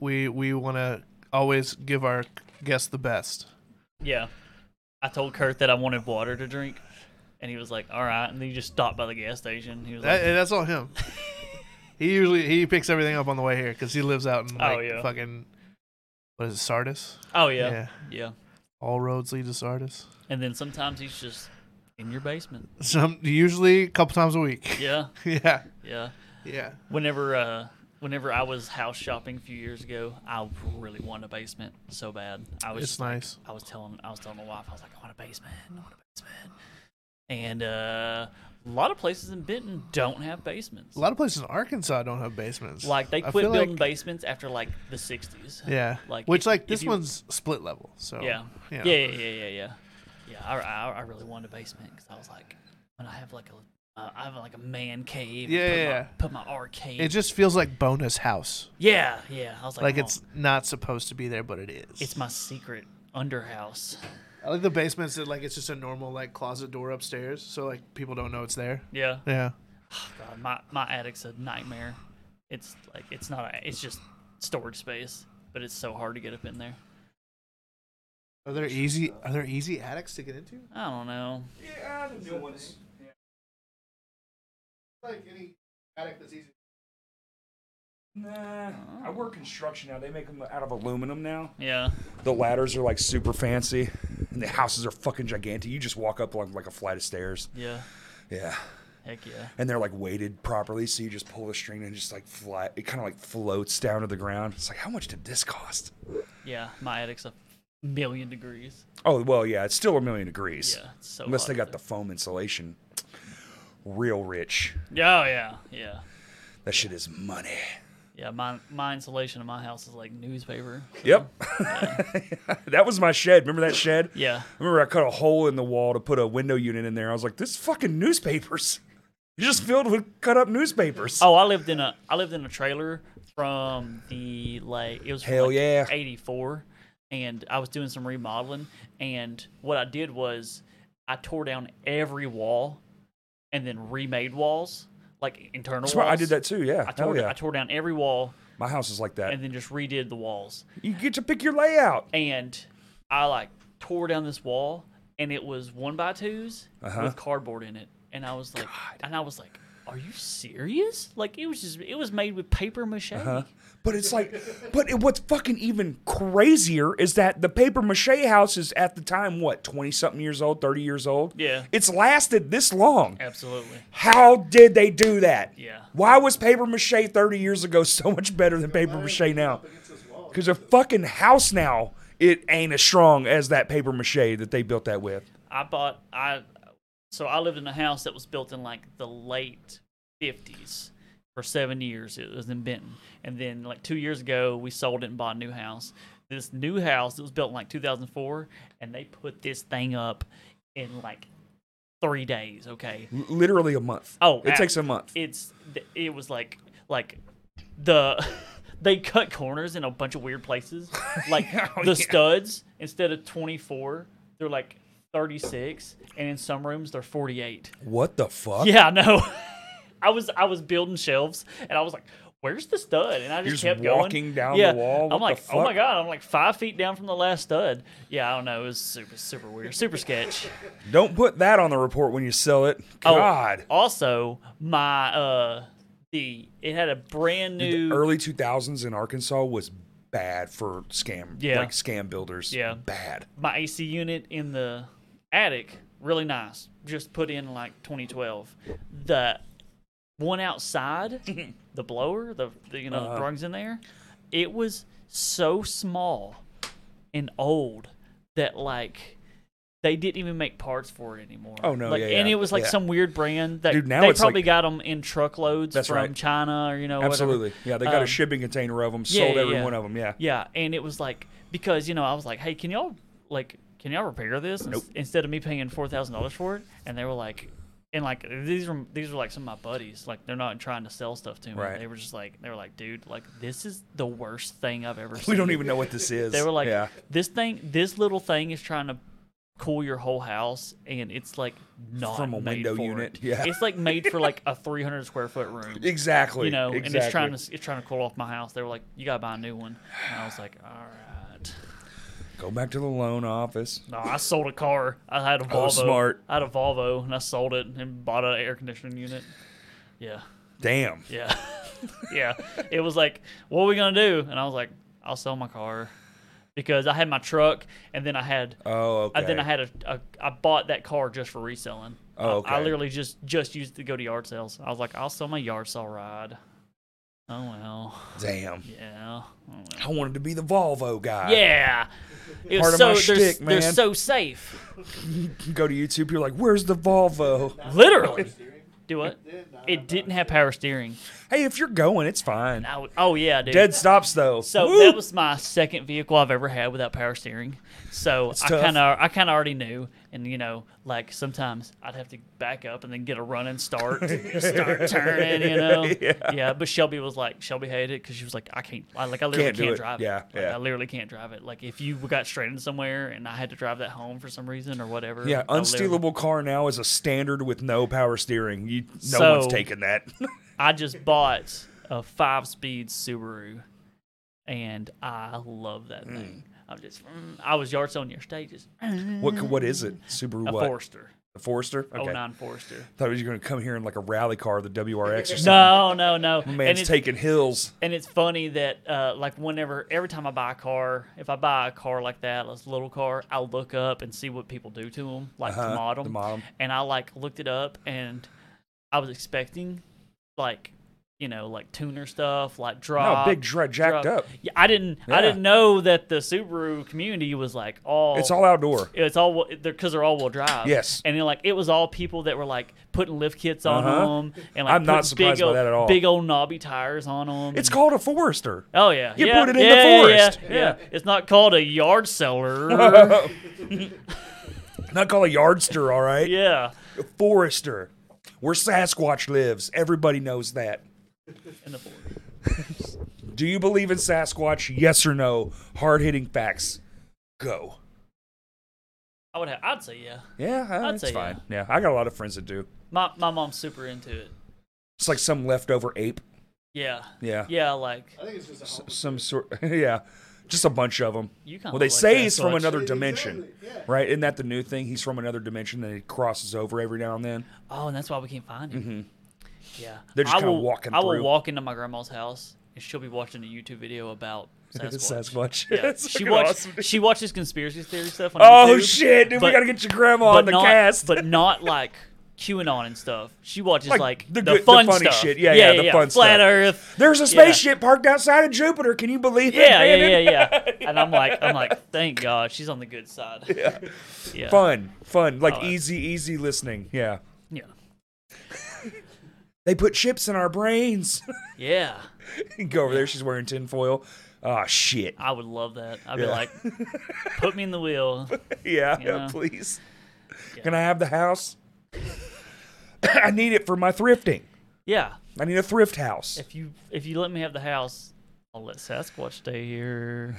[SPEAKER 4] we we want to always give our guests the best.
[SPEAKER 2] Yeah. I told Kurt that I wanted water to drink, and he was like, "All right." And then he just stopped by the gas station. He was
[SPEAKER 4] That,
[SPEAKER 2] like,
[SPEAKER 4] that's all him. he usually he picks everything up on the way here because he lives out in like
[SPEAKER 2] Oh, yeah.
[SPEAKER 4] fucking what is it Sardis?
[SPEAKER 2] "Oh yeah, yeah."
[SPEAKER 4] yeah. All roads lead to Sardis.
[SPEAKER 2] And then sometimes he's just in your basement.
[SPEAKER 4] Some usually a couple times a week.
[SPEAKER 2] Yeah,
[SPEAKER 4] yeah,
[SPEAKER 2] yeah.
[SPEAKER 4] yeah.
[SPEAKER 2] Whenever uh, whenever I was house shopping a few years ago, I really wanted a basement so bad. I was
[SPEAKER 4] It's nice.
[SPEAKER 2] I was telling I was telling my wife I was like I want a basement, I want a basement. And uh, a lot of places in Benton don't have basements.
[SPEAKER 4] A lot of places in Arkansas don't have basements.
[SPEAKER 2] Like they
[SPEAKER 4] I
[SPEAKER 2] quit
[SPEAKER 4] feel
[SPEAKER 2] building
[SPEAKER 4] like-
[SPEAKER 2] basements after like the '60s.
[SPEAKER 4] Yeah,
[SPEAKER 2] like,
[SPEAKER 4] which
[SPEAKER 2] if-
[SPEAKER 4] like
[SPEAKER 2] if
[SPEAKER 4] this
[SPEAKER 2] you-
[SPEAKER 4] one's split level. So
[SPEAKER 2] Yeah.
[SPEAKER 4] you
[SPEAKER 2] Yeah.
[SPEAKER 4] know.
[SPEAKER 2] Yeah. Yeah. Yeah. Yeah. Yeah. I, I, I really wanted a basement because I was like, when I have like a, uh, I have like a man cave. and
[SPEAKER 4] Yeah,
[SPEAKER 2] Put,
[SPEAKER 4] yeah,
[SPEAKER 2] my,
[SPEAKER 4] yeah.
[SPEAKER 2] put my arcade.
[SPEAKER 4] It just feels like bonus house.
[SPEAKER 2] yeah. Yeah. I was like,
[SPEAKER 4] Like
[SPEAKER 2] "Oh,
[SPEAKER 4] it's not supposed to be there, but it is.
[SPEAKER 2] it's my secret underhouse.
[SPEAKER 4] I like the basement's that like it's just a normal like closet door upstairs, so like people don't know it's there.
[SPEAKER 2] Yeah.
[SPEAKER 4] Yeah.
[SPEAKER 2] God, my my attic's a nightmare. It's like it's not. A, it's just storage space, but it's so hard to get up in there.
[SPEAKER 4] Are there easy are there easy attics to get into?
[SPEAKER 2] I don't know.
[SPEAKER 1] Yeah, the new ones.
[SPEAKER 3] Like any attic that's easy.
[SPEAKER 1] Nah, I work construction now. They make them out of aluminum now.
[SPEAKER 2] Yeah.
[SPEAKER 1] The ladders are like super fancy, and the houses are fucking gigantic. You just walk up like, like a flight of stairs.
[SPEAKER 2] Yeah.
[SPEAKER 1] Yeah,
[SPEAKER 2] Heck yeah.
[SPEAKER 1] and they're like weighted properly, so you just pull the string and just like fly. It kind of like floats down to the ground. It's like, how much did this cost?
[SPEAKER 2] Yeah. My attic's a million degrees.
[SPEAKER 1] Oh well, yeah, it's still a million degrees.
[SPEAKER 2] Yeah. It's so
[SPEAKER 1] Unless
[SPEAKER 2] hot
[SPEAKER 1] they
[SPEAKER 2] up
[SPEAKER 1] got
[SPEAKER 2] there.
[SPEAKER 1] the foam insulation. Real rich.
[SPEAKER 2] Yeah, oh, yeah, yeah,
[SPEAKER 1] That shit is money.
[SPEAKER 2] yeah. My my insulation in my house is like newspaper.
[SPEAKER 1] Yep. that was my shed. Remember that shed?
[SPEAKER 2] Yeah,
[SPEAKER 1] I remember I cut a hole in the wall to put a window unit in there. I was like, this fucking newspapers. It's just filled with cut up newspapers.
[SPEAKER 2] Oh, I lived in a I lived in a trailer from the like it was from,
[SPEAKER 1] Hell
[SPEAKER 2] like,
[SPEAKER 1] yeah.
[SPEAKER 2] '84, and I was doing some remodeling, and what I did was I tore down every wall, and then remade walls like internal
[SPEAKER 1] That's
[SPEAKER 2] walls.
[SPEAKER 1] why I did that too. Yeah.
[SPEAKER 2] I
[SPEAKER 1] Hell
[SPEAKER 2] tore
[SPEAKER 1] yeah.
[SPEAKER 2] I tore down every wall
[SPEAKER 1] my house is like that.
[SPEAKER 2] and then just redid the walls,
[SPEAKER 1] you get to pick your layout.
[SPEAKER 2] and I like tore down this wall, and it was one by 2s with cardboard in it, and I was like, and I was like. Are you serious? Like it was just it was made with paper mache.
[SPEAKER 1] But it's like, but it, what's fucking even crazier is that the paper mache house is at the time, what, 20 something years old, 30 years old?
[SPEAKER 2] Yeah.
[SPEAKER 1] It's lasted this long.
[SPEAKER 2] Absolutely.
[SPEAKER 1] How did they do that?
[SPEAKER 2] Yeah.
[SPEAKER 1] Why was paper mache 30 years ago so much better than paper mache now? Because a fucking house now, it ain't as strong as that paper mache that they built that with.
[SPEAKER 2] I bought I so I lived in a house that was built in like the late fifties. for seven years. It was in Benton, and then like two years ago, we sold it and bought a new house. This new house that was built in like 2004, and they put this thing up in like three days. Okay,
[SPEAKER 1] L- literally a month.
[SPEAKER 2] Oh,
[SPEAKER 1] it
[SPEAKER 2] ab-
[SPEAKER 1] takes a month.
[SPEAKER 2] it's th- it was like like the they cut corners in a bunch of weird places like
[SPEAKER 1] Oh,
[SPEAKER 2] the
[SPEAKER 1] yeah.
[SPEAKER 2] studs instead of 24 they're like 36 and in some rooms they're 48
[SPEAKER 1] what the fuck?
[SPEAKER 2] yeah i know i was i was building shelves and i was like where's the stud and i just,
[SPEAKER 1] You're just
[SPEAKER 2] kept going
[SPEAKER 1] walking down the
[SPEAKER 2] yeah.
[SPEAKER 1] wall? What
[SPEAKER 2] i'm
[SPEAKER 1] the
[SPEAKER 2] like oh my
[SPEAKER 1] fuck?"
[SPEAKER 2] god i'm like five feet down from the last stud yeah i don't know it was super super weird super sketch
[SPEAKER 1] Don't put that on the report when you sell it.
[SPEAKER 2] Oh,
[SPEAKER 1] God.
[SPEAKER 2] also my uh the it had a brand new
[SPEAKER 1] the early 2000s in Arkansas was bad for scam,
[SPEAKER 2] Yeah.
[SPEAKER 1] like scam builders.
[SPEAKER 2] Yeah.
[SPEAKER 1] Bad.
[SPEAKER 2] my AC unit in the attic, really nice. Just put in like 2012. The one outside, the blower, the, the you know the
[SPEAKER 1] Uh-huh.
[SPEAKER 2] drugs in there, it was so small and old that like they didn't even make parts for it anymore.
[SPEAKER 1] Oh, no,
[SPEAKER 2] like,
[SPEAKER 1] yeah,
[SPEAKER 2] and
[SPEAKER 1] yeah,
[SPEAKER 2] it was like
[SPEAKER 1] yeah.
[SPEAKER 2] some weird brand that
[SPEAKER 1] Dude, now
[SPEAKER 2] they
[SPEAKER 1] it's like-
[SPEAKER 2] probably got 'em got them in truckloads
[SPEAKER 1] That's
[SPEAKER 2] from
[SPEAKER 1] right.
[SPEAKER 2] China or you know whatever.
[SPEAKER 1] Absolutely. Yeah, they got
[SPEAKER 2] Um,
[SPEAKER 1] a shipping container of them,
[SPEAKER 2] yeah,
[SPEAKER 1] sold
[SPEAKER 2] yeah,
[SPEAKER 1] every
[SPEAKER 2] yeah.
[SPEAKER 1] one of them. Yeah.
[SPEAKER 2] Yeah, and it was like because you know I was like, hey, can y'all like can y'all repair this ins-
[SPEAKER 1] Nope.
[SPEAKER 2] instead of me paying four thousand dollars for it? And they were like, and like these were these were like some of my buddies. Like they're not trying to sell stuff to me.
[SPEAKER 1] Right.
[SPEAKER 2] They were just like they were like, dude, like this is the worst thing I've ever seen.
[SPEAKER 1] We don't even know what this is.
[SPEAKER 2] They were like,
[SPEAKER 1] yeah.
[SPEAKER 2] this thing, this little thing is trying to cool your whole house, and it's like not
[SPEAKER 1] From a
[SPEAKER 2] made
[SPEAKER 1] window
[SPEAKER 2] for
[SPEAKER 1] unit,
[SPEAKER 2] it.
[SPEAKER 1] yeah.
[SPEAKER 2] It's like made for like a three hundred square foot room
[SPEAKER 1] Exactly.
[SPEAKER 2] you know,
[SPEAKER 1] exactly.
[SPEAKER 2] and it's trying to it's trying to cool off my house. They were like, "You gotta buy a new one," and I was like, "All right."
[SPEAKER 1] Go back to the loan office.
[SPEAKER 2] No, I sold a car. I had a Volvo.
[SPEAKER 1] Oh, smart.
[SPEAKER 2] I had a Volvo, and I sold it and bought an air conditioning unit. Yeah,
[SPEAKER 1] Damn.
[SPEAKER 2] yeah, yeah. It was like, "What are we gonna do?" And I was like, "I'll sell my car," because I had my truck, and then I had.
[SPEAKER 1] Oh, okay.
[SPEAKER 2] And then I had a, a I bought that car just for reselling.
[SPEAKER 1] Oh,
[SPEAKER 2] I- I,
[SPEAKER 1] okay.
[SPEAKER 2] literally just just used it to go to yard sales. I was like, I'll sell my yard sale ride. Oh well,
[SPEAKER 1] Damn.
[SPEAKER 2] yeah. Oh, well.
[SPEAKER 1] I wanted to be the Volvo guy.
[SPEAKER 2] Yeah. It
[SPEAKER 1] Part
[SPEAKER 2] was
[SPEAKER 1] of
[SPEAKER 2] so
[SPEAKER 1] my
[SPEAKER 2] they're,
[SPEAKER 1] shtick,
[SPEAKER 2] they're
[SPEAKER 1] man.
[SPEAKER 2] so safe.
[SPEAKER 1] You go to YouTube, you're like, where's the Volvo?
[SPEAKER 2] Literally. Do what?
[SPEAKER 3] Did not
[SPEAKER 2] It
[SPEAKER 3] have
[SPEAKER 2] didn't have power steering.
[SPEAKER 1] Hey, if you're going, it's fine.
[SPEAKER 2] I w- oh yeah, dude.
[SPEAKER 1] Dead stops though.
[SPEAKER 2] so
[SPEAKER 1] Woo!
[SPEAKER 2] that was my second vehicle I've ever had without power steering. So I
[SPEAKER 1] tough.
[SPEAKER 2] kind of I kind of already knew, and you know, like sometimes I'd have to back up and then get a running start, start turning, you know. Yeah. But Shelby was like, Shelby hated it because she was like, I can't, I, like I literally
[SPEAKER 1] Can't
[SPEAKER 2] can't,
[SPEAKER 1] do it.
[SPEAKER 2] drive
[SPEAKER 1] Yeah,
[SPEAKER 2] it. Like,
[SPEAKER 1] yeah.
[SPEAKER 2] I literally can't drive it. Like if you got straight into somewhere and I had to drive that home for some reason or whatever.
[SPEAKER 1] yeah,
[SPEAKER 2] I literally-
[SPEAKER 1] unstealable car now is a standard with no power steering. You, no
[SPEAKER 2] So-
[SPEAKER 1] one's taking that.
[SPEAKER 2] I just bought a five speed Subaru and I love that
[SPEAKER 1] Hmm.
[SPEAKER 2] thing. I'm just, mm, I was yard selling yesterday, just mm,
[SPEAKER 1] what? c- What is it? Subaru
[SPEAKER 2] a
[SPEAKER 1] what?
[SPEAKER 2] Forester,
[SPEAKER 1] The Forester.
[SPEAKER 2] oh
[SPEAKER 1] Okay.
[SPEAKER 2] nine 09 Forester.
[SPEAKER 1] Thought he was going to come here in like a rally car, the WRX or something.
[SPEAKER 2] No, no, no. and,
[SPEAKER 1] Man's
[SPEAKER 2] it's,
[SPEAKER 1] taking hills.
[SPEAKER 2] and it's funny that, uh, like, whenever, every time I buy a car, if I buy a car like that, a little car, I'll look up and see what people do to them, like
[SPEAKER 1] Uh-huh,
[SPEAKER 2] to model
[SPEAKER 1] the model.
[SPEAKER 2] And I, like, looked it up and I was expecting, like, you know, like tuner stuff, like
[SPEAKER 1] No,
[SPEAKER 2] drop.
[SPEAKER 1] big dra- jacked
[SPEAKER 2] Drop-
[SPEAKER 1] up.
[SPEAKER 2] Yeah, I didn't.
[SPEAKER 1] Yeah.
[SPEAKER 2] I didn't know that the Subaru community was like all.
[SPEAKER 1] It's all outdoor.
[SPEAKER 2] It's all they're because they're all wheel drive.
[SPEAKER 1] Yes.
[SPEAKER 2] and then like it was all people that were like putting lift kits on
[SPEAKER 1] Uh-huh.
[SPEAKER 2] them, and like
[SPEAKER 1] I'm not
[SPEAKER 2] putting
[SPEAKER 1] surprised
[SPEAKER 2] big
[SPEAKER 1] by
[SPEAKER 2] old,
[SPEAKER 1] that at all.
[SPEAKER 2] Big old knobby tires on them.
[SPEAKER 1] It's called a Forester.
[SPEAKER 2] Oh yeah,
[SPEAKER 1] You
[SPEAKER 2] yeah,
[SPEAKER 1] put it in the
[SPEAKER 2] yeah, yeah,
[SPEAKER 1] forest.
[SPEAKER 2] Yeah, yeah. it's not called a yard seller.
[SPEAKER 1] Not called a Yardster, all right?
[SPEAKER 2] yeah,
[SPEAKER 1] Forester, where Sasquatch lives. Everybody knows that.
[SPEAKER 2] in the forest.
[SPEAKER 1] Do you believe in Sasquatch? Yes or no? Hard hitting facts. Go.
[SPEAKER 2] I would. Have, I'd say yeah.
[SPEAKER 1] Yeah, uh,
[SPEAKER 2] I'd
[SPEAKER 1] it's
[SPEAKER 2] say
[SPEAKER 1] fine. Yeah. I got a lot of friends that do.
[SPEAKER 2] My my mom's super into it.
[SPEAKER 1] It's like some leftover ape.
[SPEAKER 2] Yeah,
[SPEAKER 1] Yeah.
[SPEAKER 2] yeah. Like
[SPEAKER 3] I think it's just a
[SPEAKER 1] S-
[SPEAKER 3] home.
[SPEAKER 1] some sort. yeah. Just a bunch of them.
[SPEAKER 2] you kind.
[SPEAKER 1] Well, they
[SPEAKER 2] like
[SPEAKER 1] say
[SPEAKER 2] that,
[SPEAKER 1] he's from
[SPEAKER 2] Clutch.
[SPEAKER 1] another
[SPEAKER 3] Exactly,
[SPEAKER 1] dimension,
[SPEAKER 3] yeah.
[SPEAKER 1] right? Isn't that the new thing? He's from another dimension and he crosses over every now and then.
[SPEAKER 2] Oh, and that's why we can't find him. Yeah,
[SPEAKER 1] Mm-hmm. They're just
[SPEAKER 2] I
[SPEAKER 1] kinda
[SPEAKER 2] will-
[SPEAKER 1] walking
[SPEAKER 2] I
[SPEAKER 1] through.
[SPEAKER 2] will walk into my grandma's house and she'll be watching a YouTube video about Sasquatch.
[SPEAKER 1] Sasquatch.
[SPEAKER 2] Yeah,
[SPEAKER 1] That's
[SPEAKER 2] she
[SPEAKER 1] fucking
[SPEAKER 2] watches
[SPEAKER 1] awesome.
[SPEAKER 2] she watches conspiracy theory stuff. On
[SPEAKER 1] Oh
[SPEAKER 2] YouTube,
[SPEAKER 1] shit, dude! we
[SPEAKER 2] but-
[SPEAKER 1] gotta get your grandma
[SPEAKER 2] but
[SPEAKER 1] on the
[SPEAKER 2] not,
[SPEAKER 1] cast.
[SPEAKER 2] but not like QAnon and stuff. She watches
[SPEAKER 1] Like,
[SPEAKER 2] like,
[SPEAKER 1] the
[SPEAKER 2] the,
[SPEAKER 1] good- the
[SPEAKER 2] fun
[SPEAKER 1] funny
[SPEAKER 2] stuff.
[SPEAKER 1] shit. Yeah, yeah,
[SPEAKER 2] yeah,
[SPEAKER 1] the fun
[SPEAKER 2] Flat
[SPEAKER 1] stuff.
[SPEAKER 2] Earth.
[SPEAKER 1] There's a
[SPEAKER 2] yeah.
[SPEAKER 1] spaceship parked outside of Jupiter. Can you believe it?
[SPEAKER 2] Yeah, yeah, yeah,
[SPEAKER 1] Brandon?
[SPEAKER 2] yeah. And I'm like, I'm like, thank God, she's on the good side. Yeah, yeah.
[SPEAKER 1] Fun, fun, like
[SPEAKER 2] Oh, yeah.
[SPEAKER 1] easy, easy listening. Yeah.
[SPEAKER 2] Yeah.
[SPEAKER 1] They put chips in our brains.
[SPEAKER 2] Yeah,
[SPEAKER 1] Go over there. She's wearing tinfoil. Oh, shit.
[SPEAKER 2] I would love that. I'd be
[SPEAKER 1] Yeah.
[SPEAKER 2] like, put me in the wheel.
[SPEAKER 1] Yeah,
[SPEAKER 2] Yeah.
[SPEAKER 1] please. Can I have the house? I need it for my thrifting.
[SPEAKER 2] Yeah,
[SPEAKER 1] I need a thrift house.
[SPEAKER 2] if you if you let me have the house, I'll let Sasquatch stay here.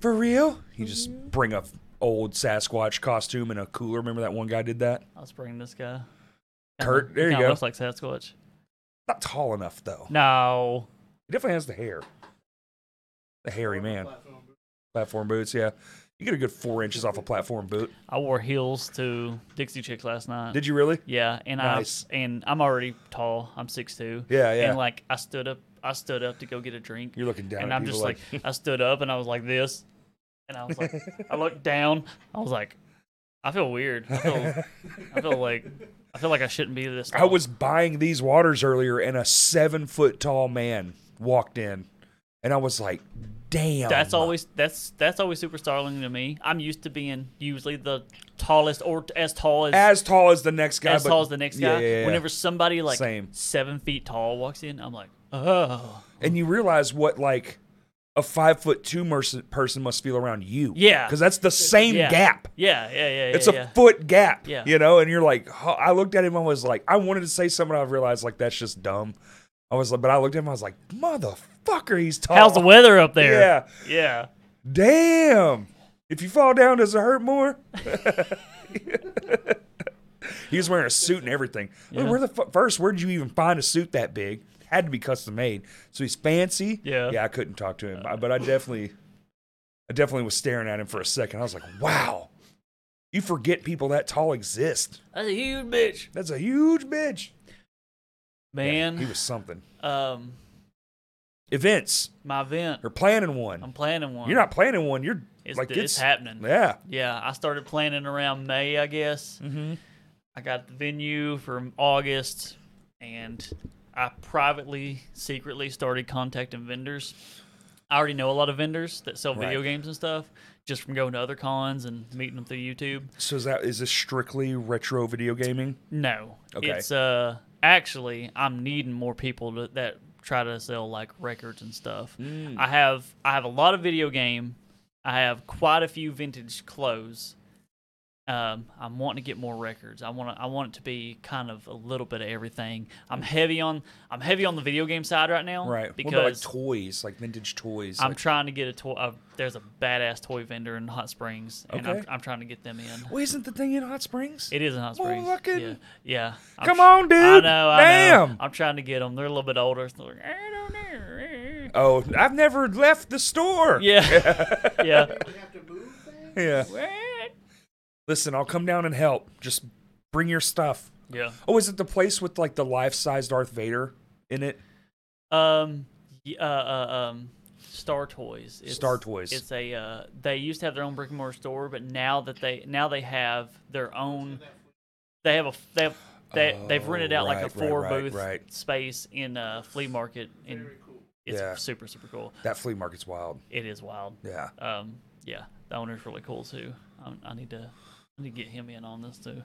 [SPEAKER 1] For real? You just
[SPEAKER 2] Mm-hmm.
[SPEAKER 1] bring a f- old Sasquatch costume and a cooler. Remember that one guy did that?
[SPEAKER 2] I'll spring this guy.
[SPEAKER 1] Kurt, there you
[SPEAKER 2] Kinda
[SPEAKER 1] go.
[SPEAKER 2] Looks like Sasquatch.
[SPEAKER 1] Not tall enough though.
[SPEAKER 2] No,
[SPEAKER 1] He definitely has the hair. The hairy man.
[SPEAKER 3] Platform.
[SPEAKER 1] Platform boots, yeah. You get a good four inches off a platform boot.
[SPEAKER 2] I wore heels to Dixie Chicks last night.
[SPEAKER 1] Did you really?
[SPEAKER 2] yeah, and
[SPEAKER 1] Nice.
[SPEAKER 2] I and I'm already tall. I'm six two.
[SPEAKER 1] Yeah, yeah.
[SPEAKER 2] And like I stood up, I stood up to go get a drink.
[SPEAKER 1] You're looking down.
[SPEAKER 2] and
[SPEAKER 1] at
[SPEAKER 2] I'm
[SPEAKER 1] people
[SPEAKER 2] just like, I stood up and I was like this, and I was like, I looked down. I was like, I feel weird. I feel, I feel like, I feel like "Oh." I shouldn't be this.
[SPEAKER 1] I
[SPEAKER 2] tall.
[SPEAKER 1] was buying these waters earlier, and a seven foot tall man walked in, and I was like, "Damn!"
[SPEAKER 2] That's always that's that's always super startling to me. I'm used to being usually the tallest or t- as tall as
[SPEAKER 1] as tall as the next guy.
[SPEAKER 2] as
[SPEAKER 1] but-
[SPEAKER 2] tall as the next
[SPEAKER 1] Yeah,
[SPEAKER 2] guy.
[SPEAKER 1] yeah, yeah.
[SPEAKER 2] Whenever somebody like
[SPEAKER 1] Same.
[SPEAKER 2] seven feet tall walks in, I'm like, oh
[SPEAKER 1] and you realize what like a five foot two merc- person must feel around you.
[SPEAKER 2] Yeah.
[SPEAKER 1] because that's the same
[SPEAKER 2] yeah,
[SPEAKER 1] gap.
[SPEAKER 2] Yeah, yeah, yeah.
[SPEAKER 1] It's
[SPEAKER 2] yeah,
[SPEAKER 1] a
[SPEAKER 2] yeah.
[SPEAKER 1] foot gap.
[SPEAKER 2] Yeah.
[SPEAKER 1] you know. And you're like, huh, I looked at him. I was like, I wanted to say something. I realized like that's just dumb. I was like, but I looked at him. I was like, motherfucker, he's tall.
[SPEAKER 2] How's the weather up there?
[SPEAKER 1] Yeah.
[SPEAKER 2] yeah.
[SPEAKER 1] Damn. If you fall down, does it hurt more? he was wearing a suit and everything. Like,
[SPEAKER 2] Yeah.
[SPEAKER 1] where the fu- first? Where did you even find a suit that big? Had to be custom made. So he's fancy.
[SPEAKER 2] Yeah.
[SPEAKER 1] Yeah, I couldn't talk to him, I- but I definitely, I definitely was staring at him for a second. I was like, wow, you forget people that tall exist.
[SPEAKER 2] That's a huge bitch,
[SPEAKER 1] That's a huge bitch. Yeah,
[SPEAKER 2] man.
[SPEAKER 1] he was something.
[SPEAKER 2] um,
[SPEAKER 1] Events.
[SPEAKER 2] my event.
[SPEAKER 1] You're planning one.
[SPEAKER 2] I'm planning one.
[SPEAKER 1] You're not planning one. You're
[SPEAKER 2] It's,
[SPEAKER 1] like
[SPEAKER 2] it's, happening. Yeah.
[SPEAKER 1] Yeah.
[SPEAKER 2] I started planning around May, I guess.
[SPEAKER 1] Mm-hmm.
[SPEAKER 2] I got the venue from August, and I privately, secretly started contacting vendors. I already know a lot of vendors that sell video
[SPEAKER 1] Right.
[SPEAKER 2] games and stuff, just from going to other cons and meeting them through YouTube.
[SPEAKER 1] So is that is this strictly retro video gaming?
[SPEAKER 2] No,
[SPEAKER 1] Okay.
[SPEAKER 2] it's uh actually I'm needing more people to, that try to sell like records and stuff.
[SPEAKER 1] Mm.
[SPEAKER 2] I have I have a lot of video game. I have quite a few vintage clothes. Um, I'm wanting to get more records. I want to, I want it to be kind of a little bit of everything. I'm heavy on I'm heavy on the video game side right now,
[SPEAKER 1] Right.
[SPEAKER 2] Because
[SPEAKER 1] what about like toys, like vintage toys?
[SPEAKER 2] I'm
[SPEAKER 1] like-
[SPEAKER 2] trying to get a toy. Uh, there's a badass toy vendor in Hot Springs, and I'm,
[SPEAKER 1] Okay.
[SPEAKER 2] I'm trying to get them in.
[SPEAKER 1] well, isn't the thing in Hot Springs?
[SPEAKER 2] It is in Hot Springs.
[SPEAKER 1] Motherfucking-
[SPEAKER 2] Yeah. yeah. I'm
[SPEAKER 1] Come
[SPEAKER 2] tr-
[SPEAKER 1] on, dude.
[SPEAKER 2] I know. I know.
[SPEAKER 1] Damn.
[SPEAKER 2] I'm trying to get them. They're a little bit older. So they're like, I don't know.
[SPEAKER 1] Oh, I've never left the store.
[SPEAKER 2] Yeah. yeah.
[SPEAKER 3] We have to move things?
[SPEAKER 1] Yeah.
[SPEAKER 2] What?
[SPEAKER 1] Listen, I'll come down and help. Just bring your stuff.
[SPEAKER 2] Yeah.
[SPEAKER 1] Oh, is it the place with like the life-size Darth Vader in it?
[SPEAKER 2] Um. y- Uh, uh, um. Star Toys. It's,
[SPEAKER 1] Star Toys.
[SPEAKER 2] It's a. Uh, they used to have their own brick and mortar store, but now that they now they have their own. They have a. f- They have, they, they've rented
[SPEAKER 1] Oh,
[SPEAKER 2] out like a
[SPEAKER 1] right, right,
[SPEAKER 2] four
[SPEAKER 1] right,
[SPEAKER 2] booth
[SPEAKER 1] right.
[SPEAKER 2] space in a flea market, and
[SPEAKER 3] Very cool.
[SPEAKER 2] it's
[SPEAKER 1] Yeah.
[SPEAKER 2] super super cool.
[SPEAKER 1] That flea market's wild.
[SPEAKER 2] It is wild.
[SPEAKER 1] Yeah.
[SPEAKER 2] um, yeah, that owner's really cool too. Um, I, I need to I need to get him in on this too.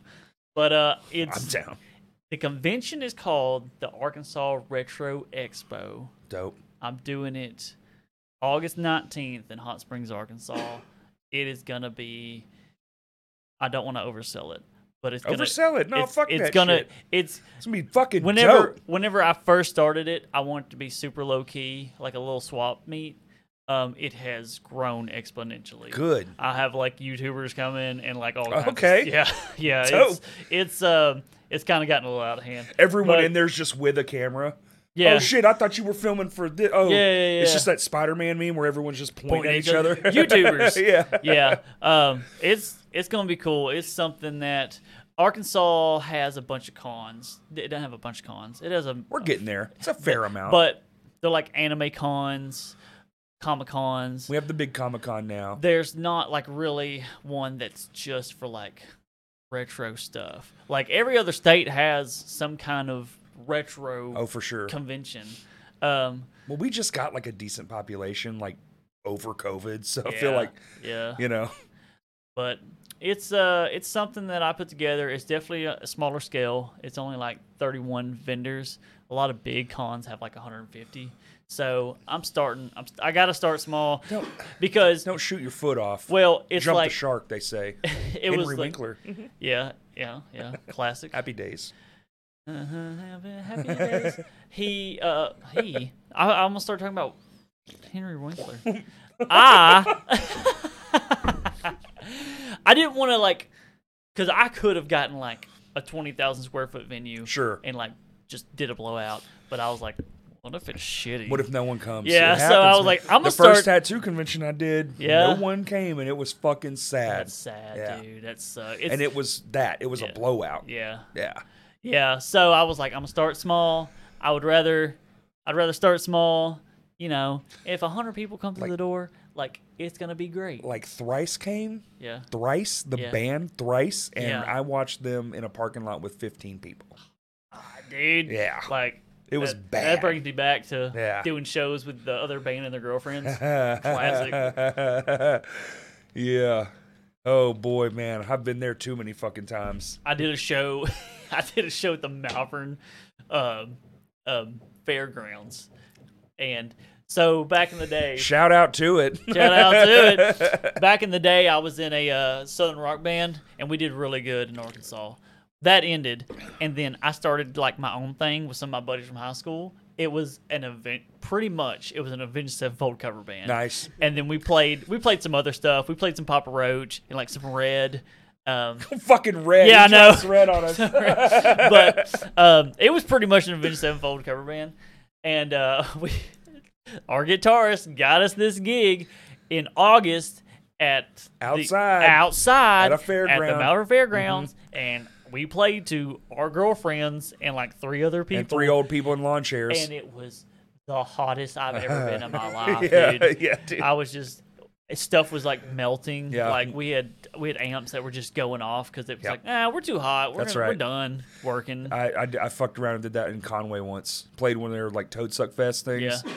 [SPEAKER 2] But uh,
[SPEAKER 1] I'm
[SPEAKER 2] it's
[SPEAKER 1] down.
[SPEAKER 2] the convention is called the Arkansas Retro Expo.
[SPEAKER 1] Dope.
[SPEAKER 2] I'm doing it August 19th in Hot Springs, Arkansas. it is gonna be. I don't want to oversell it, but it's gonna
[SPEAKER 1] Oversell it. No,
[SPEAKER 2] it's,
[SPEAKER 1] fuck
[SPEAKER 2] it's
[SPEAKER 1] that
[SPEAKER 2] gonna
[SPEAKER 1] shit.
[SPEAKER 2] it's
[SPEAKER 1] It's gonna be fucking
[SPEAKER 2] whenever
[SPEAKER 1] dope.
[SPEAKER 2] whenever I first started it, I wanted it to be super low key, like a little swap meet. Um, it has grown exponentially.
[SPEAKER 1] Good.
[SPEAKER 2] I have like YouTubers come in and like all kinds of-
[SPEAKER 1] Okay.
[SPEAKER 2] yeah, yeah.
[SPEAKER 1] Dope.
[SPEAKER 2] It's it's um it's kind of gotten a little out of hand.
[SPEAKER 1] Everyone
[SPEAKER 2] But-
[SPEAKER 1] in there's just with a camera.
[SPEAKER 2] Yeah.
[SPEAKER 1] Oh shit! I thought you were filming for this. Oh,
[SPEAKER 2] Yeah, yeah,
[SPEAKER 1] It's
[SPEAKER 2] yeah.
[SPEAKER 1] just that Spider-Man meme where everyone's just pointing,
[SPEAKER 2] Pointing
[SPEAKER 1] at
[SPEAKER 2] at
[SPEAKER 1] each
[SPEAKER 2] each
[SPEAKER 1] other.
[SPEAKER 2] other. YouTubers.
[SPEAKER 1] yeah.
[SPEAKER 2] yeah. Um, it's it's gonna be cool. It's something that Arkansas has a bunch of cons. It doesn't have a bunch of cons. It has a
[SPEAKER 1] We're getting there. It's a fair amount.
[SPEAKER 2] but they're like anime cons, comic cons.
[SPEAKER 1] we have the big Comic Con now.
[SPEAKER 2] there's not like really one that's just for like retro stuff. Like every other state has some kind of retro
[SPEAKER 1] Oh, for sure.
[SPEAKER 2] convention. Um,
[SPEAKER 1] well, we just got like a decent population, like over COVID. So I
[SPEAKER 2] yeah,
[SPEAKER 1] feel like
[SPEAKER 2] yeah,
[SPEAKER 1] you know,
[SPEAKER 2] but it's uh it's something that I put together. It's definitely a smaller scale. It's only like 31 vendors. A lot of big cons have like 150. So I'm starting. I'm st- I gotta start small
[SPEAKER 1] Don't-
[SPEAKER 2] because
[SPEAKER 1] Don't shoot your foot off.
[SPEAKER 2] well, it's
[SPEAKER 1] Jump
[SPEAKER 2] like
[SPEAKER 1] the shark, they say.
[SPEAKER 2] it
[SPEAKER 1] Henry
[SPEAKER 2] was like-
[SPEAKER 1] Winkler.
[SPEAKER 2] yeah, yeah, yeah. Classic.
[SPEAKER 1] Happy days.
[SPEAKER 2] Uh-huh, happy, happy days. he, uh, he. I, I almost started talking about Henry Winkler. I, I didn't want to like, because I could have gotten like a twenty thousand square foot venue,
[SPEAKER 1] Sure.
[SPEAKER 2] and like just did a blowout. But I was like, what if it's shitty?
[SPEAKER 1] What if no one comes?
[SPEAKER 2] Yeah,
[SPEAKER 1] It
[SPEAKER 2] so I
[SPEAKER 1] happens,
[SPEAKER 2] was
[SPEAKER 1] man.
[SPEAKER 2] like, I'm
[SPEAKER 1] the
[SPEAKER 2] gonna start-
[SPEAKER 1] first tattoo convention I did.
[SPEAKER 2] Yeah.
[SPEAKER 1] no one came, and it was fucking sad.
[SPEAKER 2] That's sad,
[SPEAKER 1] Yeah.
[SPEAKER 2] dude. That sucks. It's,
[SPEAKER 1] And it was that. It was
[SPEAKER 2] Yeah.
[SPEAKER 1] a blowout.
[SPEAKER 2] yeah,
[SPEAKER 1] Yeah.
[SPEAKER 2] yeah. So I was like, I'm gonna start small. I would rather, I'd rather start small. You know, if hundred people come through
[SPEAKER 1] Like-
[SPEAKER 2] the door, like it's gonna be great.
[SPEAKER 1] Like thrice came.
[SPEAKER 2] Yeah.
[SPEAKER 1] Thrice the
[SPEAKER 2] Yeah.
[SPEAKER 1] band thrice, and
[SPEAKER 2] Yeah.
[SPEAKER 1] I watched them in a parking lot with 15 people.
[SPEAKER 2] dude.
[SPEAKER 1] Yeah.
[SPEAKER 2] Like
[SPEAKER 1] It was
[SPEAKER 2] that,
[SPEAKER 1] bad.
[SPEAKER 2] That brings me back to
[SPEAKER 1] Yeah.
[SPEAKER 2] doing shows with the other band and their girlfriends.
[SPEAKER 1] Classic. yeah. Oh boy, man, I've been there too many fucking times.
[SPEAKER 2] I did a show. I did a show at the Malvern um, um, Fairgrounds, and so back in the day,
[SPEAKER 1] Shout out to it.
[SPEAKER 2] shout out to it. Back in the day, I was in a uh, southern rock band, and we did really good in Arkansas. That ended, and then I started like my own thing with some of my buddies from high school. It was an event, pretty much. It was an Avenged Sevenfold cover band.
[SPEAKER 1] nice.
[SPEAKER 2] and then we played we played some other stuff. We played some Papa Roach and like some Red. Um,
[SPEAKER 1] Fucking red.
[SPEAKER 2] Yeah,
[SPEAKER 1] He
[SPEAKER 2] I know.
[SPEAKER 1] drops Red on us.
[SPEAKER 2] but um, it was pretty much an Avenged Sevenfold cover band, and uh, we our guitarist got us this gig in August at the-
[SPEAKER 1] Outside.
[SPEAKER 2] outside
[SPEAKER 1] At a
[SPEAKER 2] at the
[SPEAKER 1] fairground. Mm-hmm.
[SPEAKER 2] Malvern Fairgrounds, and we played to our girlfriends and like three other people,
[SPEAKER 1] and three old people in lawn chairs.
[SPEAKER 2] and it was the hottest I've ever been in my life,
[SPEAKER 1] yeah,
[SPEAKER 2] dude.
[SPEAKER 1] yeah, dude.
[SPEAKER 2] I was just stuff was like melting.
[SPEAKER 1] Yeah.
[SPEAKER 2] Like we had we had amps that were just going off because it was
[SPEAKER 1] Yeah.
[SPEAKER 2] like, ah, we're too hot. We're
[SPEAKER 1] That's
[SPEAKER 2] gonna- we're
[SPEAKER 1] right.
[SPEAKER 2] done working.
[SPEAKER 1] I, I, I fucked around and did that in Conway once. Played one of their like Toad Suck Fest things.
[SPEAKER 2] Yeah.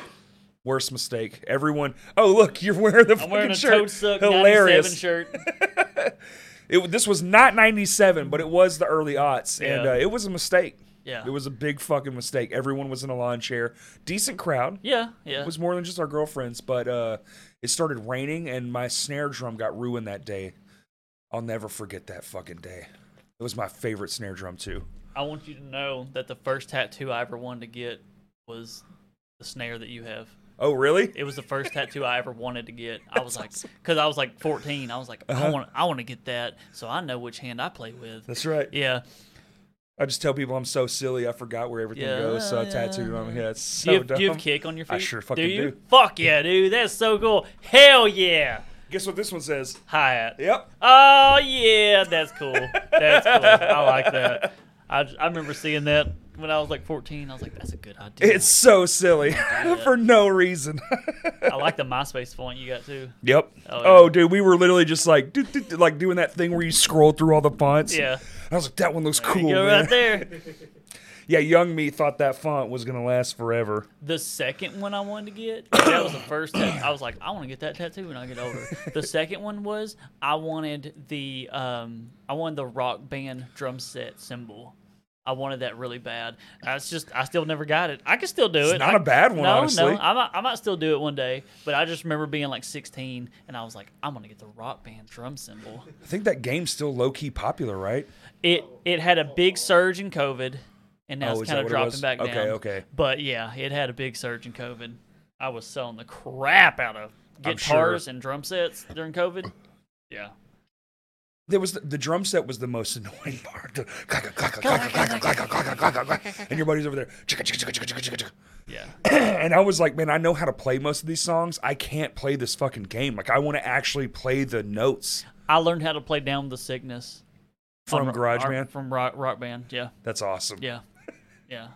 [SPEAKER 1] Worst mistake. Everyone, oh look, you're wearing the
[SPEAKER 2] I'm
[SPEAKER 1] fucking
[SPEAKER 2] wearing a
[SPEAKER 1] shirt.
[SPEAKER 2] toad suck
[SPEAKER 1] Hilarious.
[SPEAKER 2] Hilarious. shirt.
[SPEAKER 1] It, this was not 97, but it was the early aughts. And
[SPEAKER 2] Yeah.
[SPEAKER 1] uh, it was a mistake.
[SPEAKER 2] Yeah.
[SPEAKER 1] It was a big fucking mistake. Everyone was in a lawn chair. Decent crowd.
[SPEAKER 2] Yeah, yeah.
[SPEAKER 1] It was more than just our girlfriends, but uh, it started raining and my snare drum got ruined that day. I'll never forget that fucking day. It was my favorite snare drum too.
[SPEAKER 2] I want you to know that the first tattoo I ever wanted to get was the snare that you have.
[SPEAKER 1] Oh really?
[SPEAKER 2] It was the first tattoo I ever wanted to get. I was like, Uh-huh. because I was like 14. I was like, I want, I want to get that, so I know which hand I play with.
[SPEAKER 1] That's right.
[SPEAKER 2] Yeah.
[SPEAKER 1] I just tell people I'm so silly. I forgot where everything
[SPEAKER 2] Yeah,
[SPEAKER 1] goes. So I
[SPEAKER 2] yeah.
[SPEAKER 1] tattooed on my head. It's so
[SPEAKER 2] Do you, have,
[SPEAKER 1] dumb.
[SPEAKER 2] do you have kick on your feet?
[SPEAKER 1] I sure fucking
[SPEAKER 2] do. You?
[SPEAKER 1] do.
[SPEAKER 2] Fuck yeah, dude. That's so cool. Hell yeah.
[SPEAKER 1] Guess what this one says?
[SPEAKER 2] Hi hat.
[SPEAKER 1] Yep.
[SPEAKER 2] Oh yeah, that's cool. That's cool. I like that. I, j- I remember seeing that when I was like 14. I was like, that's a good idea.
[SPEAKER 1] It's so silly for no reason.
[SPEAKER 2] I like the MySpace font you got too.
[SPEAKER 1] Yep.
[SPEAKER 2] Oh,
[SPEAKER 1] Oh,
[SPEAKER 2] yeah.
[SPEAKER 1] dude, we were literally just like, do, do, do, like doing that thing where you scroll through all the fonts.
[SPEAKER 2] Yeah.
[SPEAKER 1] I was like, that one looks cool.
[SPEAKER 2] you go
[SPEAKER 1] man.
[SPEAKER 2] right there.
[SPEAKER 1] Yeah, young me thought that font was gonna last forever.
[SPEAKER 2] The second one I wanted to get, that was the first. Tat- I was like, I want to get that tattoo when I get older. The second one was I wanted the um, I wanted the rock band drum set symbol. I wanted that really bad. That's just I still never got it. I could still do it.
[SPEAKER 1] It's not
[SPEAKER 2] a
[SPEAKER 1] a bad one,
[SPEAKER 2] no,
[SPEAKER 1] honestly.
[SPEAKER 2] no, I might, I might still do it one day. But I just remember being like 16, and I was like, I'm gonna get the rock band drum symbol.
[SPEAKER 1] I think that game's still low key popular, right?
[SPEAKER 2] It it had a big surge in COVID, and now
[SPEAKER 1] Oh,
[SPEAKER 2] it's
[SPEAKER 1] is that
[SPEAKER 2] kind
[SPEAKER 1] what it
[SPEAKER 2] of dropping
[SPEAKER 1] was?
[SPEAKER 2] back
[SPEAKER 1] Okay,
[SPEAKER 2] down.
[SPEAKER 1] okay.
[SPEAKER 2] But yeah, it had a big surge in COVID. I was selling the crap out of
[SPEAKER 1] I'm
[SPEAKER 2] guitars and drum sets during COVID. Yeah.
[SPEAKER 1] There was the, the drum set was the most annoying part. The clack, clack, clack, clack, clack, clack, clack, clack, clack, clack, And your buddy's over there, chicka, chicka, chicka, chicka, chicka, chicka.
[SPEAKER 2] Yeah.
[SPEAKER 1] and I was like, man, I know how to play most of these songs. I can't play this fucking game. Like, I want to actually play the notes
[SPEAKER 2] I learned how to play Down with the Sickness
[SPEAKER 1] from
[SPEAKER 2] on-
[SPEAKER 1] Garage
[SPEAKER 2] or-
[SPEAKER 1] GarageBand.
[SPEAKER 2] From rock, rock Band. Yeah.
[SPEAKER 1] That's awesome.
[SPEAKER 2] Yeah. Yeah.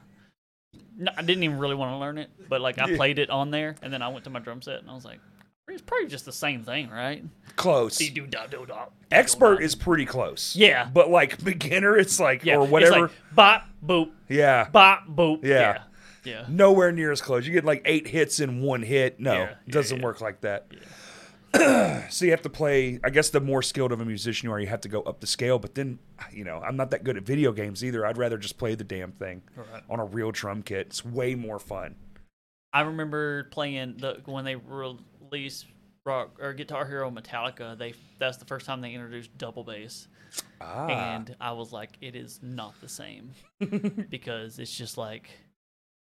[SPEAKER 2] No, I didn't even really want to learn it, but like I
[SPEAKER 1] Yeah.
[SPEAKER 2] played it on there, and then I went to my drum set, and I was like, it's probably just the same thing, right?
[SPEAKER 1] Close.
[SPEAKER 2] Dee doo da doo da.
[SPEAKER 1] Expert is pretty close.
[SPEAKER 2] Yeah.
[SPEAKER 1] But like beginner, it's like
[SPEAKER 2] yeah.
[SPEAKER 1] or whatever.
[SPEAKER 2] It's like, bop boop
[SPEAKER 1] yeah.
[SPEAKER 2] bop boop.
[SPEAKER 1] Yeah.
[SPEAKER 2] Yeah. yeah.
[SPEAKER 1] Nowhere near as close. You get like eight hits in one hit. No,
[SPEAKER 2] Yeah,
[SPEAKER 1] it doesn't
[SPEAKER 2] yeah, yeah.
[SPEAKER 1] work like that. so you have to play. I guess the more skilled of a musician you are, you have to go up the scale. But then, you know, I'm not that good at video games either. I'd rather just play the damn thing
[SPEAKER 2] Right.
[SPEAKER 1] on a real drum kit. It's way more fun.
[SPEAKER 2] I remember playing the when they released Rock or Guitar Hero Metallica. They that's the first time they introduced double bass,
[SPEAKER 1] Ah,
[SPEAKER 2] and I was like, it is not the same because it's just like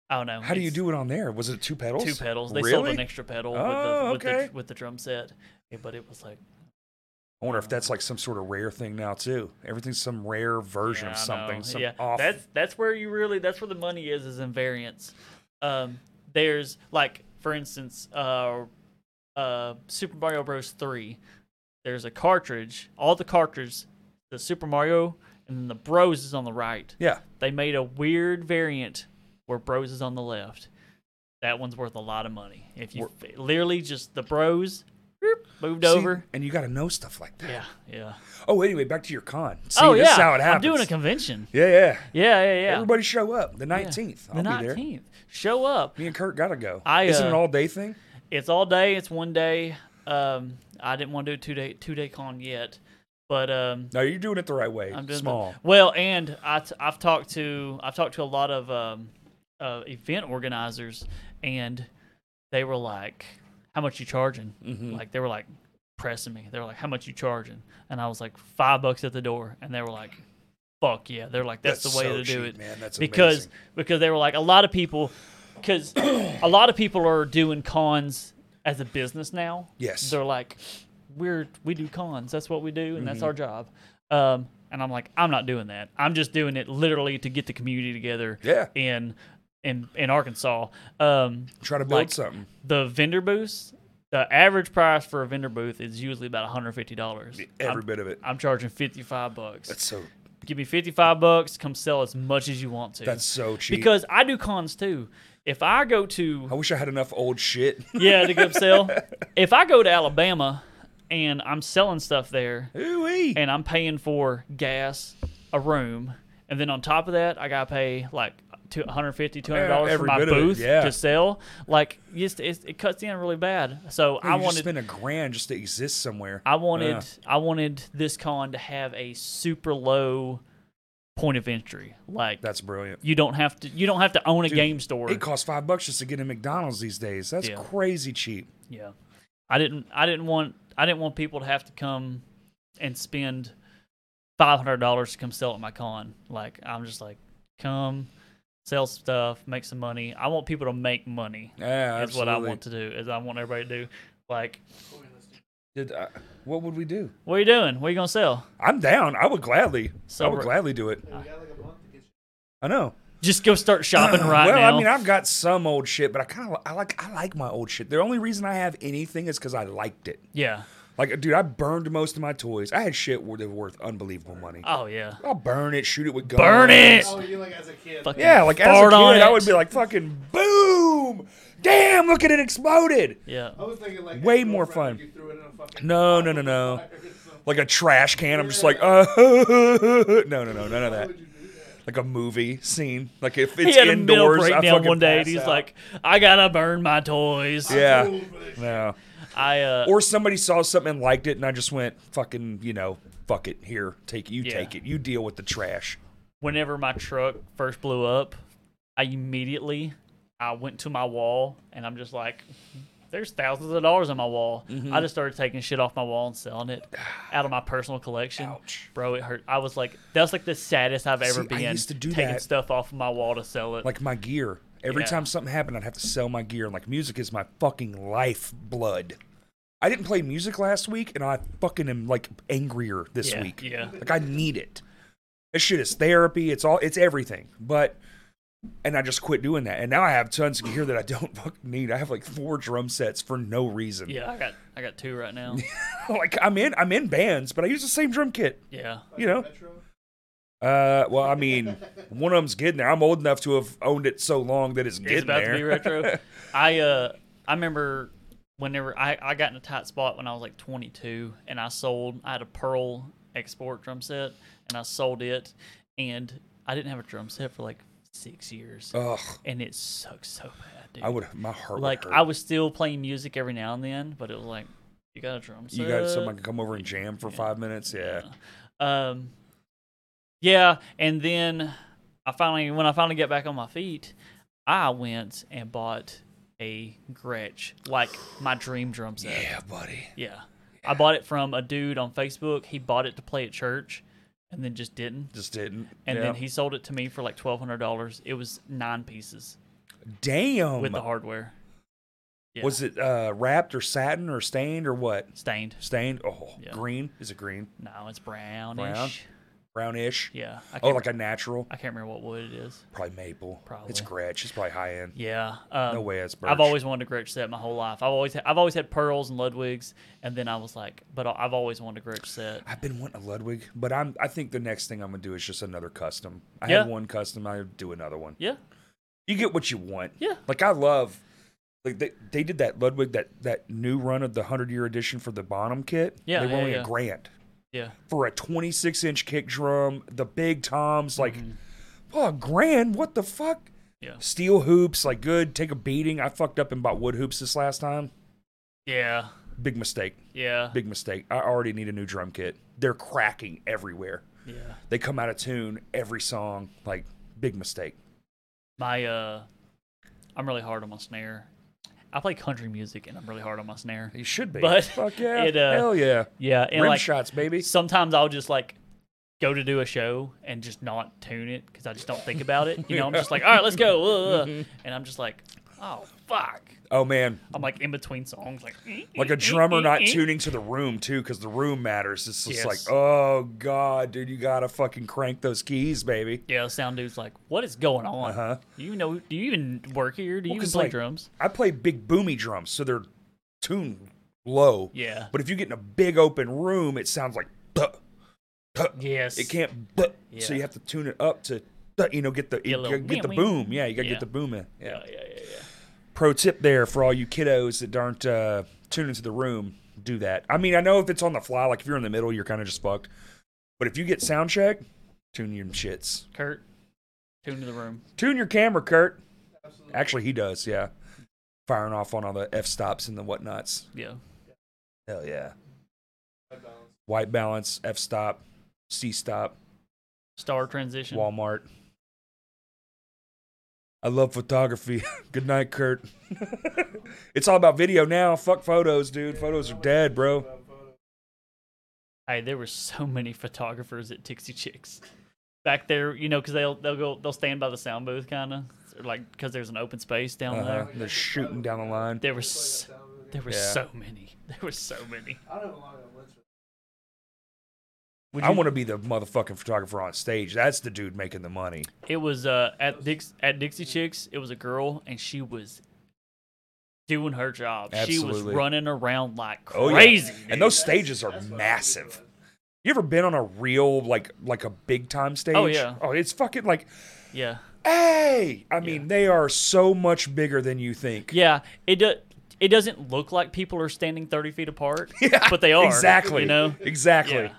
[SPEAKER 2] I don't know.
[SPEAKER 1] how do you
[SPEAKER 2] it's
[SPEAKER 1] do it on there? Was it two pedals?
[SPEAKER 2] two pedals? They
[SPEAKER 1] really?
[SPEAKER 2] sold an extra pedal
[SPEAKER 1] Oh,
[SPEAKER 2] with, the, with
[SPEAKER 1] okay.
[SPEAKER 2] the with the drum set, Yeah, but it was like
[SPEAKER 1] I wonder if that's like some sort of rare thing now too. Everything's some rare version
[SPEAKER 2] Yeah,
[SPEAKER 1] of
[SPEAKER 2] I know.
[SPEAKER 1] something. Some
[SPEAKER 2] yeah,
[SPEAKER 1] off.
[SPEAKER 2] that's that's where you really that's where the money is is in variants. Um, there's like for instance, uh, uh, Super Mario Bros. Three. There's a cartridge. All the cartridges, the Super Mario and then the Bros is on the right.
[SPEAKER 1] yeah.
[SPEAKER 2] They made a weird variant where Bros is on the left. That onene's worth a lot of money. If you literally just the Bros boop, moved
[SPEAKER 1] See,
[SPEAKER 2] over.
[SPEAKER 1] and you got to know stuff like that.
[SPEAKER 2] Yeah, yeah.
[SPEAKER 1] Oh, anyway, back to your con. See,
[SPEAKER 2] oh
[SPEAKER 1] this
[SPEAKER 2] yeah,
[SPEAKER 1] is how it
[SPEAKER 2] I'm
[SPEAKER 1] happens.
[SPEAKER 2] doing a convention.
[SPEAKER 1] yeah, yeah,
[SPEAKER 2] Yeah, yeah, yeah.
[SPEAKER 1] Everybody show up. The
[SPEAKER 2] Yeah.
[SPEAKER 1] 19th.
[SPEAKER 2] The
[SPEAKER 1] I'll be there.
[SPEAKER 2] 19th. Show up.
[SPEAKER 1] Me and Kurt gotta go.
[SPEAKER 2] I,
[SPEAKER 1] Isn't it an
[SPEAKER 2] uh,
[SPEAKER 1] all day thing?
[SPEAKER 2] It's all day. It's one day. Um, I didn't want to do a two day two day con yet, but um,
[SPEAKER 1] No, you're doing it the right way.
[SPEAKER 2] I'm doing the-
[SPEAKER 1] Small.
[SPEAKER 2] well, and I t- I've talked to I've talked to a lot of um, uh, event organizers, and they were like, "How much you charging?"
[SPEAKER 1] Mm-hmm.
[SPEAKER 2] Like they were like pressing me. They were like, "How much you charging?" And I was like, five bucks at the door," and they were like. Fuck yeah! They're like that's, the way
[SPEAKER 1] so
[SPEAKER 2] to do
[SPEAKER 1] cheap,
[SPEAKER 2] it
[SPEAKER 1] man. That's
[SPEAKER 2] because
[SPEAKER 1] amazing.
[SPEAKER 2] because they were like a lot of people because a lot of people are doing cons as a business now.
[SPEAKER 1] Yes.
[SPEAKER 2] they're like we're we do cons. That's what we do, and
[SPEAKER 1] Mm-hmm.
[SPEAKER 2] that's our job. Um, and I'm like, I'm not doing that. I'm just doing it literally to get the community together.
[SPEAKER 1] Yeah.
[SPEAKER 2] in in in Arkansas. Um,
[SPEAKER 1] try to build
[SPEAKER 2] like-
[SPEAKER 1] something.
[SPEAKER 2] the vendor booths. The average price for a vendor booth is usually about 150 dollars.
[SPEAKER 1] Every bit of it.
[SPEAKER 2] I'm charging 55 bucks.
[SPEAKER 1] That's so.
[SPEAKER 2] Give me 55 bucks. Come sell as much as you want to.
[SPEAKER 1] That's so cheap.
[SPEAKER 2] Because I do cons too. If I go
[SPEAKER 1] I
[SPEAKER 2] to
[SPEAKER 1] wish I had enough old shit.
[SPEAKER 2] yeah to go sell, if I go to Alabama and I'm selling stuff there
[SPEAKER 1] Ooh-wee.
[SPEAKER 2] and I'm paying for gas, a room, and then on top of that I gotta pay like two hundred fifty, two hundred dollars
[SPEAKER 1] Yeah,
[SPEAKER 2] for
[SPEAKER 1] every
[SPEAKER 2] my
[SPEAKER 1] bit of it,
[SPEAKER 2] booth
[SPEAKER 1] yeah.
[SPEAKER 2] to sell. Like it's, it's, it cuts in really bad. So
[SPEAKER 1] Man,
[SPEAKER 2] I
[SPEAKER 1] you just
[SPEAKER 2] wanted
[SPEAKER 1] spend a grand just to exist somewhere. Uh,
[SPEAKER 2] I wanted
[SPEAKER 1] Yeah.
[SPEAKER 2] I wanted this con to have a super low point of entry. Like
[SPEAKER 1] That's brilliant.
[SPEAKER 2] you don't have to you don't have to own a game store.
[SPEAKER 1] It costs five bucks just to get in McDonald's these days. That's
[SPEAKER 2] Yeah.
[SPEAKER 1] crazy cheap.
[SPEAKER 2] Yeah. I didn't I didn't want I didn't want people to have to come and spend five hundred dollars to come sell at my con. Like I'm just like, come sell stuff, make some money. I want people to make money.
[SPEAKER 1] Yeah,
[SPEAKER 2] That's what I
[SPEAKER 1] absolutely.
[SPEAKER 2] want to do, is I want everybody to do. Like,
[SPEAKER 1] Did I, what would we do?
[SPEAKER 2] what are you doing? What are you gonna sell?
[SPEAKER 1] I'm down. I would gladly. I
[SPEAKER 2] So
[SPEAKER 1] would
[SPEAKER 2] we're-
[SPEAKER 1] gladly do it.
[SPEAKER 3] We got like a month to get
[SPEAKER 1] I know.
[SPEAKER 2] Just go start shopping right
[SPEAKER 1] well,
[SPEAKER 2] now.
[SPEAKER 1] I mean, I've got some old shit, but I kind of I like I like my old shit. The only reason I have anything is because I liked it.
[SPEAKER 2] yeah.
[SPEAKER 1] Like, dude, I burned most of my toys. I had shit wor- that were worth unbelievable money.
[SPEAKER 2] Oh yeah.
[SPEAKER 1] I'll burn it, shoot it with guns.
[SPEAKER 2] Burn it!
[SPEAKER 3] Oh, you like as a kid.
[SPEAKER 2] Fucking
[SPEAKER 1] Yeah, like as a
[SPEAKER 2] fart
[SPEAKER 1] kid,
[SPEAKER 2] on
[SPEAKER 1] I
[SPEAKER 2] it.
[SPEAKER 1] would be like, fucking boom! Damn, look at it exploded!
[SPEAKER 2] Yeah.
[SPEAKER 3] I was thinking like
[SPEAKER 1] Way
[SPEAKER 3] as a
[SPEAKER 1] more
[SPEAKER 3] girlfriend,
[SPEAKER 1] fun.
[SPEAKER 3] You threw it in a fucking
[SPEAKER 1] No, no, no, no.
[SPEAKER 3] fire or something.
[SPEAKER 1] Like a trash can. I'm just like, uh, no, no, no, none of
[SPEAKER 3] Why
[SPEAKER 1] that.
[SPEAKER 3] would you do that?
[SPEAKER 1] Like a movie scene. Like if
[SPEAKER 2] He
[SPEAKER 1] it's
[SPEAKER 2] had a mental
[SPEAKER 1] indoors, I
[SPEAKER 2] breakdown
[SPEAKER 1] fucking
[SPEAKER 2] one day
[SPEAKER 1] pass
[SPEAKER 2] and he's
[SPEAKER 1] out.
[SPEAKER 2] like, I gotta burn my toys.
[SPEAKER 1] yeah,
[SPEAKER 3] Cool for this shit.
[SPEAKER 1] no.
[SPEAKER 2] I uh
[SPEAKER 1] Or somebody saw something and liked it, and I just went, fucking, you know, fuck it. Here, take it. You
[SPEAKER 2] Yeah.
[SPEAKER 1] take it. You deal with the trash.
[SPEAKER 2] whenever my truck first blew up, I immediately I went to my wall and I'm just like, there's thousands of dollars on my wall.
[SPEAKER 1] Mm-hmm.
[SPEAKER 2] I just started taking shit off my wall and selling it out of my personal collection.
[SPEAKER 1] Ouch.
[SPEAKER 2] Bro, it hurt. I was like, that's like the saddest I've ever
[SPEAKER 1] See, I
[SPEAKER 2] been.
[SPEAKER 1] used to do
[SPEAKER 2] taking
[SPEAKER 1] that.
[SPEAKER 2] stuff off of my wall to sell it.
[SPEAKER 1] like my gear. Every
[SPEAKER 2] Yeah.
[SPEAKER 1] time something happened, I'd have to sell my gear. And like music is my fucking life blood. I didn't play music last week, and I fucking am like angrier this
[SPEAKER 2] Yeah,
[SPEAKER 1] week.
[SPEAKER 2] yeah.
[SPEAKER 1] like I need it. This shit is therapy. It's all. It's everything. But and I just quit doing that. And now I have tons of gear that I don't fucking need. I have like four drum sets for no reason.
[SPEAKER 2] yeah, I got I got two right now.
[SPEAKER 1] like I'm in. I'm in bands, but I use the same drum kit.
[SPEAKER 2] yeah.
[SPEAKER 1] You know.
[SPEAKER 3] Metro.
[SPEAKER 1] Uh, well, I mean, one of them's getting there. I'm old enough to have owned it so long that it's getting
[SPEAKER 2] It's about
[SPEAKER 1] there.
[SPEAKER 2] to be retro. I uh I remember whenever I, I got in a tight spot when I was like 22 and I sold I had a Pearl export drum set and I sold it and I didn't have a drum set for like 6 years
[SPEAKER 1] Ugh.
[SPEAKER 2] and it sucks so bad dude.
[SPEAKER 1] Oh. I would. My heart
[SPEAKER 2] like
[SPEAKER 1] would hurt.
[SPEAKER 2] I was still playing music every now and then but it was like You got a drum set.
[SPEAKER 1] You got someone can come over and jam for five minutes. Yeah.
[SPEAKER 2] Um, yeah, and then I finally, when I finally get back on my feet, I went and bought a Gretsch, like my dream drum set.
[SPEAKER 1] Yeah, buddy.
[SPEAKER 2] Yeah. I bought it from a dude on Facebook. He bought it to play at church and then just didn't.
[SPEAKER 1] Just didn't.
[SPEAKER 2] And
[SPEAKER 1] Yeah.
[SPEAKER 2] then he sold it to me for like $1,200. It was nine pieces
[SPEAKER 1] damn.
[SPEAKER 2] with the hardware. Yeah.
[SPEAKER 1] Oh Was it uh, wrapped or satin or stained or what?
[SPEAKER 2] stained?
[SPEAKER 1] Stained. Oh,
[SPEAKER 2] Yeah.
[SPEAKER 1] green. Is it green?
[SPEAKER 2] No, it's brownish.
[SPEAKER 1] Brownish.
[SPEAKER 2] Yeah. I
[SPEAKER 1] Oh,
[SPEAKER 2] can't,
[SPEAKER 1] like a natural.
[SPEAKER 2] I can't remember what wood it is.
[SPEAKER 1] Probably maple.
[SPEAKER 2] Probably.
[SPEAKER 1] It's Gretsch. It's probably high end.
[SPEAKER 2] Yeah. Um,
[SPEAKER 1] No way. It's birch.
[SPEAKER 2] I've always wanted a Gretsch set my whole life. I've always had, I've always had pearls and Ludwigs, and then I was like, but I- I've always wanted a Gretsch set.
[SPEAKER 1] I've been wanting a Ludwig, but I'm. I think the next thing I'm gonna do is just another custom. I
[SPEAKER 2] Yeah.
[SPEAKER 1] had one custom. I do another one.
[SPEAKER 2] Yeah,
[SPEAKER 1] You get what you want.
[SPEAKER 2] yeah,
[SPEAKER 1] Like I love. Like they, they did that Ludwig that that new run of the hundred year edition for the Bonham kit.
[SPEAKER 2] Yeah,
[SPEAKER 1] They were
[SPEAKER 2] yeah,
[SPEAKER 1] only
[SPEAKER 2] yeah.
[SPEAKER 1] a grand
[SPEAKER 2] yeah.
[SPEAKER 1] for a 26 inch kick drum. The big toms like. Oh, a grand? What the fuck?
[SPEAKER 2] Mm-hmm. Yeah.
[SPEAKER 1] Steel hoops, like good. Take a beating. I fucked up and bought wood hoops this last time.
[SPEAKER 2] Yeah,
[SPEAKER 1] Big mistake.
[SPEAKER 2] yeah,
[SPEAKER 1] Big mistake. I already need a new drum kit. They're cracking everywhere.
[SPEAKER 2] yeah.
[SPEAKER 1] They come out of tune every song. Like big mistake.
[SPEAKER 2] My uh, I'm really hard on my snare. I play country music, and I'm really hard on my snare.
[SPEAKER 1] You should be.
[SPEAKER 2] But
[SPEAKER 1] fuck yeah.
[SPEAKER 2] it, uh,
[SPEAKER 1] Hell yeah.
[SPEAKER 2] Yeah, and
[SPEAKER 1] Rim
[SPEAKER 2] like
[SPEAKER 1] shots, baby.
[SPEAKER 2] sometimes I'll just like go to do a show and just not tune it because I just don't think about it. You know, I'm just like, all right, let's go, uh,
[SPEAKER 1] Mm-hmm.
[SPEAKER 2] and I'm just like, oh fuck.
[SPEAKER 1] Oh man,
[SPEAKER 2] I'm like in between songs, like eh,
[SPEAKER 1] like
[SPEAKER 2] eh, eh,
[SPEAKER 1] a drummer
[SPEAKER 2] eh,
[SPEAKER 1] not
[SPEAKER 2] eh.
[SPEAKER 1] tuning to the room too, because the room matters. It's just
[SPEAKER 2] Yes.
[SPEAKER 1] like, oh god, dude, you gotta fucking crank those keys, baby.
[SPEAKER 2] Yeah, the sound dude's like, "What is going on?
[SPEAKER 1] Uh-huh.
[SPEAKER 2] Do you know? Do you even work here? Do you even
[SPEAKER 1] 'cause,
[SPEAKER 2] play
[SPEAKER 1] like,
[SPEAKER 2] drums?"
[SPEAKER 1] I play big boomy drums, so they're tuned low.
[SPEAKER 2] Yeah.
[SPEAKER 1] But if you get in a big open room, it sounds like "Duh, duh."
[SPEAKER 2] Yes.
[SPEAKER 1] It can't, but so
[SPEAKER 2] Yeah.
[SPEAKER 1] you have to tune it up to, "Duh," you know, get the
[SPEAKER 2] Get a little
[SPEAKER 1] get, get the
[SPEAKER 2] wee-wee.
[SPEAKER 1] boom. Yeah, you gotta
[SPEAKER 2] Yeah.
[SPEAKER 1] get the boom in. Oh, Yeah.
[SPEAKER 2] Yeah, yeah, yeah, yeah.
[SPEAKER 1] Pro tip there for all you kiddos that aren't uh, tuning to the room, do that. I mean, I know if it's on the fly, like if you're in the middle, you're kind of just fucked. But if you get sound check, tune your shits.
[SPEAKER 2] Kurt, tune to the room.
[SPEAKER 1] Tune your camera, Kurt. Actually, he does. Yeah, firing off on all the f stops and the whatnots.
[SPEAKER 2] Yeah,
[SPEAKER 1] Hell yeah. White balance, F stop, C stop,
[SPEAKER 2] star transition.
[SPEAKER 1] Walmart. I love photography. Good night, Kurt. it's all about video now. Fuck photos, dude. Photos are dead, bro.
[SPEAKER 2] Hey, there were so many photographers at Tixie Chicks back there. You know, because they'll they'll go they'll stand by the sound booth, kind of like because there's an open space down
[SPEAKER 1] Uh-huh.
[SPEAKER 2] there.
[SPEAKER 1] They're shooting down the line.
[SPEAKER 2] There was there were
[SPEAKER 1] Yeah.
[SPEAKER 2] so many. There were so many.
[SPEAKER 3] I don't have a lot of lunch.
[SPEAKER 2] Would
[SPEAKER 1] I
[SPEAKER 2] you-
[SPEAKER 1] want to be the motherfucking photographer on stage. That's the dude making the money.
[SPEAKER 2] It was uh, at Dix at Dixie Chicks. It was a girl, and she was doing her job. She was
[SPEAKER 1] Absolutely.
[SPEAKER 2] running around like
[SPEAKER 1] Oh, yeah.
[SPEAKER 2] crazy. dude.
[SPEAKER 1] And those stages are massive. You ever been on a real like like a big time stage?
[SPEAKER 2] yeah.
[SPEAKER 1] Oh, it's fucking like,
[SPEAKER 2] yeah,
[SPEAKER 1] hey. I mean, they are so much bigger than you think.
[SPEAKER 2] yeah. It do- it doesn't look like people are standing thirty feet apart, but they are
[SPEAKER 1] Exactly.
[SPEAKER 2] You know,
[SPEAKER 1] Exactly.
[SPEAKER 2] yeah,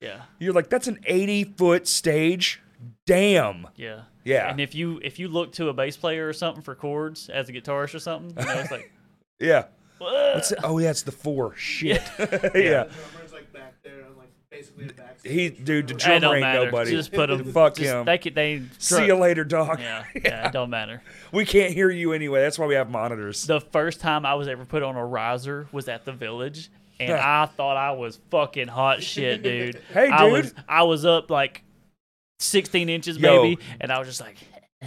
[SPEAKER 2] yeah,
[SPEAKER 1] You're like, that's an 80 foot stage. Damn.
[SPEAKER 2] yeah,
[SPEAKER 1] Yeah.
[SPEAKER 2] And if you if you look to a bass player or something for chords as a guitarist or something, you know, it's like
[SPEAKER 1] Yeah. What's it? Oh, yeah, it's the four. Shit. Yeah.
[SPEAKER 3] The drummer's like back there on like basically a backstage.
[SPEAKER 1] He, dude, the
[SPEAKER 2] it
[SPEAKER 1] drummer
[SPEAKER 2] don't
[SPEAKER 1] ain't
[SPEAKER 2] matter.
[SPEAKER 1] nobody.
[SPEAKER 2] Just put them.
[SPEAKER 1] Fuck
[SPEAKER 2] just,
[SPEAKER 1] him.
[SPEAKER 2] They could they.
[SPEAKER 1] See you later, dog.
[SPEAKER 2] Yeah, yeah. It don't matter.
[SPEAKER 1] We can't hear you anyway. That's why we have monitors.
[SPEAKER 2] the first time I was ever put on a riser was at the village, and I thought I was fucking hot shit, dude.
[SPEAKER 1] Hey,
[SPEAKER 2] I was
[SPEAKER 1] dude.
[SPEAKER 2] I was up like sixteen inches
[SPEAKER 1] Yo.
[SPEAKER 2] maybe, and I was just like,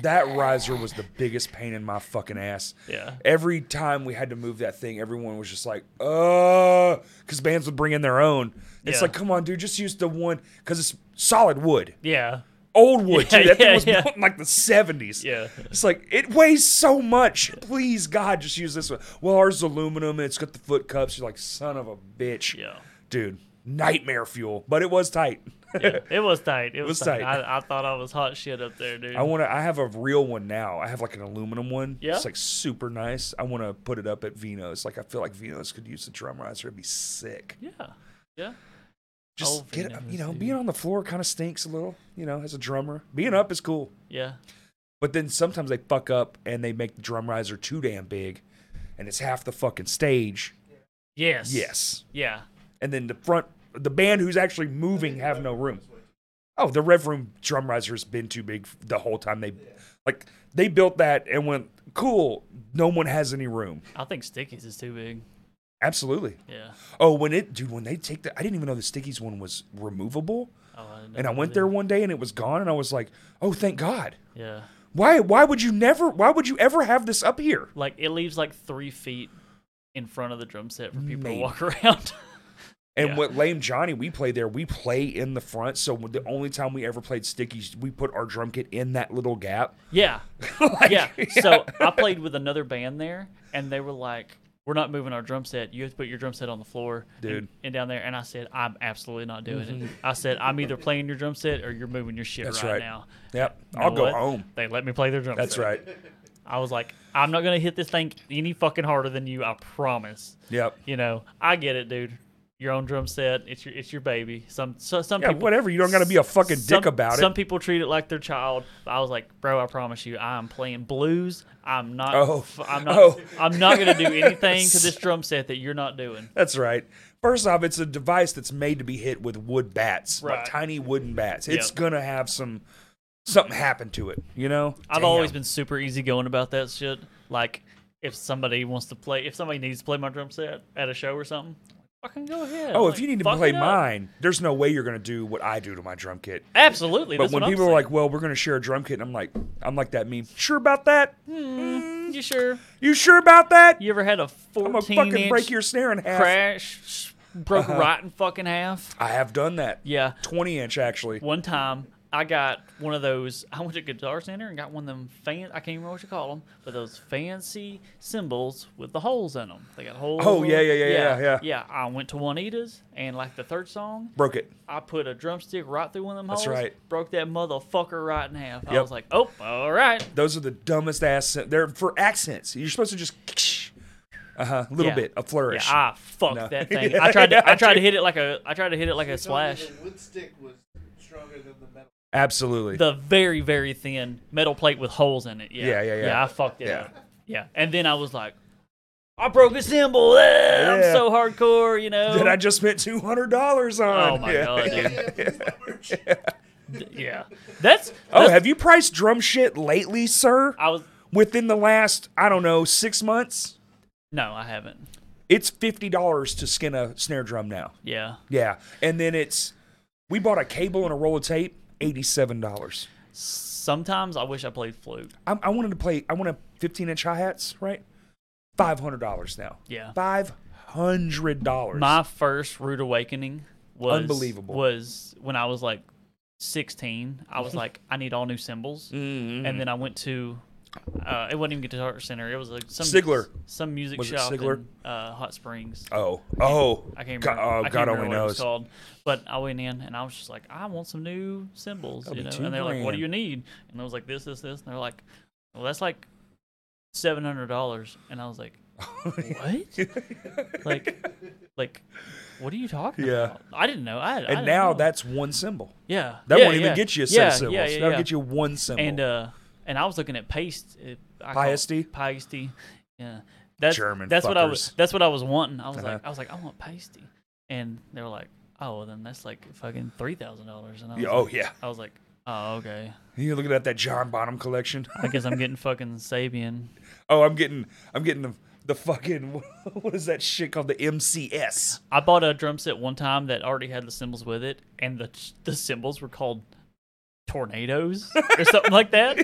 [SPEAKER 1] That riser was the biggest pain in my fucking ass.
[SPEAKER 2] yeah,
[SPEAKER 1] Every time we had to move that thing, everyone was just like, uh, because bands would bring in their own. It's
[SPEAKER 2] Yeah.
[SPEAKER 1] like, come on, dude, just use the one, because it's solid wood.
[SPEAKER 2] yeah,
[SPEAKER 1] Old wood,
[SPEAKER 2] Yeah,
[SPEAKER 1] too. That
[SPEAKER 2] yeah,
[SPEAKER 1] thing was
[SPEAKER 2] yeah.
[SPEAKER 1] built in like the 70s.
[SPEAKER 2] yeah,
[SPEAKER 1] It's like it weighs so much. Please, God, just use this one. Well, ours is aluminum and it's got the foot cups. You're like, son of a bitch,
[SPEAKER 2] yeah.
[SPEAKER 1] dude. Nightmare fuel, but it was tight.
[SPEAKER 2] yeah. It was tight. It
[SPEAKER 1] was
[SPEAKER 2] was, tight.
[SPEAKER 1] tight.
[SPEAKER 2] I, I thought I was hot shit up there, dude.
[SPEAKER 1] I want to. I have a real one now. I have like an aluminum one.
[SPEAKER 2] Yeah?
[SPEAKER 1] it's like super nice. I want to put it up at Vino's. Like I feel like Vino's could use the drum riser. It'd be sick.
[SPEAKER 2] yeah, yeah,
[SPEAKER 1] Just
[SPEAKER 2] Oh,
[SPEAKER 1] get
[SPEAKER 2] Vino's,
[SPEAKER 1] you know,
[SPEAKER 2] dude.
[SPEAKER 1] being on the floor kind of stinks a little. You know, as a drummer, being up is cool.
[SPEAKER 2] yeah,
[SPEAKER 1] But then sometimes they fuck up and they make the drum riser too damn big, and it's half the fucking stage,
[SPEAKER 2] Yes.
[SPEAKER 1] Yes.
[SPEAKER 2] Yeah.
[SPEAKER 1] And then the front, the band who's actually moving have no room. Oh, the Rev Room drum riser has been too big the whole time. They, like, they built that and went, cool, no one has any room.
[SPEAKER 2] I think Stickies is too big.
[SPEAKER 1] Absolutely.
[SPEAKER 2] Yeah.
[SPEAKER 1] Oh, when it, dude, when they take the, I didn't even know the Stickies one was removable.
[SPEAKER 2] Oh, I didn't
[SPEAKER 1] And
[SPEAKER 2] know
[SPEAKER 1] I
[SPEAKER 2] it
[SPEAKER 1] went
[SPEAKER 2] was
[SPEAKER 1] there
[SPEAKER 2] in-
[SPEAKER 1] one day and it was gone, and I was like, "Oh, thank God!
[SPEAKER 2] Yeah.
[SPEAKER 1] Why? Why would you never? Why would you ever have this up here?"
[SPEAKER 2] Like it leaves like three feet in front of the drum set for people
[SPEAKER 1] Maybe.
[SPEAKER 2] to walk around.
[SPEAKER 1] And
[SPEAKER 2] Yeah.
[SPEAKER 1] what Lame Johnny we play there, we play in the front. So the only time we ever played Stickies, we put our drum kit in that little gap.
[SPEAKER 2] yeah.
[SPEAKER 1] Like,
[SPEAKER 2] yeah. So I played with another band there, and they were like, "We're not moving our drum set. You have to put your drum set on the floor, and-
[SPEAKER 1] Dude. Mm-hmm.
[SPEAKER 2] And, down there, and I said, "I'm absolutely not doing it." I said, "I'm either playing your drum set or you're moving your shit
[SPEAKER 1] That's
[SPEAKER 2] right,
[SPEAKER 1] right.
[SPEAKER 2] now."
[SPEAKER 1] yep,
[SPEAKER 2] You know
[SPEAKER 1] I'll go
[SPEAKER 2] what?
[SPEAKER 1] home.
[SPEAKER 2] They let me play their drum
[SPEAKER 1] That's
[SPEAKER 2] set.
[SPEAKER 1] right.
[SPEAKER 2] I was like, "I'm not gonna hit this thing any fucking harder than you. I promise."
[SPEAKER 1] Yep.
[SPEAKER 2] You know, I get it, dude. Your own drum set. It's your it's your baby. Some so, some
[SPEAKER 1] Yeah,
[SPEAKER 2] people
[SPEAKER 1] whatever. You don't got to be a fucking
[SPEAKER 2] some,
[SPEAKER 1] dick about
[SPEAKER 2] Some
[SPEAKER 1] it.
[SPEAKER 2] people treat it like their child. I was like, bro, I promise you, I'm playing blues. I'm not.
[SPEAKER 1] Oh.
[SPEAKER 2] f- I'm not.
[SPEAKER 1] Oh.
[SPEAKER 2] I'm not gonna do anything to this drum set that you're not doing.
[SPEAKER 1] That's right. First off, it's a device that's made to be hit with wood bats,
[SPEAKER 2] Right.
[SPEAKER 1] like tiny wooden bats. It's
[SPEAKER 2] Yep.
[SPEAKER 1] gonna have some something happen to it. You know.
[SPEAKER 2] I've
[SPEAKER 1] Damn.
[SPEAKER 2] always been super easygoing about that shit. Like, if somebody wants to play, if somebody needs to play my drum set at a show or something, fucking go ahead.
[SPEAKER 1] Oh,
[SPEAKER 2] Like,
[SPEAKER 1] if you need to
[SPEAKER 2] fuck
[SPEAKER 1] play
[SPEAKER 2] it up.
[SPEAKER 1] mine, there's no way you're gonna do what I do to my drum kit.
[SPEAKER 2] absolutely.
[SPEAKER 1] But
[SPEAKER 2] that's
[SPEAKER 1] when
[SPEAKER 2] what I'm
[SPEAKER 1] people are
[SPEAKER 2] saying.
[SPEAKER 1] like, "Well, we're gonna share a drum kit," and I'm like, "I'm like that meme. Sure about that?
[SPEAKER 2] you sure?
[SPEAKER 1] You sure about that?
[SPEAKER 2] You ever had a
[SPEAKER 1] I'm gonna
[SPEAKER 2] 14
[SPEAKER 1] fucking
[SPEAKER 2] inch
[SPEAKER 1] break your Uh-huh. snare in half."
[SPEAKER 2] crash, broke right in fucking half?
[SPEAKER 1] I have done that.
[SPEAKER 2] Yeah.
[SPEAKER 1] 20 inch actually.
[SPEAKER 2] one time I got one of those. I went to Guitar Center and got one of them fan. I can't remember what you call them, but those fancy cymbals with the holes in them. They got holes.
[SPEAKER 1] Oh,
[SPEAKER 2] in
[SPEAKER 1] yeah,
[SPEAKER 2] them.
[SPEAKER 1] yeah, yeah, yeah, yeah.
[SPEAKER 2] Yeah, I went to Juanita's and like the third song,
[SPEAKER 1] Broke it.
[SPEAKER 2] I put a drumstick right through one of them
[SPEAKER 1] That's
[SPEAKER 2] holes.
[SPEAKER 1] right.
[SPEAKER 2] Broke that motherfucker right in half. I
[SPEAKER 1] Yep.
[SPEAKER 2] was like, oh, all right.
[SPEAKER 1] Those are the dumbest ass. They're for accents. You're supposed to just, uh huh, a little
[SPEAKER 2] Yeah.
[SPEAKER 1] bit, a
[SPEAKER 2] Yeah,
[SPEAKER 1] flourish.
[SPEAKER 2] I fucked
[SPEAKER 1] No.
[SPEAKER 2] that thing.
[SPEAKER 1] Yeah,
[SPEAKER 2] I tried. To,
[SPEAKER 1] yeah,
[SPEAKER 2] I tried to
[SPEAKER 1] dude.
[SPEAKER 2] hit it like a. I tried to hit it like a
[SPEAKER 3] You're telling me
[SPEAKER 2] splash.
[SPEAKER 3] The wood stick was stronger than the metal.
[SPEAKER 1] Absolutely.
[SPEAKER 2] the very very thin metal plate with holes in it.
[SPEAKER 1] Yeah,
[SPEAKER 2] Yeah,
[SPEAKER 1] yeah, yeah.
[SPEAKER 2] I fucked it
[SPEAKER 1] Yeah.
[SPEAKER 2] up. Yeah, and then I was like, I broke a symbol. eh, I'm
[SPEAKER 1] Yeah.
[SPEAKER 2] so hardcore, you know.
[SPEAKER 1] that I just spent two hundred dollars on.
[SPEAKER 2] Oh my
[SPEAKER 1] Yeah.
[SPEAKER 2] god, dude.
[SPEAKER 3] Yeah, please, my merch.
[SPEAKER 2] Yeah, that's.
[SPEAKER 1] Oh,
[SPEAKER 2] that's-
[SPEAKER 1] have you priced drum shit lately, sir?
[SPEAKER 2] I was
[SPEAKER 1] Within the last, I don't know, six months,
[SPEAKER 2] no, I haven't.
[SPEAKER 1] it's fifty dollars to skin a snare drum now.
[SPEAKER 2] Yeah,
[SPEAKER 1] Yeah, and then it's we bought a cable and a roll of tape, eighty-seven dollars.
[SPEAKER 2] sometimes I wish I played flute.
[SPEAKER 1] I, I wanted to play. I want a fifteen-inch hi hats, right? Five hundred dollars now.
[SPEAKER 2] Yeah.
[SPEAKER 1] five hundred dollars.
[SPEAKER 2] My first rude awakening was
[SPEAKER 1] Unbelievable.
[SPEAKER 2] Was when I was like 16. I was like, I need all new cymbals,
[SPEAKER 1] Mm. Mm-hmm.
[SPEAKER 2] and then I went to. Uh, it wasn't even Guitar Center. It was like some
[SPEAKER 1] Sigler.
[SPEAKER 2] some music
[SPEAKER 1] Was it
[SPEAKER 2] shop
[SPEAKER 1] Sigler?
[SPEAKER 2] in uh, Hot Springs.
[SPEAKER 1] Oh, oh,
[SPEAKER 2] I can't
[SPEAKER 1] Go-
[SPEAKER 2] remember.
[SPEAKER 1] Oh,
[SPEAKER 2] I can't
[SPEAKER 1] God
[SPEAKER 2] remember
[SPEAKER 1] only
[SPEAKER 2] what it was
[SPEAKER 1] knows.
[SPEAKER 2] called. But I went in and I was just like, I want some new cymbals,
[SPEAKER 1] That'll
[SPEAKER 2] you
[SPEAKER 1] be
[SPEAKER 2] know.
[SPEAKER 1] two
[SPEAKER 2] And they're like, What do
[SPEAKER 1] grand.
[SPEAKER 2] you need? And I was like, This, this, this. And they're like, Well, that's like seven hundred dollars. And I was like, What? like, like, what are you talking
[SPEAKER 1] Yeah.
[SPEAKER 2] about? I didn't know. I, I
[SPEAKER 1] And
[SPEAKER 2] didn't
[SPEAKER 1] now
[SPEAKER 2] know.
[SPEAKER 1] that's one symbol.
[SPEAKER 2] yeah,
[SPEAKER 1] That
[SPEAKER 2] yeah,
[SPEAKER 1] won't even
[SPEAKER 2] yeah.
[SPEAKER 1] get you a set
[SPEAKER 2] yeah,
[SPEAKER 1] of symbols.
[SPEAKER 2] Yeah, yeah,
[SPEAKER 1] That'll
[SPEAKER 2] yeah.
[SPEAKER 1] get you one symbol.
[SPEAKER 2] And uh, and I was looking at paste. uh, I call it
[SPEAKER 1] Paiste?
[SPEAKER 2] Paiste. Yeah. That's
[SPEAKER 1] German
[SPEAKER 2] That's what I was.
[SPEAKER 1] fuckers.
[SPEAKER 2] That's what I was wanting. I was
[SPEAKER 1] Uh-huh.
[SPEAKER 2] like, I was like, I want pasty, and they were like, Oh, well, then that's like fucking three thousand dollars. And I was,
[SPEAKER 1] Yeah, oh
[SPEAKER 2] like,
[SPEAKER 1] yeah,
[SPEAKER 2] I was like, Oh, okay.
[SPEAKER 1] you're looking at that John Bonham collection.
[SPEAKER 2] I guess I'm getting fucking Sabian.
[SPEAKER 1] Oh, I'm getting, I'm getting the the fucking what is that shit called? The MCS.
[SPEAKER 2] I bought a drum set one time that already had the cymbals with it, and the the cymbals were called tornadoes or something like that,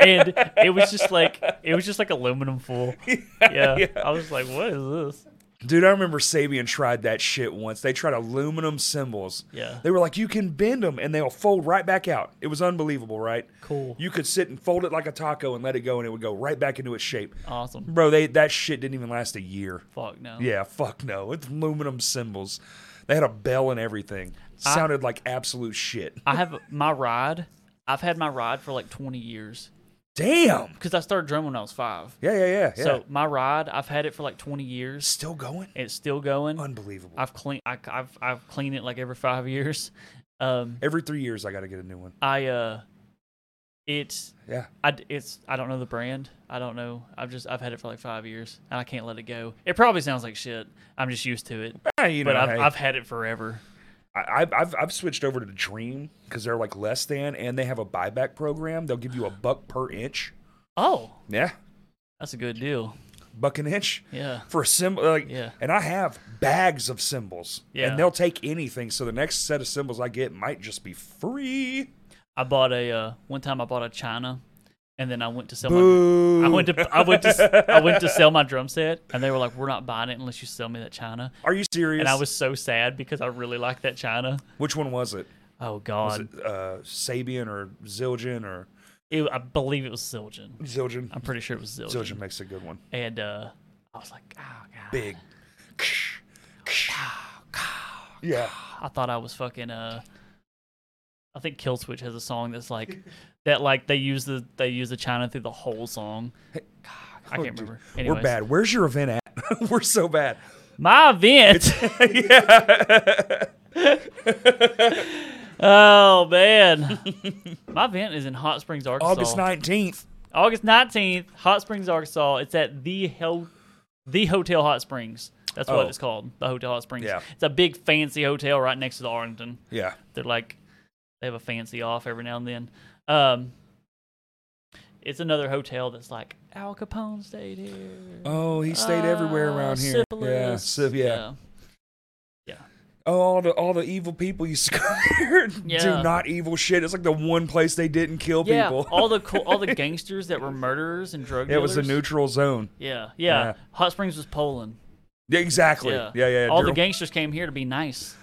[SPEAKER 2] and it was just like it was just like aluminum foil. Yeah, I was like, What is this?
[SPEAKER 1] Dude, I remember Sabian tried that shit once. They tried aluminum cymbals.
[SPEAKER 2] Yeah.
[SPEAKER 1] They were like, you can bend them and they'll fold right back out. It was unbelievable, right?
[SPEAKER 2] Cool.
[SPEAKER 1] You could sit and fold it like a taco and let it go and it would go right back into its shape.
[SPEAKER 2] Awesome.
[SPEAKER 1] Bro, they that shit didn't even last a year.
[SPEAKER 2] Fuck no.
[SPEAKER 1] Yeah, fuck no. It's aluminum cymbals. They had a bell and everything. Sounded like absolute shit.
[SPEAKER 2] I have my ride. I've had my ride for like 20 years
[SPEAKER 1] Damn.
[SPEAKER 2] because I started drumming when I was five.
[SPEAKER 1] Yeah, yeah, yeah. yeah.
[SPEAKER 2] So my ride, I've had it for like 20 years.
[SPEAKER 1] still going?
[SPEAKER 2] It's still going.
[SPEAKER 1] Unbelievable.
[SPEAKER 2] I've clean. I, I've I've cleaned it like every five years. Um,
[SPEAKER 1] Every three years I gotta get a new one.
[SPEAKER 2] I uh, It's
[SPEAKER 1] Yeah.
[SPEAKER 2] I d- it's I don't know the brand. I don't know. I've just I've had it for like five years and I can't let it go. It probably sounds like shit. I'm just used to it.
[SPEAKER 1] Eh, you know,
[SPEAKER 2] but I've,
[SPEAKER 1] hey.
[SPEAKER 2] I've had it forever.
[SPEAKER 1] I- I've, I've, I've switched over to Dream because they're like less than, and they have a buyback program. They'll give you a buck per inch.
[SPEAKER 2] Oh,
[SPEAKER 1] Yeah,
[SPEAKER 2] that's a good deal.
[SPEAKER 1] buck an inch
[SPEAKER 2] Yeah.
[SPEAKER 1] for a symbol. Like,
[SPEAKER 2] Yeah.
[SPEAKER 1] and I have bags of symbols,
[SPEAKER 2] Yeah.
[SPEAKER 1] and they'll take anything. So the next set of symbols I get might just be free.
[SPEAKER 2] I bought a uh, one time I bought a china and then I went to sell my
[SPEAKER 1] Boo.
[SPEAKER 2] I went to I went to s- I went to sell my drum set and they were like we're not buying it unless you sell me that china.
[SPEAKER 1] Are you serious?
[SPEAKER 2] And I was so sad because I really like that china.
[SPEAKER 1] Which one was it?
[SPEAKER 2] Oh
[SPEAKER 1] Was
[SPEAKER 2] god.
[SPEAKER 1] it uh, Sabian or Zildjian or
[SPEAKER 2] It- I believe it was Zildjian.
[SPEAKER 1] Zildjian?
[SPEAKER 2] I'm pretty sure it was Zildjian.
[SPEAKER 1] Zildjian makes a good one.
[SPEAKER 2] And uh, I was like, oh god.
[SPEAKER 1] Big. yeah.
[SPEAKER 2] I thought I was fucking uh I think Killswitch has a song that's like that like they use the they use the China through the whole song. I
[SPEAKER 1] Oh,
[SPEAKER 2] can't
[SPEAKER 1] dude,
[SPEAKER 2] remember.
[SPEAKER 1] We're
[SPEAKER 2] Anyways.
[SPEAKER 1] bad. Where's your event at? We're so bad.
[SPEAKER 2] My event.
[SPEAKER 1] yeah.
[SPEAKER 2] oh man. My event is in Hot Springs, Arkansas.
[SPEAKER 1] August 19th.
[SPEAKER 2] August 19th, Hot Springs, Arkansas. It's at the Hel- the Hotel Hot Springs. That's what
[SPEAKER 1] Oh.
[SPEAKER 2] it's called. The Hotel Hot Springs.
[SPEAKER 1] Yeah.
[SPEAKER 2] It's a big fancy hotel right next to the Arlington.
[SPEAKER 1] Yeah.
[SPEAKER 2] they're like they have a fancy off every now and then. Um, it's another hotel that's like Al Capone stayed here.
[SPEAKER 1] Oh, he stayed everywhere
[SPEAKER 2] Uh,
[SPEAKER 1] around here. Yeah.
[SPEAKER 2] syphilis.
[SPEAKER 1] Civ- yeah. Oh, all the all the evil people used to come here and
[SPEAKER 2] Yeah.
[SPEAKER 1] do not evil shit. It's like the one place they didn't kill
[SPEAKER 2] yeah,
[SPEAKER 1] people.
[SPEAKER 2] all the cool, all the gangsters that were murderers and drug
[SPEAKER 1] it was
[SPEAKER 2] dealers.
[SPEAKER 1] a neutral zone.
[SPEAKER 2] Yeah, yeah,
[SPEAKER 1] Yeah.
[SPEAKER 2] Hot Springs was Poland.
[SPEAKER 1] Yeah, exactly.
[SPEAKER 2] Yeah,
[SPEAKER 1] Yeah, yeah. yeah.
[SPEAKER 2] All the
[SPEAKER 1] Dur-
[SPEAKER 2] gangsters came here to be nice.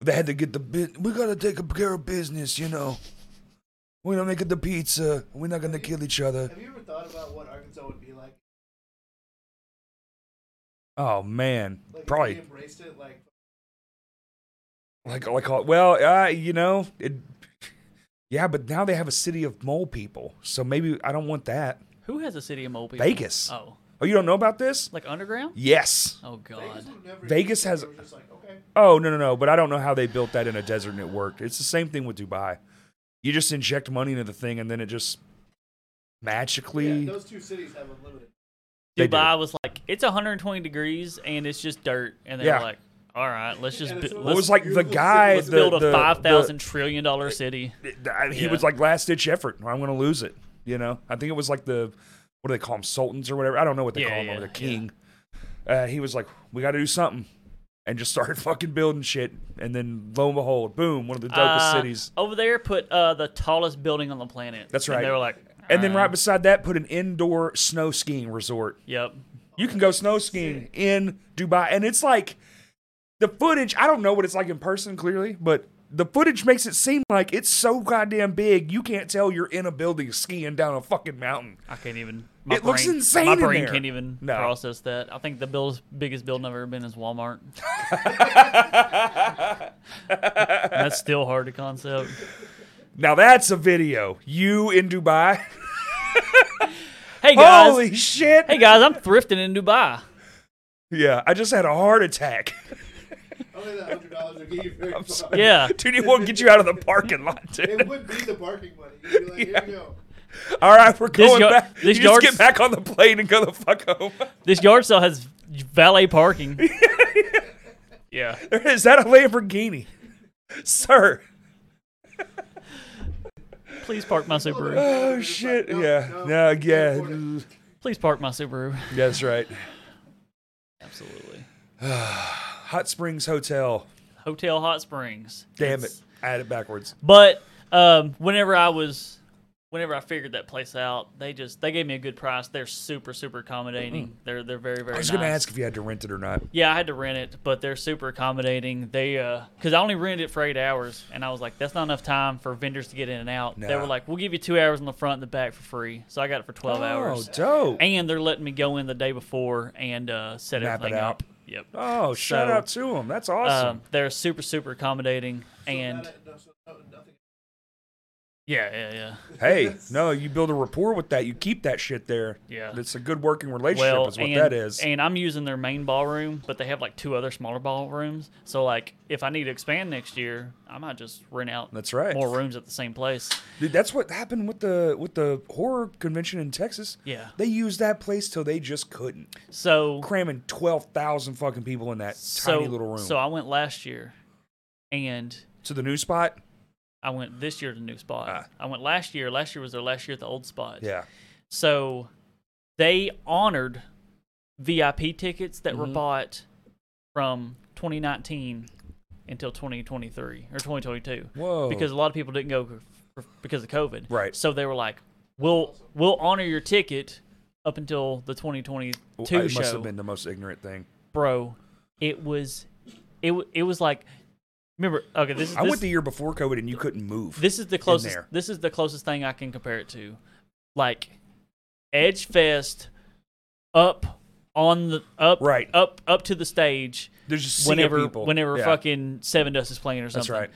[SPEAKER 1] they had to get the bit. We gotta take care of business, you know. We're gonna make it the pizza. We're not gonna kill each other.
[SPEAKER 3] Have you ever thought about what Arkansas would be like?
[SPEAKER 1] Oh man,
[SPEAKER 3] Like if
[SPEAKER 1] probably
[SPEAKER 3] we embraced it, like
[SPEAKER 1] like like all- well uh, you know it yeah but now they have a city of mole people so maybe i don't want that
[SPEAKER 2] Who has a city of mole people?
[SPEAKER 1] Vegas.
[SPEAKER 2] Oh,
[SPEAKER 1] oh you don't know about this
[SPEAKER 2] like underground?
[SPEAKER 1] yes
[SPEAKER 2] Oh God.
[SPEAKER 3] Vegas would never.
[SPEAKER 1] Vegas has-
[SPEAKER 3] They were just like, okay,
[SPEAKER 1] oh no no no but i don't know how they built that in a desert and it worked it's the same thing with dubai you just inject money into the thing and then it just magically
[SPEAKER 3] yeah, those two cities have unlimited.
[SPEAKER 1] They do.
[SPEAKER 2] Dubai was like it's 120 degrees and it's just dirt, and they're
[SPEAKER 1] Yeah.
[SPEAKER 2] like, all right, let's just
[SPEAKER 3] And
[SPEAKER 2] bu-
[SPEAKER 3] it's
[SPEAKER 1] Well, it
[SPEAKER 2] let's
[SPEAKER 1] was like the
[SPEAKER 3] Beautiful
[SPEAKER 1] guy
[SPEAKER 2] Let's
[SPEAKER 1] the,
[SPEAKER 2] build a
[SPEAKER 1] the-
[SPEAKER 2] five thousand
[SPEAKER 1] the-
[SPEAKER 2] trillion dollar city.
[SPEAKER 1] I- he
[SPEAKER 2] Yeah.
[SPEAKER 1] was like last ditch effort i'm gonna lose it you know i think it was like the what do they call them sultans or whatever i don't know what they
[SPEAKER 2] Yeah,
[SPEAKER 1] call them
[SPEAKER 2] yeah,
[SPEAKER 1] or the
[SPEAKER 2] yeah.
[SPEAKER 1] king uh, he was like we gotta do something and just started fucking building shit and then lo and behold boom one of the dopest
[SPEAKER 2] Uh,
[SPEAKER 1] cities
[SPEAKER 2] over there. Put uh, the tallest building on the planet.
[SPEAKER 1] That's
[SPEAKER 2] And they
[SPEAKER 1] right.
[SPEAKER 2] were like,
[SPEAKER 1] and then
[SPEAKER 2] "Alright,
[SPEAKER 1] right beside that put an indoor snow skiing resort
[SPEAKER 2] yep,
[SPEAKER 1] you can go snow skiing in dubai and it's like the footage i don't know what it's like in person clearly but the footage makes it seem like it's so goddamn big you can't tell you're in a building skiing down a fucking mountain
[SPEAKER 2] I can't even. My
[SPEAKER 1] It looks
[SPEAKER 2] brain-
[SPEAKER 1] insane
[SPEAKER 2] My
[SPEAKER 1] in
[SPEAKER 2] brain
[SPEAKER 1] there.
[SPEAKER 2] can't even
[SPEAKER 1] No.
[SPEAKER 2] process that. I think the build, biggest building I've ever been is Walmart. That's still hard to concept.
[SPEAKER 1] Now that's a video. You in Dubai.
[SPEAKER 2] Hey guys,
[SPEAKER 1] Holy shit.
[SPEAKER 2] hey guys, I'm thrifting in Dubai.
[SPEAKER 1] Yeah, I just had a heart attack.
[SPEAKER 3] Only that hundred dollars would get you very far.
[SPEAKER 2] Yeah,
[SPEAKER 1] Dude, it won't get you out of the parking lot,
[SPEAKER 3] It
[SPEAKER 1] dude.
[SPEAKER 3] would be the parking money. You'd be like, here you go.
[SPEAKER 1] All right, we're going
[SPEAKER 2] yard-
[SPEAKER 1] back.
[SPEAKER 2] this
[SPEAKER 1] you just
[SPEAKER 2] yard's-
[SPEAKER 1] get back on the plane and go the fuck home.
[SPEAKER 2] this yard sale has valet parking. yeah,
[SPEAKER 1] Is that a Lamborghini? Sir.
[SPEAKER 2] please park my Subaru.
[SPEAKER 1] Oh, shit. Yeah. No, yeah.
[SPEAKER 2] Please park my Subaru.
[SPEAKER 1] That's right.
[SPEAKER 2] Absolutely.
[SPEAKER 1] Hot Springs Hotel.
[SPEAKER 2] Hotel Hot Springs.
[SPEAKER 1] Damn
[SPEAKER 2] It's-
[SPEAKER 1] it. I had it backwards.
[SPEAKER 2] But um, whenever I was, whenever I figured that place out, they just they gave me a good price. They're super super accommodating. They're they're very very.
[SPEAKER 1] Mm-hmm. I was
[SPEAKER 2] nice.
[SPEAKER 1] going to ask if you had to rent it or not.
[SPEAKER 2] Yeah, I had to rent it, but they're super accommodating. They uh, cause I only rented it for eight hours, and I was like, that's not enough time for vendors to get in and out. They
[SPEAKER 1] Nah.
[SPEAKER 2] were like, we'll give you two hours on the front and the back for free. So I got it for twelve hours.
[SPEAKER 1] Oh, dope.
[SPEAKER 2] And they're letting me go in the day before and uh, set
[SPEAKER 1] Map it
[SPEAKER 2] everything
[SPEAKER 1] out.
[SPEAKER 2] up. Yep. Um,
[SPEAKER 1] Oh, shout
[SPEAKER 2] So,
[SPEAKER 1] out to him. That's awesome.
[SPEAKER 2] Um, they're super super accommodating, and
[SPEAKER 3] no, so, no, nothing.
[SPEAKER 2] Yeah, yeah, yeah.
[SPEAKER 1] Hey, no, you build a rapport with that. You keep that shit there.
[SPEAKER 2] Yeah.
[SPEAKER 1] It's a good working relationship,
[SPEAKER 2] Well,
[SPEAKER 1] is what
[SPEAKER 2] and,
[SPEAKER 1] that is.
[SPEAKER 2] and I'm using their main ballroom, but they have like two other smaller ballrooms. So like, if I need to expand next year, I might just rent out.
[SPEAKER 1] That's right.
[SPEAKER 2] More rooms at the same place.
[SPEAKER 1] Dude, that's what happened with the with the horror convention in Texas.
[SPEAKER 2] Yeah.
[SPEAKER 1] They used that place till they just couldn't.
[SPEAKER 2] So
[SPEAKER 1] Cramming 12,000 fucking people in that
[SPEAKER 2] so
[SPEAKER 1] tiny little room.
[SPEAKER 2] so I went last year, and
[SPEAKER 1] to the new spot?
[SPEAKER 2] I went this year to the new spot.
[SPEAKER 1] Ah.
[SPEAKER 2] I went last year. Last year was their last year at the old spot.
[SPEAKER 1] Yeah.
[SPEAKER 2] So they honored VIP tickets that were bought from 2019 until 2023 or 2022.
[SPEAKER 1] Whoa.
[SPEAKER 2] Because a lot of people didn't go for- because of COVID.
[SPEAKER 1] Oh. Right.
[SPEAKER 2] So they were like, "We'll we'll honor your ticket up until the 2022
[SPEAKER 1] I- it
[SPEAKER 2] show."
[SPEAKER 1] must have been the most ignorant thing.
[SPEAKER 2] Bro, it was it wa- it was like remember okay, this is
[SPEAKER 1] I
[SPEAKER 2] this,
[SPEAKER 1] went the year before COVID and you couldn't move.
[SPEAKER 2] this is the closest.
[SPEAKER 1] there.
[SPEAKER 2] This is the closest thing I can compare it to, like Edge Fest up on the up
[SPEAKER 1] Right.
[SPEAKER 2] up up to the stage.
[SPEAKER 1] There's just a sea of
[SPEAKER 2] whenever
[SPEAKER 1] people.
[SPEAKER 2] whenever
[SPEAKER 1] Yeah.
[SPEAKER 2] fucking Seven Dust is playing or something.
[SPEAKER 1] That's right.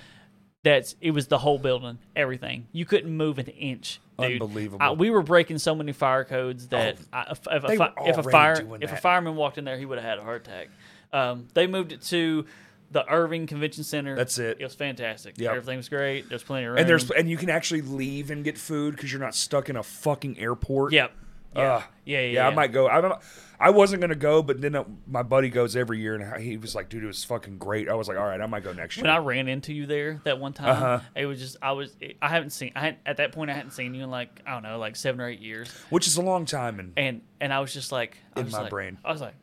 [SPEAKER 2] That's it was the whole building, everything. You couldn't move an inch. Dude.
[SPEAKER 1] Unbelievable. Oh,
[SPEAKER 2] I, we were breaking so many fire codes that I, if, if,
[SPEAKER 1] they were
[SPEAKER 2] a, fi- if a
[SPEAKER 1] already
[SPEAKER 2] fire
[SPEAKER 1] doing
[SPEAKER 2] if a
[SPEAKER 1] that.
[SPEAKER 2] fireman walked in there, he would have had a heart attack. Um, they moved it to the Irving Convention Center.
[SPEAKER 1] That's it.
[SPEAKER 2] It was fantastic.
[SPEAKER 1] Yep.
[SPEAKER 2] Everything was great. There's plenty of room.
[SPEAKER 1] And there's and you can actually leave and get food because you're not stuck in a fucking airport.
[SPEAKER 2] Yep. Yeah.
[SPEAKER 1] Ugh.
[SPEAKER 2] yeah, yeah,
[SPEAKER 1] yeah, I
[SPEAKER 2] yeah.
[SPEAKER 1] might go. I don't. I wasn't gonna go, but then uh, my buddy goes every year, and he was like, "Dude, it was fucking great." I was like, "All right, I might go next year."
[SPEAKER 2] When I ran into you there that one time,
[SPEAKER 1] Uh-huh.
[SPEAKER 2] it was just I was I haven't seen I had, at that point I hadn't seen you in like I don't know like seven or eight years,
[SPEAKER 1] which is a long time, and
[SPEAKER 2] and and I was just like I
[SPEAKER 1] In
[SPEAKER 2] was
[SPEAKER 1] my
[SPEAKER 2] like-
[SPEAKER 1] brain.
[SPEAKER 2] I was like,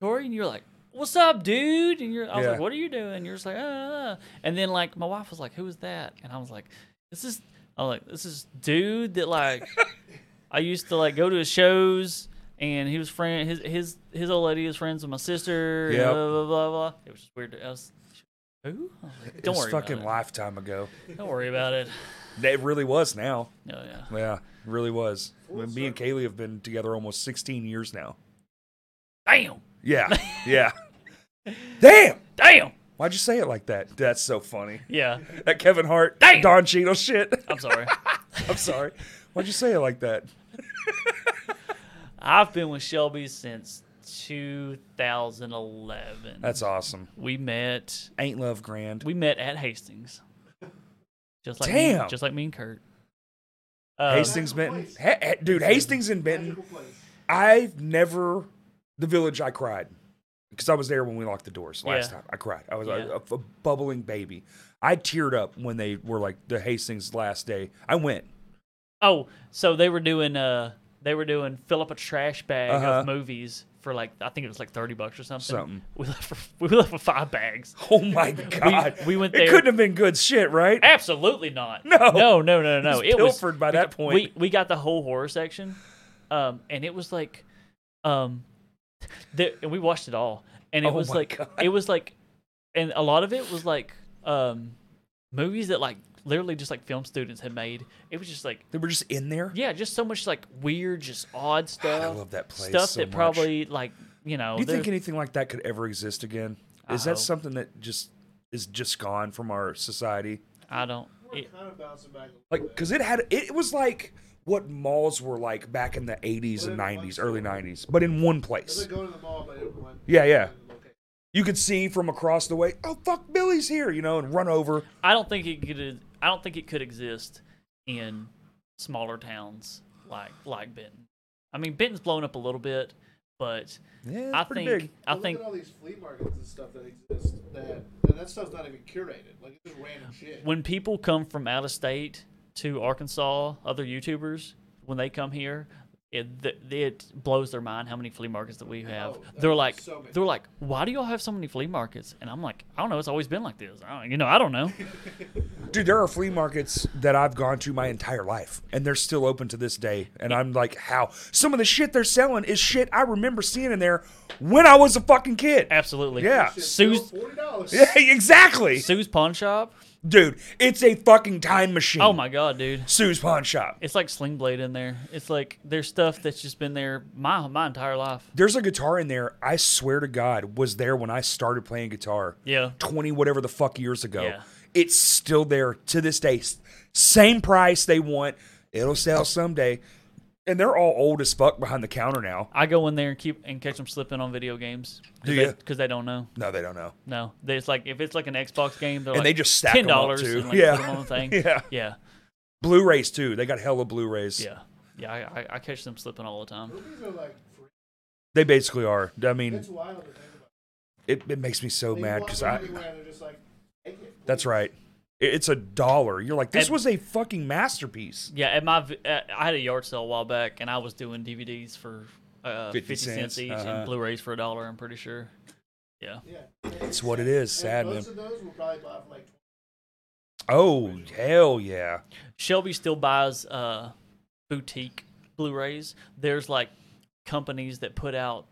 [SPEAKER 2] Corey, and you're like, what's up, dude? And you're I was
[SPEAKER 1] Yeah.
[SPEAKER 2] like, what are you doing? You're just like, ah. and then like my wife was like, who is that? And I was like, this is I was like this is dude that like I used to like go to his shows. And he was friend his his his old lady was friends with my sister. Yeah.
[SPEAKER 1] Yep.
[SPEAKER 2] Blah, blah blah blah. It was just weird. I was, who? I was like, Don't
[SPEAKER 1] it was
[SPEAKER 2] worry.
[SPEAKER 1] fucking
[SPEAKER 2] about it.
[SPEAKER 1] lifetime ago.
[SPEAKER 2] Don't worry about it.
[SPEAKER 1] It really was now.
[SPEAKER 2] Oh yeah.
[SPEAKER 1] Yeah, it really was. me and Kaylee have been together almost 16 years now.
[SPEAKER 2] Damn.
[SPEAKER 1] Yeah, yeah. Damn,
[SPEAKER 2] Damn.
[SPEAKER 1] why'd you say it like that? That's so funny.
[SPEAKER 2] Yeah.
[SPEAKER 1] That Kevin Hart,
[SPEAKER 2] Damn!
[SPEAKER 1] Don Cheadle shit.
[SPEAKER 2] I'm sorry.
[SPEAKER 1] I'm sorry. Why'd you say it like that?
[SPEAKER 2] I've been with Shelby since 2011.
[SPEAKER 1] That's awesome.
[SPEAKER 2] we met.
[SPEAKER 1] Ain't love grand.
[SPEAKER 2] We met at Hastings. Just like Me,
[SPEAKER 1] Damn.
[SPEAKER 2] just like me and Kurt. Um,
[SPEAKER 1] Hastings, Benton. Ha- ha- dude, Hastings and Benton.
[SPEAKER 3] Magical place.
[SPEAKER 1] I've never the village. I cried because I was there when we locked the doors last
[SPEAKER 2] Yeah.
[SPEAKER 1] time. I cried. I was a-
[SPEAKER 2] Yeah.
[SPEAKER 1] a, a bubbling baby. I teared up when they were like the Hastings last day. I went.
[SPEAKER 2] Oh, so they were doing uh they were doing fill up a trash bag
[SPEAKER 1] Uh-huh.
[SPEAKER 2] of movies for like I think it was like 30 bucks or something.
[SPEAKER 1] Something.
[SPEAKER 2] We left for, we left for five bags.
[SPEAKER 1] Oh my god!
[SPEAKER 2] we went
[SPEAKER 1] It
[SPEAKER 2] there-
[SPEAKER 1] couldn't have been good shit, right?
[SPEAKER 2] Absolutely not.
[SPEAKER 1] No.
[SPEAKER 2] No, no, no, no.
[SPEAKER 1] It was
[SPEAKER 2] It was
[SPEAKER 1] pilfered by that point.
[SPEAKER 2] We we got the whole horror section, um, and it was like, um, there, and we watched it all, and it
[SPEAKER 1] Oh
[SPEAKER 2] was
[SPEAKER 1] my
[SPEAKER 2] like
[SPEAKER 1] God.
[SPEAKER 2] it was like, and a lot of it was like, um, movies that like literally just like film students had made. It was just like.
[SPEAKER 1] They were just in there.
[SPEAKER 2] Yeah, just so much like weird, just odd stuff.
[SPEAKER 1] love that place
[SPEAKER 2] Stuff
[SPEAKER 1] so
[SPEAKER 2] that
[SPEAKER 1] much.
[SPEAKER 2] probably like you know.
[SPEAKER 1] Do you think
[SPEAKER 2] there-
[SPEAKER 1] anything like that could ever exist again? Is
[SPEAKER 2] I
[SPEAKER 1] that
[SPEAKER 2] hope.
[SPEAKER 1] something that just is just gone from our society?
[SPEAKER 2] I don't.
[SPEAKER 3] We're
[SPEAKER 2] it-
[SPEAKER 3] kind of bouncing back. a
[SPEAKER 1] Like,
[SPEAKER 3] little bit.
[SPEAKER 1] cause it had it was like what malls were like back in the 80s and 90s, early 90s, but in one
[SPEAKER 3] It's
[SPEAKER 1] place.
[SPEAKER 3] like going to the mall, but it went.
[SPEAKER 1] Yeah, yeah.
[SPEAKER 3] Okay.
[SPEAKER 1] you could see from across the way, oh fuck, Billy's here, you know, and run over.
[SPEAKER 2] I don't think it could. I don't think it could exist in smaller towns like like Benton. I mean, Benton's blown up a little bit, but
[SPEAKER 1] Yeah, it's
[SPEAKER 2] I
[SPEAKER 1] pretty
[SPEAKER 2] think
[SPEAKER 1] big.
[SPEAKER 2] I
[SPEAKER 3] But
[SPEAKER 2] think
[SPEAKER 3] Look at all these flea markets and stuff that exist. That and that stuff's not even curated. Like it's just random shit.
[SPEAKER 2] when people come from out of state to Arkansas, other YouTubers when they come here. It, th- it blows their mind how many flea markets that we have.
[SPEAKER 3] Oh,
[SPEAKER 2] they're
[SPEAKER 3] there's
[SPEAKER 2] like,
[SPEAKER 3] so many.
[SPEAKER 2] they're like, why do y'all have so many flea markets? And I'm like, I don't know. It's always been like this. I don't, you know, I don't know.
[SPEAKER 1] Dude, there are flea markets that I've gone to my entire life, and they're still open to this day. And I'm like, how? Some of the shit they're selling is shit I remember seeing in there when I was a fucking kid.
[SPEAKER 2] Absolutely.
[SPEAKER 1] Yeah.
[SPEAKER 3] It's
[SPEAKER 2] Sue's
[SPEAKER 3] forty dollars.
[SPEAKER 1] Yeah, exactly.
[SPEAKER 2] Sue's pawn shop.
[SPEAKER 1] Dude, it's a fucking time machine.
[SPEAKER 2] Oh my god, dude.
[SPEAKER 1] Sue's Pawn Shop.
[SPEAKER 2] It's like Sling Blade in there. It's like there's stuff that's just been there my my entire life.
[SPEAKER 1] There's a guitar in there, I swear to God, was there when I started playing guitar.
[SPEAKER 2] Yeah.
[SPEAKER 1] 20 whatever the fuck years ago.
[SPEAKER 2] Yeah.
[SPEAKER 1] It's still there to this day. S- Same price they want. It'll sell someday. And they're all old as fuck behind the counter now.
[SPEAKER 2] I go in there and keep and catch them slipping on video games.
[SPEAKER 1] Do ya?
[SPEAKER 2] Because they, don't know.
[SPEAKER 1] No, they don't know.
[SPEAKER 2] No, they, it's like if it's like an Xbox game, they're
[SPEAKER 1] And
[SPEAKER 2] like
[SPEAKER 1] they just stack
[SPEAKER 2] ten
[SPEAKER 1] 'em up,
[SPEAKER 2] dollars.
[SPEAKER 1] too.
[SPEAKER 2] Like
[SPEAKER 1] Yeah.
[SPEAKER 2] put 'em on the thing.
[SPEAKER 1] Yeah.
[SPEAKER 2] yeah,
[SPEAKER 1] Blu-rays too. They got hella Blu-rays.
[SPEAKER 2] yeah, yeah. I, I, I catch them slipping all the time.
[SPEAKER 3] Movies are like free.
[SPEAKER 1] They basically are. I mean,
[SPEAKER 3] It's wild to think about.
[SPEAKER 1] it, it makes me so
[SPEAKER 3] They
[SPEAKER 1] mad
[SPEAKER 3] walk
[SPEAKER 1] because I.
[SPEAKER 3] anywhere and they're just like, take it.
[SPEAKER 1] That's right. It- It's a dollar. You're like, this
[SPEAKER 2] And-
[SPEAKER 1] was a fucking masterpiece.
[SPEAKER 2] Yeah, at my v- at, I had a yard sale a while back, and I was doing DVDs for uh,
[SPEAKER 1] 50
[SPEAKER 2] fifty cents,
[SPEAKER 1] cents,
[SPEAKER 2] each
[SPEAKER 1] uh-huh.
[SPEAKER 2] and Blu-rays for a dollar. I'm pretty sure. Yeah,
[SPEAKER 3] Yeah.
[SPEAKER 1] It's what it is. Sad
[SPEAKER 3] and
[SPEAKER 1] man.
[SPEAKER 3] most of those will probably buy for like
[SPEAKER 1] Oh hell yeah.
[SPEAKER 2] Shelby still buys uh, boutique Blu-rays. There's like companies that put out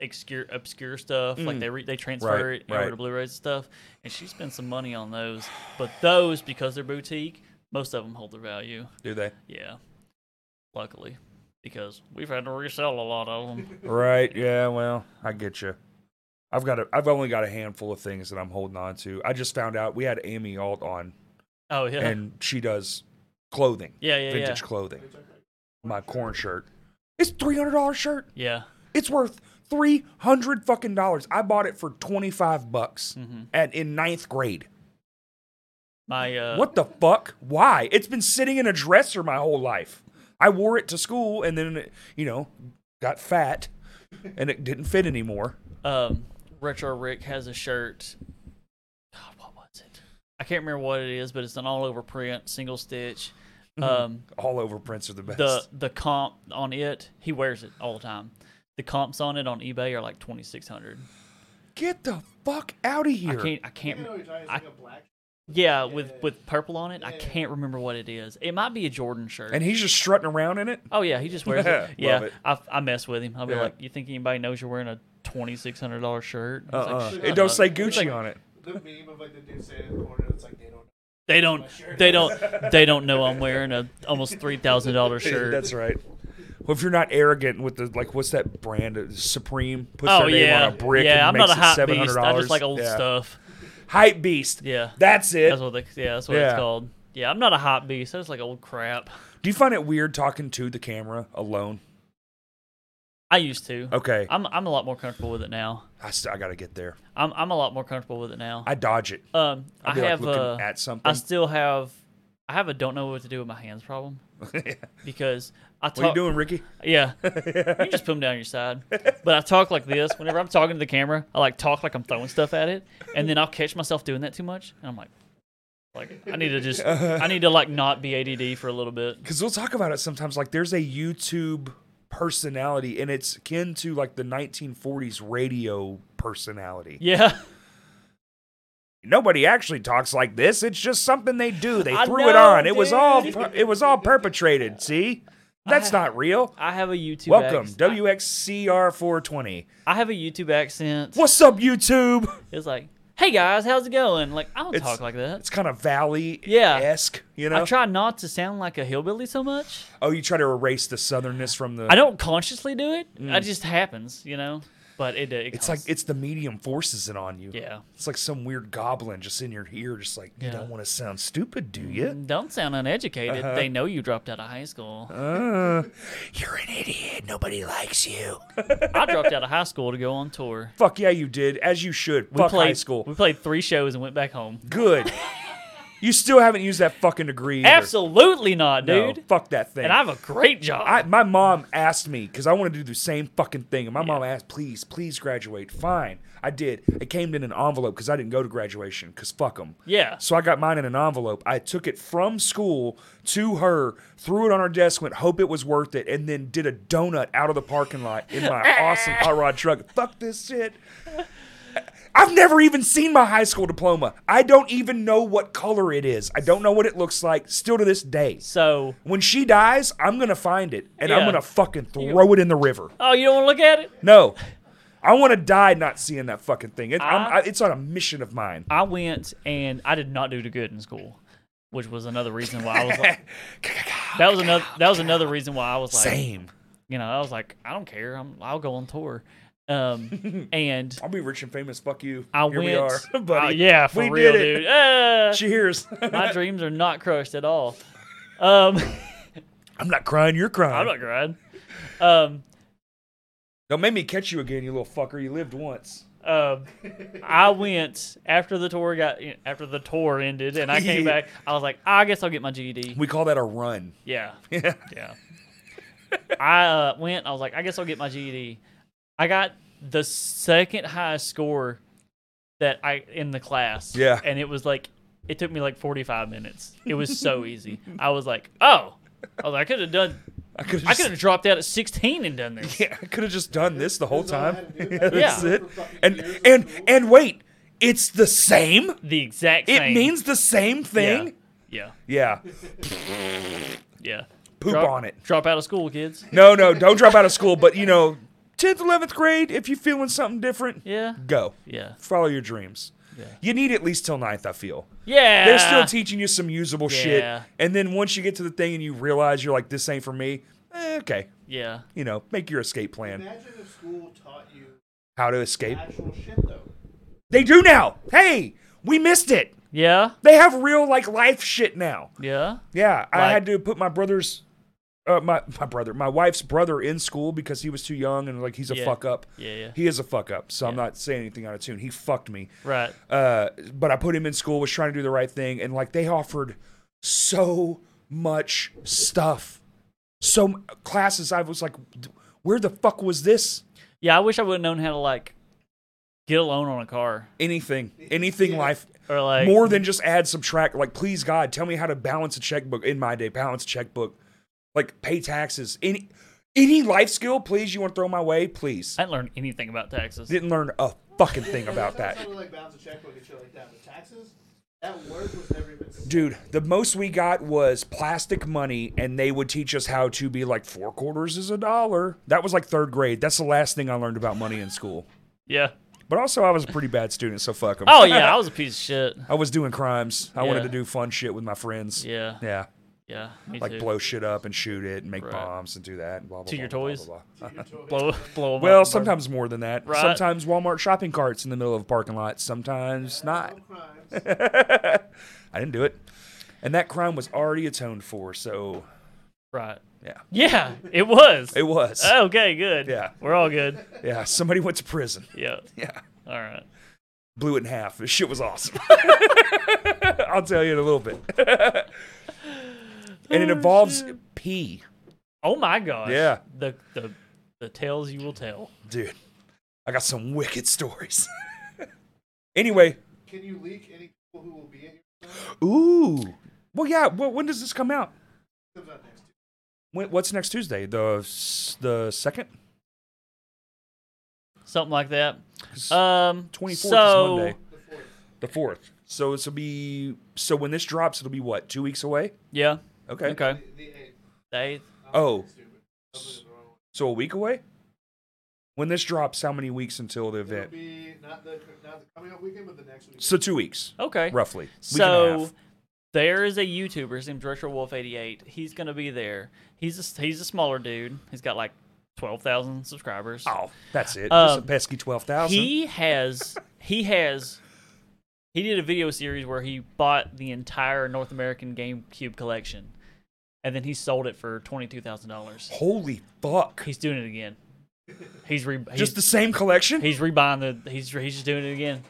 [SPEAKER 2] obscure obscure stuff, like they re- they transfer
[SPEAKER 1] Mm. Right,
[SPEAKER 2] it over
[SPEAKER 1] right.
[SPEAKER 2] to Blu-rays and stuff, and she spends some money on those. But those, because they're boutique, most of them hold their value.
[SPEAKER 1] Do they?
[SPEAKER 2] Yeah, luckily, because we've had to resell a lot of them.
[SPEAKER 1] Right. Yeah. Well, I get you. I've got a. I've only got a handful of things that I'm holding on to. I just found out we had Amy Alt on,
[SPEAKER 2] Oh yeah,
[SPEAKER 1] and she does clothing,
[SPEAKER 2] yeah, yeah, yeah.
[SPEAKER 1] vintage clothing. My corn shirt. It's three hundred dollar shirt.
[SPEAKER 2] yeah.
[SPEAKER 1] It's worth three hundred fucking dollars. I bought it for twenty five bucks
[SPEAKER 2] Mm-hmm.
[SPEAKER 1] at in ninth grade.
[SPEAKER 2] My uh,
[SPEAKER 1] What the fuck? Why? It's been sitting in a dresser my whole life. I wore it to school and then, it, you know, got fat and it didn't fit anymore.
[SPEAKER 2] um, Retro Rick has a shirt. God, what was it? I can't remember what it is, but it's an all over print, single stitch.
[SPEAKER 1] Mm-hmm.
[SPEAKER 2] Um,
[SPEAKER 1] All over prints are the best.
[SPEAKER 2] the the comp on it, he wears it all the time. The comps on it on eBay are like twenty six hundred.
[SPEAKER 1] Get the fuck out of
[SPEAKER 2] I
[SPEAKER 1] here.
[SPEAKER 2] can't I
[SPEAKER 3] You
[SPEAKER 2] can't
[SPEAKER 3] know what you're talking about? It's like a black.
[SPEAKER 2] yeah with with purple on it. I can't remember what it is. It might be a Jordan shirt.
[SPEAKER 1] And he's just strutting around in it.
[SPEAKER 2] oh yeah, he just wears
[SPEAKER 1] Love
[SPEAKER 2] it. Yeah,
[SPEAKER 1] it.
[SPEAKER 2] I I mess with him. I'll be
[SPEAKER 1] Yeah.
[SPEAKER 2] like, you think anybody knows you're wearing a twenty six hundred dollar shirt? I was like,
[SPEAKER 1] Uh-uh.
[SPEAKER 2] Uh, "Shut
[SPEAKER 1] It don't
[SPEAKER 2] up."
[SPEAKER 1] say Gucci on it.
[SPEAKER 3] The meme of like the dude standing in the corner. It's like they don't.
[SPEAKER 2] They don't.
[SPEAKER 3] shirt.
[SPEAKER 2] They don't. They don't know I'm wearing a almost three thousand dollar shirt.
[SPEAKER 1] That's right. Well, if you're not arrogant with the like, what's that brand? Uh, Supreme puts
[SPEAKER 2] oh
[SPEAKER 1] their name
[SPEAKER 2] yeah.
[SPEAKER 1] on a brick. and
[SPEAKER 2] yeah, I'm not a
[SPEAKER 1] makes
[SPEAKER 2] hot
[SPEAKER 1] it
[SPEAKER 2] beast. I just like old
[SPEAKER 1] yeah.
[SPEAKER 2] stuff.
[SPEAKER 1] Hype beast.
[SPEAKER 2] Yeah.
[SPEAKER 1] that's it.
[SPEAKER 2] That's what they. Yeah, that's what
[SPEAKER 1] Yeah.
[SPEAKER 2] it's called. Yeah, I'm not a hot beast. I just like old crap.
[SPEAKER 1] Do you find it weird talking to the camera alone?
[SPEAKER 2] I used to.
[SPEAKER 1] Okay,
[SPEAKER 2] I'm I'm a lot more comfortable with it now.
[SPEAKER 1] I, st- I gotta get there.
[SPEAKER 2] I'm I'm a lot more comfortable with it now.
[SPEAKER 1] I dodge it.
[SPEAKER 2] um,
[SPEAKER 1] I'll
[SPEAKER 2] I
[SPEAKER 1] be
[SPEAKER 2] have
[SPEAKER 1] like looking
[SPEAKER 2] uh,
[SPEAKER 1] at something.
[SPEAKER 2] I still have. I have a don't know what to do with my hands problem because I talk.
[SPEAKER 1] What are you doing, Ricky?
[SPEAKER 2] Yeah. you can just put them down your side. But I talk like this. Whenever I'm talking to the camera, I like talk like I'm throwing stuff at it. And then I'll catch myself doing that too much. And I'm like, like I need to just, I need to like not be ADD for a little bit.
[SPEAKER 1] Because we'll talk about it sometimes. Like there's a YouTube personality, and it's akin to like the 1940s radio personality.
[SPEAKER 2] Yeah.
[SPEAKER 1] Nobody actually talks like this. It's just something they do. They
[SPEAKER 2] I
[SPEAKER 1] threw it
[SPEAKER 2] know,
[SPEAKER 1] on. It was all
[SPEAKER 2] dude.
[SPEAKER 1] per- it was all perpetrated. See, that's
[SPEAKER 2] I-
[SPEAKER 1] not real.
[SPEAKER 2] I have a YouTube
[SPEAKER 1] Welcome,
[SPEAKER 2] acc-
[SPEAKER 1] WXCR420.
[SPEAKER 2] I have a YouTube accent.
[SPEAKER 1] What's up, YouTube?
[SPEAKER 2] It's like, hey guys, how's it going? Like, I don't
[SPEAKER 1] It's-
[SPEAKER 2] talk like that.
[SPEAKER 1] It's kind of valley esque, you know.
[SPEAKER 2] I try not to sound like a hillbilly so much.
[SPEAKER 1] oh, you try to erase the southernness from the.
[SPEAKER 2] I don't consciously do it. It just happens, you know. But it, uh, it
[SPEAKER 1] Mm. It's like
[SPEAKER 2] comes.
[SPEAKER 1] it's the medium forces it on you.
[SPEAKER 2] Yeah.
[SPEAKER 1] It's like some weird goblin just in your ear, just like you
[SPEAKER 2] Yeah. Mm-hmm.
[SPEAKER 1] don't want to sound stupid, do you?
[SPEAKER 2] don't sound uneducated.
[SPEAKER 1] Uh-huh.
[SPEAKER 2] They know you dropped out of high school.
[SPEAKER 1] Uh, you're an idiot. Nobody likes you.
[SPEAKER 2] I dropped out of high school to go on tour.
[SPEAKER 1] Fuck yeah, you did, as you should. Fuck
[SPEAKER 2] played
[SPEAKER 1] high school.
[SPEAKER 2] We played three shows and went back home.
[SPEAKER 1] Good. you still haven't used that fucking degree. either.
[SPEAKER 2] Absolutely not,
[SPEAKER 1] No,
[SPEAKER 2] dude.
[SPEAKER 1] fuck that thing.
[SPEAKER 2] and I have a great job.
[SPEAKER 1] I, my mom asked me because I wanted to do the same fucking thing, and my mom asked, "Please, please graduate." Fine, I did. It came in an envelope because I didn't go to graduation because fuck them.
[SPEAKER 2] Yeah.
[SPEAKER 1] So I got mine in an envelope. I took it from school to her, threw it on her desk, went, "Hope it was worth it," and then did a donut out of the parking lot in my awesome hot rod truck. Fuck this shit. I've never even seen my high school diploma. I don't even know what color it is. I don't know what it looks like. Still to this day.
[SPEAKER 2] so,
[SPEAKER 1] When she dies, I'm gonna find it and I'm
[SPEAKER 2] Yeah.
[SPEAKER 1] gonna fucking throw it in the river.
[SPEAKER 2] oh, you don't want to look at it?
[SPEAKER 1] No, I want to die not seeing that fucking thing. It, I'm,
[SPEAKER 2] I-
[SPEAKER 1] I, it's on a mission of mine.
[SPEAKER 2] I went and I did not do too good in school, which was another reason why I was like, that was another that was another reason why I was like,
[SPEAKER 1] Same.
[SPEAKER 2] you know, I was like, I don't care. I'm, I'll go on tour. Um, and
[SPEAKER 1] I'll be rich and famous. Fuck you.
[SPEAKER 2] I
[SPEAKER 1] Here
[SPEAKER 2] went.
[SPEAKER 1] we are, buddy.
[SPEAKER 2] Oh, yeah, for
[SPEAKER 1] we
[SPEAKER 2] real,
[SPEAKER 1] did it.
[SPEAKER 2] dude. Ah,
[SPEAKER 1] Cheers.
[SPEAKER 2] my dreams are not crushed at all. Um,
[SPEAKER 1] I'm not crying. You're crying.
[SPEAKER 2] I'm not crying. Um,
[SPEAKER 1] Don't make me catch you again, you little fucker. You lived once.
[SPEAKER 2] um, I went after the tour got after the tour ended, and I came back. I was like, I guess I'll get my GED.
[SPEAKER 1] We call that a run.
[SPEAKER 2] Yeah,
[SPEAKER 1] Yeah.
[SPEAKER 2] yeah. I uh, went. I was like, I guess I'll get my GED. I got the second highest score that I in the class.
[SPEAKER 1] Yeah.
[SPEAKER 2] and it was like it took me like forty five minutes. It was so easy. I was like, oh, I was like, I could have done.
[SPEAKER 1] I could have
[SPEAKER 2] I could
[SPEAKER 1] just,
[SPEAKER 2] have dropped out at sixteen and done this.
[SPEAKER 1] yeah, I could have just done this the whole
[SPEAKER 3] is all I
[SPEAKER 1] time.
[SPEAKER 3] had to do.
[SPEAKER 1] Yeah, that's
[SPEAKER 2] Yeah.
[SPEAKER 1] it. And and and wait, it's the same.
[SPEAKER 2] The exact
[SPEAKER 1] It
[SPEAKER 2] same.
[SPEAKER 1] means the same thing.
[SPEAKER 2] Yeah.
[SPEAKER 1] Yeah.
[SPEAKER 2] Yeah.
[SPEAKER 1] Poop on it.
[SPEAKER 2] Drop out of school, kids.
[SPEAKER 1] No, no, don't drop out of school. But you know, tenth, eleventh grade, if you're feeling something different,
[SPEAKER 2] Yeah.
[SPEAKER 1] go.
[SPEAKER 2] Yeah.
[SPEAKER 1] Follow your dreams. You need at least till ninth. I feel.
[SPEAKER 2] Yeah.
[SPEAKER 1] They're still teaching you some usable
[SPEAKER 2] Ah. Yeah.
[SPEAKER 1] shit, and then once you get to the thing and you realize you're like, this ain't for me. eh, okay,
[SPEAKER 2] yeah.
[SPEAKER 1] you know, make your escape plan.
[SPEAKER 3] Imagine if school taught you
[SPEAKER 1] How to escape?
[SPEAKER 3] actual shit though.
[SPEAKER 1] They do now. Hey, we missed it.
[SPEAKER 2] Yeah.
[SPEAKER 1] They have real like life shit now.
[SPEAKER 2] Yeah.
[SPEAKER 1] Yeah, I
[SPEAKER 2] Like-
[SPEAKER 1] had to put my brother's, uh, my my brother, my wife's brother in school because he was too young and like he's a
[SPEAKER 2] Yeah.
[SPEAKER 1] fuck up.
[SPEAKER 2] Yeah, yeah.
[SPEAKER 1] He is a fuck up, so I'm
[SPEAKER 2] Yeah.
[SPEAKER 1] not saying anything out of tune. He fucked me.
[SPEAKER 2] Right.
[SPEAKER 1] Uh, but I put him in school, was trying to do the right thing, and like they offered so much stuff, so m- classes. I was like, where the fuck was this?
[SPEAKER 2] Yeah. I wish I would have known how to like get a loan on a car
[SPEAKER 1] Anything, anything, life.
[SPEAKER 2] or like
[SPEAKER 1] more than just add subtract like please god tell me how to balance a checkbook in my day balance a checkbook like pay taxes any any life skill please you want to throw my way please
[SPEAKER 2] I didn't learn anything about taxes.
[SPEAKER 1] didn't learn a fucking thing about
[SPEAKER 3] Sometimes
[SPEAKER 1] that
[SPEAKER 3] I would, like balance a checkbook and shit like that, but taxes, that word was never even. said.
[SPEAKER 1] dude the most we got was plastic money and they would teach us how to be like four quarters is a dollar that was like third grade that's the last thing i learned about money in school
[SPEAKER 2] Yeah.
[SPEAKER 1] but also i was a pretty bad student so fuck them
[SPEAKER 2] Oh yeah, I was a piece of shit.
[SPEAKER 1] i was doing crimes i wanted
[SPEAKER 2] Yeah.
[SPEAKER 1] to do fun shit with my friends
[SPEAKER 2] Yeah.
[SPEAKER 1] yeah
[SPEAKER 2] Yeah. Me
[SPEAKER 1] like
[SPEAKER 2] too.
[SPEAKER 1] blow shit up and shoot it and make
[SPEAKER 2] Right.
[SPEAKER 1] bombs and do that and blah blah
[SPEAKER 2] To
[SPEAKER 1] blah,
[SPEAKER 2] your
[SPEAKER 1] blah, blah,
[SPEAKER 2] toys?
[SPEAKER 1] blah, blah.
[SPEAKER 2] blow blow 'em
[SPEAKER 1] well
[SPEAKER 2] up.
[SPEAKER 1] sometimes more than that
[SPEAKER 2] Right.
[SPEAKER 1] sometimes walmart shopping carts in the middle of a parking lot sometimes not
[SPEAKER 3] No crimes.
[SPEAKER 1] i didn't do it and that crime was already atoned for so
[SPEAKER 2] Right.
[SPEAKER 1] yeah
[SPEAKER 2] Yeah. It was.
[SPEAKER 1] it was
[SPEAKER 2] Okay. Good.
[SPEAKER 1] Yeah.
[SPEAKER 2] We're all good.
[SPEAKER 1] yeah somebody went to prison
[SPEAKER 2] Yeah.
[SPEAKER 1] yeah
[SPEAKER 2] All right.
[SPEAKER 1] blew it in half this shit was awesome i'll tell you in a little bit and it involves pee
[SPEAKER 2] Oh my gosh.
[SPEAKER 1] Yeah.
[SPEAKER 2] The the the tales you will tell.
[SPEAKER 1] dude i got some wicked stories anyway
[SPEAKER 3] Can you leak any people who will be in your class?
[SPEAKER 1] Ooh. Well, yeah. Well, when does this come out?
[SPEAKER 3] Comes out next Tuesday.
[SPEAKER 1] When, what's next Tuesday? The s- the second.
[SPEAKER 2] Something like that.
[SPEAKER 1] S-
[SPEAKER 2] Um.
[SPEAKER 1] 24th
[SPEAKER 2] so,
[SPEAKER 1] is Monday.
[SPEAKER 3] The fourth.
[SPEAKER 1] The fourth. So this will be. So when this drops, it'll be what? Two weeks away.
[SPEAKER 2] Yeah.
[SPEAKER 1] Okay.
[SPEAKER 2] Okay.
[SPEAKER 3] The eighth.
[SPEAKER 2] The eighth.
[SPEAKER 1] Oh,
[SPEAKER 3] Stupid. I'm looking at the wrong one.
[SPEAKER 1] so a week away. When this drops, how many weeks until the
[SPEAKER 3] It'll
[SPEAKER 1] event?
[SPEAKER 3] be not the not the coming up weekend, but the next weekend.
[SPEAKER 1] So two weeks,
[SPEAKER 2] Okay.
[SPEAKER 1] roughly. week and a
[SPEAKER 2] So
[SPEAKER 1] half.
[SPEAKER 2] there is a YouTuber. His name's Retro Wolf eighty eight. He's gonna be there. He's a, he's a smaller dude. He's got like twelve thousand subscribers.
[SPEAKER 1] Oh, that's it.
[SPEAKER 2] Um,
[SPEAKER 1] Just a pesky twelve thousand.
[SPEAKER 2] he has he has he did a video series where he bought the entire North American GameCube collection, and then he sold it for twenty two thousand dollars.
[SPEAKER 1] Holy fuck!
[SPEAKER 2] He's doing it again. He's re he's,
[SPEAKER 1] Just the same collection.
[SPEAKER 2] he's rebuying the he's he's just doing it again.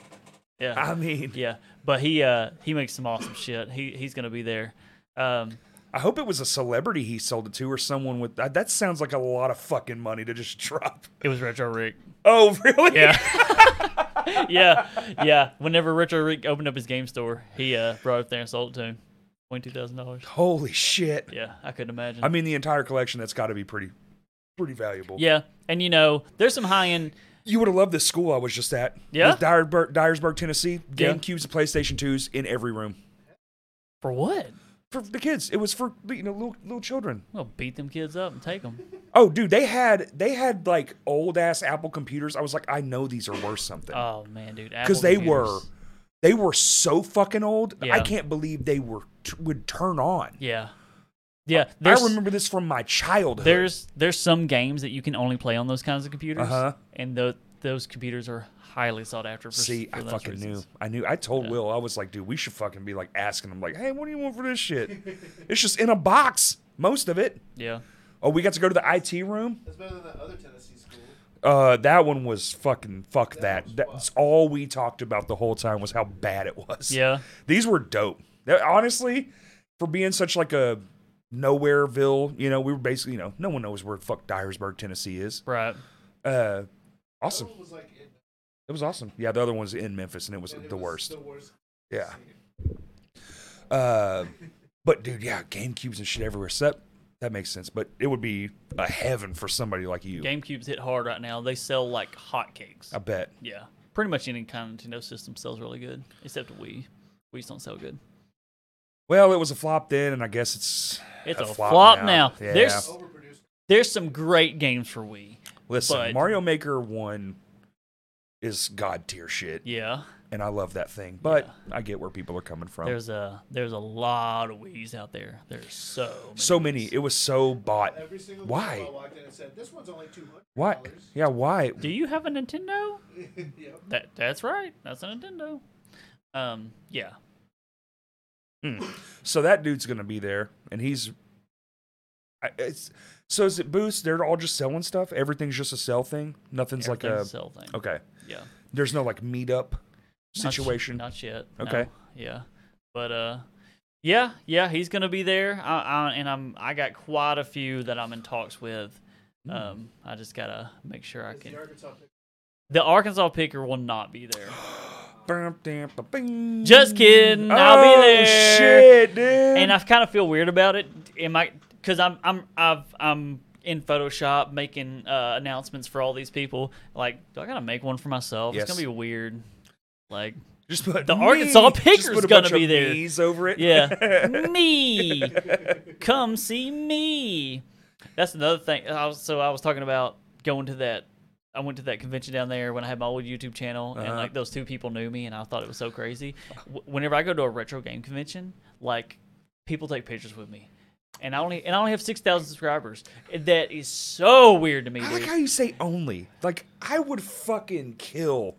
[SPEAKER 2] Yeah.
[SPEAKER 1] I mean,
[SPEAKER 2] Yeah, but he uh he makes some awesome shit. He he's gonna be there. Um,
[SPEAKER 1] I hope it was a celebrity he sold it to, or someone with uh, that. That sounds like a lot of fucking money to just drop.
[SPEAKER 2] it was Retro Rick.
[SPEAKER 1] Oh, really?
[SPEAKER 2] Yeah, yeah, yeah. Whenever Retro Rick opened up his game store, he uh brought it there and sold it to him. Twenty two thousand dollars.
[SPEAKER 1] Holy shit.
[SPEAKER 2] Yeah, I couldn't imagine.
[SPEAKER 1] I mean, the entire collection, that's got to be pretty, pretty valuable.
[SPEAKER 2] yeah, and you know, there's some high end.
[SPEAKER 1] You would have loved this school I was just at.
[SPEAKER 2] Yeah?
[SPEAKER 1] It was Dyersburg, Dyersburg, Tennessee.
[SPEAKER 2] Yeah.
[SPEAKER 1] GameCubes and PlayStation 2s in every room.
[SPEAKER 2] For what?
[SPEAKER 1] For the kids, it was for you know little little children.
[SPEAKER 2] Well, beat them kids up and take them.
[SPEAKER 1] Oh, dude, they had they had like old ass Apple computers. I was like, I know these are worth something
[SPEAKER 2] Oh man, dude.
[SPEAKER 1] because
[SPEAKER 2] Apple
[SPEAKER 1] they
[SPEAKER 2] computers.
[SPEAKER 1] were they were so fucking old. I
[SPEAKER 2] Yeah.
[SPEAKER 1] can't believe they were t- would turn on.
[SPEAKER 2] Yeah, yeah. There's,
[SPEAKER 1] I remember this from my childhood.
[SPEAKER 2] there's there's some games that you can only play on those kinds of computers,
[SPEAKER 1] Uh-huh.
[SPEAKER 2] and the those computers are highly sought after. For,
[SPEAKER 1] See,
[SPEAKER 2] for
[SPEAKER 1] I
[SPEAKER 2] those
[SPEAKER 1] fucking
[SPEAKER 2] reasons.
[SPEAKER 1] knew. I knew. I told
[SPEAKER 2] Yeah.
[SPEAKER 1] Will, I was like, dude, we should fucking be like asking him, like, hey, what do you want for this shit? it's just in a box, most of it.
[SPEAKER 2] Yeah,
[SPEAKER 1] Oh, we got to go to the IT room.
[SPEAKER 3] That's better than that other Tennessee school.
[SPEAKER 1] Uh, that one was fucking fuck
[SPEAKER 3] That
[SPEAKER 1] that.
[SPEAKER 3] was
[SPEAKER 1] That's all we talked about the whole time was how bad it was.
[SPEAKER 2] yeah,
[SPEAKER 1] these were dope. That- honestly, for being such like a nowhereville, you know, we were basically, you know, no one knows where fuck Dyersburg, Tennessee is.
[SPEAKER 2] right.
[SPEAKER 1] Uh, awesome.
[SPEAKER 3] That one was like in,
[SPEAKER 1] It was awesome. Yeah, the other one's in Memphis, and it was
[SPEAKER 3] and it
[SPEAKER 1] the
[SPEAKER 3] was
[SPEAKER 1] worst.
[SPEAKER 3] The worst.
[SPEAKER 1] Yeah. Uh, but dude, yeah, GameCubes and shit everywhere. So that, that makes sense. But it would be a heaven for somebody like you.
[SPEAKER 2] GameCube's hit hard right now. They sell like hotcakes.
[SPEAKER 1] I bet.
[SPEAKER 2] Yeah, pretty much any kind of Nintendo system sells really good, except Wii. Wii's don't sell good.
[SPEAKER 1] Well, it was a flop then, and I guess it's
[SPEAKER 2] It's a flop now. There's-
[SPEAKER 3] Overproduced.
[SPEAKER 2] There's some great games for Wii.
[SPEAKER 1] Listen,
[SPEAKER 2] but-
[SPEAKER 1] Mario Maker One is god tier shit,
[SPEAKER 2] Yeah,
[SPEAKER 1] and I love that thing. But I get where people are coming from.
[SPEAKER 2] there's a there's a lot of Wii's out there. There's so many
[SPEAKER 1] so many.
[SPEAKER 2] Wiis.
[SPEAKER 1] It was so bought.
[SPEAKER 3] Every single
[SPEAKER 1] Why?
[SPEAKER 3] time I walked in and said, "This one's only two hundred
[SPEAKER 1] Why? Yeah, why?
[SPEAKER 2] Do you have a Nintendo?
[SPEAKER 3] yep.
[SPEAKER 2] That that's right. That's a Nintendo. Um, yeah,
[SPEAKER 1] Hmm. So that dude's gonna be there, and he's. I- It's so is it booths? They're all just selling stuff. Everything's just a sell thing. Nothing's like
[SPEAKER 2] everything's
[SPEAKER 1] a
[SPEAKER 2] a sell thing.
[SPEAKER 1] okay.
[SPEAKER 2] Yeah.
[SPEAKER 1] There's no like meetup
[SPEAKER 2] Not sh-
[SPEAKER 1] situation.
[SPEAKER 2] Not, yet. no.
[SPEAKER 1] Okay.
[SPEAKER 2] Yeah. But uh, yeah, yeah, he's gonna be there. I, I, and I'm I got quite a few that I'm in talks with.
[SPEAKER 1] Hmm.
[SPEAKER 2] Um, I just gotta make sure I
[SPEAKER 3] It's
[SPEAKER 2] can.
[SPEAKER 3] the Arkansas pick.
[SPEAKER 2] The Arkansas picker will not be there.
[SPEAKER 1] Bam, dam, ba, bing.
[SPEAKER 2] Just kidding. I'll be
[SPEAKER 1] Oh,
[SPEAKER 2] there.
[SPEAKER 1] Shit, dude. And
[SPEAKER 2] and I kind of feel weird about it. Am I? Because I'm I'm I've I'm in Photoshop making uh, announcements for all these people. Like, do I gotta make one for myself?
[SPEAKER 1] Yes.
[SPEAKER 2] It's gonna be weird. Like,
[SPEAKER 1] just put
[SPEAKER 2] the
[SPEAKER 1] me-
[SPEAKER 2] Arkansas
[SPEAKER 1] just
[SPEAKER 2] picture's
[SPEAKER 1] put a
[SPEAKER 2] gonna
[SPEAKER 1] bunch
[SPEAKER 2] be
[SPEAKER 1] of
[SPEAKER 2] there.
[SPEAKER 1] me's over it.
[SPEAKER 2] yeah, me. Come see me. That's another thing. I was, so I was talking about going to that. I went to that convention down there when I had my old YouTube channel, and
[SPEAKER 1] Uh-huh.
[SPEAKER 2] like those two people knew me, and I thought it was so crazy. W- whenever I go to a retro game convention, like people take pictures with me, and I only and I only have six thousand subscribers. That is so weird to me,
[SPEAKER 1] I like
[SPEAKER 2] dude.
[SPEAKER 1] how you say only. Like I would fucking kill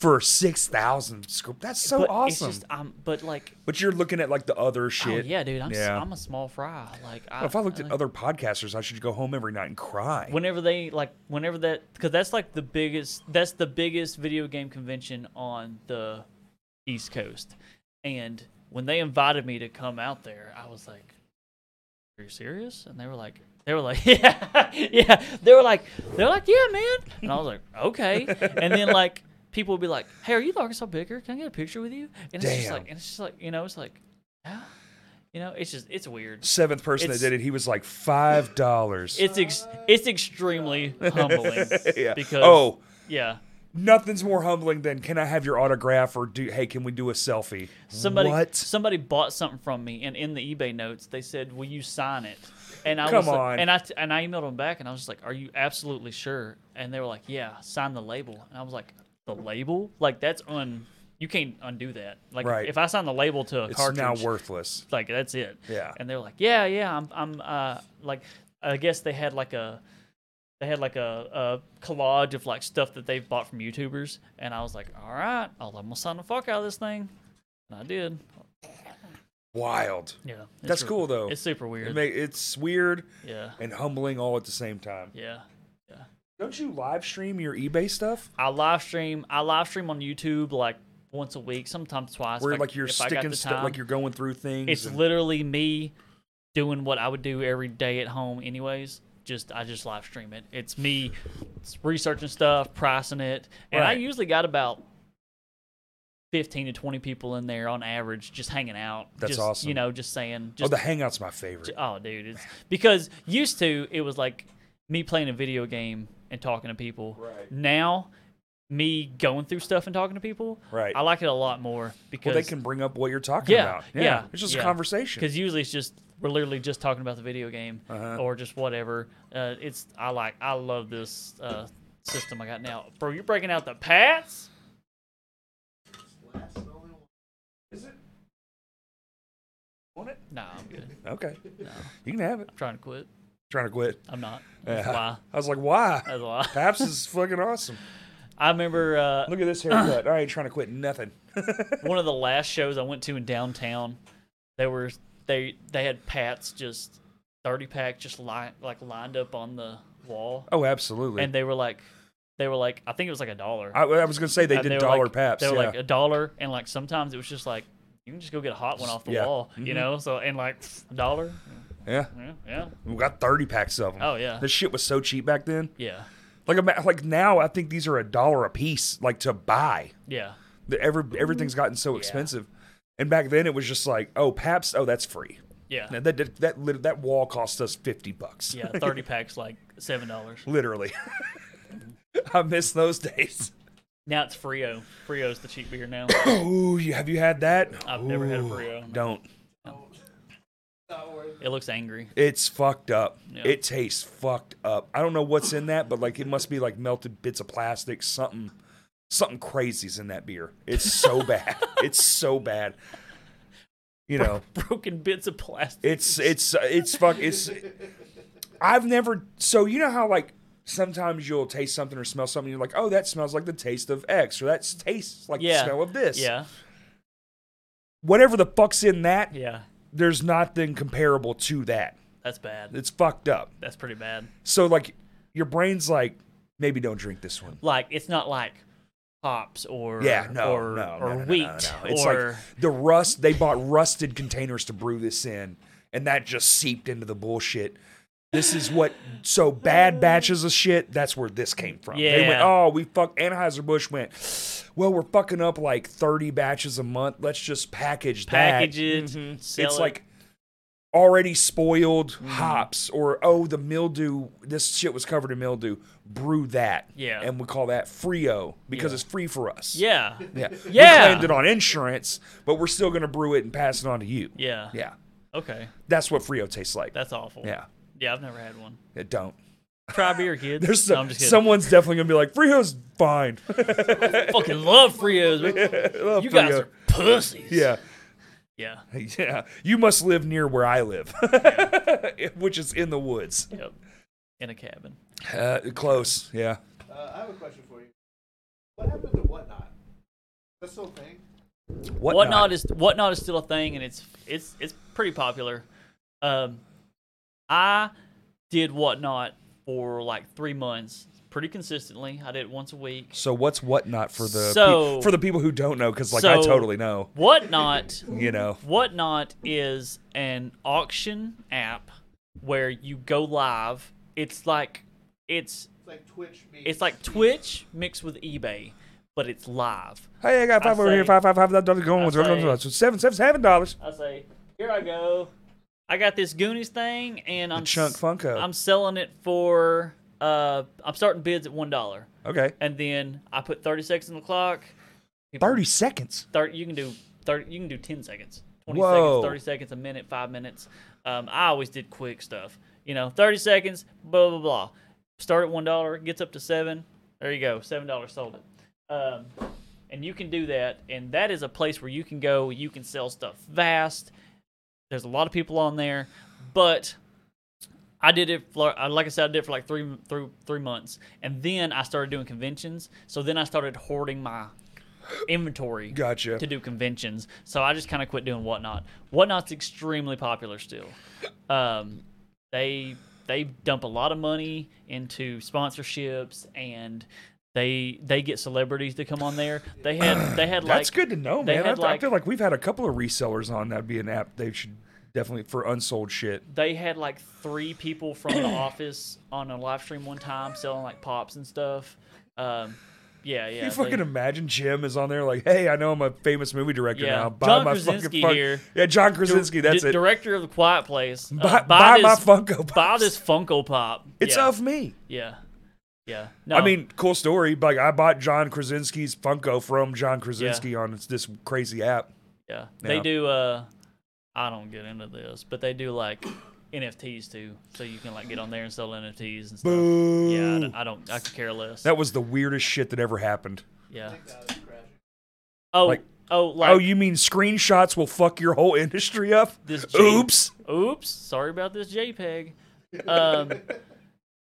[SPEAKER 1] for six thousand scoop. That's so
[SPEAKER 2] but
[SPEAKER 1] awesome.
[SPEAKER 2] It's just, um, but like,
[SPEAKER 1] but you're looking at like the other
[SPEAKER 2] oh,
[SPEAKER 1] shit.
[SPEAKER 2] yeah, dude, I'm s-
[SPEAKER 1] Yeah.
[SPEAKER 2] I'm a small fry. Like, I,
[SPEAKER 1] If I looked at
[SPEAKER 2] like-
[SPEAKER 1] other podcasters, I should go home every night and cry.
[SPEAKER 2] whenever they like whenever that because that's like the biggest that's the biggest video game convention on the east coast and when they invited me to come out there i was like are you serious and they were like they were like yeah yeah they were like they're like yeah man and i was like okay and then like people would be like hey are you the arkansas Baker? can i get a picture with you and it's just
[SPEAKER 1] Damn.
[SPEAKER 2] like and it's just like you know it's like yeah you know it's just it's weird
[SPEAKER 1] Seventh person that
[SPEAKER 2] It's-
[SPEAKER 1] did it, he was like five dollars.
[SPEAKER 2] it's ex- it's extremely humbling
[SPEAKER 1] yeah.
[SPEAKER 2] because
[SPEAKER 1] oh,
[SPEAKER 2] yeah.
[SPEAKER 1] nothing's more humbling than can I have your autograph or do hey can we do a selfie?
[SPEAKER 2] Somebody
[SPEAKER 1] what?
[SPEAKER 2] somebody bought something from me, and in the eBay notes they said, "Will you sign it?" And I
[SPEAKER 1] Come
[SPEAKER 2] was like-
[SPEAKER 1] on.
[SPEAKER 2] and I t- and I emailed them back, and I was just like, "Are you absolutely sure?" And they were like, "Yeah, sign the label." And I was like, "The label? Like that's un you can't undo that. Like
[SPEAKER 1] Right.
[SPEAKER 2] if I sign the label to a
[SPEAKER 1] It's
[SPEAKER 2] cartridge,
[SPEAKER 1] now worthless.
[SPEAKER 2] like that's it."
[SPEAKER 1] Yeah.
[SPEAKER 2] And they're like, "Yeah, yeah, I'm I'm uh like I guess they had like a." They had like a, a collage of like stuff that they've bought from YouTubers, and I was like, "All right, I'll I'm gonna sign the fuck out of this thing," and I did.
[SPEAKER 1] Wild.
[SPEAKER 2] Yeah, it's
[SPEAKER 1] That's
[SPEAKER 2] re-
[SPEAKER 1] cool though.
[SPEAKER 2] It's super
[SPEAKER 1] It
[SPEAKER 2] weird.
[SPEAKER 1] ma- it's weird
[SPEAKER 2] yeah,
[SPEAKER 1] and humbling all at the same time.
[SPEAKER 2] yeah.
[SPEAKER 1] Don't you live stream your eBay stuff?
[SPEAKER 2] I live stream. I live stream on YouTube like once a week, sometimes twice.
[SPEAKER 1] Where
[SPEAKER 2] if I-
[SPEAKER 1] like you're
[SPEAKER 2] if I got
[SPEAKER 1] sticking
[SPEAKER 2] the
[SPEAKER 1] stuff, like
[SPEAKER 2] time.
[SPEAKER 1] you're going through things.
[SPEAKER 2] It's
[SPEAKER 1] and-
[SPEAKER 2] literally me doing what I would do every day at home, anyways. Just I just live stream it. It's me researching stuff, pricing it, and I
[SPEAKER 1] Right.
[SPEAKER 2] usually got about. 15 to 20 people in there on average just hanging out
[SPEAKER 1] That's
[SPEAKER 2] just,
[SPEAKER 1] awesome.
[SPEAKER 2] you know just saying
[SPEAKER 1] oh,
[SPEAKER 2] just
[SPEAKER 1] the Hangout's my favorite.
[SPEAKER 2] Oh, dude, it's because used to it was like me playing a video game and talking to people.
[SPEAKER 1] Right.
[SPEAKER 2] Now, me going through stuff and talking to people.
[SPEAKER 1] Right.
[SPEAKER 2] I like it a lot more because
[SPEAKER 1] Well, they can bring up what you're talking
[SPEAKER 2] Yeah,
[SPEAKER 1] about.
[SPEAKER 2] yeah,
[SPEAKER 1] it's just
[SPEAKER 2] yeah.
[SPEAKER 1] a conversation.
[SPEAKER 2] because usually it's just we're literally just talking about the video game
[SPEAKER 1] Uh-huh.
[SPEAKER 2] or just whatever. Uh, it's I like I love this uh, system I got now, bro. You're breaking out the pats.
[SPEAKER 3] Last and only one. Is it?
[SPEAKER 1] Want it?
[SPEAKER 2] Nah, I'm good. I'm
[SPEAKER 1] Okay, you can have it.
[SPEAKER 2] trying to quit.
[SPEAKER 1] trying to quit.
[SPEAKER 2] I'm not. That's
[SPEAKER 1] Yeah.
[SPEAKER 2] why.
[SPEAKER 1] I was like, why?
[SPEAKER 2] That's why.
[SPEAKER 1] Paps is fucking awesome.
[SPEAKER 2] I remember uh,
[SPEAKER 1] Look at this haircut. I ain't trying to quit nothing.
[SPEAKER 2] one of the last shows I went to in downtown, they were they they had Pats just thirty pack just li- like lined up on the wall,
[SPEAKER 1] Oh, absolutely.
[SPEAKER 2] and they were like they were like I think it was like a dollar.
[SPEAKER 1] I, I was gonna say they
[SPEAKER 2] Uh,
[SPEAKER 1] did
[SPEAKER 2] were
[SPEAKER 1] dollar
[SPEAKER 2] like,
[SPEAKER 1] paps.
[SPEAKER 2] They were
[SPEAKER 1] yeah.
[SPEAKER 2] like a dollar, and like sometimes it was just like you can just go get a hot one off the
[SPEAKER 1] Yeah. Mm-hmm.
[SPEAKER 2] wall, you know. So and like a dollar,
[SPEAKER 1] yeah,
[SPEAKER 2] yeah, yeah,
[SPEAKER 1] we got thirty packs of them.
[SPEAKER 2] Oh, yeah.
[SPEAKER 1] this shit was so cheap back then.
[SPEAKER 2] yeah,
[SPEAKER 1] Like ima- like now, I think these are a dollar a piece, like to buy.
[SPEAKER 2] yeah.
[SPEAKER 1] The, every everything's gotten so expensive, and back then it was just like, oh, Paps, oh, that's free.
[SPEAKER 2] yeah.
[SPEAKER 1] Now, that that that, lit- that wall cost us fifty bucks.
[SPEAKER 2] Yeah, thirty packs like seven dollars.
[SPEAKER 1] literally. I miss those days.
[SPEAKER 2] Now it's Frio. Frio's the cheap beer now.
[SPEAKER 1] Ooh, you, have you had that?
[SPEAKER 2] I've never had a
[SPEAKER 1] Ooh,
[SPEAKER 2] Brio, no.
[SPEAKER 1] Don't.
[SPEAKER 3] Not worth
[SPEAKER 2] It looks angry.
[SPEAKER 1] It's fucked up.
[SPEAKER 2] Yeah.
[SPEAKER 1] It tastes fucked up. I don't know what's in that, but like it must be like melted bits of plastic, something, something crazy's in that beer. It's so bad. It's so bad. You know,
[SPEAKER 2] Broken bits of plastic.
[SPEAKER 1] it's it's uh, it's fuck. It's. I've never. So you know how like sometimes you'll taste something or smell something. You're like, oh, that smells like the taste of X, or that tastes like
[SPEAKER 2] Yeah.
[SPEAKER 1] the smell of this.
[SPEAKER 2] Yeah,
[SPEAKER 1] Whatever the fuck's in that,
[SPEAKER 2] yeah.
[SPEAKER 1] there's nothing comparable to that.
[SPEAKER 2] That's bad.
[SPEAKER 1] It's fucked up.
[SPEAKER 2] That's pretty bad.
[SPEAKER 1] So like your brain's like, maybe don't drink this one.
[SPEAKER 2] Like it's not like hops or
[SPEAKER 1] Yeah, no, no,
[SPEAKER 2] or,
[SPEAKER 1] no,
[SPEAKER 2] or
[SPEAKER 1] no, no,
[SPEAKER 2] wheat
[SPEAKER 1] no, no. It's
[SPEAKER 2] or
[SPEAKER 1] like the rust. They bought rusted containers to brew this in, and that just seeped into the bullshit. This is what so bad batches of shit. That's where this came from. They went,
[SPEAKER 2] Yeah.
[SPEAKER 1] oh, we fuck. Anheuser Busch went, well, we're fucking up like thirty batches a month. Let's just package that. Mm-hmm.
[SPEAKER 2] package it, sell
[SPEAKER 1] it's
[SPEAKER 2] it. Mm-hmm.
[SPEAKER 1] like already spoiled hops or oh the mildew this shit was covered in mildew brew that
[SPEAKER 2] Yeah.
[SPEAKER 1] and we call that frio because
[SPEAKER 2] Yeah.
[SPEAKER 1] it's free for us
[SPEAKER 2] yeah,
[SPEAKER 1] yeah
[SPEAKER 2] Yeah.
[SPEAKER 1] we claimed it on insurance but we're still gonna brew it and pass it on to you
[SPEAKER 2] yeah,
[SPEAKER 1] yeah
[SPEAKER 2] Okay,
[SPEAKER 1] that's what frio tastes like
[SPEAKER 2] that's awful.
[SPEAKER 1] yeah
[SPEAKER 2] yeah. I've never had one.
[SPEAKER 1] Yeah, don't
[SPEAKER 2] Try beer, kids.
[SPEAKER 1] there's
[SPEAKER 2] no,
[SPEAKER 1] some-
[SPEAKER 2] I'm just kidding.
[SPEAKER 1] someone's definitely gonna be like frio's fine
[SPEAKER 2] I fucking love Frios.
[SPEAKER 1] Love
[SPEAKER 2] you guys
[SPEAKER 1] Frio.
[SPEAKER 2] are pussies.
[SPEAKER 1] yeah
[SPEAKER 2] yeah.
[SPEAKER 1] yeah you must live near where i live which is in the woods
[SPEAKER 2] Yep. In a cabin.
[SPEAKER 1] uh, close yeah
[SPEAKER 3] it. Uh, I have a question for you. What happened to whatnot? That's still a thing.
[SPEAKER 1] what
[SPEAKER 2] Whatnot is whatnot is still a thing, and it's it's it's pretty popular. Um, I did whatnot for like three months, pretty consistently. I did it once a week.
[SPEAKER 1] So what's whatnot for the
[SPEAKER 2] So-
[SPEAKER 1] pe- for the people who don't know? Because like I
[SPEAKER 2] So-
[SPEAKER 1] totally know,
[SPEAKER 2] Whatnot,
[SPEAKER 1] you know.
[SPEAKER 2] whatnot is an auction app where you go live. It's like it's
[SPEAKER 3] It's like Twitch. Meets.
[SPEAKER 2] it's like Twitch mixed with eBay, but it's live.
[SPEAKER 1] Hey, I got five
[SPEAKER 2] I
[SPEAKER 1] over here,
[SPEAKER 2] say-
[SPEAKER 1] five, five, five dollars going with
[SPEAKER 2] I say-
[SPEAKER 1] so seven, seven, seven dollars.
[SPEAKER 2] I say, here I go. I got this Goonies thing, and I'm
[SPEAKER 1] Chunk
[SPEAKER 2] s-
[SPEAKER 1] Funko.
[SPEAKER 2] I'm selling it for. Uh, I'm starting bids at one dollar,
[SPEAKER 1] Okay,
[SPEAKER 2] and then I put thirty seconds on the clock.
[SPEAKER 1] thirty seconds.
[SPEAKER 2] Thirty, you can do thirty. You can do ten seconds, twenty
[SPEAKER 1] Whoa.
[SPEAKER 2] seconds, thirty seconds, a minute, five minutes. Um, I always did quick stuff. You know, thirty seconds, blah blah blah. Start at one dollar, gets up to seven. There you go, seven dollars sold it. Um, and you can do that, and that is a place where you can go. You can sell stuff fast. There's a lot of people on there, but I did it for uh, like I said, I did it for like three three three months, and then I started doing conventions. So then I started hoarding my inventory
[SPEAKER 1] Gotcha.
[SPEAKER 2] to do conventions. So I just kind of quit doing whatnot. Whatnot's extremely popular still. Um, they they dump a lot of money into sponsorships and. They they get celebrities to come on there. They had they had like
[SPEAKER 1] That's good to know,
[SPEAKER 2] they
[SPEAKER 1] man. I,
[SPEAKER 2] had,
[SPEAKER 1] I feel like we've had a couple of resellers on that'd be an app they should definitely for unsold shit.
[SPEAKER 2] they had like three people from the office on a live stream one time selling like pops and stuff. Um, yeah, yeah.
[SPEAKER 1] you
[SPEAKER 2] they-
[SPEAKER 1] fucking imagine Jim is on there like, hey, I know I'm a famous movie director
[SPEAKER 2] Yeah.
[SPEAKER 1] now. Buy
[SPEAKER 2] John
[SPEAKER 1] my
[SPEAKER 2] Krasinski
[SPEAKER 1] fucking fuck-
[SPEAKER 2] here.
[SPEAKER 1] Yeah, John
[SPEAKER 2] di-
[SPEAKER 1] Krasinski. That's
[SPEAKER 2] di-
[SPEAKER 1] it.
[SPEAKER 2] Director of the Quiet Place. Uh,
[SPEAKER 1] buy buy my
[SPEAKER 2] this-
[SPEAKER 1] Funko. Pops.
[SPEAKER 2] Buy this Funko Pop.
[SPEAKER 1] It's
[SPEAKER 2] yeah, Um,
[SPEAKER 1] of me.
[SPEAKER 2] Yeah, yeah. No,
[SPEAKER 1] I mean, cool story. Like I bought John Krasinski's Funko from John Krasinski on this crazy app.
[SPEAKER 2] yeah. They
[SPEAKER 1] yeah.
[SPEAKER 2] do. uh I don't get into this, but they do like NFTs too, so you can like get on there and sell NFTs and stuff. Yeah, I don't. I, don't, I could care less.
[SPEAKER 1] That was the weirdest shit that ever happened.
[SPEAKER 2] Yeah.
[SPEAKER 3] That was crashing.
[SPEAKER 2] Oh,
[SPEAKER 1] like-
[SPEAKER 2] oh, like
[SPEAKER 1] oh, you mean screenshots will fuck your whole industry up?
[SPEAKER 2] this. J-
[SPEAKER 1] Oops.
[SPEAKER 2] Oops, sorry about this JPEG. Um,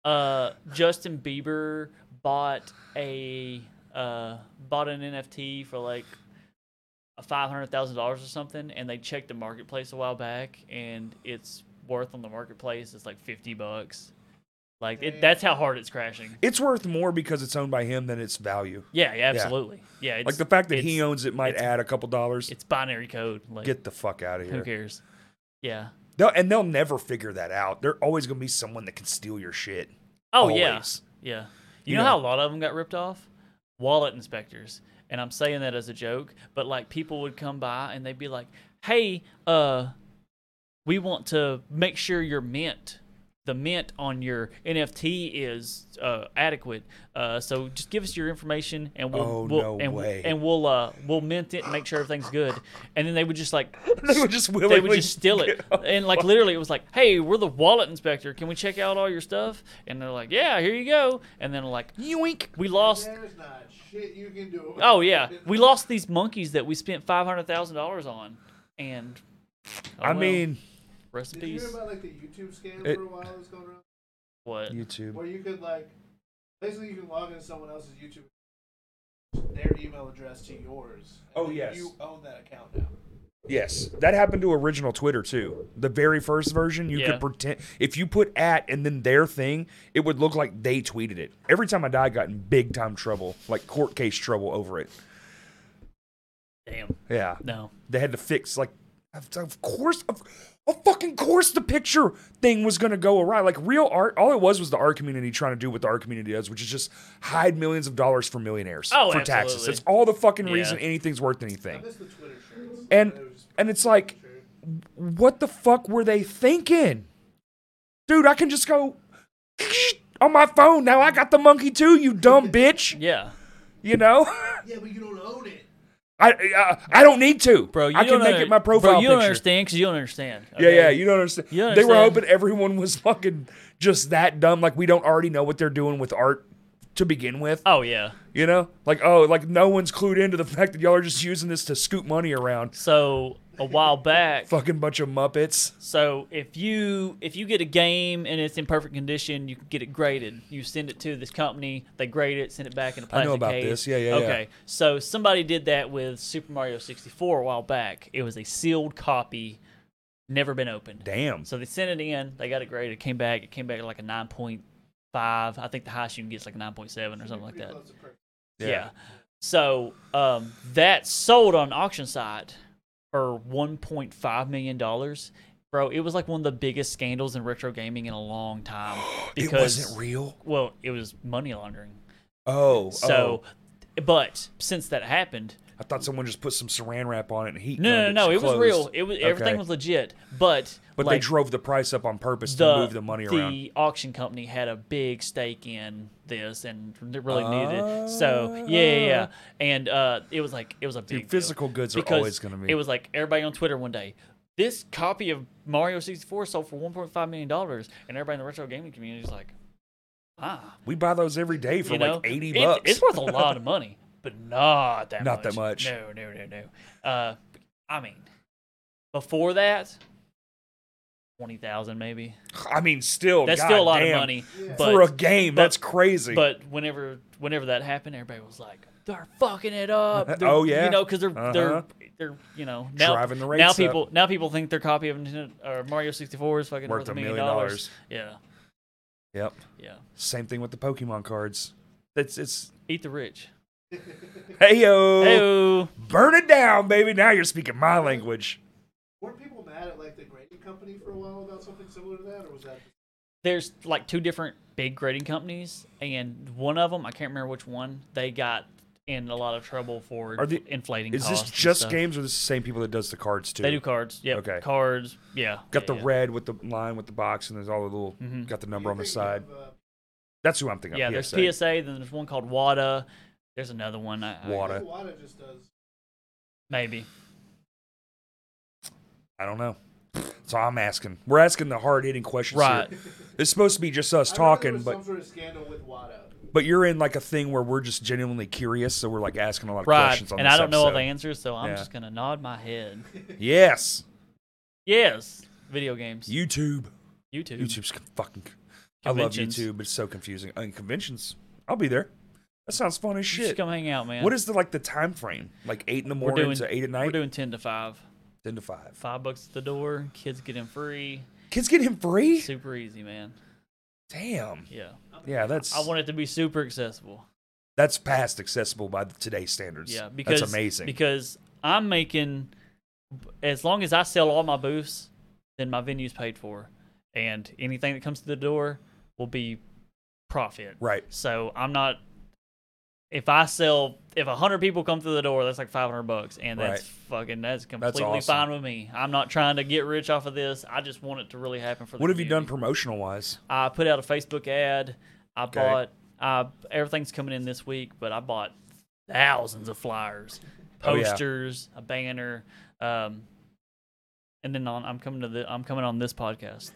[SPEAKER 2] uh, Justin Bieber bought a uh, bought an NFT for like five hundred thousand dollars or something, and they checked the marketplace a while back, and its worth on the marketplace is like fifty bucks. Like it, that's how hard it's crashing.
[SPEAKER 1] It's worth more because it's owned by him than its value.
[SPEAKER 2] Yeah, yeah, absolutely. Yeah, it's,
[SPEAKER 1] Like the fact that he
[SPEAKER 2] it's-
[SPEAKER 1] owns it might add a couple dollars.
[SPEAKER 2] it's binary code. Like
[SPEAKER 1] Get the fuck out of
[SPEAKER 2] who
[SPEAKER 1] here.
[SPEAKER 2] cares? Yeah.
[SPEAKER 1] They'll, and they'll never figure that out. There's always going to be someone that can steal your shit.
[SPEAKER 2] Oh yeah,
[SPEAKER 1] Always.
[SPEAKER 2] yeah. You,
[SPEAKER 1] You
[SPEAKER 2] know,
[SPEAKER 1] know-
[SPEAKER 2] how a lot of them got ripped off? Wallet inspectors. And I'm saying that as a joke, but like people would come by and they'd be like, "Hey, uh, we want to make sure your mint, the mint on your NFT is uh, adequate. Uh, so just give us your information and we'll,
[SPEAKER 1] Oh,
[SPEAKER 2] we'll
[SPEAKER 1] no
[SPEAKER 2] and,
[SPEAKER 1] way.
[SPEAKER 2] and we'll uh, we'll mint it, and make sure everything's good. And then they would just like
[SPEAKER 1] They would just willingly
[SPEAKER 2] they would just steal it. And like literally, it was like, "Hey, we're the wallet inspector. Can we check out all your stuff?" And they're like, "Yeah, here you go." And then like, yoink, we lost.
[SPEAKER 3] There's not shit you can do.
[SPEAKER 2] Oh yeah, we lost these monkeys that we spent five hundred thousand dollars on. And oh,
[SPEAKER 1] I
[SPEAKER 2] well,
[SPEAKER 1] mean,
[SPEAKER 2] rest in
[SPEAKER 3] Did you hear
[SPEAKER 2] peace.
[SPEAKER 3] about like the YouTube scam
[SPEAKER 1] It-
[SPEAKER 3] for a while that was going around?
[SPEAKER 2] What?
[SPEAKER 1] YouTube.
[SPEAKER 3] Where you could like, basically you can log into someone else's YouTube, their email address to yours. and
[SPEAKER 1] Oh,
[SPEAKER 3] then
[SPEAKER 1] yes.
[SPEAKER 3] You own that account now.
[SPEAKER 1] Yes, that happened to original Twitter too. The very first version, you
[SPEAKER 2] Yeah.
[SPEAKER 1] could pretend if you put at and then their thing, it would look like they tweeted it. Every time I died, I got in big time trouble, like court case trouble over it.
[SPEAKER 2] Damn.
[SPEAKER 1] Yeah,
[SPEAKER 2] No.
[SPEAKER 1] they had to fix like, of- of course, of, of fucking course, the picture thing was gonna go awry. Like real art, all it was was the art community trying to do what the art community does, which is just hide millions of dollars for millionaires
[SPEAKER 2] Oh,
[SPEAKER 1] for taxes.
[SPEAKER 2] absolutely.
[SPEAKER 1] That's all the fucking
[SPEAKER 2] Yeah.
[SPEAKER 1] reason anything's worth anything.
[SPEAKER 3] I miss the Twitter shirts.
[SPEAKER 1] And
[SPEAKER 3] They were just
[SPEAKER 1] and it's like
[SPEAKER 3] Twitter shirts.
[SPEAKER 1] what the fuck were they thinking? Dude, I can just go on my phone. Now I got the monkey too, you dumb bitch.
[SPEAKER 2] Yeah,
[SPEAKER 1] You know?
[SPEAKER 3] Yeah, but you don't own it.
[SPEAKER 1] I I, I don't need to.
[SPEAKER 2] bro. You
[SPEAKER 1] I can
[SPEAKER 2] don't
[SPEAKER 1] make
[SPEAKER 2] under-
[SPEAKER 1] it my profile
[SPEAKER 2] Bro, you don't
[SPEAKER 1] picture.
[SPEAKER 2] understand because you don't understand.
[SPEAKER 1] Yeah,
[SPEAKER 2] okay?
[SPEAKER 1] yeah, you don't understand.
[SPEAKER 2] You don't
[SPEAKER 1] They were
[SPEAKER 2] understand.
[SPEAKER 1] hoping everyone was fucking just that dumb like we don't already know what they're doing with art to begin with.
[SPEAKER 2] Oh yeah.
[SPEAKER 1] You know? Like oh, like no one's clued into the fact that y'all are just using this to scoop money around.
[SPEAKER 2] So a while back,
[SPEAKER 1] Fucking bunch of muppets.
[SPEAKER 2] So if you if you get a game and it's in perfect condition, you can get it graded. You send it to this company, they grade it, send it back in a
[SPEAKER 1] I
[SPEAKER 2] plastic
[SPEAKER 1] know about
[SPEAKER 2] case.
[SPEAKER 1] this. Yeah, yeah, yeah.
[SPEAKER 2] Okay, so somebody did that with Super Mario 64 a while back. It was a sealed copy, never been opened.
[SPEAKER 1] Damn.
[SPEAKER 2] So they sent it in, they got it graded, it came back, it came back like a 9.5. I think the highest you can get is like a 9.7 or something like that.
[SPEAKER 3] Close to perfect.
[SPEAKER 2] Yeah. So um, that sold on auction site for one point five million dollars. Bro, it was like one of the biggest scandals in retro gaming in a long time. Because
[SPEAKER 1] it wasn't real.
[SPEAKER 2] well, it was money laundering.
[SPEAKER 1] Oh, oh.
[SPEAKER 2] So but since that happened,
[SPEAKER 1] I thought someone just put some saran wrap on it and heat.
[SPEAKER 2] no, no,
[SPEAKER 1] gunned
[SPEAKER 2] no,
[SPEAKER 1] so
[SPEAKER 2] it was
[SPEAKER 1] closed.
[SPEAKER 2] real. It was everything
[SPEAKER 1] Okay.
[SPEAKER 2] was legit. But
[SPEAKER 1] But they
[SPEAKER 2] like,
[SPEAKER 1] drove the price up on purpose to move the money around.
[SPEAKER 2] The auction company had a big stake in this and really needed it. So yeah, yeah, yeah. and uh, it was like it was a big deal.
[SPEAKER 1] Ah. physical goods are
[SPEAKER 2] Because
[SPEAKER 1] always gonna be-
[SPEAKER 2] It was like everybody on Twitter one day. This copy of Mario 64 sold for 1.5 million dollars, and everybody in the retro gaming community is like, ah,
[SPEAKER 1] We buy those every day for
[SPEAKER 2] you
[SPEAKER 1] like
[SPEAKER 2] know,
[SPEAKER 1] eighty
[SPEAKER 2] It-
[SPEAKER 1] bucks.
[SPEAKER 2] It's worth a lot of money, but not that
[SPEAKER 1] Not
[SPEAKER 2] much.
[SPEAKER 1] that much.
[SPEAKER 2] No, no, no, no. Uh, I mean, before that, twenty thousand maybe.
[SPEAKER 1] I mean, still,
[SPEAKER 2] That's still a lot
[SPEAKER 1] Oh, goddamn,
[SPEAKER 2] of money.
[SPEAKER 3] Yeah.
[SPEAKER 2] But
[SPEAKER 1] for a game.
[SPEAKER 2] but-
[SPEAKER 1] that's crazy.
[SPEAKER 2] but whenever whenever that happened, everybody was like, "They're fucking it up." They're-
[SPEAKER 1] Oh, yeah.
[SPEAKER 2] you know, because they're
[SPEAKER 1] Uh-huh.
[SPEAKER 2] they're they're you know now
[SPEAKER 1] Driving the
[SPEAKER 2] now
[SPEAKER 1] rates
[SPEAKER 2] people now people think their copy of Nintendo, or Mario sixty four is fucking
[SPEAKER 1] Worth
[SPEAKER 2] worth,
[SPEAKER 1] a
[SPEAKER 2] a million,
[SPEAKER 1] million
[SPEAKER 2] dollars. Yeah,
[SPEAKER 1] yep.
[SPEAKER 2] yeah.
[SPEAKER 1] Same thing with the Pokemon cards. That's it's.
[SPEAKER 2] Eat the rich.
[SPEAKER 1] Hey yo,
[SPEAKER 2] Hey,
[SPEAKER 1] burn it down, baby. Now you're speaking my language.
[SPEAKER 3] Weren't people mad at like the grading company for a while about something similar to that, or was that?
[SPEAKER 2] there's like two different big grading companies, and one of them I can't remember which one they got in a lot of trouble for
[SPEAKER 1] Are the-
[SPEAKER 2] inflating.
[SPEAKER 1] Is this
[SPEAKER 2] costs and
[SPEAKER 1] just
[SPEAKER 2] stuff.
[SPEAKER 1] games, or this is the same people that does the cards too?
[SPEAKER 2] They do cards. Yeah.
[SPEAKER 1] Okay.
[SPEAKER 2] Cards. Yeah.
[SPEAKER 1] Got
[SPEAKER 2] yeah,
[SPEAKER 1] the
[SPEAKER 2] yeah.
[SPEAKER 1] red with the line with the box, and there's all the little.
[SPEAKER 2] Mhm.
[SPEAKER 1] Got the
[SPEAKER 3] You
[SPEAKER 1] number on the
[SPEAKER 3] think
[SPEAKER 1] side.
[SPEAKER 3] of, uh,
[SPEAKER 1] That's who I'm thinking.
[SPEAKER 2] Yeah,
[SPEAKER 1] of,
[SPEAKER 2] there's
[SPEAKER 1] PSA.
[SPEAKER 2] PSA. Then there's one called WADA. There's another one. I, I-
[SPEAKER 1] Wada.
[SPEAKER 3] Wada just does.
[SPEAKER 2] Maybe.
[SPEAKER 1] I don't know. So I'm asking. We're asking the hard hitting questions.
[SPEAKER 2] Right.
[SPEAKER 1] Here. It's supposed to be just us
[SPEAKER 3] I remember there
[SPEAKER 1] talking,
[SPEAKER 3] was
[SPEAKER 1] but
[SPEAKER 3] some sort of scandal with Wada.
[SPEAKER 1] but you're in like a thing where we're just genuinely curious, so we're like asking a lot of
[SPEAKER 2] Right.
[SPEAKER 1] questions on
[SPEAKER 2] And
[SPEAKER 1] this
[SPEAKER 2] I don't know all the
[SPEAKER 1] episode.
[SPEAKER 2] answers, so I'm
[SPEAKER 1] Yeah.
[SPEAKER 2] just going to nod my head.
[SPEAKER 1] Yes,
[SPEAKER 2] Yes. Video games.
[SPEAKER 1] YouTube.
[SPEAKER 2] YouTube.
[SPEAKER 1] YouTube's con- fucking. I love
[SPEAKER 2] Conventions.
[SPEAKER 1] YouTube. It's so confusing. And conventions. I'll be there. That sounds fun as
[SPEAKER 2] You should
[SPEAKER 1] shit.
[SPEAKER 2] come hang out, man.
[SPEAKER 1] What is the like the time frame? Like eight in the
[SPEAKER 2] we're
[SPEAKER 1] morning
[SPEAKER 2] doing?
[SPEAKER 1] to eight at
[SPEAKER 2] We're
[SPEAKER 1] night,
[SPEAKER 2] doing ten to five.
[SPEAKER 1] ten to five.
[SPEAKER 2] Five bucks at the door. Kids get in free.
[SPEAKER 1] Kids get him free.
[SPEAKER 2] Super easy, man.
[SPEAKER 1] Damn.
[SPEAKER 2] Yeah.
[SPEAKER 1] Yeah, that's
[SPEAKER 2] I want it to be super accessible.
[SPEAKER 1] that's past accessible by today's standards.
[SPEAKER 2] Yeah, because
[SPEAKER 1] that's amazing.
[SPEAKER 2] Because I'm making, as long as I sell all my booths, then my venue's paid for, and anything that comes to the door will be profit.
[SPEAKER 1] right.
[SPEAKER 2] So I'm not. If I sell, if hundred people come through the door, that's like five hundred bucks, and that's fucking that's completely
[SPEAKER 1] awesome.
[SPEAKER 2] fine with me. I'm not trying to get rich off of this. I just want it to really happen for. The
[SPEAKER 1] What have you done
[SPEAKER 2] community.
[SPEAKER 1] promotional wise?
[SPEAKER 2] I put out a Facebook ad. I
[SPEAKER 1] Okay.
[SPEAKER 2] bought. Uh, everything's coming in this week, but I bought thousands of flyers,
[SPEAKER 1] Oh, yeah.
[SPEAKER 2] posters, a banner, um, and then on, I'm coming to the. I'm coming on this podcast.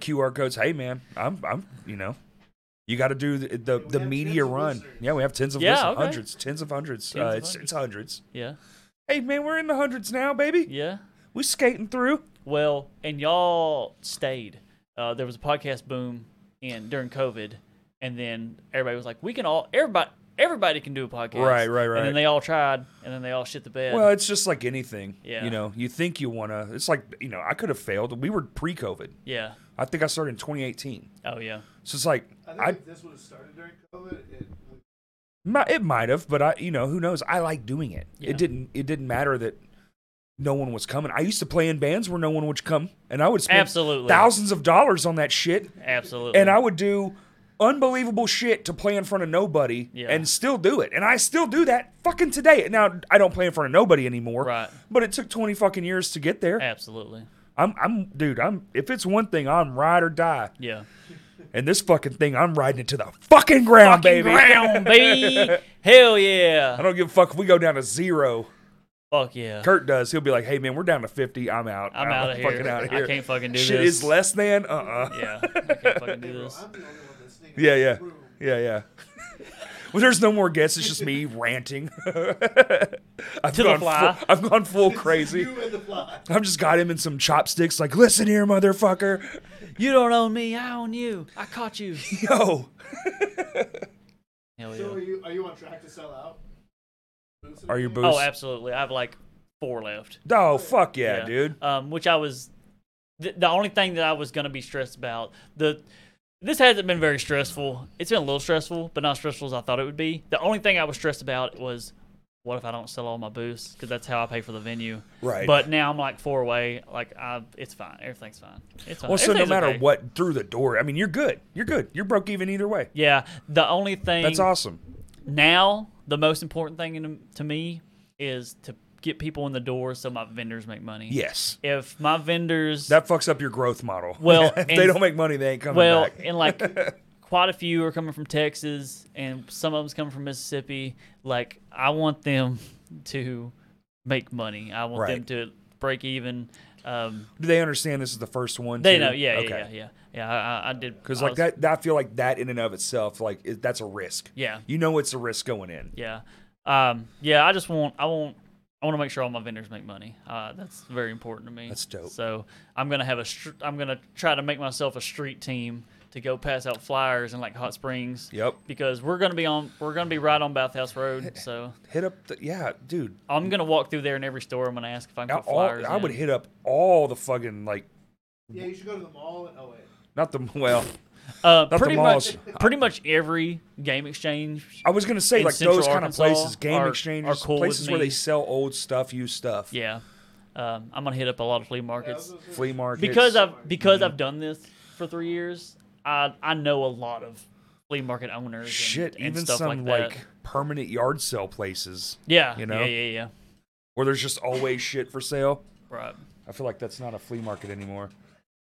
[SPEAKER 1] QR codes. Hey man, I'm I'm you know, you got to do the the,
[SPEAKER 3] we
[SPEAKER 1] the
[SPEAKER 3] have
[SPEAKER 1] media
[SPEAKER 3] tens of
[SPEAKER 1] run.
[SPEAKER 3] listeners.
[SPEAKER 1] Yeah, we have tens of
[SPEAKER 2] Yeah,
[SPEAKER 1] listen-
[SPEAKER 2] okay.
[SPEAKER 1] hundreds, tens of hundreds.
[SPEAKER 2] Tens
[SPEAKER 1] uh,
[SPEAKER 2] of
[SPEAKER 1] it's it's hundreds.
[SPEAKER 2] Yeah,
[SPEAKER 1] Hey man, we're in the hundreds now, baby.
[SPEAKER 2] yeah.
[SPEAKER 1] We skating through.
[SPEAKER 2] Well, and y'all stayed. Uh, there was a podcast boom in during COVID, and then everybody was like, "We can all everybody everybody can do a podcast."
[SPEAKER 1] Right, right,
[SPEAKER 2] And
[SPEAKER 1] right.
[SPEAKER 2] then they all tried, and then they all shit the bed.
[SPEAKER 1] Well, it's just like anything.
[SPEAKER 2] Yeah.
[SPEAKER 1] You know, you think you wanna. It's like you know, I could have failed. We were pre-COVID.
[SPEAKER 2] yeah.
[SPEAKER 1] I think I started in 2018.
[SPEAKER 2] Oh yeah.
[SPEAKER 1] So it's like
[SPEAKER 3] I think
[SPEAKER 1] I
[SPEAKER 3] if this would have started during COVID, it would
[SPEAKER 1] Mi- It might have, but I, you know, who knows? I like doing it.
[SPEAKER 2] Yeah.
[SPEAKER 1] It didn't. It didn't matter that no one was coming. I used to play in bands where no one would come, and I would spend
[SPEAKER 2] Absolutely.
[SPEAKER 1] thousands of dollars on that shit,
[SPEAKER 2] Absolutely.
[SPEAKER 1] and I would do unbelievable shit to play in front of nobody
[SPEAKER 2] Yeah.
[SPEAKER 1] and still do it. And I still do that fucking today. Now I don't play in front of nobody anymore.
[SPEAKER 2] Right.
[SPEAKER 1] But it took twenty fucking years to get there.
[SPEAKER 2] Absolutely.
[SPEAKER 1] I'm, I'm, dude. I'm. If it's one thing, I'm ride or die.
[SPEAKER 2] Yeah.
[SPEAKER 1] And this fucking thing, I'm riding it to the fucking ground,
[SPEAKER 2] Fucking
[SPEAKER 1] baby.
[SPEAKER 2] ground, B. Hell yeah.
[SPEAKER 1] I don't give a fuck if we go down to zero.
[SPEAKER 2] Fuck yeah.
[SPEAKER 1] Kurt does. He'll be like, "Hey man, we're down to fifty. I'm out.
[SPEAKER 2] I'm outta here.
[SPEAKER 1] Fucking out
[SPEAKER 2] I
[SPEAKER 1] of here.
[SPEAKER 2] can't fucking do
[SPEAKER 1] Shit
[SPEAKER 2] this."
[SPEAKER 1] is less than. Uh. uh
[SPEAKER 2] Yeah. I can't fucking do
[SPEAKER 3] bro,
[SPEAKER 2] this.
[SPEAKER 3] I'm the only one listening. in
[SPEAKER 1] Yeah.
[SPEAKER 3] this
[SPEAKER 1] Yeah.
[SPEAKER 3] room.
[SPEAKER 1] Yeah. Yeah. well, there's no more guests. It's just me ranting. I've
[SPEAKER 2] To the
[SPEAKER 1] gone
[SPEAKER 2] fly.
[SPEAKER 1] Full, I've gone full crazy.
[SPEAKER 3] You and the fly.
[SPEAKER 1] I've just got him in some chopsticks. Like, listen here, motherfucker.
[SPEAKER 2] You don't own me. I own you. I caught you.
[SPEAKER 1] Yo.
[SPEAKER 2] Hell
[SPEAKER 3] So are
[SPEAKER 2] yeah.
[SPEAKER 3] you are you on track to sell out? Boots and
[SPEAKER 1] Are you
[SPEAKER 3] everything?
[SPEAKER 1] boost?
[SPEAKER 2] Oh, absolutely. I have like four left.
[SPEAKER 1] Oh, fuck yeah, dude.
[SPEAKER 2] Um, which I was th- the only thing that I was gonna be stressed about. The this hasn't been very stressful. It's been a little stressful, but not stressful as I thought it would be. The only thing I was stressed about was what if I don't sell all my booths because that's how I pay for the venue.
[SPEAKER 1] Right.
[SPEAKER 2] But now I'm like four away. Like I, it's fine. Everything's fine. It's fine.
[SPEAKER 1] Well, so no
[SPEAKER 2] Everything's
[SPEAKER 1] matter
[SPEAKER 2] okay.
[SPEAKER 1] what, through the door. I mean, you're good. You're good. You're broke even either way.
[SPEAKER 2] Yeah. The only thing
[SPEAKER 1] That's awesome.
[SPEAKER 2] now the most important thing in, to me is to get people in the door so my vendors make money.
[SPEAKER 1] Yes.
[SPEAKER 2] If my vendors
[SPEAKER 1] That fucks up your growth model.
[SPEAKER 2] Well,
[SPEAKER 1] if they
[SPEAKER 2] and-
[SPEAKER 1] don't make money, they ain't coming
[SPEAKER 2] Well,
[SPEAKER 1] back.
[SPEAKER 2] and like quite a few are coming from Texas, and some of them's coming from Mississippi. Like I want them to make money. I want
[SPEAKER 1] Right.
[SPEAKER 2] them to break even. Um,
[SPEAKER 1] Do they understand this is the first one?
[SPEAKER 2] they
[SPEAKER 1] too?
[SPEAKER 2] know, yeah, yeah, yeah, yeah, yeah. I, I- I did
[SPEAKER 1] Because
[SPEAKER 2] I
[SPEAKER 1] like
[SPEAKER 2] was-
[SPEAKER 1] that, that, I feel like that in and of itself, like it, that's a risk.
[SPEAKER 2] Yeah.
[SPEAKER 1] you know it's a risk going in.
[SPEAKER 2] Yeah, um, yeah. I just want, I want, I want to make sure all my vendors make money. Uh, that's very important to me.
[SPEAKER 1] That's dope.
[SPEAKER 2] So I'm gonna have a, str- I'm gonna try to make myself a street team to go pass out flyers in like Hot Springs.
[SPEAKER 1] Yep.
[SPEAKER 2] Because we're gonna be on, we're gonna be right on Bathhouse Road. So
[SPEAKER 1] Hit up, the, yeah, dude.
[SPEAKER 2] I'm gonna walk through there in every store. I'm gonna ask if I
[SPEAKER 1] I,
[SPEAKER 2] can put flyers.
[SPEAKER 1] all, I
[SPEAKER 2] in.
[SPEAKER 1] would hit up all the fucking like
[SPEAKER 3] Yeah,
[SPEAKER 1] Mm-hmm.
[SPEAKER 3] you should go to the mall in oh LA.
[SPEAKER 1] not the well.
[SPEAKER 2] Uh,
[SPEAKER 1] the
[SPEAKER 2] pretty
[SPEAKER 1] malls.
[SPEAKER 2] much, pretty much every game exchange.
[SPEAKER 1] I was gonna say
[SPEAKER 2] In
[SPEAKER 1] like
[SPEAKER 2] Central
[SPEAKER 1] those kind
[SPEAKER 2] Arkansas
[SPEAKER 1] of places, game
[SPEAKER 2] are-
[SPEAKER 1] exchanges,
[SPEAKER 2] are cool with
[SPEAKER 1] places where
[SPEAKER 2] me.
[SPEAKER 1] they sell old stuff, used stuff,
[SPEAKER 2] Yeah, um, I'm gonna hit up a lot of flea markets.
[SPEAKER 1] flea markets.
[SPEAKER 2] because I've because
[SPEAKER 1] Mhm.
[SPEAKER 2] I've done this for three years, I I know a lot of flea market owners. and-
[SPEAKER 1] shit,
[SPEAKER 2] and
[SPEAKER 1] even
[SPEAKER 2] stuff
[SPEAKER 1] some
[SPEAKER 2] like,
[SPEAKER 1] like,
[SPEAKER 2] that.
[SPEAKER 1] permanent yard sale places
[SPEAKER 2] yeah,
[SPEAKER 1] you
[SPEAKER 2] you
[SPEAKER 1] know?
[SPEAKER 2] know, yeah, yeah, yeah,
[SPEAKER 1] where there's just always shit for sale.
[SPEAKER 2] right.
[SPEAKER 1] I feel like that's not a flea market anymore.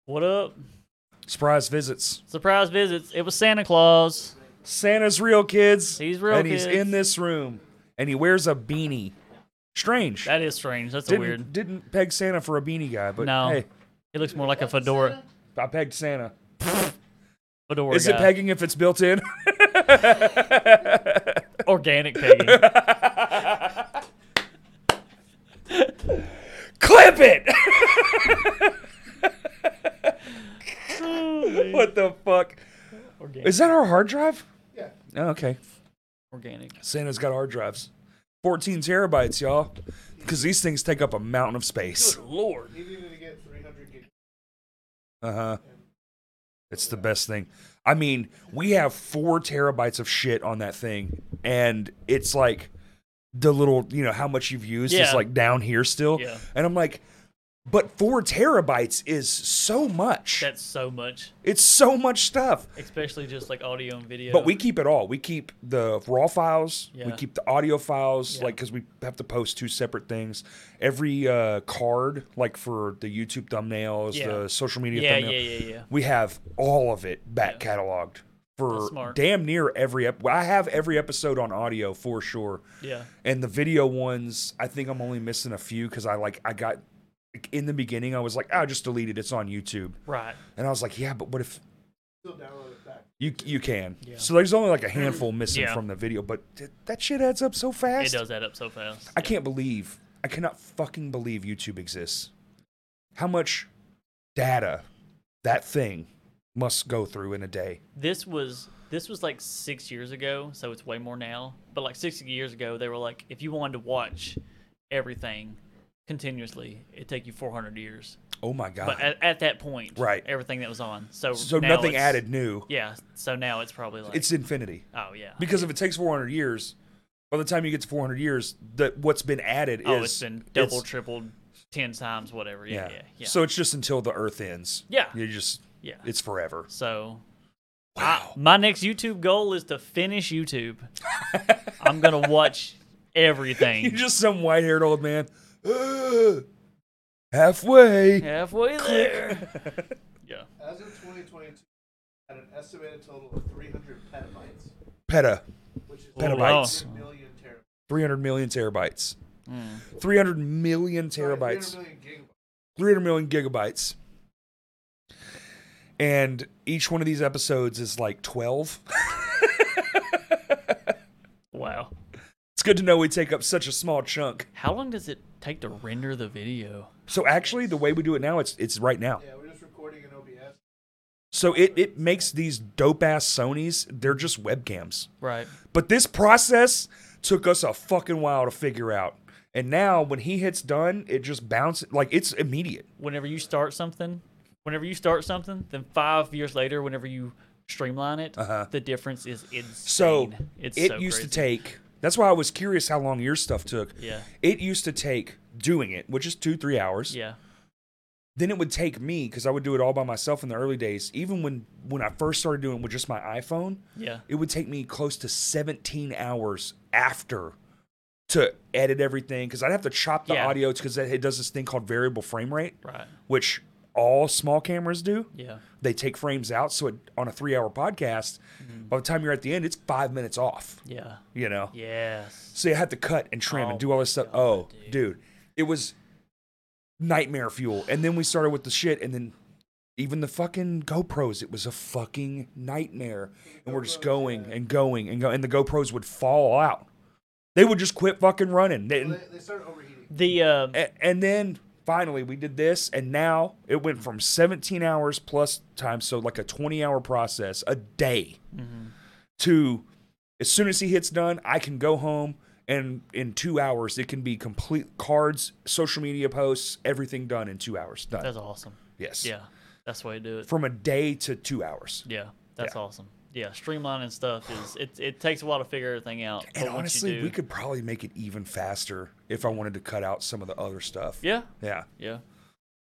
[SPEAKER 2] What up?
[SPEAKER 1] Surprise visits.
[SPEAKER 2] Surprise visits. It was Santa Claus.
[SPEAKER 1] Santa's real, kids.
[SPEAKER 2] He's real,
[SPEAKER 1] and he's
[SPEAKER 2] kids.
[SPEAKER 1] in this room, and he wears a beanie. Strange.
[SPEAKER 2] That is strange. That's a
[SPEAKER 1] didn't,
[SPEAKER 2] weird.
[SPEAKER 1] Didn't peg Santa for a beanie guy, but
[SPEAKER 2] No.
[SPEAKER 1] hey,
[SPEAKER 2] It looks more like a fedora.
[SPEAKER 1] I pegged Santa.
[SPEAKER 2] Fedora
[SPEAKER 1] Is
[SPEAKER 2] guy.
[SPEAKER 1] it pegging if it's built in?
[SPEAKER 2] Organic pegging.
[SPEAKER 1] Clip it. what the fuck?
[SPEAKER 2] Organic.
[SPEAKER 1] Is that our hard drive?
[SPEAKER 3] Yeah.
[SPEAKER 1] Oh, okay.
[SPEAKER 2] organic.
[SPEAKER 1] Santa's got hard drives. 14 terabytes, y'all. Because these things take up a mountain of space.
[SPEAKER 2] lord.
[SPEAKER 3] He needed to get 300 gig.
[SPEAKER 1] Uh huh. It's the best thing. I mean, we have four terabytes of shit on that thing, and it's like the little, you know, how much you've used
[SPEAKER 2] Yeah.
[SPEAKER 1] is like down here still.
[SPEAKER 2] Yeah.
[SPEAKER 1] And I'm like, but four terabytes is so much.
[SPEAKER 2] That's so much,
[SPEAKER 1] it's so much stuff.
[SPEAKER 2] especially just like audio and video.
[SPEAKER 1] But we keep it all. We keep the raw files. We
[SPEAKER 2] Yeah.
[SPEAKER 1] keep the audio files,
[SPEAKER 2] Yeah.
[SPEAKER 1] like because we have to post two separate things. Every uh, card, like for the YouTube thumbnails,
[SPEAKER 2] Yeah.
[SPEAKER 1] the social media.
[SPEAKER 2] yeah, yeah,
[SPEAKER 1] thumbnail,
[SPEAKER 2] yeah, yeah.
[SPEAKER 1] We have all of it back
[SPEAKER 2] Yeah.
[SPEAKER 1] cataloged
[SPEAKER 2] That's
[SPEAKER 1] for
[SPEAKER 2] smart.
[SPEAKER 1] damn near every. Ep- I have every episode on audio for sure,
[SPEAKER 2] Yeah.
[SPEAKER 1] and the video ones. I think I'm only missing a few because I like I got like, in the beginning. I was like, I just deleted. It's on YouTube,
[SPEAKER 2] Right.
[SPEAKER 1] and I was like, yeah, but what if
[SPEAKER 3] Still download it back.
[SPEAKER 1] you you can.
[SPEAKER 2] Yeah.
[SPEAKER 1] So there's only like a handful missing
[SPEAKER 2] Mm. Yeah.
[SPEAKER 1] from the video, but th- that shit adds up so
[SPEAKER 2] It
[SPEAKER 1] fast.
[SPEAKER 2] does add up so fast.
[SPEAKER 1] I can't believe. I cannot fucking believe YouTube exists. How much data that thing must go through in a day?
[SPEAKER 2] this was this was like six years ago, so it's way more now. But like six years ago, they were like, if you wanted to watch everything continuously, it'd take you 400 years.
[SPEAKER 1] Oh my god.
[SPEAKER 2] But at, at that point,
[SPEAKER 1] Right.
[SPEAKER 2] everything that was on, so
[SPEAKER 1] so
[SPEAKER 2] now
[SPEAKER 1] nothing
[SPEAKER 2] it's-
[SPEAKER 1] added new.
[SPEAKER 2] Yeah, so now it's probably like
[SPEAKER 1] It's infinity.
[SPEAKER 2] oh yeah,
[SPEAKER 1] Because if it takes 400 years, by the time you get to 400 years, that what's been added
[SPEAKER 2] oh
[SPEAKER 1] is
[SPEAKER 2] it's been double,
[SPEAKER 1] it's-
[SPEAKER 2] tripled, ten times, whatever. Yeah, yeah, yeah.
[SPEAKER 1] So it's just until the earth ends.
[SPEAKER 2] Yeah.
[SPEAKER 1] You just
[SPEAKER 2] yeah.
[SPEAKER 1] it's forever.
[SPEAKER 2] so
[SPEAKER 1] Wow.
[SPEAKER 2] my next YouTube goal is to finish YouTube. I'm gonna watch everything.
[SPEAKER 1] You're just some white haired old man. Halfway.
[SPEAKER 2] halfway there. yeah.
[SPEAKER 3] As of 2022, at an estimated total of 300 petabytes,
[SPEAKER 1] Peta.
[SPEAKER 3] which is
[SPEAKER 1] Petabytes.
[SPEAKER 3] 300 million terabytes.
[SPEAKER 1] 300 million terabytes. 300 million
[SPEAKER 3] Sorry,
[SPEAKER 1] Oh. terabytes.
[SPEAKER 3] 300 million
[SPEAKER 1] 300 million
[SPEAKER 3] gigabytes.
[SPEAKER 1] gigabytes. And each one of these episodes is like 12.
[SPEAKER 2] Wow.
[SPEAKER 1] It's good to know we take up such a small chunk.
[SPEAKER 2] How long does it take to render the video?
[SPEAKER 1] So actually, the way we do it now, it's it's right now.
[SPEAKER 3] Yeah, we're just recording in OBS.
[SPEAKER 1] So it it makes these dope ass Sony's. They're just webcams.
[SPEAKER 2] Right.
[SPEAKER 1] But this process took us a fucking while to figure out. And now when he hits done, it just bounces like it's immediate.
[SPEAKER 2] Whenever you start something, whenever you start something, then five years later, whenever you streamline it,
[SPEAKER 1] Uh-huh.
[SPEAKER 2] the difference is insane.
[SPEAKER 1] So
[SPEAKER 2] it's
[SPEAKER 1] it
[SPEAKER 2] so
[SPEAKER 1] used
[SPEAKER 2] crazy.
[SPEAKER 1] to take. That's why I was curious how long your stuff took.
[SPEAKER 2] Yeah.
[SPEAKER 1] It used to take doing it, which is two three hours.
[SPEAKER 2] Yeah.
[SPEAKER 1] Then it would take me because I would do it all by myself in the early days. Even when when I first started doing it with just my iPhone,
[SPEAKER 2] Yeah.
[SPEAKER 1] it would take me close to 17 hours after to edit everything because I'd have to chop the
[SPEAKER 2] Yeah.
[SPEAKER 1] audio because it it does this thing called variable frame rate,
[SPEAKER 2] Right.
[SPEAKER 1] which all small cameras do.
[SPEAKER 2] Yeah.
[SPEAKER 1] They take frames out, so it, on a three-hour podcast, by the time you're at the end, it's five minutes off.
[SPEAKER 2] Mm-hmm. Yeah.
[SPEAKER 1] You know,
[SPEAKER 2] Yes.
[SPEAKER 1] so you had to cut and trim
[SPEAKER 2] Oh
[SPEAKER 1] and do all this stuff.
[SPEAKER 2] God,
[SPEAKER 1] oh, dude.
[SPEAKER 2] dude.
[SPEAKER 1] it was nightmare fuel. And then we started with the shit, and then even the fucking GoPros, it was a fucking nightmare. And we're just going and going and go, and the GoPros would fall out. They would just quit fucking running. They-
[SPEAKER 3] Well, they, they started overheating.
[SPEAKER 2] The uh,
[SPEAKER 1] a- and then finally we did this and now it went from 17 hours plus time so like a 20 hour process a day
[SPEAKER 2] Mm-hmm.
[SPEAKER 1] to as soon as he hits done i can go home and in two hours it can be complete cards social media posts everything done in two hours done
[SPEAKER 2] that's awesome.
[SPEAKER 1] yes
[SPEAKER 2] Yeah. That's the way to do it.
[SPEAKER 1] from a day to two hours
[SPEAKER 2] Yeah. That's
[SPEAKER 1] Yeah.
[SPEAKER 2] awesome. Yeah, streamlining stuff is it. It takes a while to figure everything out.
[SPEAKER 1] and
[SPEAKER 2] but once
[SPEAKER 1] honestly
[SPEAKER 2] you do,
[SPEAKER 1] we could probably make it even faster if i wanted to cut out some of the other stuff
[SPEAKER 2] Yeah.
[SPEAKER 1] yeah
[SPEAKER 2] Yeah.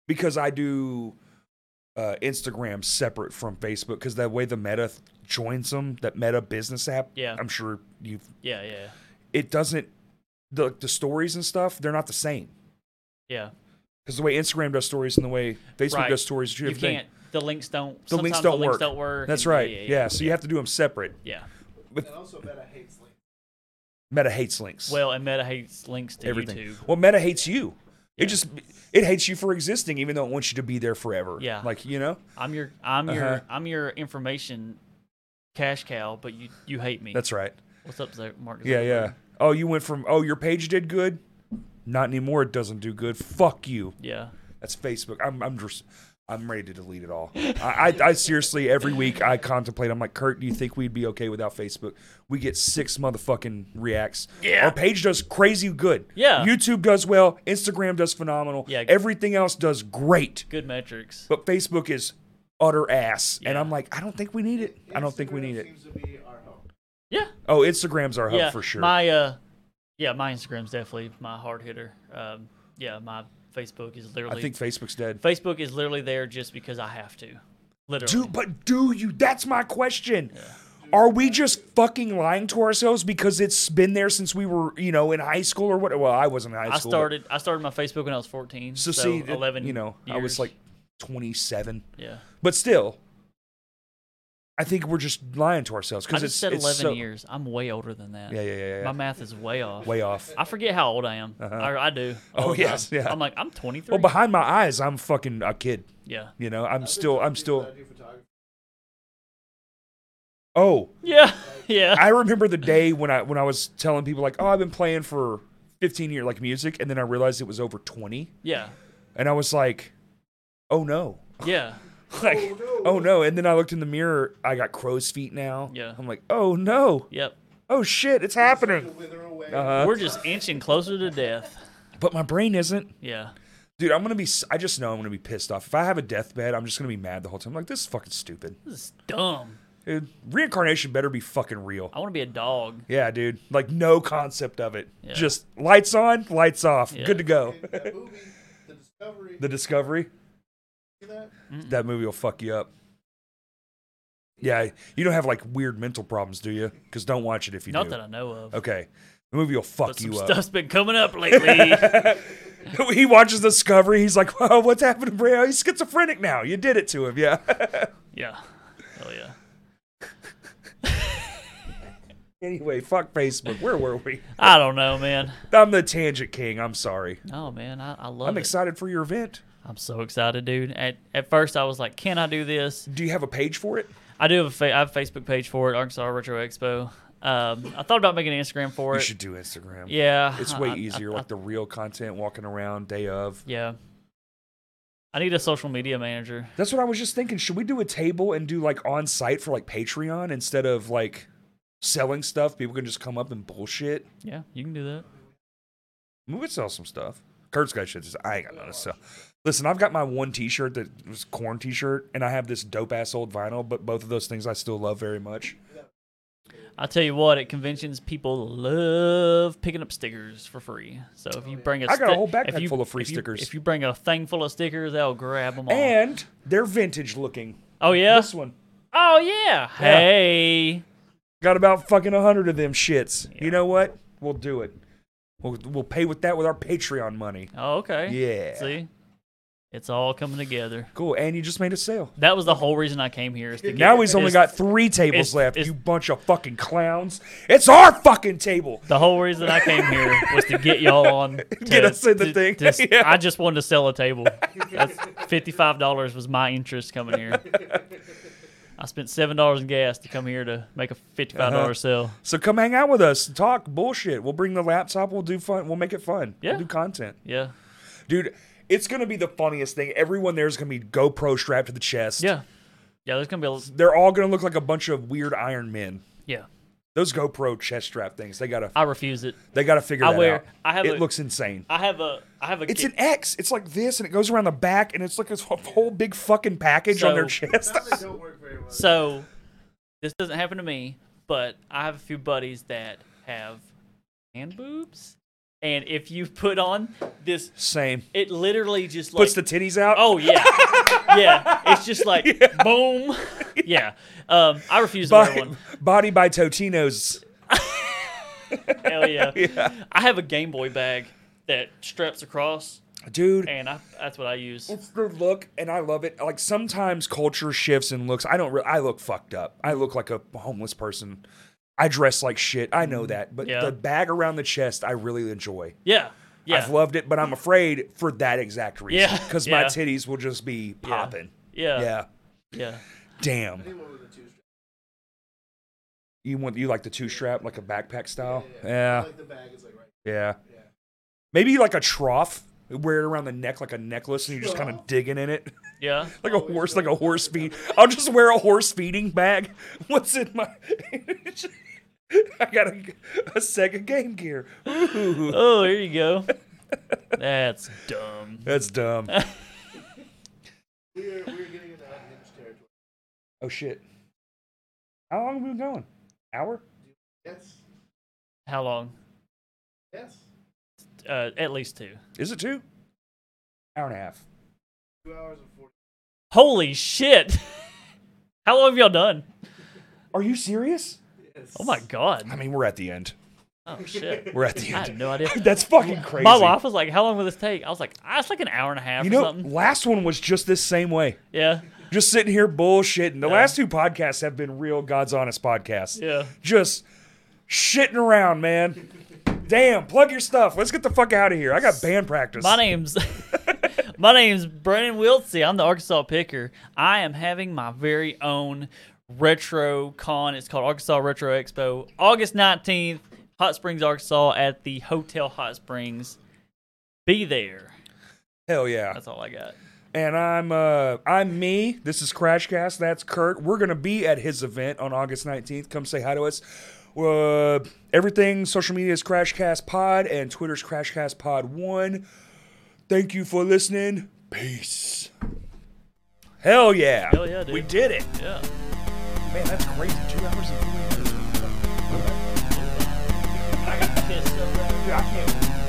[SPEAKER 1] because I do uh, Instagram separate from Facebook because that way the Meta th- joins them. That Meta business app.
[SPEAKER 2] Yeah.
[SPEAKER 1] I'm sure you.
[SPEAKER 2] Yeah. Yeah.
[SPEAKER 1] It doesn't the the stories and stuff. They're not the same
[SPEAKER 2] Yeah.
[SPEAKER 1] because the way Instagram does stories and the way Facebook
[SPEAKER 2] Right.
[SPEAKER 1] does stories, are two
[SPEAKER 2] you
[SPEAKER 1] different thing.
[SPEAKER 2] can't. The links don't.
[SPEAKER 1] The
[SPEAKER 2] sometimes
[SPEAKER 1] links don't
[SPEAKER 2] the links
[SPEAKER 1] work.
[SPEAKER 2] Don't work.
[SPEAKER 1] That's
[SPEAKER 2] and-
[SPEAKER 1] right.
[SPEAKER 2] Yeah.
[SPEAKER 1] Yeah, so you have to do them separate.
[SPEAKER 2] yeah.
[SPEAKER 1] But-
[SPEAKER 3] And also, Meta hates Link.
[SPEAKER 1] Meta hates links.
[SPEAKER 2] Well, and Meta hates links to
[SPEAKER 1] everything.
[SPEAKER 2] YouTube.
[SPEAKER 1] Well, Meta hates you. It
[SPEAKER 2] Yeah.
[SPEAKER 1] just it hates you for existing, even though it wants you to be there forever.
[SPEAKER 2] Yeah.
[SPEAKER 1] like you know,
[SPEAKER 2] I'm your. I'm your.
[SPEAKER 1] Uh-huh.
[SPEAKER 2] I'm your information cash cow, but you you hate me.
[SPEAKER 1] that's right.
[SPEAKER 2] What's up, there, Mark?
[SPEAKER 1] Yeah,
[SPEAKER 2] Zuckerberg?
[SPEAKER 1] yeah. Oh, you went from oh your page did good, not anymore. It doesn't do good. Fuck you.
[SPEAKER 2] Yeah.
[SPEAKER 1] That's Facebook. I'm I'm just I'm ready to delete it all. I, I, I seriously every week I contemplate. I'm like, Kurt, do you think we'd be okay without Facebook? We get six motherfucking reacts.
[SPEAKER 2] Yeah.
[SPEAKER 1] Our page does crazy good.
[SPEAKER 2] Yeah.
[SPEAKER 1] YouTube does well. Instagram does phenomenal.
[SPEAKER 2] Yeah.
[SPEAKER 1] Everything else does great.
[SPEAKER 2] Good metrics.
[SPEAKER 1] But Facebook is utter ass. And
[SPEAKER 2] Yeah.
[SPEAKER 1] I'm like, I don't think we need it. I don't think we
[SPEAKER 3] Instagram
[SPEAKER 1] need it.
[SPEAKER 3] Seems to be our home.
[SPEAKER 2] Yeah.
[SPEAKER 1] Oh, Instagram's our hub
[SPEAKER 2] yeah.
[SPEAKER 1] for sure.
[SPEAKER 2] My uh, yeah, my Instagram's definitely my hard hitter. Um, yeah, my Facebook is literally.
[SPEAKER 1] I think Facebook's dead.
[SPEAKER 2] Facebook is literally there just because I have to. Literally.
[SPEAKER 1] Do but do you? That's my question. Are we just fucking lying to ourselves because it's been there since we were, you know, in high school or what? Well, I wasn't in high
[SPEAKER 2] I
[SPEAKER 1] school. but-
[SPEAKER 2] started. I started my Facebook when I was 14.
[SPEAKER 1] So, see, it-
[SPEAKER 2] eleven.
[SPEAKER 1] you know, I was
[SPEAKER 2] years.
[SPEAKER 1] like 27,
[SPEAKER 2] yeah.
[SPEAKER 1] but still, I think we're just lying to ourselves
[SPEAKER 2] I
[SPEAKER 1] because
[SPEAKER 2] just
[SPEAKER 1] it's
[SPEAKER 2] said
[SPEAKER 1] it's
[SPEAKER 2] 11
[SPEAKER 1] so-
[SPEAKER 2] years. I'm way older than that.
[SPEAKER 1] Yeah, yeah, yeah, yeah.
[SPEAKER 2] My math is way off.
[SPEAKER 1] Way off.
[SPEAKER 2] I forget how old I am. I, I do.
[SPEAKER 1] Oh,
[SPEAKER 2] all the time.
[SPEAKER 1] yes, yeah.
[SPEAKER 2] I'm like I'm 23.
[SPEAKER 1] Well, behind my eyes, I'm fucking a kid.
[SPEAKER 2] yeah.
[SPEAKER 1] You know, I'm still, I'm still.
[SPEAKER 3] I do photography.
[SPEAKER 1] Oh,
[SPEAKER 2] Yeah. Yeah.
[SPEAKER 1] I remember the day when I when I was telling people like, oh, I've been playing for 15 years, like music, and then I realized it was over 20,
[SPEAKER 2] yeah.
[SPEAKER 1] and I was like, oh no,
[SPEAKER 2] Yeah.
[SPEAKER 1] like, oh no. and then I looked in the mirror, I got crow's feet now.
[SPEAKER 2] Yeah.
[SPEAKER 1] I'm like, oh no,
[SPEAKER 2] Yep.
[SPEAKER 1] oh shit, it's happening.
[SPEAKER 3] Wither away.
[SPEAKER 1] Uh-huh.
[SPEAKER 2] We're just inching closer to death.
[SPEAKER 1] But my brain isn't.
[SPEAKER 2] Yeah.
[SPEAKER 1] Dude, I'm gonna be. s- I just know I'm gonna be pissed off. If I have a deathbed, I'm just gonna be mad the whole time. like, this is fucking stupid.
[SPEAKER 2] This is dumb.
[SPEAKER 1] Dude, reincarnation better be fucking real.
[SPEAKER 2] I want to be a dog.
[SPEAKER 1] Yeah, dude. Like, no concept of it.
[SPEAKER 2] Yeah.
[SPEAKER 1] Just lights on, lights off.
[SPEAKER 2] Yeah.
[SPEAKER 1] Good to go.
[SPEAKER 3] And that movie, The Discovery.
[SPEAKER 1] the Discovery.
[SPEAKER 3] see that?
[SPEAKER 1] That movie will fuck you up. Yeah, you don't have like weird mental problems, do you? Because don't watch it if you
[SPEAKER 2] Not
[SPEAKER 1] do.
[SPEAKER 2] that I know of.
[SPEAKER 1] okay, the movie will
[SPEAKER 2] But
[SPEAKER 1] fuck
[SPEAKER 2] some
[SPEAKER 1] you up.
[SPEAKER 2] stuff's been coming up lately.
[SPEAKER 1] he watches Discovery. He's like, "Whoa, what's happened to Brio? He's schizophrenic now. You did it to him, yeah."
[SPEAKER 2] yeah. Hell yeah.
[SPEAKER 1] Anyway, fuck Facebook. Where were we?
[SPEAKER 2] I don't know, man.
[SPEAKER 1] I'm the tangent king. I'm sorry.
[SPEAKER 2] No, man. I, I love
[SPEAKER 1] I'm
[SPEAKER 2] it.
[SPEAKER 1] excited for your event.
[SPEAKER 2] I'm so excited, dude. At, at first, I was like, can I do this?
[SPEAKER 1] Do you have a page for it?
[SPEAKER 2] I do have a, fa- I have a Facebook page for it, Arkansas Retro Expo. Um, I thought about making an Instagram for
[SPEAKER 1] You
[SPEAKER 2] it.
[SPEAKER 1] should do Instagram.
[SPEAKER 2] yeah.
[SPEAKER 1] It's
[SPEAKER 2] I-
[SPEAKER 1] way
[SPEAKER 2] I-
[SPEAKER 1] easier,
[SPEAKER 2] I-
[SPEAKER 1] like the real content, walking around day of.
[SPEAKER 2] yeah. I need a social media manager.
[SPEAKER 1] That's what I was just thinking. Should we do a table and do like on site for like Patreon instead of like selling stuff? People can just come up and bullshit.
[SPEAKER 2] Yeah, you can do that.
[SPEAKER 1] We would sell some stuff. Kurt's got shit. to sell. I ain't got nothing to sell. Listen, I've got my one T-shirt that was corn T-shirt, and I have this dope ass old vinyl. But both of those things I still love very much.
[SPEAKER 2] I tell you what, at conventions, people love picking up stickers for free. So if you bring a,
[SPEAKER 1] I got a
[SPEAKER 2] sti-
[SPEAKER 1] whole backpack
[SPEAKER 2] if you-
[SPEAKER 1] full of free
[SPEAKER 2] if you-
[SPEAKER 1] stickers.
[SPEAKER 2] If you bring a thing full of stickers, they'll grab them all.
[SPEAKER 1] And they're vintage looking.
[SPEAKER 2] oh yeah,
[SPEAKER 1] This one
[SPEAKER 2] oh yeah. Hey,
[SPEAKER 1] got about fucking a hundred of them shits. You know what? We'll do it. We'll we'll pay with that with our Patreon money.
[SPEAKER 2] oh okay.
[SPEAKER 1] Yeah.
[SPEAKER 2] See, it's all coming together.
[SPEAKER 1] Cool. And you just made a sale.
[SPEAKER 2] That was the whole reason I came here. Is to get,
[SPEAKER 1] Now he's only
[SPEAKER 2] is-
[SPEAKER 1] got three tables
[SPEAKER 2] it's-
[SPEAKER 1] left.
[SPEAKER 2] it's-
[SPEAKER 1] you bunch of fucking clowns. It's our fucking table.
[SPEAKER 2] The whole reason I came here was to get y'all on. To,
[SPEAKER 1] Get us in the
[SPEAKER 2] to-
[SPEAKER 1] thing.
[SPEAKER 2] to s-
[SPEAKER 1] Yeah.
[SPEAKER 2] I just wanted to sell a table. That's fifty-five dollars was my interest coming here. I spent seven dollars in gas to come here to make a fifty-five
[SPEAKER 1] Uh-huh.
[SPEAKER 2] dollar sale.
[SPEAKER 1] So come hang out with us. Talk bullshit. We'll bring the laptop. We'll do fun. We'll make it fun.
[SPEAKER 2] Yeah.
[SPEAKER 1] We'll do content.
[SPEAKER 2] Yeah,
[SPEAKER 1] Dude, it's going to be the funniest thing. Everyone there's going to be GoPro strapped to the chest.
[SPEAKER 2] yeah, yeah. There's gonna be a
[SPEAKER 1] They're all going to look like a bunch of weird Iron Men.
[SPEAKER 2] yeah.
[SPEAKER 1] Those GoPro chest strap things, they gotta,
[SPEAKER 2] I refuse it.
[SPEAKER 1] they gotta figure
[SPEAKER 2] I
[SPEAKER 1] that
[SPEAKER 2] wear-
[SPEAKER 1] out.
[SPEAKER 2] I have
[SPEAKER 1] it
[SPEAKER 2] a-
[SPEAKER 1] looks insane.
[SPEAKER 2] I have a I have a.
[SPEAKER 1] It's
[SPEAKER 2] kid-
[SPEAKER 1] an X. It's like this, and it goes around the back, and it's like this whole big fucking package on their
[SPEAKER 2] So-
[SPEAKER 1] chest.
[SPEAKER 3] That don't work very well.
[SPEAKER 2] So this doesn't happen to me, but I have a few buddies that have hand boobs, and if you put on this,
[SPEAKER 1] Same.
[SPEAKER 2] it literally just like
[SPEAKER 1] Puts the titties out.
[SPEAKER 2] Oh yeah, yeah. It's just like boom. Yeah. Um, I refuse to wear
[SPEAKER 1] body,
[SPEAKER 2] one.
[SPEAKER 1] body by Totino's.
[SPEAKER 2] Hell yeah. I have a Game Boy bag that straps across,
[SPEAKER 1] Dude,
[SPEAKER 2] and I, that's what I use.
[SPEAKER 1] It's the look, and I love it. Like sometimes culture shifts and looks. I don't. Re- I look fucked up. I look like a homeless person. I dress like shit. I know that, but
[SPEAKER 2] Mm, Yeah.
[SPEAKER 1] the bag around the chest, I really enjoy.
[SPEAKER 2] Yeah. Yeah.
[SPEAKER 1] I've loved it, but I'm afraid for that exact reason.
[SPEAKER 2] Yeah,
[SPEAKER 1] because my
[SPEAKER 2] yeah.
[SPEAKER 1] titties will just be
[SPEAKER 2] Yeah.
[SPEAKER 1] popping.
[SPEAKER 2] yeah.
[SPEAKER 1] Yeah.
[SPEAKER 2] Yeah. Yeah.
[SPEAKER 1] damn.
[SPEAKER 3] Anyone with a two-strap.
[SPEAKER 1] You want you like the two strap, like a backpack style?
[SPEAKER 3] Yeah,
[SPEAKER 1] Yeah,
[SPEAKER 3] Like the bag is like right.
[SPEAKER 1] yeah. Maybe like a trough wear it around the neck like a necklace, and you're just kind of digging in it.
[SPEAKER 2] Yeah.
[SPEAKER 1] like a horse, like a horse feed. I'll just wear a horse feeding bag. What's in my? I got a, a Sega Game Gear. Ooh,
[SPEAKER 2] Oh, there you go. That's dumb.
[SPEAKER 1] that's dumb.
[SPEAKER 3] We are, we are getting into unhinged territory.
[SPEAKER 1] Oh shit! How long have we been going? Hour?
[SPEAKER 3] Yes.
[SPEAKER 2] How long?
[SPEAKER 3] Yes.
[SPEAKER 2] Uh, at least two.
[SPEAKER 1] Is it two? Hour and a half.
[SPEAKER 3] Two hours and 40.
[SPEAKER 2] Holy shit! How long have y'all done?
[SPEAKER 1] Are you serious?
[SPEAKER 3] Yes.
[SPEAKER 2] Oh my god.
[SPEAKER 1] I mean, we're at the end.
[SPEAKER 2] Oh shit.
[SPEAKER 1] We're at the
[SPEAKER 2] I
[SPEAKER 1] end.
[SPEAKER 2] had no idea.
[SPEAKER 1] That's fucking crazy.
[SPEAKER 2] My wife was like, "How long will this take?" I was like, ah, "It's like an hour and a half
[SPEAKER 1] You
[SPEAKER 2] or
[SPEAKER 1] know,
[SPEAKER 2] something."
[SPEAKER 1] last one was just this same way.
[SPEAKER 2] Yeah,
[SPEAKER 1] Just sitting here bullshitting. The last two podcasts have been real God's honest podcasts.
[SPEAKER 2] yeah.
[SPEAKER 1] Just shitting around, man. Damn, plug your stuff. Let's get the fuck out of here. I got band practice.
[SPEAKER 2] My name's my name's Brandon Wiltsey. I'm the Arkansas Picker. I am having my very own retro con. It's called Arkansas Retro Expo, August 19th, Hot Springs, Arkansas, at the Hotel Hot Springs. Be there.
[SPEAKER 1] Hell yeah.
[SPEAKER 2] That's all I got.
[SPEAKER 1] And I'm uh I'm me. This is Crashcast. That's Kurt. We're gonna be at his event on August 19th. Come say hi to us. Uh, everything social media is Crashcast Pod and Twitter's Crashcast Pod One. Thank you for listening. Peace. Hell yeah.
[SPEAKER 2] Hell yeah, dude.
[SPEAKER 1] We did it.
[SPEAKER 2] Yeah.
[SPEAKER 1] Man, that's crazy. Two hours and three minutes.
[SPEAKER 2] I got pissed over that.
[SPEAKER 1] Dude, I can't.